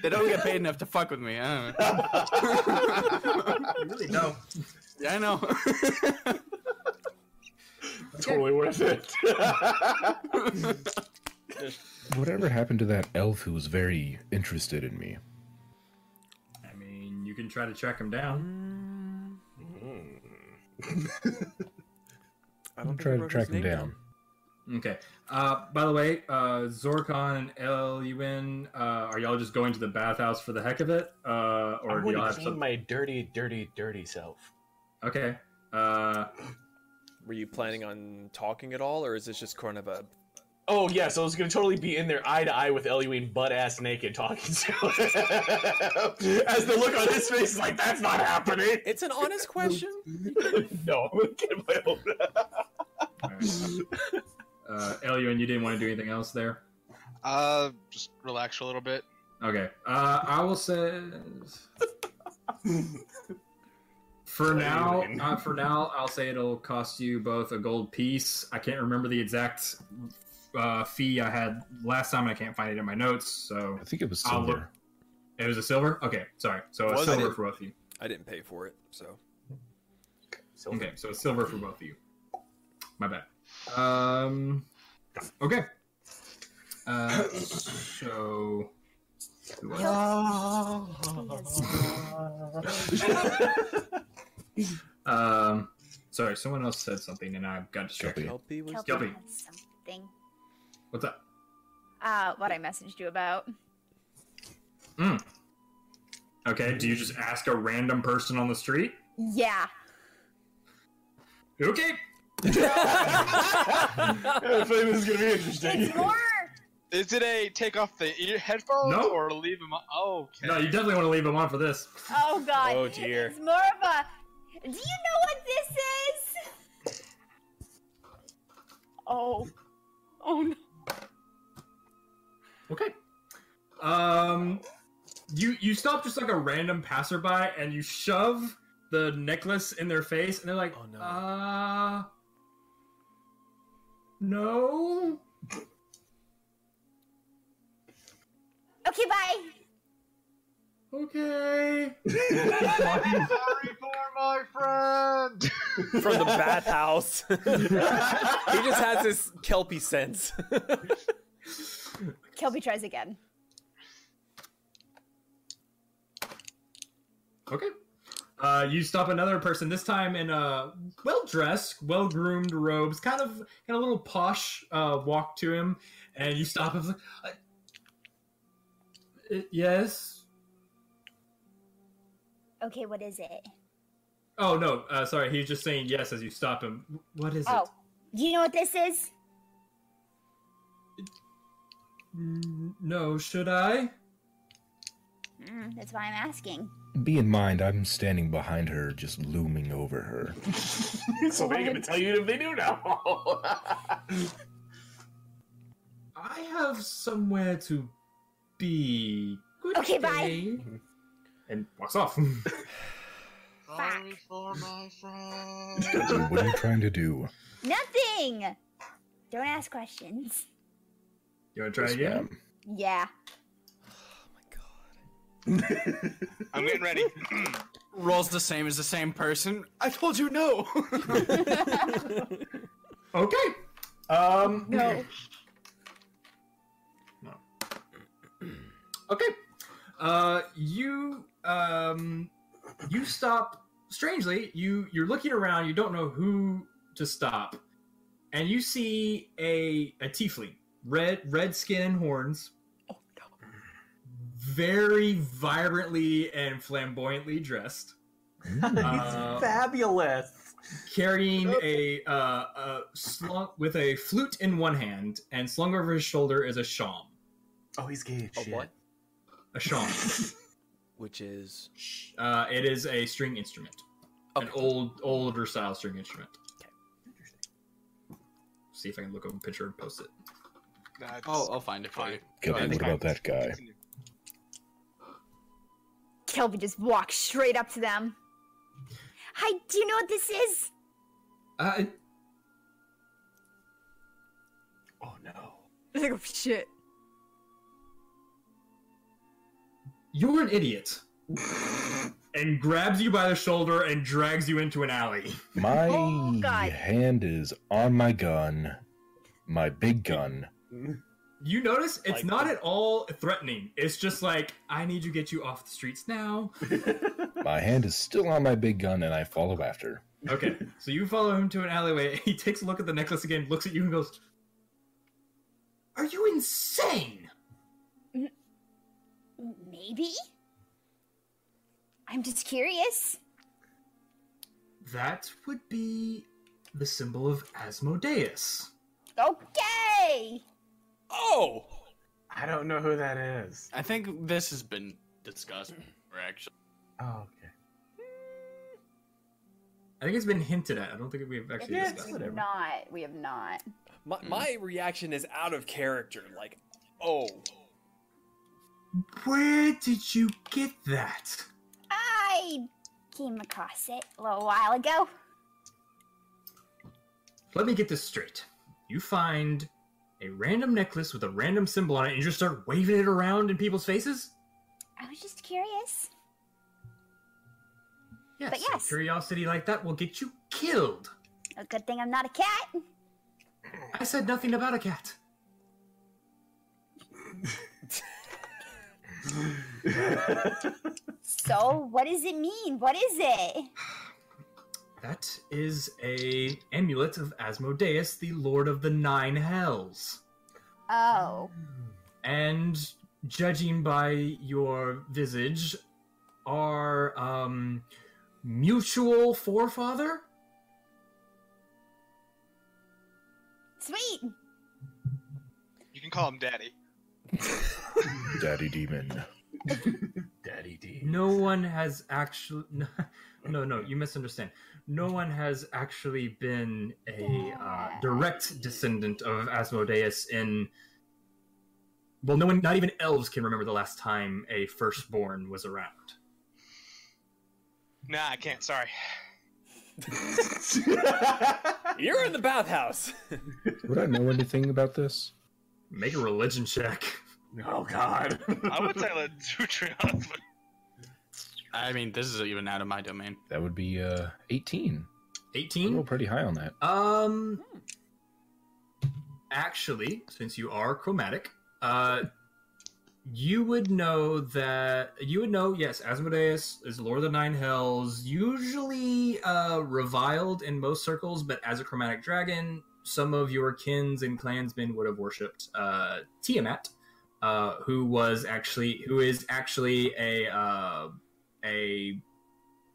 Speaker 2: They don't get paid enough to fuck with me. I don't know.
Speaker 3: really don't.
Speaker 2: Yeah, I know. *laughs*
Speaker 1: Totally worth it.
Speaker 10: Whatever happened to that elf who was very interested in me?
Speaker 3: I mean, you can try to track him down.
Speaker 5: I
Speaker 10: don't try to track him down.
Speaker 3: Okay. Uh, by the way, uh, Zorkon and Lun, uh, are y'all just going to the bathhouse for the heck of it, uh, or
Speaker 1: I'm gonna
Speaker 3: do y'all have
Speaker 1: clean
Speaker 3: some?
Speaker 1: my dirty, dirty, dirty self.
Speaker 3: Okay. Uh,
Speaker 5: Were you planning on talking at all, or is this just kind of a?
Speaker 1: Oh yes, I was gonna totally be in there eye to eye with Eluine, butt ass naked, talking to *laughs* him. As the look on his face is like, that's not happening. *laughs*
Speaker 5: It's an *laughs* honest question.
Speaker 1: no, I'm gonna get my own.
Speaker 3: uh, Lun, you didn't want to do anything else there.
Speaker 11: Uh, just relax for a little bit.
Speaker 3: Okay. Uh, I will say. For now,
Speaker 11: Elwyn.
Speaker 3: uh, for now, I'll say it'll cost you both a gold piece. I can't remember the exact uh, fee I had last time. I can't find it in my notes, so
Speaker 10: I think it was
Speaker 3: I'll look-
Speaker 10: silver.
Speaker 3: It was a silver. Okay, sorry. So a
Speaker 5: Was
Speaker 3: silver
Speaker 5: it?
Speaker 3: for both of you.
Speaker 5: I didn't pay for it, so.
Speaker 3: Okay, so a silver for both of you. My bad. Um. Okay. Uh, so. who was it?
Speaker 1: *laughs*
Speaker 3: Um, sorry, someone else said something and I got distracted.
Speaker 5: Kelpie
Speaker 4: Kelpie
Speaker 3: Kelpie,
Speaker 4: had something.
Speaker 3: what's up?
Speaker 4: Uh, what I messaged you about.
Speaker 3: Mm. Okay, do you just ask a random person on the street?
Speaker 4: Yeah.
Speaker 3: Okay.
Speaker 1: I think this is gonna be interesting.
Speaker 11: Is it a take off the ear headphones
Speaker 3: No.
Speaker 11: or leave them? On? Oh, okay.
Speaker 3: No, you definitely want to leave them on for this.
Speaker 4: Oh god.
Speaker 3: Oh, dear.
Speaker 4: It's more of a. Do you know what this is? Oh
Speaker 28: Oh no.
Speaker 3: Okay. Um, you you stop just like a random passerby and you shove the necklace in their face, and they're like, "Uh, no."
Speaker 4: Okay, bye.
Speaker 3: Okay.
Speaker 11: I'm sorry for my friend.
Speaker 5: From the bat *laughs* house. he just has this kelpie sense.
Speaker 4: Kelby tries again.
Speaker 3: Okay. Uh, you stop another person this time in a well-dressed, well-groomed robes, kind of got a little posh uh, walk to him, and you stop him. like, "Uh, yes.
Speaker 4: Okay, what is it?
Speaker 3: Oh no. Uh, sorry. He's just saying yes as you stop him. What is
Speaker 4: oh, you know what this is?
Speaker 3: it? Mm, No. Should I?
Speaker 4: Mm, that's why I'm asking.
Speaker 10: Be in mind, I'm standing behind her, just looming over her.
Speaker 1: *laughs* so they're going to tell you if they do *laughs* now.
Speaker 3: I have somewhere to be. Good okay, bye. And walks off. *laughs*
Speaker 11: Sorry for my
Speaker 10: Dude,
Speaker 11: friend.
Speaker 10: what are you trying to do?
Speaker 4: Nothing. Don't ask questions.
Speaker 3: You want to try again?
Speaker 4: Yeah.
Speaker 11: I'm getting ready.
Speaker 2: Rolls the same as the same person. I told you no.
Speaker 3: Oh, Okay. Um.
Speaker 4: *laughs* No.
Speaker 3: Okay. Uh, you um, you stop. Strangely, you you're looking around. You don't know who to stop, and you see a a tiefling, red red skin and horns. Very vibrantly and flamboyantly dressed.
Speaker 6: Hmm.
Speaker 3: Uh,
Speaker 6: Fabulous.
Speaker 3: carrying a, uh, a slung with a flute in one hand, and slung over his shoulder is a shawm.
Speaker 20: Oh, he's gay.
Speaker 5: A what?
Speaker 3: A shawm.
Speaker 5: Which is
Speaker 3: uh, it is a string instrument, an old older style string instrument. See if I can look up a picture and post it.
Speaker 2: oh, I'll find it for you.
Speaker 10: Kelby,
Speaker 2: Go ahead.
Speaker 10: what about
Speaker 11: *laughs*
Speaker 10: that guy?
Speaker 4: Kelby just walks straight up to them. Hi, do you know what this is?
Speaker 3: Uh,
Speaker 1: oh no.
Speaker 28: *laughs* I think, oh shit.
Speaker 3: You're an idiot. and grabs you by the shoulder and drags you into an alley.
Speaker 10: My hand is on my gun, my big gun.
Speaker 3: You notice it's not at all threatening. It's just like, I need to get you off the streets now.
Speaker 10: My hand is still on my big gun, and I follow after.
Speaker 3: Okay, so you follow him to an alleyway. He takes a look at the necklace again, looks at you, and goes, "Are you insane?"
Speaker 4: Maybe. I'm just curious.
Speaker 3: "That would be the symbol of Asmodeus."
Speaker 4: Okay.
Speaker 5: Oh.
Speaker 1: I don't know who that is.
Speaker 2: I think this has been discussed. Or actually,
Speaker 1: Oh,
Speaker 3: I think it's been hinted at. I don't think we've actually
Speaker 4: It's-
Speaker 3: discussed
Speaker 4: we
Speaker 3: it.
Speaker 4: have not. We have not.
Speaker 5: My, my reaction is out of character. Like, oh.
Speaker 3: Where did you get that?
Speaker 4: I came across it a little while ago.
Speaker 3: Let me get this straight. You find a random necklace with a random symbol on it, and you just start waving it around in people's faces.
Speaker 4: I was just curious.
Speaker 3: Yes.
Speaker 4: But
Speaker 3: a Curiosity like that will get you killed.
Speaker 4: A good thing I'm not a cat.
Speaker 3: I said nothing about a cat.
Speaker 4: So, what does it mean? What is it?
Speaker 3: That is a amulet of Asmodeus, the Lord of the Nine Hells.
Speaker 4: Oh.
Speaker 3: And judging by your visage, our um, mutual forefather.
Speaker 4: Sweet.
Speaker 11: You can call him Daddy.
Speaker 10: Daddy Demon.
Speaker 1: Daddy D.
Speaker 3: *laughs* No one has actually. no, no, you misunderstand. No one has actually been a uh, direct descendant of Asmodeus in. Well, no one, not even elves, can remember the last time a firstborn was around.
Speaker 11: Nah, I can't. Sorry.
Speaker 5: You're in the bathhouse.
Speaker 10: Would I know anything about this?
Speaker 3: Make a religion check.
Speaker 1: Oh God.
Speaker 11: *laughs* I would say *laughs* let Zutrion.
Speaker 2: I mean, this is even out of my domain.
Speaker 10: That would be uh, 18.
Speaker 3: 18?
Speaker 10: We're pretty high on that.
Speaker 3: Um, actually, since you are chromatic, uh, you would know that you would know. Yes, Asmodeus is Lord of the Nine Hells, usually uh, reviled in most circles, but as a chromatic dragon, some of your kins and clansmen would have worshipped uh, Tiamat, uh, who was actually who is actually a uh, a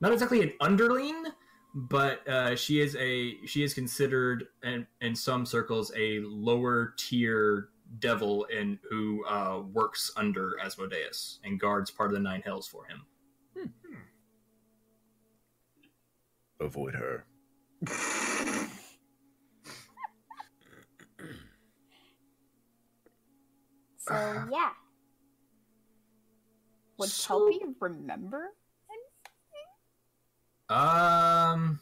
Speaker 3: not exactly an underling, but uh, she is a she is considered in, in some circles a lower tier devil and who uh, works under Asmodeus and guards part of the Nine Hells for him.
Speaker 10: Avoid her.
Speaker 4: So *sighs* yeah. Would Kelpie remember?
Speaker 3: Um,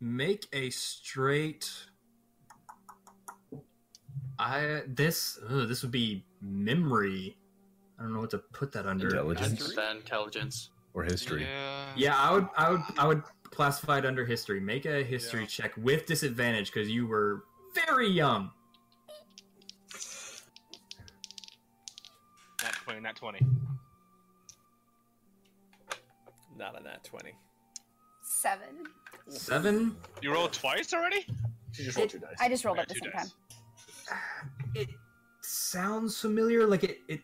Speaker 3: make a straight. I this ugh, this would be memory. I don't know what to put that under.
Speaker 10: Intelligence?
Speaker 2: That intelligence.
Speaker 10: Or history.
Speaker 3: Yeah, I would, I would, I would classify it under history. Make a history check with disadvantage because you were very young.
Speaker 11: Not twenty. Not twenty.
Speaker 5: Not on that twenty.
Speaker 4: Seven.
Speaker 3: Seven.
Speaker 11: You rolled twice already. She just rolled two dice.
Speaker 4: I just rolled at the same time.
Speaker 3: Sounds familiar. Like it, it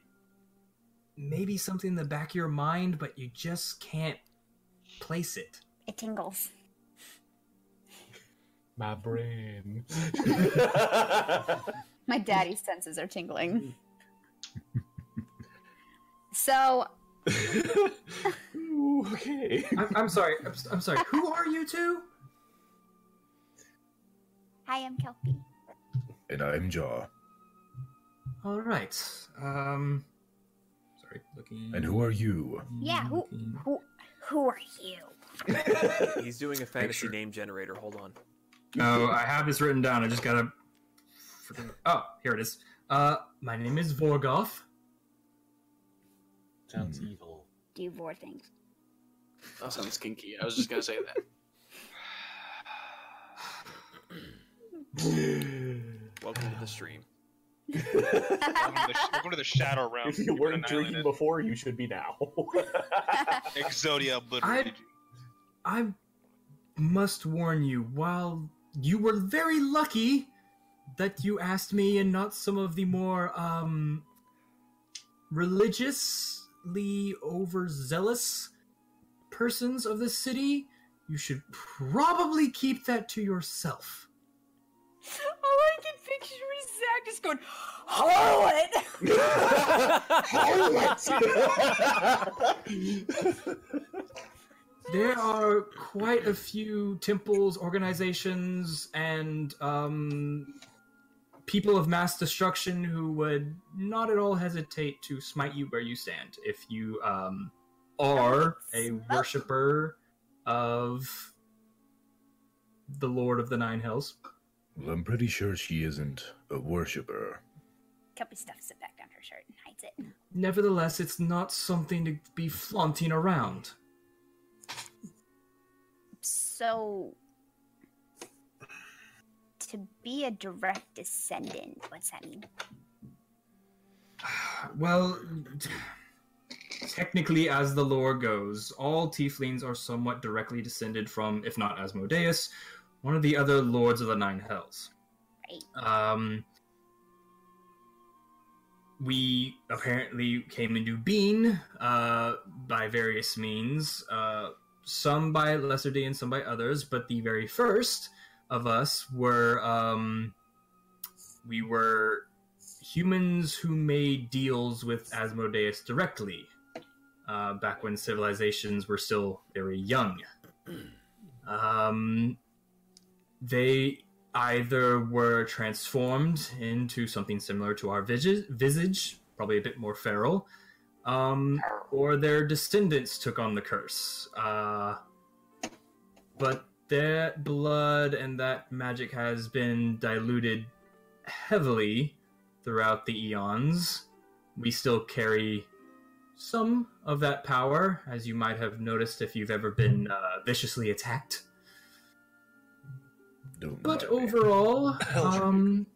Speaker 3: may be something in the back of your mind, but you just can't place it.
Speaker 4: It tingles.
Speaker 1: My brain.
Speaker 4: My daddy's senses are tingling. So
Speaker 3: okay. I'm, I'm sorry. I'm, s- I'm sorry. Who are you two?
Speaker 4: I am Kelpie.
Speaker 10: *laughs* And I'm Jaw.
Speaker 3: All right. Um, sorry. Looking.
Speaker 10: And who are you?
Speaker 4: Yeah, who who who are you?
Speaker 3: *laughs*
Speaker 5: He's doing a fantasy name generator. Hold on.
Speaker 3: No, I have this written down. I just gotta. Oh, here it is. Uh, my name is Vorgoth.
Speaker 1: Sounds
Speaker 10: Hmm.
Speaker 1: evil.
Speaker 4: Do you more things?
Speaker 2: That sounds kinky. I was just gonna say that.
Speaker 5: Welcome to the stream.
Speaker 11: Welcome to the,
Speaker 4: *laughs*
Speaker 11: welcome to the shadow realm.
Speaker 1: If you
Speaker 11: You've been
Speaker 1: weren't drinking before, you should be now. *laughs*
Speaker 11: annihilated. Exodia obliterated
Speaker 3: I I must warn you. While you were very lucky that you asked me and not some of the more um religiously overzealous persons of the city, you should probably keep that to yourself.
Speaker 28: Oh, I can picture Zach just going, "Hold it!"
Speaker 3: Oh, *laughs* There are quite a few temples, organizations, and um, people of mass destruction who would not at all hesitate to smite you where you stand if you um, are a worshiper of the Lord of the Nine Hells.
Speaker 10: Well, I'm pretty sure she isn't a worshiper.
Speaker 4: Kelpie stuffs it back down her shirt and hides it.
Speaker 3: Nevertheless, it's not something to be flaunting around.
Speaker 4: So to be a direct descendant, what's that mean?
Speaker 3: Well, technically, as the lore goes, all tieflings are somewhat directly descended from, if not Asmodeus, one of the other lords of the Nine Hells. Um, we apparently came into being uh, by various means, uh, some by Lesser D and some by others, but the very first of us were. Um, we were humans who made deals with Asmodeus directly, uh, back when civilizations were still very young.
Speaker 19: Um,
Speaker 3: they either were transformed into something similar to our visage, visage probably a bit more feral, um, or their descendants took on the curse. Uh, but their blood and that magic has been diluted heavily throughout the eons. We still carry some of that power, as you might have noticed if you've ever been uh, viciously attacked. But
Speaker 10: *laughs*
Speaker 3: overall, um,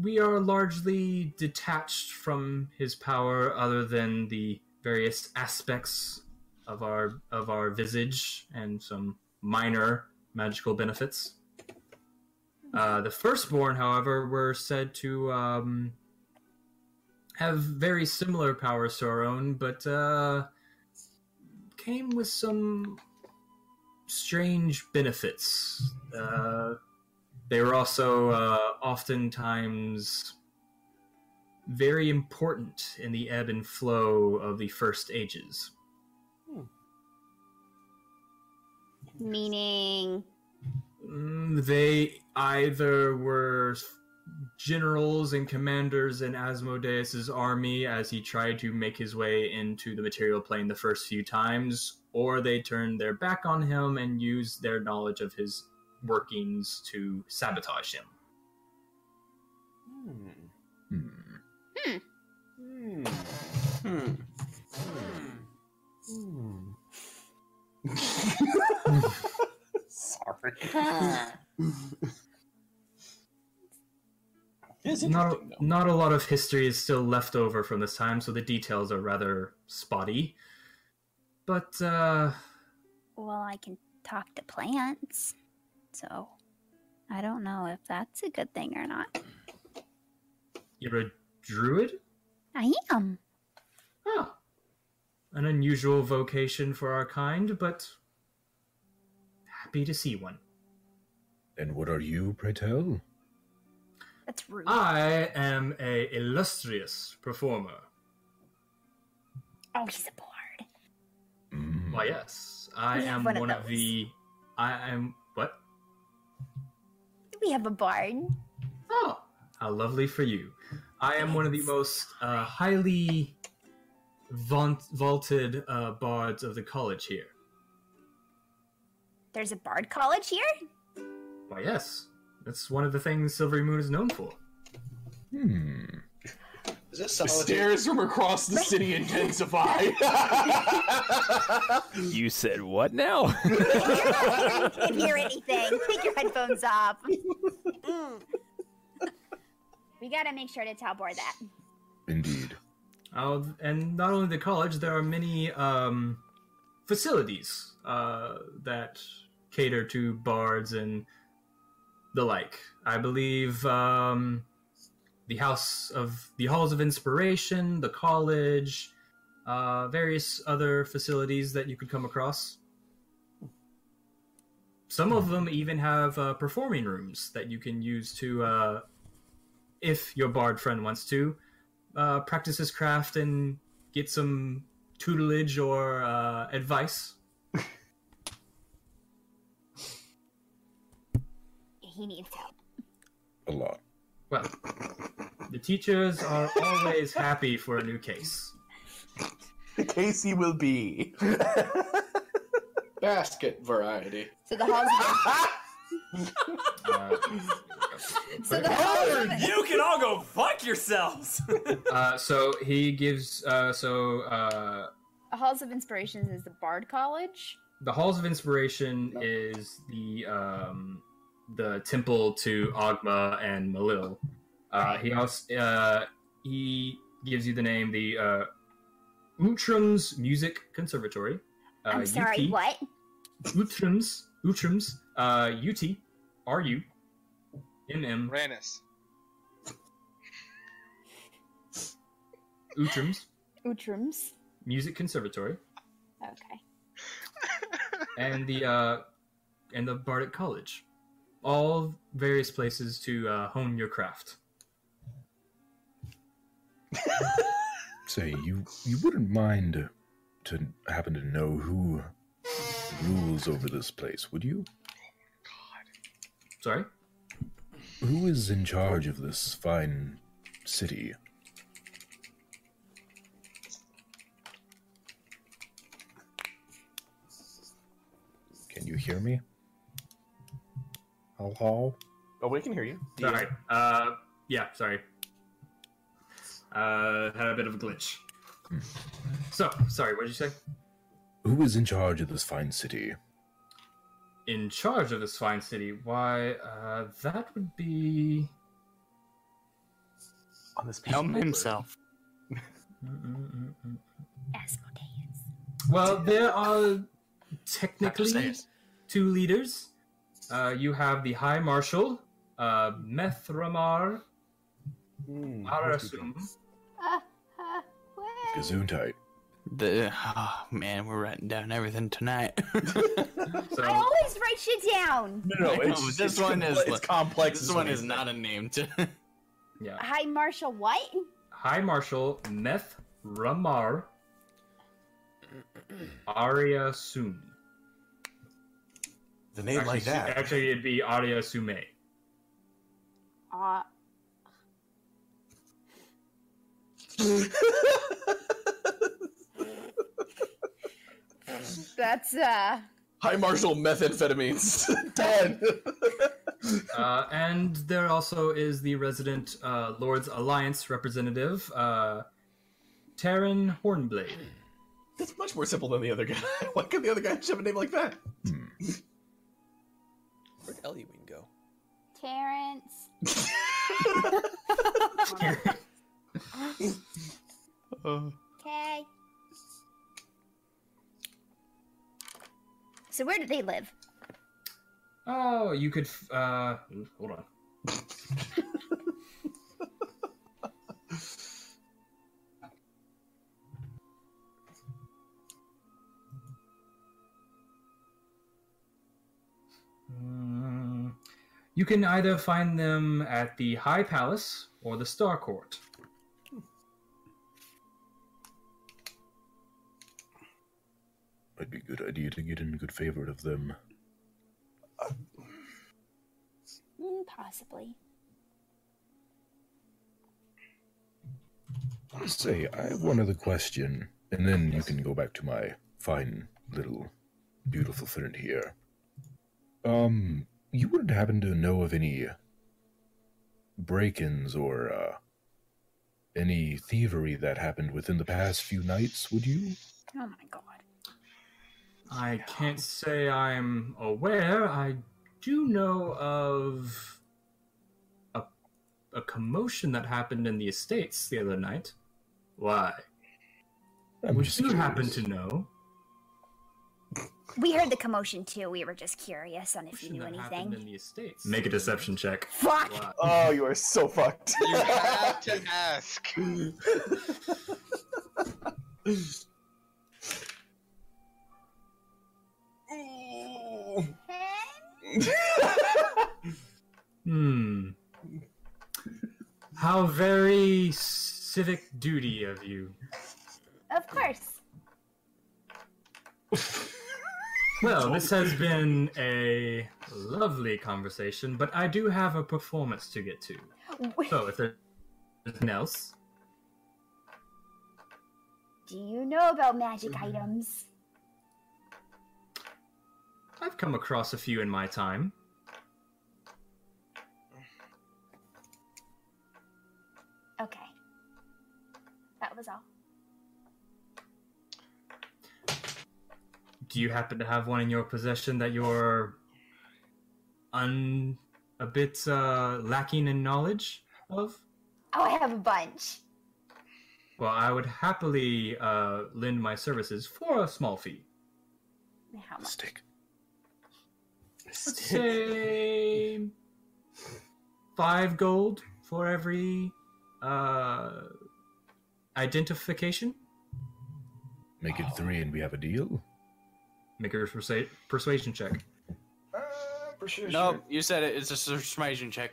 Speaker 3: we are largely detached from his power, other than the various aspects of our of our visage and some minor magical benefits. Uh, the firstborn, however, were said to um, have very similar powers to our own, but uh, came with some strange benefits. Uh, they were also uh, oftentimes very important in the ebb and flow of the first ages.
Speaker 4: Meaning,
Speaker 3: Mm, They either were generals and commanders in Asmodeus's army as he tried to make his way into the material plane the first few times, or they turned their back on him and used their knowledge of his workings to sabotage him.
Speaker 4: hmm.
Speaker 5: Hmm.
Speaker 1: Hmm. *laughs*
Speaker 20: Sorry.
Speaker 3: not, not a lot of history is still left over from this time, so the details are rather spotty. But uh,
Speaker 4: well, I can talk to plants, so I don't know if that's a good thing or not.
Speaker 3: you're a druid?
Speaker 4: I am.
Speaker 3: An unusual vocation for our kind, but happy to see one.
Speaker 10: And what are you, pray tell?
Speaker 4: That's rude.
Speaker 3: I am a illustrious performer.
Speaker 4: Oh, he's a board.
Speaker 10: Hmm.
Speaker 3: Why, yes, I
Speaker 4: We have
Speaker 3: am
Speaker 4: one
Speaker 3: one,
Speaker 4: of
Speaker 3: of,
Speaker 4: those.
Speaker 3: the. I am what?
Speaker 4: We have a bard.
Speaker 3: Oh. How lovely for you! I am one of the most uh, highly vaunt- vaulted uh, bards of the college here.
Speaker 4: There's a bard college here? *laughs*
Speaker 3: Why, yes, that's one of the things Silvery Moon is known for.
Speaker 10: Hmm.
Speaker 29: Is this
Speaker 20: The stares from across the city intensify.
Speaker 5: You said what *laughs* now?
Speaker 4: I can't hear anything. *laughs* Take your headphones off. Mm. we gotta make sure to tell Bor that.
Speaker 10: Indeed.
Speaker 3: Uh, and not only the college, there are many um, facilities uh, that cater to bards and the like. I believe um, the House of the Halls of Inspiration, the college, uh, various other facilities that you could come across. Some of them even have uh, performing rooms that you can use to, uh, if your bard friend wants to, uh, practice his craft and get some tutelage or uh, advice.
Speaker 4: He needs help.
Speaker 10: A lot.
Speaker 3: Well, the teachers are always happy for a new case.
Speaker 20: The case he will be.
Speaker 34: Basket variety.
Speaker 28: So the halls.
Speaker 3: Uh,
Speaker 28: so the halls.
Speaker 1: Oh,
Speaker 35: you can all go fuck yourselves.
Speaker 3: Uh, so he gives. Uh, so uh,
Speaker 4: Halls of Inspirations is the Bard College.
Speaker 3: the Halls of Inspiration is the um, the temple to Agma and Malil. Uh, he also uh, he gives you the name the uh, Utrum's Music Conservatory. Uh,
Speaker 4: I'm sorry,
Speaker 3: UT.
Speaker 4: what?
Speaker 3: Utrum's Utrum's uh, UT R U M M
Speaker 11: Rannis.
Speaker 3: Utrum's
Speaker 4: Utrums.
Speaker 3: Music Conservatory
Speaker 4: Okay.
Speaker 3: and the uh, and the Bardic College, all various places to uh, hone your craft.
Speaker 10: Say, you you wouldn't mind to happen to know who rules over this place, would you?
Speaker 3: Sorry?
Speaker 10: Who is in charge of this fine city? Can you hear me? Hello?
Speaker 1: Oh, we can hear you.
Speaker 3: Sorry. Uh, yeah, sorry. Uh, had a bit of a glitch. So, sorry, what did you say?
Speaker 10: Who is in charge of this fine city?
Speaker 3: In charge of this fine city? Why, uh, that would be.
Speaker 1: On this
Speaker 2: Helm himself.
Speaker 3: mm, Well, there are technically
Speaker 2: Upstairs.
Speaker 3: two leaders. Uh, you have the High Marshal, uh, Methramar
Speaker 36: Hmm,
Speaker 3: Arasum.
Speaker 10: Gesundheit.
Speaker 2: The oh, man, we're writing down everything
Speaker 3: *laughs*
Speaker 2: tonight.
Speaker 4: I *laughs* always write shit down.
Speaker 2: I know, but this one is
Speaker 3: it's complex
Speaker 2: This
Speaker 3: is
Speaker 2: one
Speaker 3: what
Speaker 2: is
Speaker 3: it
Speaker 2: not a name. To *laughs*
Speaker 3: yeah.
Speaker 4: Hi, Marshall. What?
Speaker 3: High Marshal Methramar Arya Soon.
Speaker 36: The name
Speaker 3: actually,
Speaker 36: like that.
Speaker 3: Actually, it'd be Arya Sume.
Speaker 4: Uh, *laughs* that's uh.
Speaker 1: High Marshal methamphetamines. *laughs* Ten.
Speaker 3: Uh, and there also is the resident uh, Lord's Alliance representative, uh, Taryn Hornblade.
Speaker 1: That's much more simple than the other guy. *laughs* Why could the other guy just have a name like that?
Speaker 10: Hmm,
Speaker 5: Where'd Eluine go?
Speaker 4: *laughs* Terrence. okay. So where do they live?
Speaker 3: Oh, you could. f- Uh, hold on. Mm, You can either find them at the High Palace or the Star Court.
Speaker 10: Might be a good idea to get in good favor of them.
Speaker 4: Mm, possibly.
Speaker 10: Say, I have one other question, and then you can go back to my fine little beautiful friend here. Um, you wouldn't happen to know of any break ins or uh, any thievery that happened within the past few nights, would you?
Speaker 4: Oh my god.
Speaker 3: I can't say I'm aware. I do know of a, a commotion that happened in the estates the other night. Why?
Speaker 10: I'm
Speaker 3: Would
Speaker 10: just
Speaker 3: you happen
Speaker 10: curious.
Speaker 3: to know?
Speaker 4: We heard the commotion too. We were just curious on if you knew
Speaker 3: that happened in
Speaker 4: anything.
Speaker 3: the estates. Make a deception check.
Speaker 4: Fuck.
Speaker 1: Oh, you are so fucked. *laughs*
Speaker 11: You have *laughs* to ask.
Speaker 3: Hmm. How very civic duty of you.
Speaker 4: Of course.
Speaker 3: Well, this has been a lovely conversation, but I do have a performance to get to. So, Oh, if there's nothing else,
Speaker 4: Do you know about magic
Speaker 3: Mm-hmm.
Speaker 4: items?
Speaker 3: I've come across a few in my time.
Speaker 4: Okay. That was all.
Speaker 3: Do you happen to have one in your possession that you're un a bit uh, lacking in knowledge of?
Speaker 4: Oh, I have a bunch.
Speaker 3: Well, I would happily uh, lend my services for a small fee.
Speaker 4: How much?
Speaker 10: Stick.
Speaker 3: Let's say five gold for every uh, identification.
Speaker 10: Make it three and we have a deal?
Speaker 3: Make a persu- persuasion check.
Speaker 2: nope, you said it. It's a persuasion check.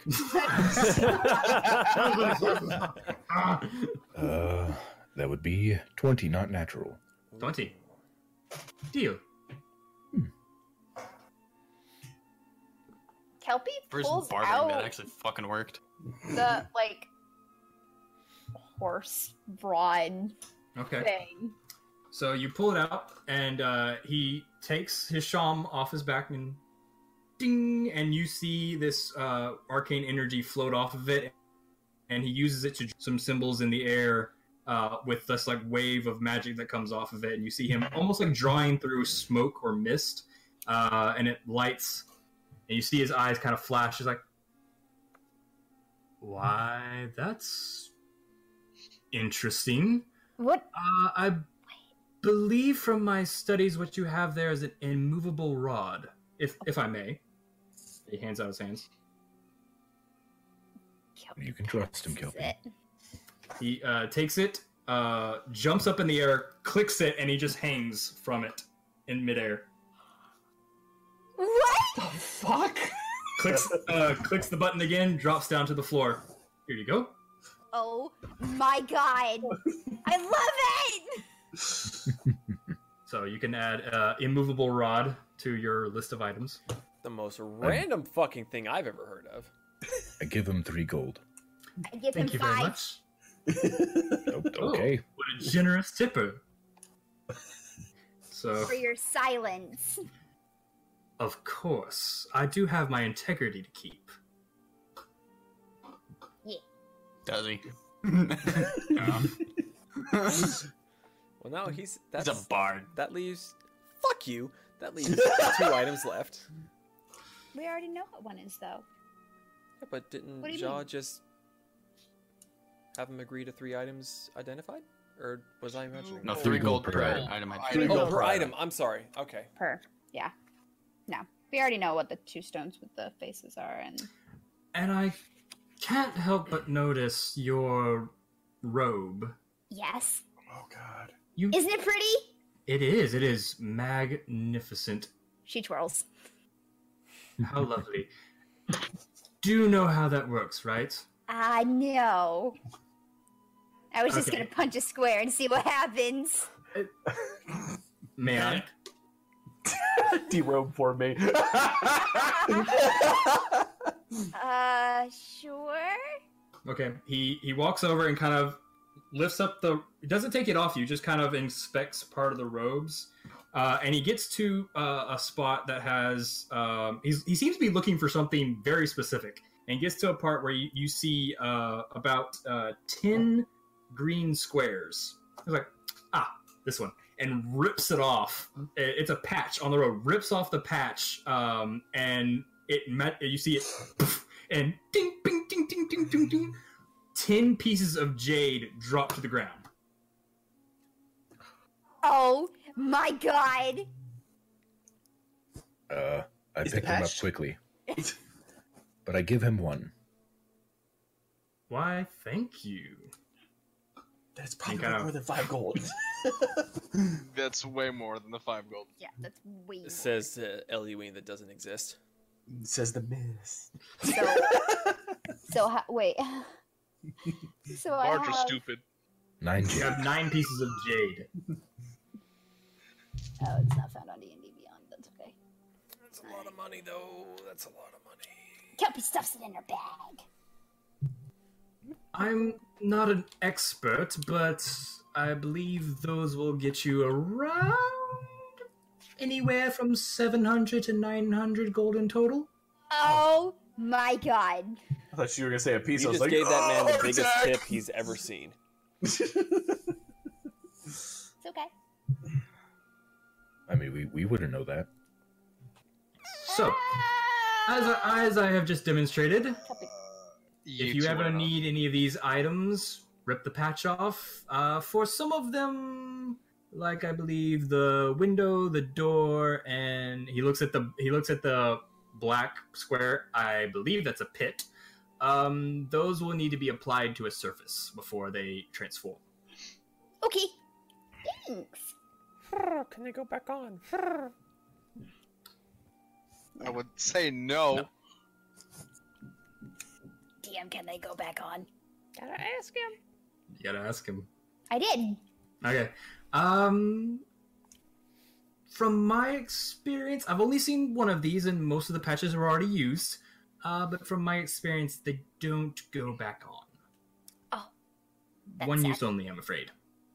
Speaker 10: Uh, that would be 20, not natural.
Speaker 3: Twenty. Deal.
Speaker 4: Kelpie
Speaker 35: First
Speaker 4: pulls
Speaker 35: barbering
Speaker 4: out
Speaker 35: that actually fucking worked.
Speaker 4: the like horse broad
Speaker 3: Okay.
Speaker 4: thing.
Speaker 3: So you pull it out, and uh, he takes his sham off his back, and ding, and you see this uh, arcane energy float off of it, and he uses it to draw some symbols in the air uh, with this like wave of magic that comes off of it, and you see him almost like drawing through smoke or mist, uh, and it lights, and you see his eyes kind of flash. He's like, "Why, that's interesting."
Speaker 4: What?
Speaker 3: Uh, I believe from my studies what you have there is an immovable rod, if if I may. He hands out his hands.
Speaker 10: You can trust him, Kelpie.
Speaker 3: He uh, takes it, uh, jumps up in the air, clicks it, and he just hangs from it in midair.
Speaker 4: What
Speaker 3: the fuck? Clicks uh, clicks the button again, drops down to the floor. Here you go.
Speaker 4: Oh my god! I love it.
Speaker 3: So you can add uh, immovable rod to your list of items.
Speaker 5: The most random fucking thing I've ever heard of.
Speaker 10: I give him three gold.
Speaker 4: I give
Speaker 3: Thank
Speaker 4: him
Speaker 3: you very
Speaker 4: five.
Speaker 3: much.
Speaker 10: Okay.
Speaker 3: What a generous tipper. So
Speaker 4: for your silence.
Speaker 3: Of course. I do have my integrity to keep.
Speaker 4: Yeah.
Speaker 35: Does
Speaker 3: *laughs*
Speaker 35: he?
Speaker 5: Well, now he's
Speaker 35: He's a
Speaker 5: that's
Speaker 35: bard.
Speaker 5: That leaves fuck you. That leaves *laughs* two items left.
Speaker 4: We already know what one is, though.
Speaker 5: Yeah, but didn't
Speaker 4: What do you
Speaker 5: Jaw
Speaker 4: mean?
Speaker 5: just have him agree to three items identified, or was I imagining?
Speaker 35: No,
Speaker 5: that?
Speaker 35: three Three gold gold per per item. item.
Speaker 5: Oh,
Speaker 35: Three gold
Speaker 5: per
Speaker 35: per
Speaker 5: item.
Speaker 35: item.
Speaker 5: I'm sorry. Okay.
Speaker 4: Per. Yeah. No. We already know what the two stones with the faces are, and
Speaker 3: And I can't help but notice your robe.
Speaker 4: yes.
Speaker 3: Oh
Speaker 1: *laughs*
Speaker 3: god. You
Speaker 4: Isn't it pretty?
Speaker 3: It is, it is magnificent.
Speaker 4: She twirls.
Speaker 3: How lovely. Do you know how that works, right?
Speaker 4: I know. I was just
Speaker 3: Okay.
Speaker 4: gonna punch a square and see what happens.
Speaker 3: May I?
Speaker 20: Derobe for
Speaker 1: *laughs*
Speaker 20: me.
Speaker 4: Uh, sure.
Speaker 3: Okay. He he walks over and kind of lifts up the. He doesn't take it off you. Just kind of inspects part of the robes, uh, and he gets to uh, a spot that has. Um, he's, he seems to be looking for something very specific, and gets to a part where you you see uh, about uh, ten green squares. He's like, ah, this one, and rips it off. It- It's a patch on the road. Rips off the patch, um, and it met. You see it, and ding, ping, ding, ding, ding, ding, ding. Ten pieces of jade drop to the ground.
Speaker 4: Oh my god!
Speaker 10: Uh, I
Speaker 20: Is it
Speaker 10: pick him up
Speaker 20: patched?
Speaker 10: quickly,
Speaker 20: *laughs*
Speaker 10: but I give him one.
Speaker 3: Why? Thank you.
Speaker 20: That's
Speaker 3: probably worth
Speaker 20: more than five gold. *laughs*
Speaker 11: That's way more than the five gold.
Speaker 4: Yeah, that's way.
Speaker 5: It says uh, Eluine that doesn't exist.
Speaker 20: Says the miss.
Speaker 4: So ha- wait. so I
Speaker 11: Bards
Speaker 4: have,
Speaker 11: are stupid.
Speaker 10: Nine
Speaker 3: You
Speaker 10: jade.
Speaker 3: have nine pieces of jade.
Speaker 4: Oh, it's not found on D and D Beyond. That's okay.
Speaker 5: That's a lot of money, though. That's a lot of money.
Speaker 4: Kelpie stuffs it in her bag.
Speaker 3: I'm not an expert, but I believe those will get you around anywhere from 700 to 900 gold in total.
Speaker 4: Oh my god!
Speaker 20: I thought you were gonna say a piece.
Speaker 5: You
Speaker 20: I was
Speaker 5: just
Speaker 20: like,
Speaker 5: gave that man the
Speaker 20: "Oh,
Speaker 5: biggest
Speaker 20: attack!"
Speaker 5: tip he's ever seen.
Speaker 4: It's okay.
Speaker 10: I mean, we, we wouldn't know that.
Speaker 3: So,
Speaker 4: Ah.
Speaker 3: as I, as I have just demonstrated, if you
Speaker 11: two
Speaker 3: ever
Speaker 11: are not.
Speaker 3: need any of these items, rip the patch off. Uh, for some of them, like I believe the window, the door, and he looks at the he looks at the black square. I believe that's a pit. Um, those will need to be applied to a surface before they transform.
Speaker 4: Okay. Thanks.
Speaker 5: Can they go back on?
Speaker 11: I would say no.
Speaker 4: DM, can they go back on? Gotta ask him.
Speaker 3: You gotta ask him.
Speaker 4: I did.
Speaker 3: Okay. Um from my experience, I've only seen one of these and most of the patches were already used. uh, but from my experience, they don't go back on.
Speaker 4: Oh, That's
Speaker 3: One
Speaker 4: sad.
Speaker 3: use only, I'm afraid.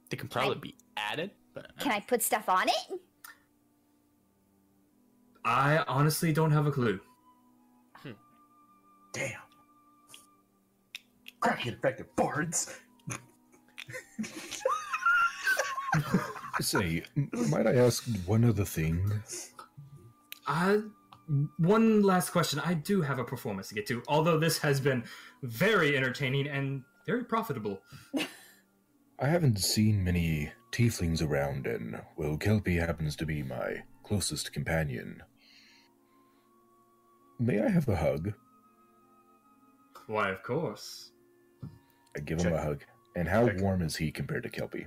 Speaker 2: They can probably be added, but
Speaker 4: Can I put stuff on it?
Speaker 3: I honestly don't have a clue.
Speaker 20: Damn. Crappy infected boards.
Speaker 10: *laughs* Say, m- might I ask one other thing?
Speaker 3: Uh, one last question. I do have a performance to get to, although this has been very entertaining and very profitable.
Speaker 10: I haven't seen many tieflings around, and, well, Kelpie happens to be my closest companion. May I have a hug?
Speaker 3: Why, of course.
Speaker 10: I give him a hug. And how warm is he compared to Kelpie?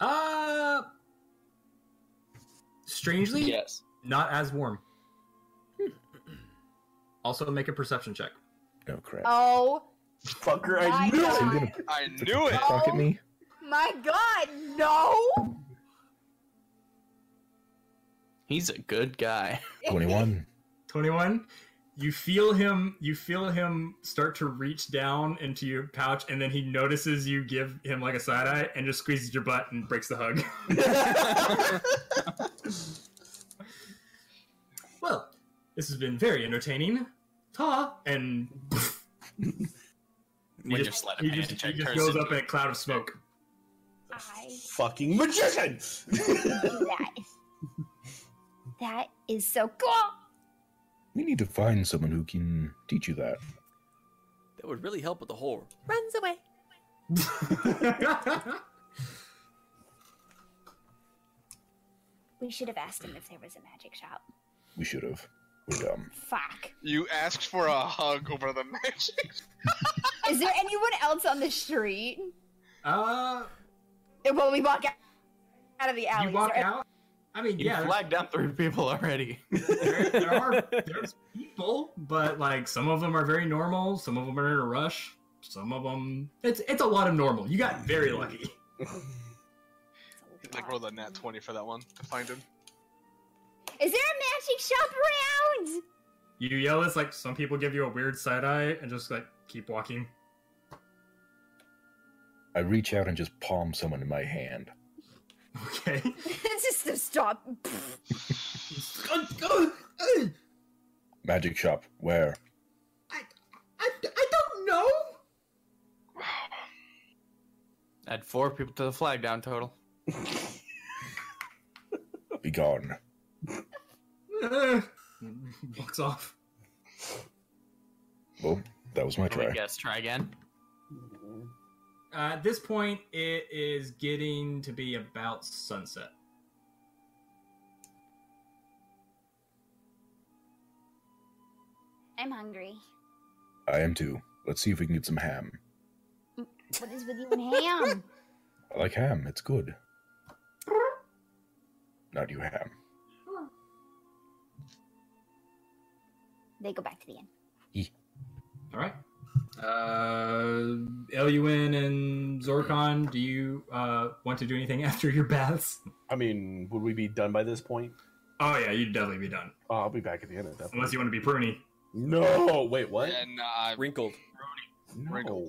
Speaker 3: Uh, strangely, yes, not as warm. *clears throat* also, make a perception check.
Speaker 10: No crap.
Speaker 28: Oh.
Speaker 3: Fucker,
Speaker 28: I My knew it! God.
Speaker 11: I
Speaker 10: knew it! Fuck at me?
Speaker 28: My God, no!
Speaker 2: He's a good
Speaker 3: *laughs*
Speaker 2: guy.
Speaker 10: 21.
Speaker 3: 21 you feel him you feel him start to reach down into your pouch and then he notices you give him like a side eye and just squeezes your butt and breaks the hug *laughs* well this has been very entertaining ta and *laughs*
Speaker 35: We
Speaker 3: He
Speaker 35: just let
Speaker 3: he
Speaker 35: him
Speaker 3: just,
Speaker 35: hand-check
Speaker 3: he just
Speaker 35: turns
Speaker 3: goes
Speaker 35: into-
Speaker 3: up in a cloud of smoke
Speaker 20: Fucking
Speaker 5: *laughs*
Speaker 20: magician!
Speaker 4: that. That is so cool.
Speaker 10: We need to find someone who can teach you that.
Speaker 5: That would really help with the whole.
Speaker 28: Runs away.
Speaker 4: We should have asked him if there was a magic shop.
Speaker 10: We um, should have. We're dumb.
Speaker 4: Fuck.
Speaker 11: You asked for a hug over the magic.
Speaker 4: Is there anyone else on the street?
Speaker 3: uh
Speaker 4: When we walk out, out of the alley,
Speaker 3: you
Speaker 4: is
Speaker 3: walk
Speaker 4: there-
Speaker 3: out i mean
Speaker 2: You
Speaker 3: yeah there's-
Speaker 2: flagged down three people already.
Speaker 3: there
Speaker 28: *laughs*
Speaker 3: are there's people, but like some of them are very normal, some of them are in a rush, some of them it's it's a lot of normal. You got very lucky.
Speaker 11: *laughs* Like rolled a nat twenty for that one to find him.
Speaker 4: Is there a magic shop around?
Speaker 3: You yell this like some people give you a weird side eye and just like keep walking. *laughs*
Speaker 10: I reach out and just palm someone in my hand.
Speaker 3: Okay.
Speaker 4: *laughs* it's just a stop.
Speaker 28: Uh,
Speaker 10: Magic shop, where?
Speaker 28: I, I don't know.
Speaker 2: Add four people to the flag down total.
Speaker 10: Be gone.
Speaker 3: *laughs* Walks off.
Speaker 10: Well, that was my
Speaker 2: Let me
Speaker 10: try.
Speaker 2: guess. Try again.
Speaker 3: Uh, at this point it is getting to be about sunset.
Speaker 4: *laughs* I'm hungry.
Speaker 10: I am too. Let's see if we can get some ham.
Speaker 4: What is with you and *laughs* ham?
Speaker 10: I like ham, it's good. Not you, ham.
Speaker 4: They go back to the inn.
Speaker 3: All right. Uh, Lun and Zorkon, do you uh, want to do anything *laughs* after your baths?
Speaker 20: *laughs* I mean, would we be done by this point?
Speaker 3: Oh yeah, you'd definitely be done.
Speaker 20: Oh, I'll be back at the end of that.
Speaker 3: Unless you want to be pruny.
Speaker 20: No, wait, what?
Speaker 11: And uh,
Speaker 5: wrinkled.
Speaker 20: No.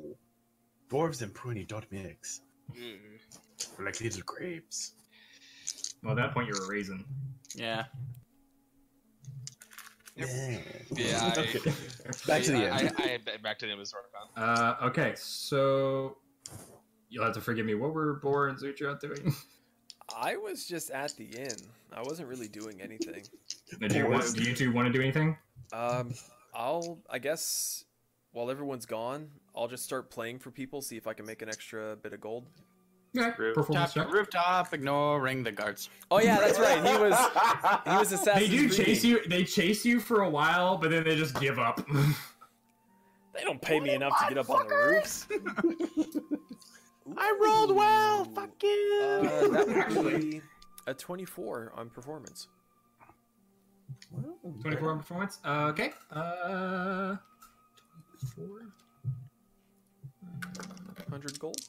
Speaker 20: Dwarves and pruny don't mix.
Speaker 11: mm,
Speaker 20: We're like little grapes.
Speaker 3: Well, at that point, you're a raisin.
Speaker 2: Yeah.
Speaker 11: Yeah. I,
Speaker 3: Okay.
Speaker 11: I,
Speaker 3: Back to the
Speaker 11: I,
Speaker 3: end.
Speaker 11: I, I- back to the end of Zorkon.
Speaker 3: *laughs* Uh, okay, so you'll have to forgive me. What were Bor and Zutra out doing?
Speaker 5: I was just at the inn. I wasn't really doing anything.
Speaker 3: *laughs* Did you want, do you two want to do anything?
Speaker 5: Um, I'll. I guess while everyone's gone, I'll just start playing for people. See if I can make an extra bit of gold.
Speaker 3: Yeah.
Speaker 2: Rooftop, rooftop, ignoring the guards.
Speaker 5: Oh yeah, that's right. He was.
Speaker 20: *laughs*
Speaker 5: He *laughs* was
Speaker 3: They
Speaker 5: Assassin's
Speaker 3: do chase
Speaker 5: Creed.
Speaker 3: you. They chase you for a while, but then they just give up.
Speaker 5: They don't pay me enough to get up on the roofs.
Speaker 2: I
Speaker 1: *laughs*
Speaker 2: rolled well. Fuck you.
Speaker 5: Uh, that would
Speaker 20: *laughs*
Speaker 2: Actually.
Speaker 5: be a twenty-four on performance.
Speaker 3: *laughs* Twenty-four on performance. Uh, okay. Uh, twenty-four.
Speaker 5: Hundred gold.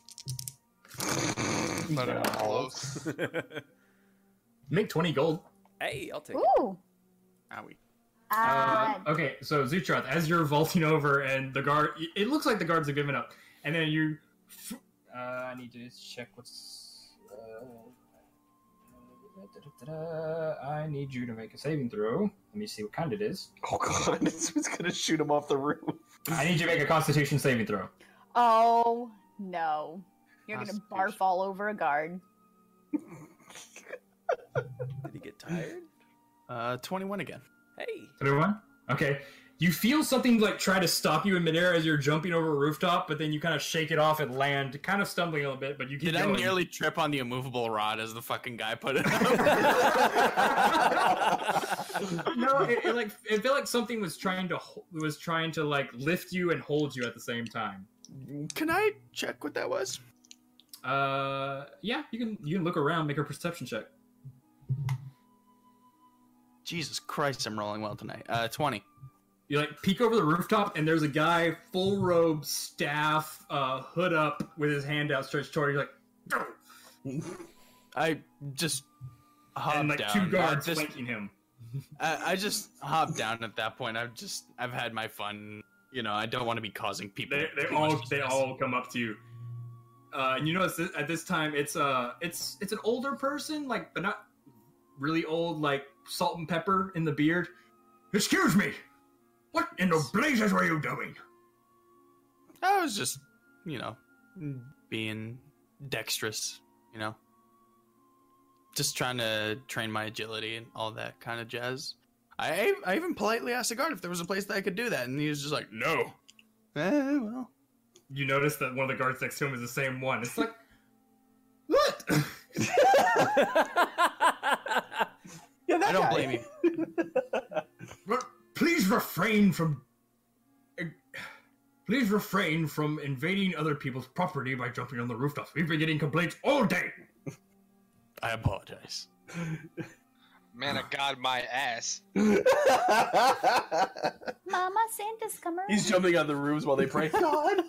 Speaker 11: Not even
Speaker 5: close.
Speaker 3: Make twenty gold.
Speaker 5: hey, I'll take it.
Speaker 4: Ooh.
Speaker 2: Owie.
Speaker 4: Ah.
Speaker 3: Uh, okay, so Zutroth, as you're vaulting over, and the guard, it looks like the guards have given up, and then you. Uh, I need to check what's. Uh, I need you to make a saving throw. Let me see what kind it is.
Speaker 20: Oh
Speaker 5: *laughs*
Speaker 20: god, it's gonna shoot him off the roof. *laughs*
Speaker 3: I need you to make a Constitution saving throw.
Speaker 4: Oh no! You're gonna barf all over a guard.
Speaker 5: Did he get tired?
Speaker 2: Uh, 21 again.
Speaker 5: Hey.
Speaker 3: 21? Okay. You feel something like try to stop you in midair as you're jumping over a rooftop, but then you kind of shake it off and land, kind of stumbling a little bit, but you keep
Speaker 35: Did I
Speaker 3: going.
Speaker 35: nearly trip on the immovable rod as the fucking guy put it up?
Speaker 3: no, it, it like it felt like something was trying to ho- was trying to like lift you and hold you at the same time.
Speaker 2: *laughs* Can I check what that was?
Speaker 3: Uh, yeah, you can you can look around, make a perception check.
Speaker 2: Jesus Christ, I'm rolling well tonight. Uh, *laughs* 20.
Speaker 3: You like peek over the rooftop, and there's a guy, full robe, staff, uh, hood up, with his hand outstretched toward you, like.
Speaker 2: I just hopped
Speaker 3: and like
Speaker 2: down.
Speaker 3: two
Speaker 2: I
Speaker 3: guards
Speaker 2: just-
Speaker 3: flanking him.
Speaker 35: I, I just hopped down at that point. I've just I've had my fun. You know, I don't want to be causing people.
Speaker 3: They, they
Speaker 35: too
Speaker 3: all
Speaker 35: much
Speaker 3: they
Speaker 35: stress.
Speaker 3: all come up to you. Uh, and you notice that at this time it's uh it's it's an older person like but not really old like salt and pepper in the beard. Excuse me, what in the blazes were you doing?
Speaker 35: I was just you know being dexterous. You know, just trying to train my agility and all that kind of jazz. I I even politely asked the guard if there was a place that I could do that, and he was just like, "No." Eh, well.
Speaker 3: You notice that one of the guards next to him is the same one. It's like
Speaker 20: Yeah,
Speaker 35: I don't blame you.
Speaker 3: *clears throat* please refrain from uh, please refrain from invading other people's property by jumping on the rooftops. We've been getting complaints all day.
Speaker 35: I apologize.
Speaker 11: Man, I god, my ass.
Speaker 4: Mama Santa's coming.
Speaker 20: He's jumping on the roofs while they pray. *laughs* God.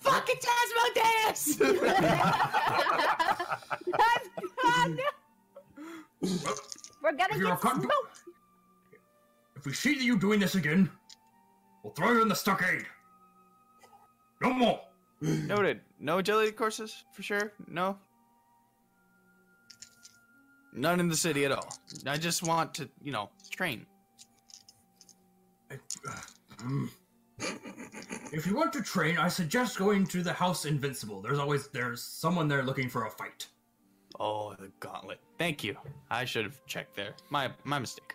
Speaker 28: Fucking
Speaker 3: *laughs*
Speaker 28: Tasmodeus!
Speaker 4: *laughs* We're gonna
Speaker 3: You're a
Speaker 4: get
Speaker 3: cunt.
Speaker 4: smoked.
Speaker 3: If we see you doing this again, we'll throw you in the stockade. No more.
Speaker 2: Noted. No agility courses for sure. No. None in the city at all. I just want to, you know, train.
Speaker 3: uh, mm. If you want to train, I suggest going to the House Invincible. There's always there's someone there looking for a fight.
Speaker 35: Oh, the gauntlet. Thank you. I should have checked there. My my mistake.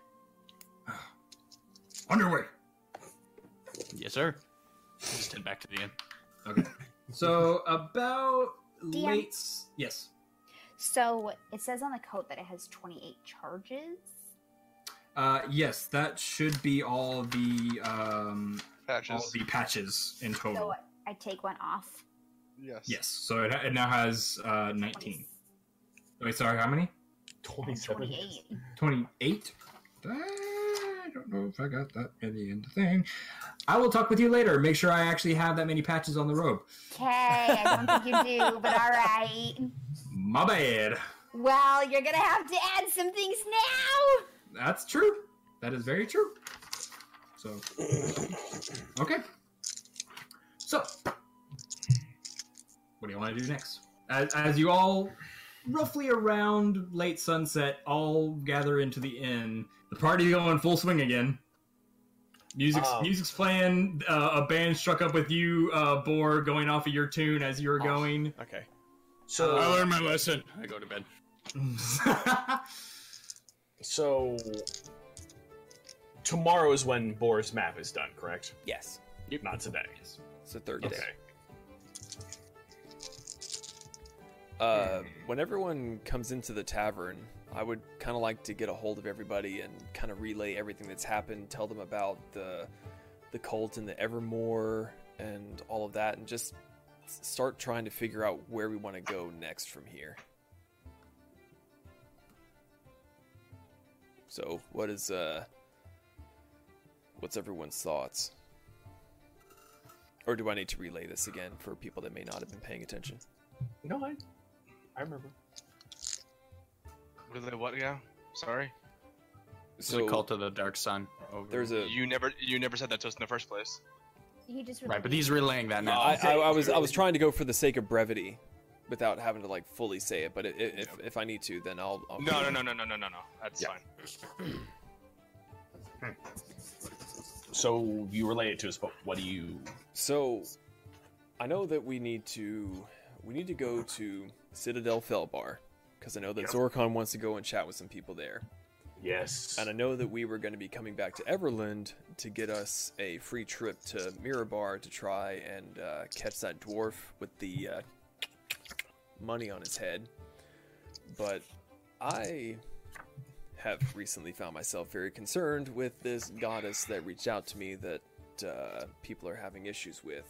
Speaker 3: Underway.
Speaker 35: Yes, sir. Just head back to the inn.
Speaker 3: Okay. So about
Speaker 4: DM.
Speaker 3: late. s- Yes.
Speaker 4: So it says on the coat that it has 28 charges.
Speaker 3: Uh, yes, that should be all the um, all
Speaker 11: Patches.
Speaker 3: the patches in total.
Speaker 4: So I take one off.
Speaker 11: Yes.
Speaker 3: yes. So it, it now has uh, 19. Wait, sorry, how many? 27.
Speaker 4: 28.
Speaker 3: 28? I don't know if I got that in the end thing. I will talk with you later. Make sure I actually have that many patches on the robe.
Speaker 4: Okay, I don't think you do, but all right.
Speaker 3: My bad.
Speaker 4: Well, you're gonna have to add some things now.
Speaker 3: That's true. That is very true. So, okay. So, what do you want to do next? As, as you all, roughly around late sunset, all gather into the inn. The party's going full swing again. Music's,
Speaker 20: Um.
Speaker 3: music's playing. Uh, a band struck up with you, uh, Boar, going off of your tune as you were going.
Speaker 5: Okay.
Speaker 20: So
Speaker 35: I learned my
Speaker 3: *laughs*
Speaker 35: lesson. I go to bed.
Speaker 20: So tomorrow is when Boar's map is done, correct?
Speaker 5: Yes.
Speaker 20: Not today.
Speaker 5: It's the third
Speaker 20: Okay.
Speaker 5: day. Uh, when everyone comes into the tavern, I would kind of like to get a hold of everybody and kind of relay everything that's happened, tell them about the the cult and the Evermore and all of that, and just s- start trying to figure out where we want to go next from here. So, what is uh, what's everyone's thoughts? Or do I need to relay this again for people that may not have been paying attention?
Speaker 20: No, I, I remember.
Speaker 11: Really, what? Yeah. Sorry.
Speaker 2: It's a cult of the dark sun. Over.
Speaker 11: you never you never said that to us in the first place.
Speaker 4: He just
Speaker 2: right, but he's relaying that now.
Speaker 5: I, I, I was I was trying to go for the sake of brevity, without having to like fully say it. But i i if if I need to, then I'll. I'll
Speaker 11: No, no, no, no, no, no, no, no. That's
Speaker 5: Yeah.
Speaker 11: fine.
Speaker 5: So you relate it to us, but what do you? So, I know that we need to we need to go to Citadel Felbar because I know that
Speaker 1: Yep.
Speaker 5: Zorkon wants to go and chat with some people there.
Speaker 1: Yes.
Speaker 5: and I know that we were going to be coming back to Everland to get us a free trip to Mirabar to try and uh, catch that dwarf with the uh, money on his head. But I have recently found myself very concerned with this goddess that reached out to me that uh, people are having issues with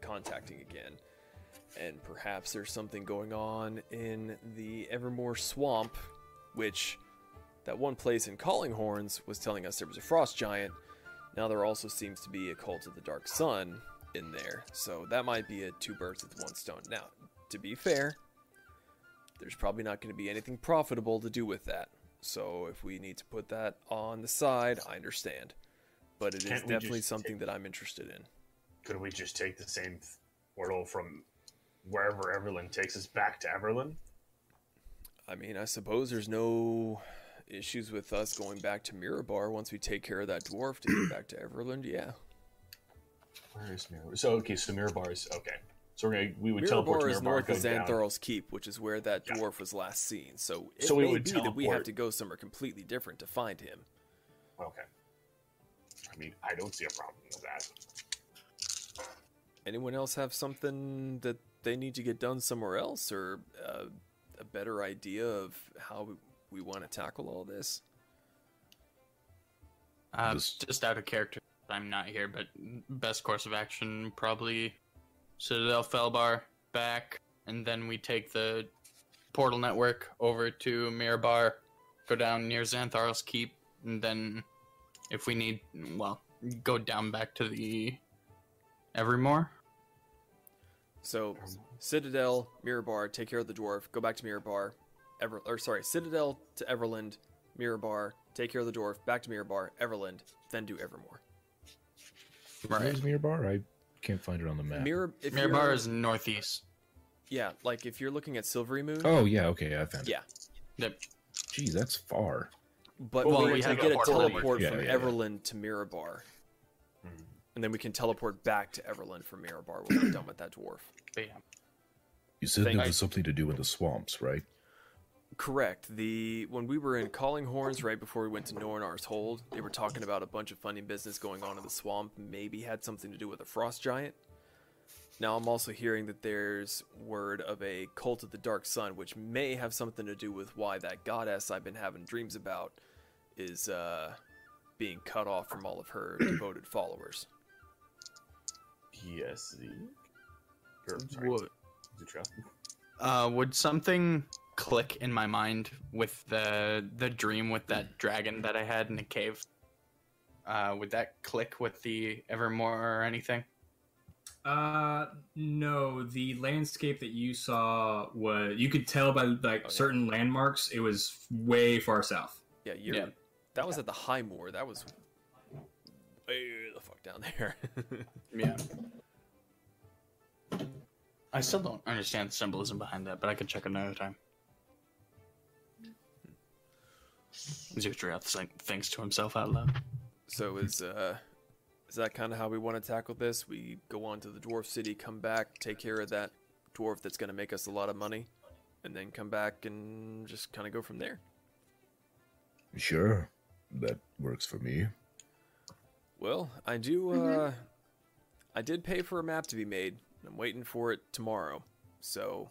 Speaker 5: contacting again. And perhaps there's something going on in the Evermore Swamp, which that one place in Callinghorns was telling us there was a frost giant. Now there also seems to be a cult of the Dark Sun in there, so that might be a two birds with one stone. Now, to be fair, there's probably not going to be anything profitable to do with that. So if we need to put that on the side, I understand. But it is
Speaker 37: Can't we
Speaker 5: definitely
Speaker 37: just
Speaker 5: something that I'm interested in.
Speaker 37: Could we just take the same portal from wherever Everland takes us back to Everland?
Speaker 5: I mean, I suppose there's no issues with us going back to Mirabar once we take care of that dwarf to get back to Everland. Yeah.
Speaker 1: Where is Mirabar? So okay, so Mirabar is okay. So we're gonna we would teleport to
Speaker 5: Mirabar is
Speaker 1: Mirabar,
Speaker 5: north
Speaker 1: go
Speaker 5: of
Speaker 1: down.
Speaker 5: Xanthar's Keep, which is where that dwarf was last seen. So it
Speaker 1: So we
Speaker 5: may
Speaker 1: would
Speaker 5: be that we have
Speaker 1: teleport-
Speaker 5: to go somewhere completely different to find him.
Speaker 1: Okay. I mean, I don't see a problem with that.
Speaker 5: Anyone else have something that they need to get done somewhere else, or uh, a better idea of how we want to tackle all this?
Speaker 2: Uh, just out of character, I'm not here, but best course of action probably Citadel Felbar back, and then we take the portal network over to Mirabar, go down near Xanthar's Keep, and then if we need, well, go down back to the Evermore.
Speaker 5: So,
Speaker 1: Um,
Speaker 5: Citadel, Mirabar, take care of the dwarf, go back to Mirabar, Ever, or sorry, Citadel to Everland, Mirabar, take care of the dwarf, back to Mirabar, Everland, then do Evermore.
Speaker 10: Where's Mirabar? I can't find it on the map.
Speaker 5: Mirab- if you're-
Speaker 2: Mirabar is northeast.
Speaker 5: Yeah, like if you're looking at Silvery Moon.
Speaker 10: Oh yeah, okay, I found it.
Speaker 5: Yeah,
Speaker 2: Yep.
Speaker 10: Geez, that's far.
Speaker 5: but
Speaker 10: Well,
Speaker 5: we,
Speaker 10: we
Speaker 5: we
Speaker 10: have
Speaker 5: get
Speaker 10: a
Speaker 5: a
Speaker 10: portal
Speaker 5: teleport
Speaker 10: network.
Speaker 5: from
Speaker 10: Yeah, yeah, yeah.
Speaker 5: Everland to Mirabar, and then we can teleport back to Everland from Mirabar when we're done with that dwarf.
Speaker 10: You said
Speaker 5: Thank-
Speaker 10: there was something to do in the swamps, right?
Speaker 5: Correct. The when we were in Callinghorns right before we went to Nornar's Hold, they were talking about a bunch of funny business going on in the swamp. Maybe had something to do with a frost giant. Now I'm also hearing that there's word of a cult of the dark sun, which may have something to do with why that goddess I've been having dreams about is uh, being cut off from all of her *clears throat* devoted followers.
Speaker 1: Yes.
Speaker 2: What? Uh, would something click in my mind with the the dream with that dragon that I had in the cave? Uh, would that click with the Evermore or anything?
Speaker 3: Uh, no. The landscape that you saw was you could tell by like certain landmarks. It was way far south.
Speaker 5: Yeah, you're,
Speaker 3: Yeah.
Speaker 5: that was at the High Moor. That was way the fuck down there. *laughs*
Speaker 2: yeah. I still don't understand the symbolism behind that, but I can check another time. Zutrath like thinks to himself out loud.
Speaker 5: So is uh is that kind of how we want to tackle this? We go on to the dwarf city, come back, take care of that dwarf that's going to make us a lot of money, and then come back and just kind of go from there.
Speaker 10: Sure, that works for me.
Speaker 5: Well, I do uh I did pay for a map to be made. and I'm waiting for it tomorrow. So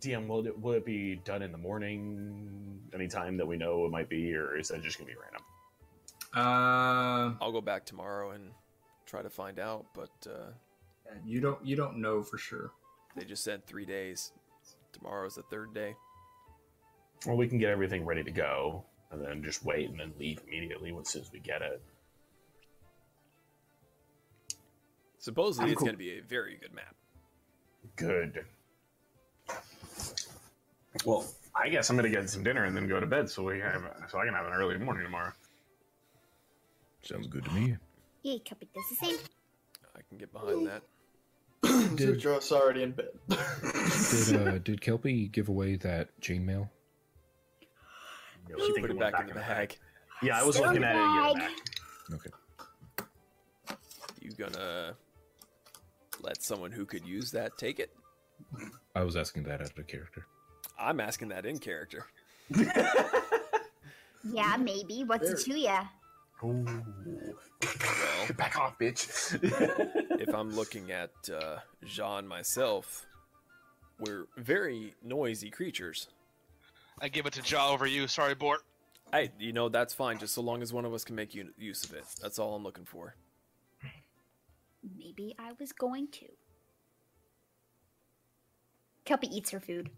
Speaker 1: DM, will it, will it be done in the morning? Any time that we know it might be, or is that just gonna be random?
Speaker 3: Uh,
Speaker 5: I'll go back tomorrow and try to find out, but uh
Speaker 3: you don't you don't know for sure.
Speaker 5: they just said 3 days. Tomorrow's the third day.
Speaker 1: Well, we can get everything ready to go, and then just wait, and then leave immediately as soon as we get it.
Speaker 5: Supposedly
Speaker 1: I'm
Speaker 5: it's
Speaker 1: cool.
Speaker 5: going to be a very good map.
Speaker 1: Good. Well, I guess I'm gonna get some dinner and then go to bed so we have so I can have an early morning tomorrow.
Speaker 10: Sounds good to me.
Speaker 4: Yeah, Cuppy does the same.
Speaker 5: I can get behind that.
Speaker 10: Did-
Speaker 34: Zucros already in bed.
Speaker 10: *sighs* Did uh, did Kelpie give away that chainmail?
Speaker 1: You know, she
Speaker 5: Put
Speaker 1: thinks
Speaker 5: it
Speaker 1: went
Speaker 5: back into the bag.
Speaker 1: Yeah, I was looking at it again. back.
Speaker 10: Okay.
Speaker 5: You gonna let someone who could use that take it?
Speaker 10: I was asking that out of character.
Speaker 5: I'm asking that in character.
Speaker 4: Yeah, maybe. What's it to ya?
Speaker 1: *laughs* Back off, bitch.
Speaker 5: if I'm looking at uh, Jean myself, we're very noisy creatures.
Speaker 11: I give it to Jaw over you. Sorry, Bort.
Speaker 5: Hey, you know that's fine, just so long as one of us can make u- use of it. That's all I'm looking for.
Speaker 4: Maybe I was going to. Kelpie eats her food.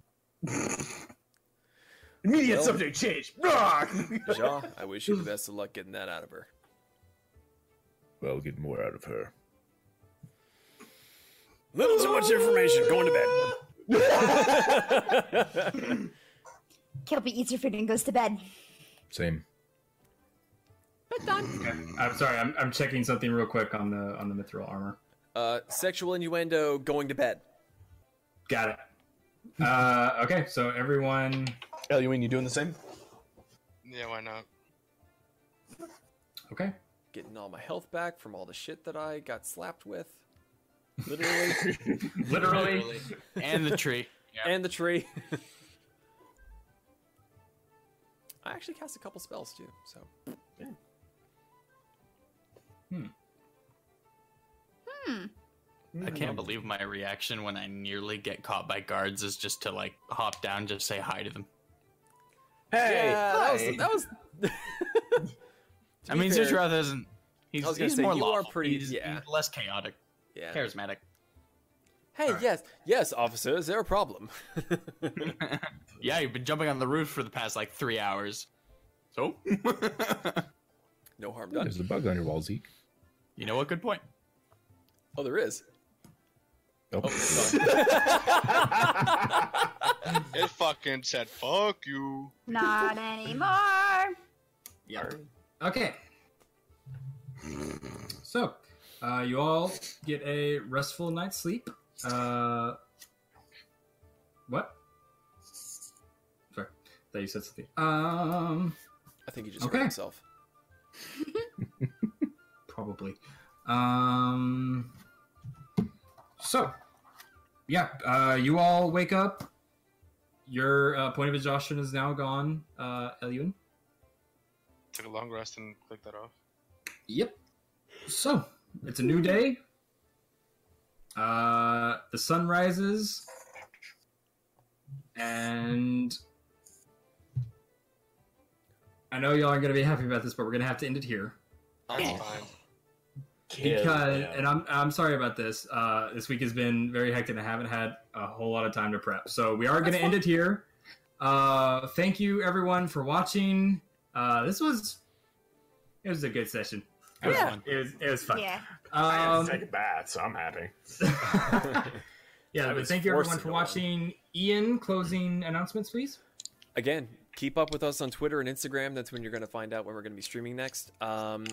Speaker 1: Immediate
Speaker 5: Well-
Speaker 1: subject change.
Speaker 5: Jean, I wish you the best of luck getting that out of her.
Speaker 10: Well, get more out of her.
Speaker 5: Little too much information. Going to bed.
Speaker 4: Kelpie eats her food and goes to bed.
Speaker 10: *laughs* Same.
Speaker 3: I'm sorry. I'm, I'm checking something real quick on the on the mithril armor.
Speaker 5: *laughs* Uh, sexual innuendo. Going to bed.
Speaker 3: Got it. Uh, okay, so everyone.
Speaker 20: Eluine, you doing the same?
Speaker 11: Yeah, why not?
Speaker 3: Okay.
Speaker 5: Getting all my health back from all the shit that I got slapped with. Literally.
Speaker 3: Literally.
Speaker 35: And the tree.
Speaker 5: And the tree. *laughs* I actually cast a couple spells too, so.
Speaker 4: Hmm.
Speaker 35: I can't believe my reaction when I nearly get caught by guards is just to like hop down, just say hi to them.
Speaker 5: Hey! Yeah, that was- that was- *laughs*
Speaker 35: I mean,
Speaker 5: fair-
Speaker 35: Zutrath isn't. He's,
Speaker 5: I was gonna
Speaker 35: he's
Speaker 5: say,
Speaker 35: more
Speaker 5: you are
Speaker 35: lawful.
Speaker 5: pretty-
Speaker 35: He's
Speaker 5: yeah.
Speaker 35: less chaotic.
Speaker 5: Yeah.
Speaker 35: Charismatic.
Speaker 5: Hey, yes, yes, officer, is there a problem?
Speaker 35: Yeah, you've been jumping on the roof for the past like three hours. So? *laughs*
Speaker 5: no harm done.
Speaker 10: There's a bug on your wall, Zeke.
Speaker 35: You know what? Good point.
Speaker 5: Oh, there is.
Speaker 10: Oh,
Speaker 5: *laughs*
Speaker 11: It fucking said fuck you.
Speaker 4: Not anymore.
Speaker 3: Yeah. Okay. So, uh, you all get a restful night's sleep. Uh, what? Sorry, that you said something. Um,
Speaker 5: I think he just
Speaker 3: Okay.
Speaker 5: hurt himself.
Speaker 3: probably. Um, so, yeah, uh, you all wake up. Your uh, point of exhaustion is now gone, uh, Elyun.
Speaker 11: Took a long rest and clicked that off.
Speaker 3: Yep. So, it's a new day. Uh, the sun rises. And I know y'all aren't going to be happy about this, but we're going to have to end it here.
Speaker 11: That's fine.
Speaker 3: because and I'm I'm sorry about this. Uh, this week has been very hectic. and I haven't had a whole lot of time to prep, so we are going to end it here. Uh, thank you everyone for watching. Uh, this was it was a good session. It was
Speaker 1: Yeah.
Speaker 3: fun. It was, it was fun.
Speaker 4: Yeah.
Speaker 1: I had
Speaker 3: Um,
Speaker 1: to take a bath, so I'm happy.
Speaker 3: *laughs* yeah,
Speaker 5: I
Speaker 3: but
Speaker 5: was
Speaker 3: thank you everyone
Speaker 5: forcing
Speaker 3: for
Speaker 5: it on.
Speaker 3: watching. Ian, closing announcements, please.
Speaker 5: Again, keep up with us on Twitter and Instagram. That's when you're going to find out when we're going to be streaming next. Um,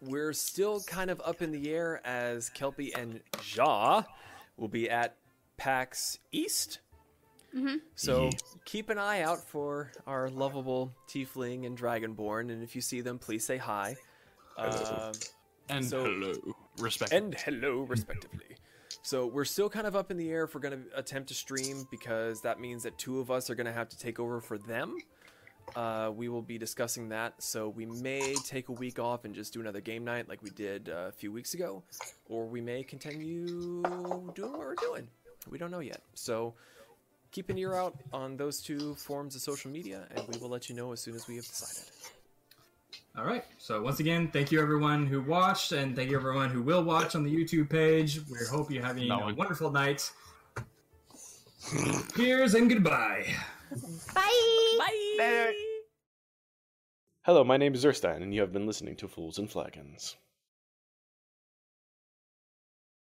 Speaker 5: we're still kind of up in the air as Kelpie and Jaw will be at PAX East.
Speaker 4: Mm-hmm.
Speaker 5: So keep an eye out for our lovable Tiefling and Dragonborn, and if you see them, please say hi.
Speaker 35: Hello.
Speaker 5: Um,
Speaker 35: And
Speaker 5: so-
Speaker 35: hello. Respect.
Speaker 5: and hello, respectively. So we're still kind of up in the air if we're going to attempt to stream because that means that two of us are going to have to take over for them. Uh, we will be discussing that, so we may take a week off and just do another game night like we did uh, a few weeks ago, or we may continue doing what we're doing. We don't know yet. So keep an ear out on those two forms of social media, and we will let you know as soon as we have decided.
Speaker 3: All right. So once again, thank you everyone who watched, and thank you everyone who will watch on the YouTube page. We hope you're having
Speaker 35: No
Speaker 3: a
Speaker 35: one-
Speaker 3: wonderful night. Cheers and goodbye.
Speaker 4: Bye.
Speaker 28: Bye.
Speaker 20: Hello, my name is Erstein, and you have been listening to Fools and Flagons.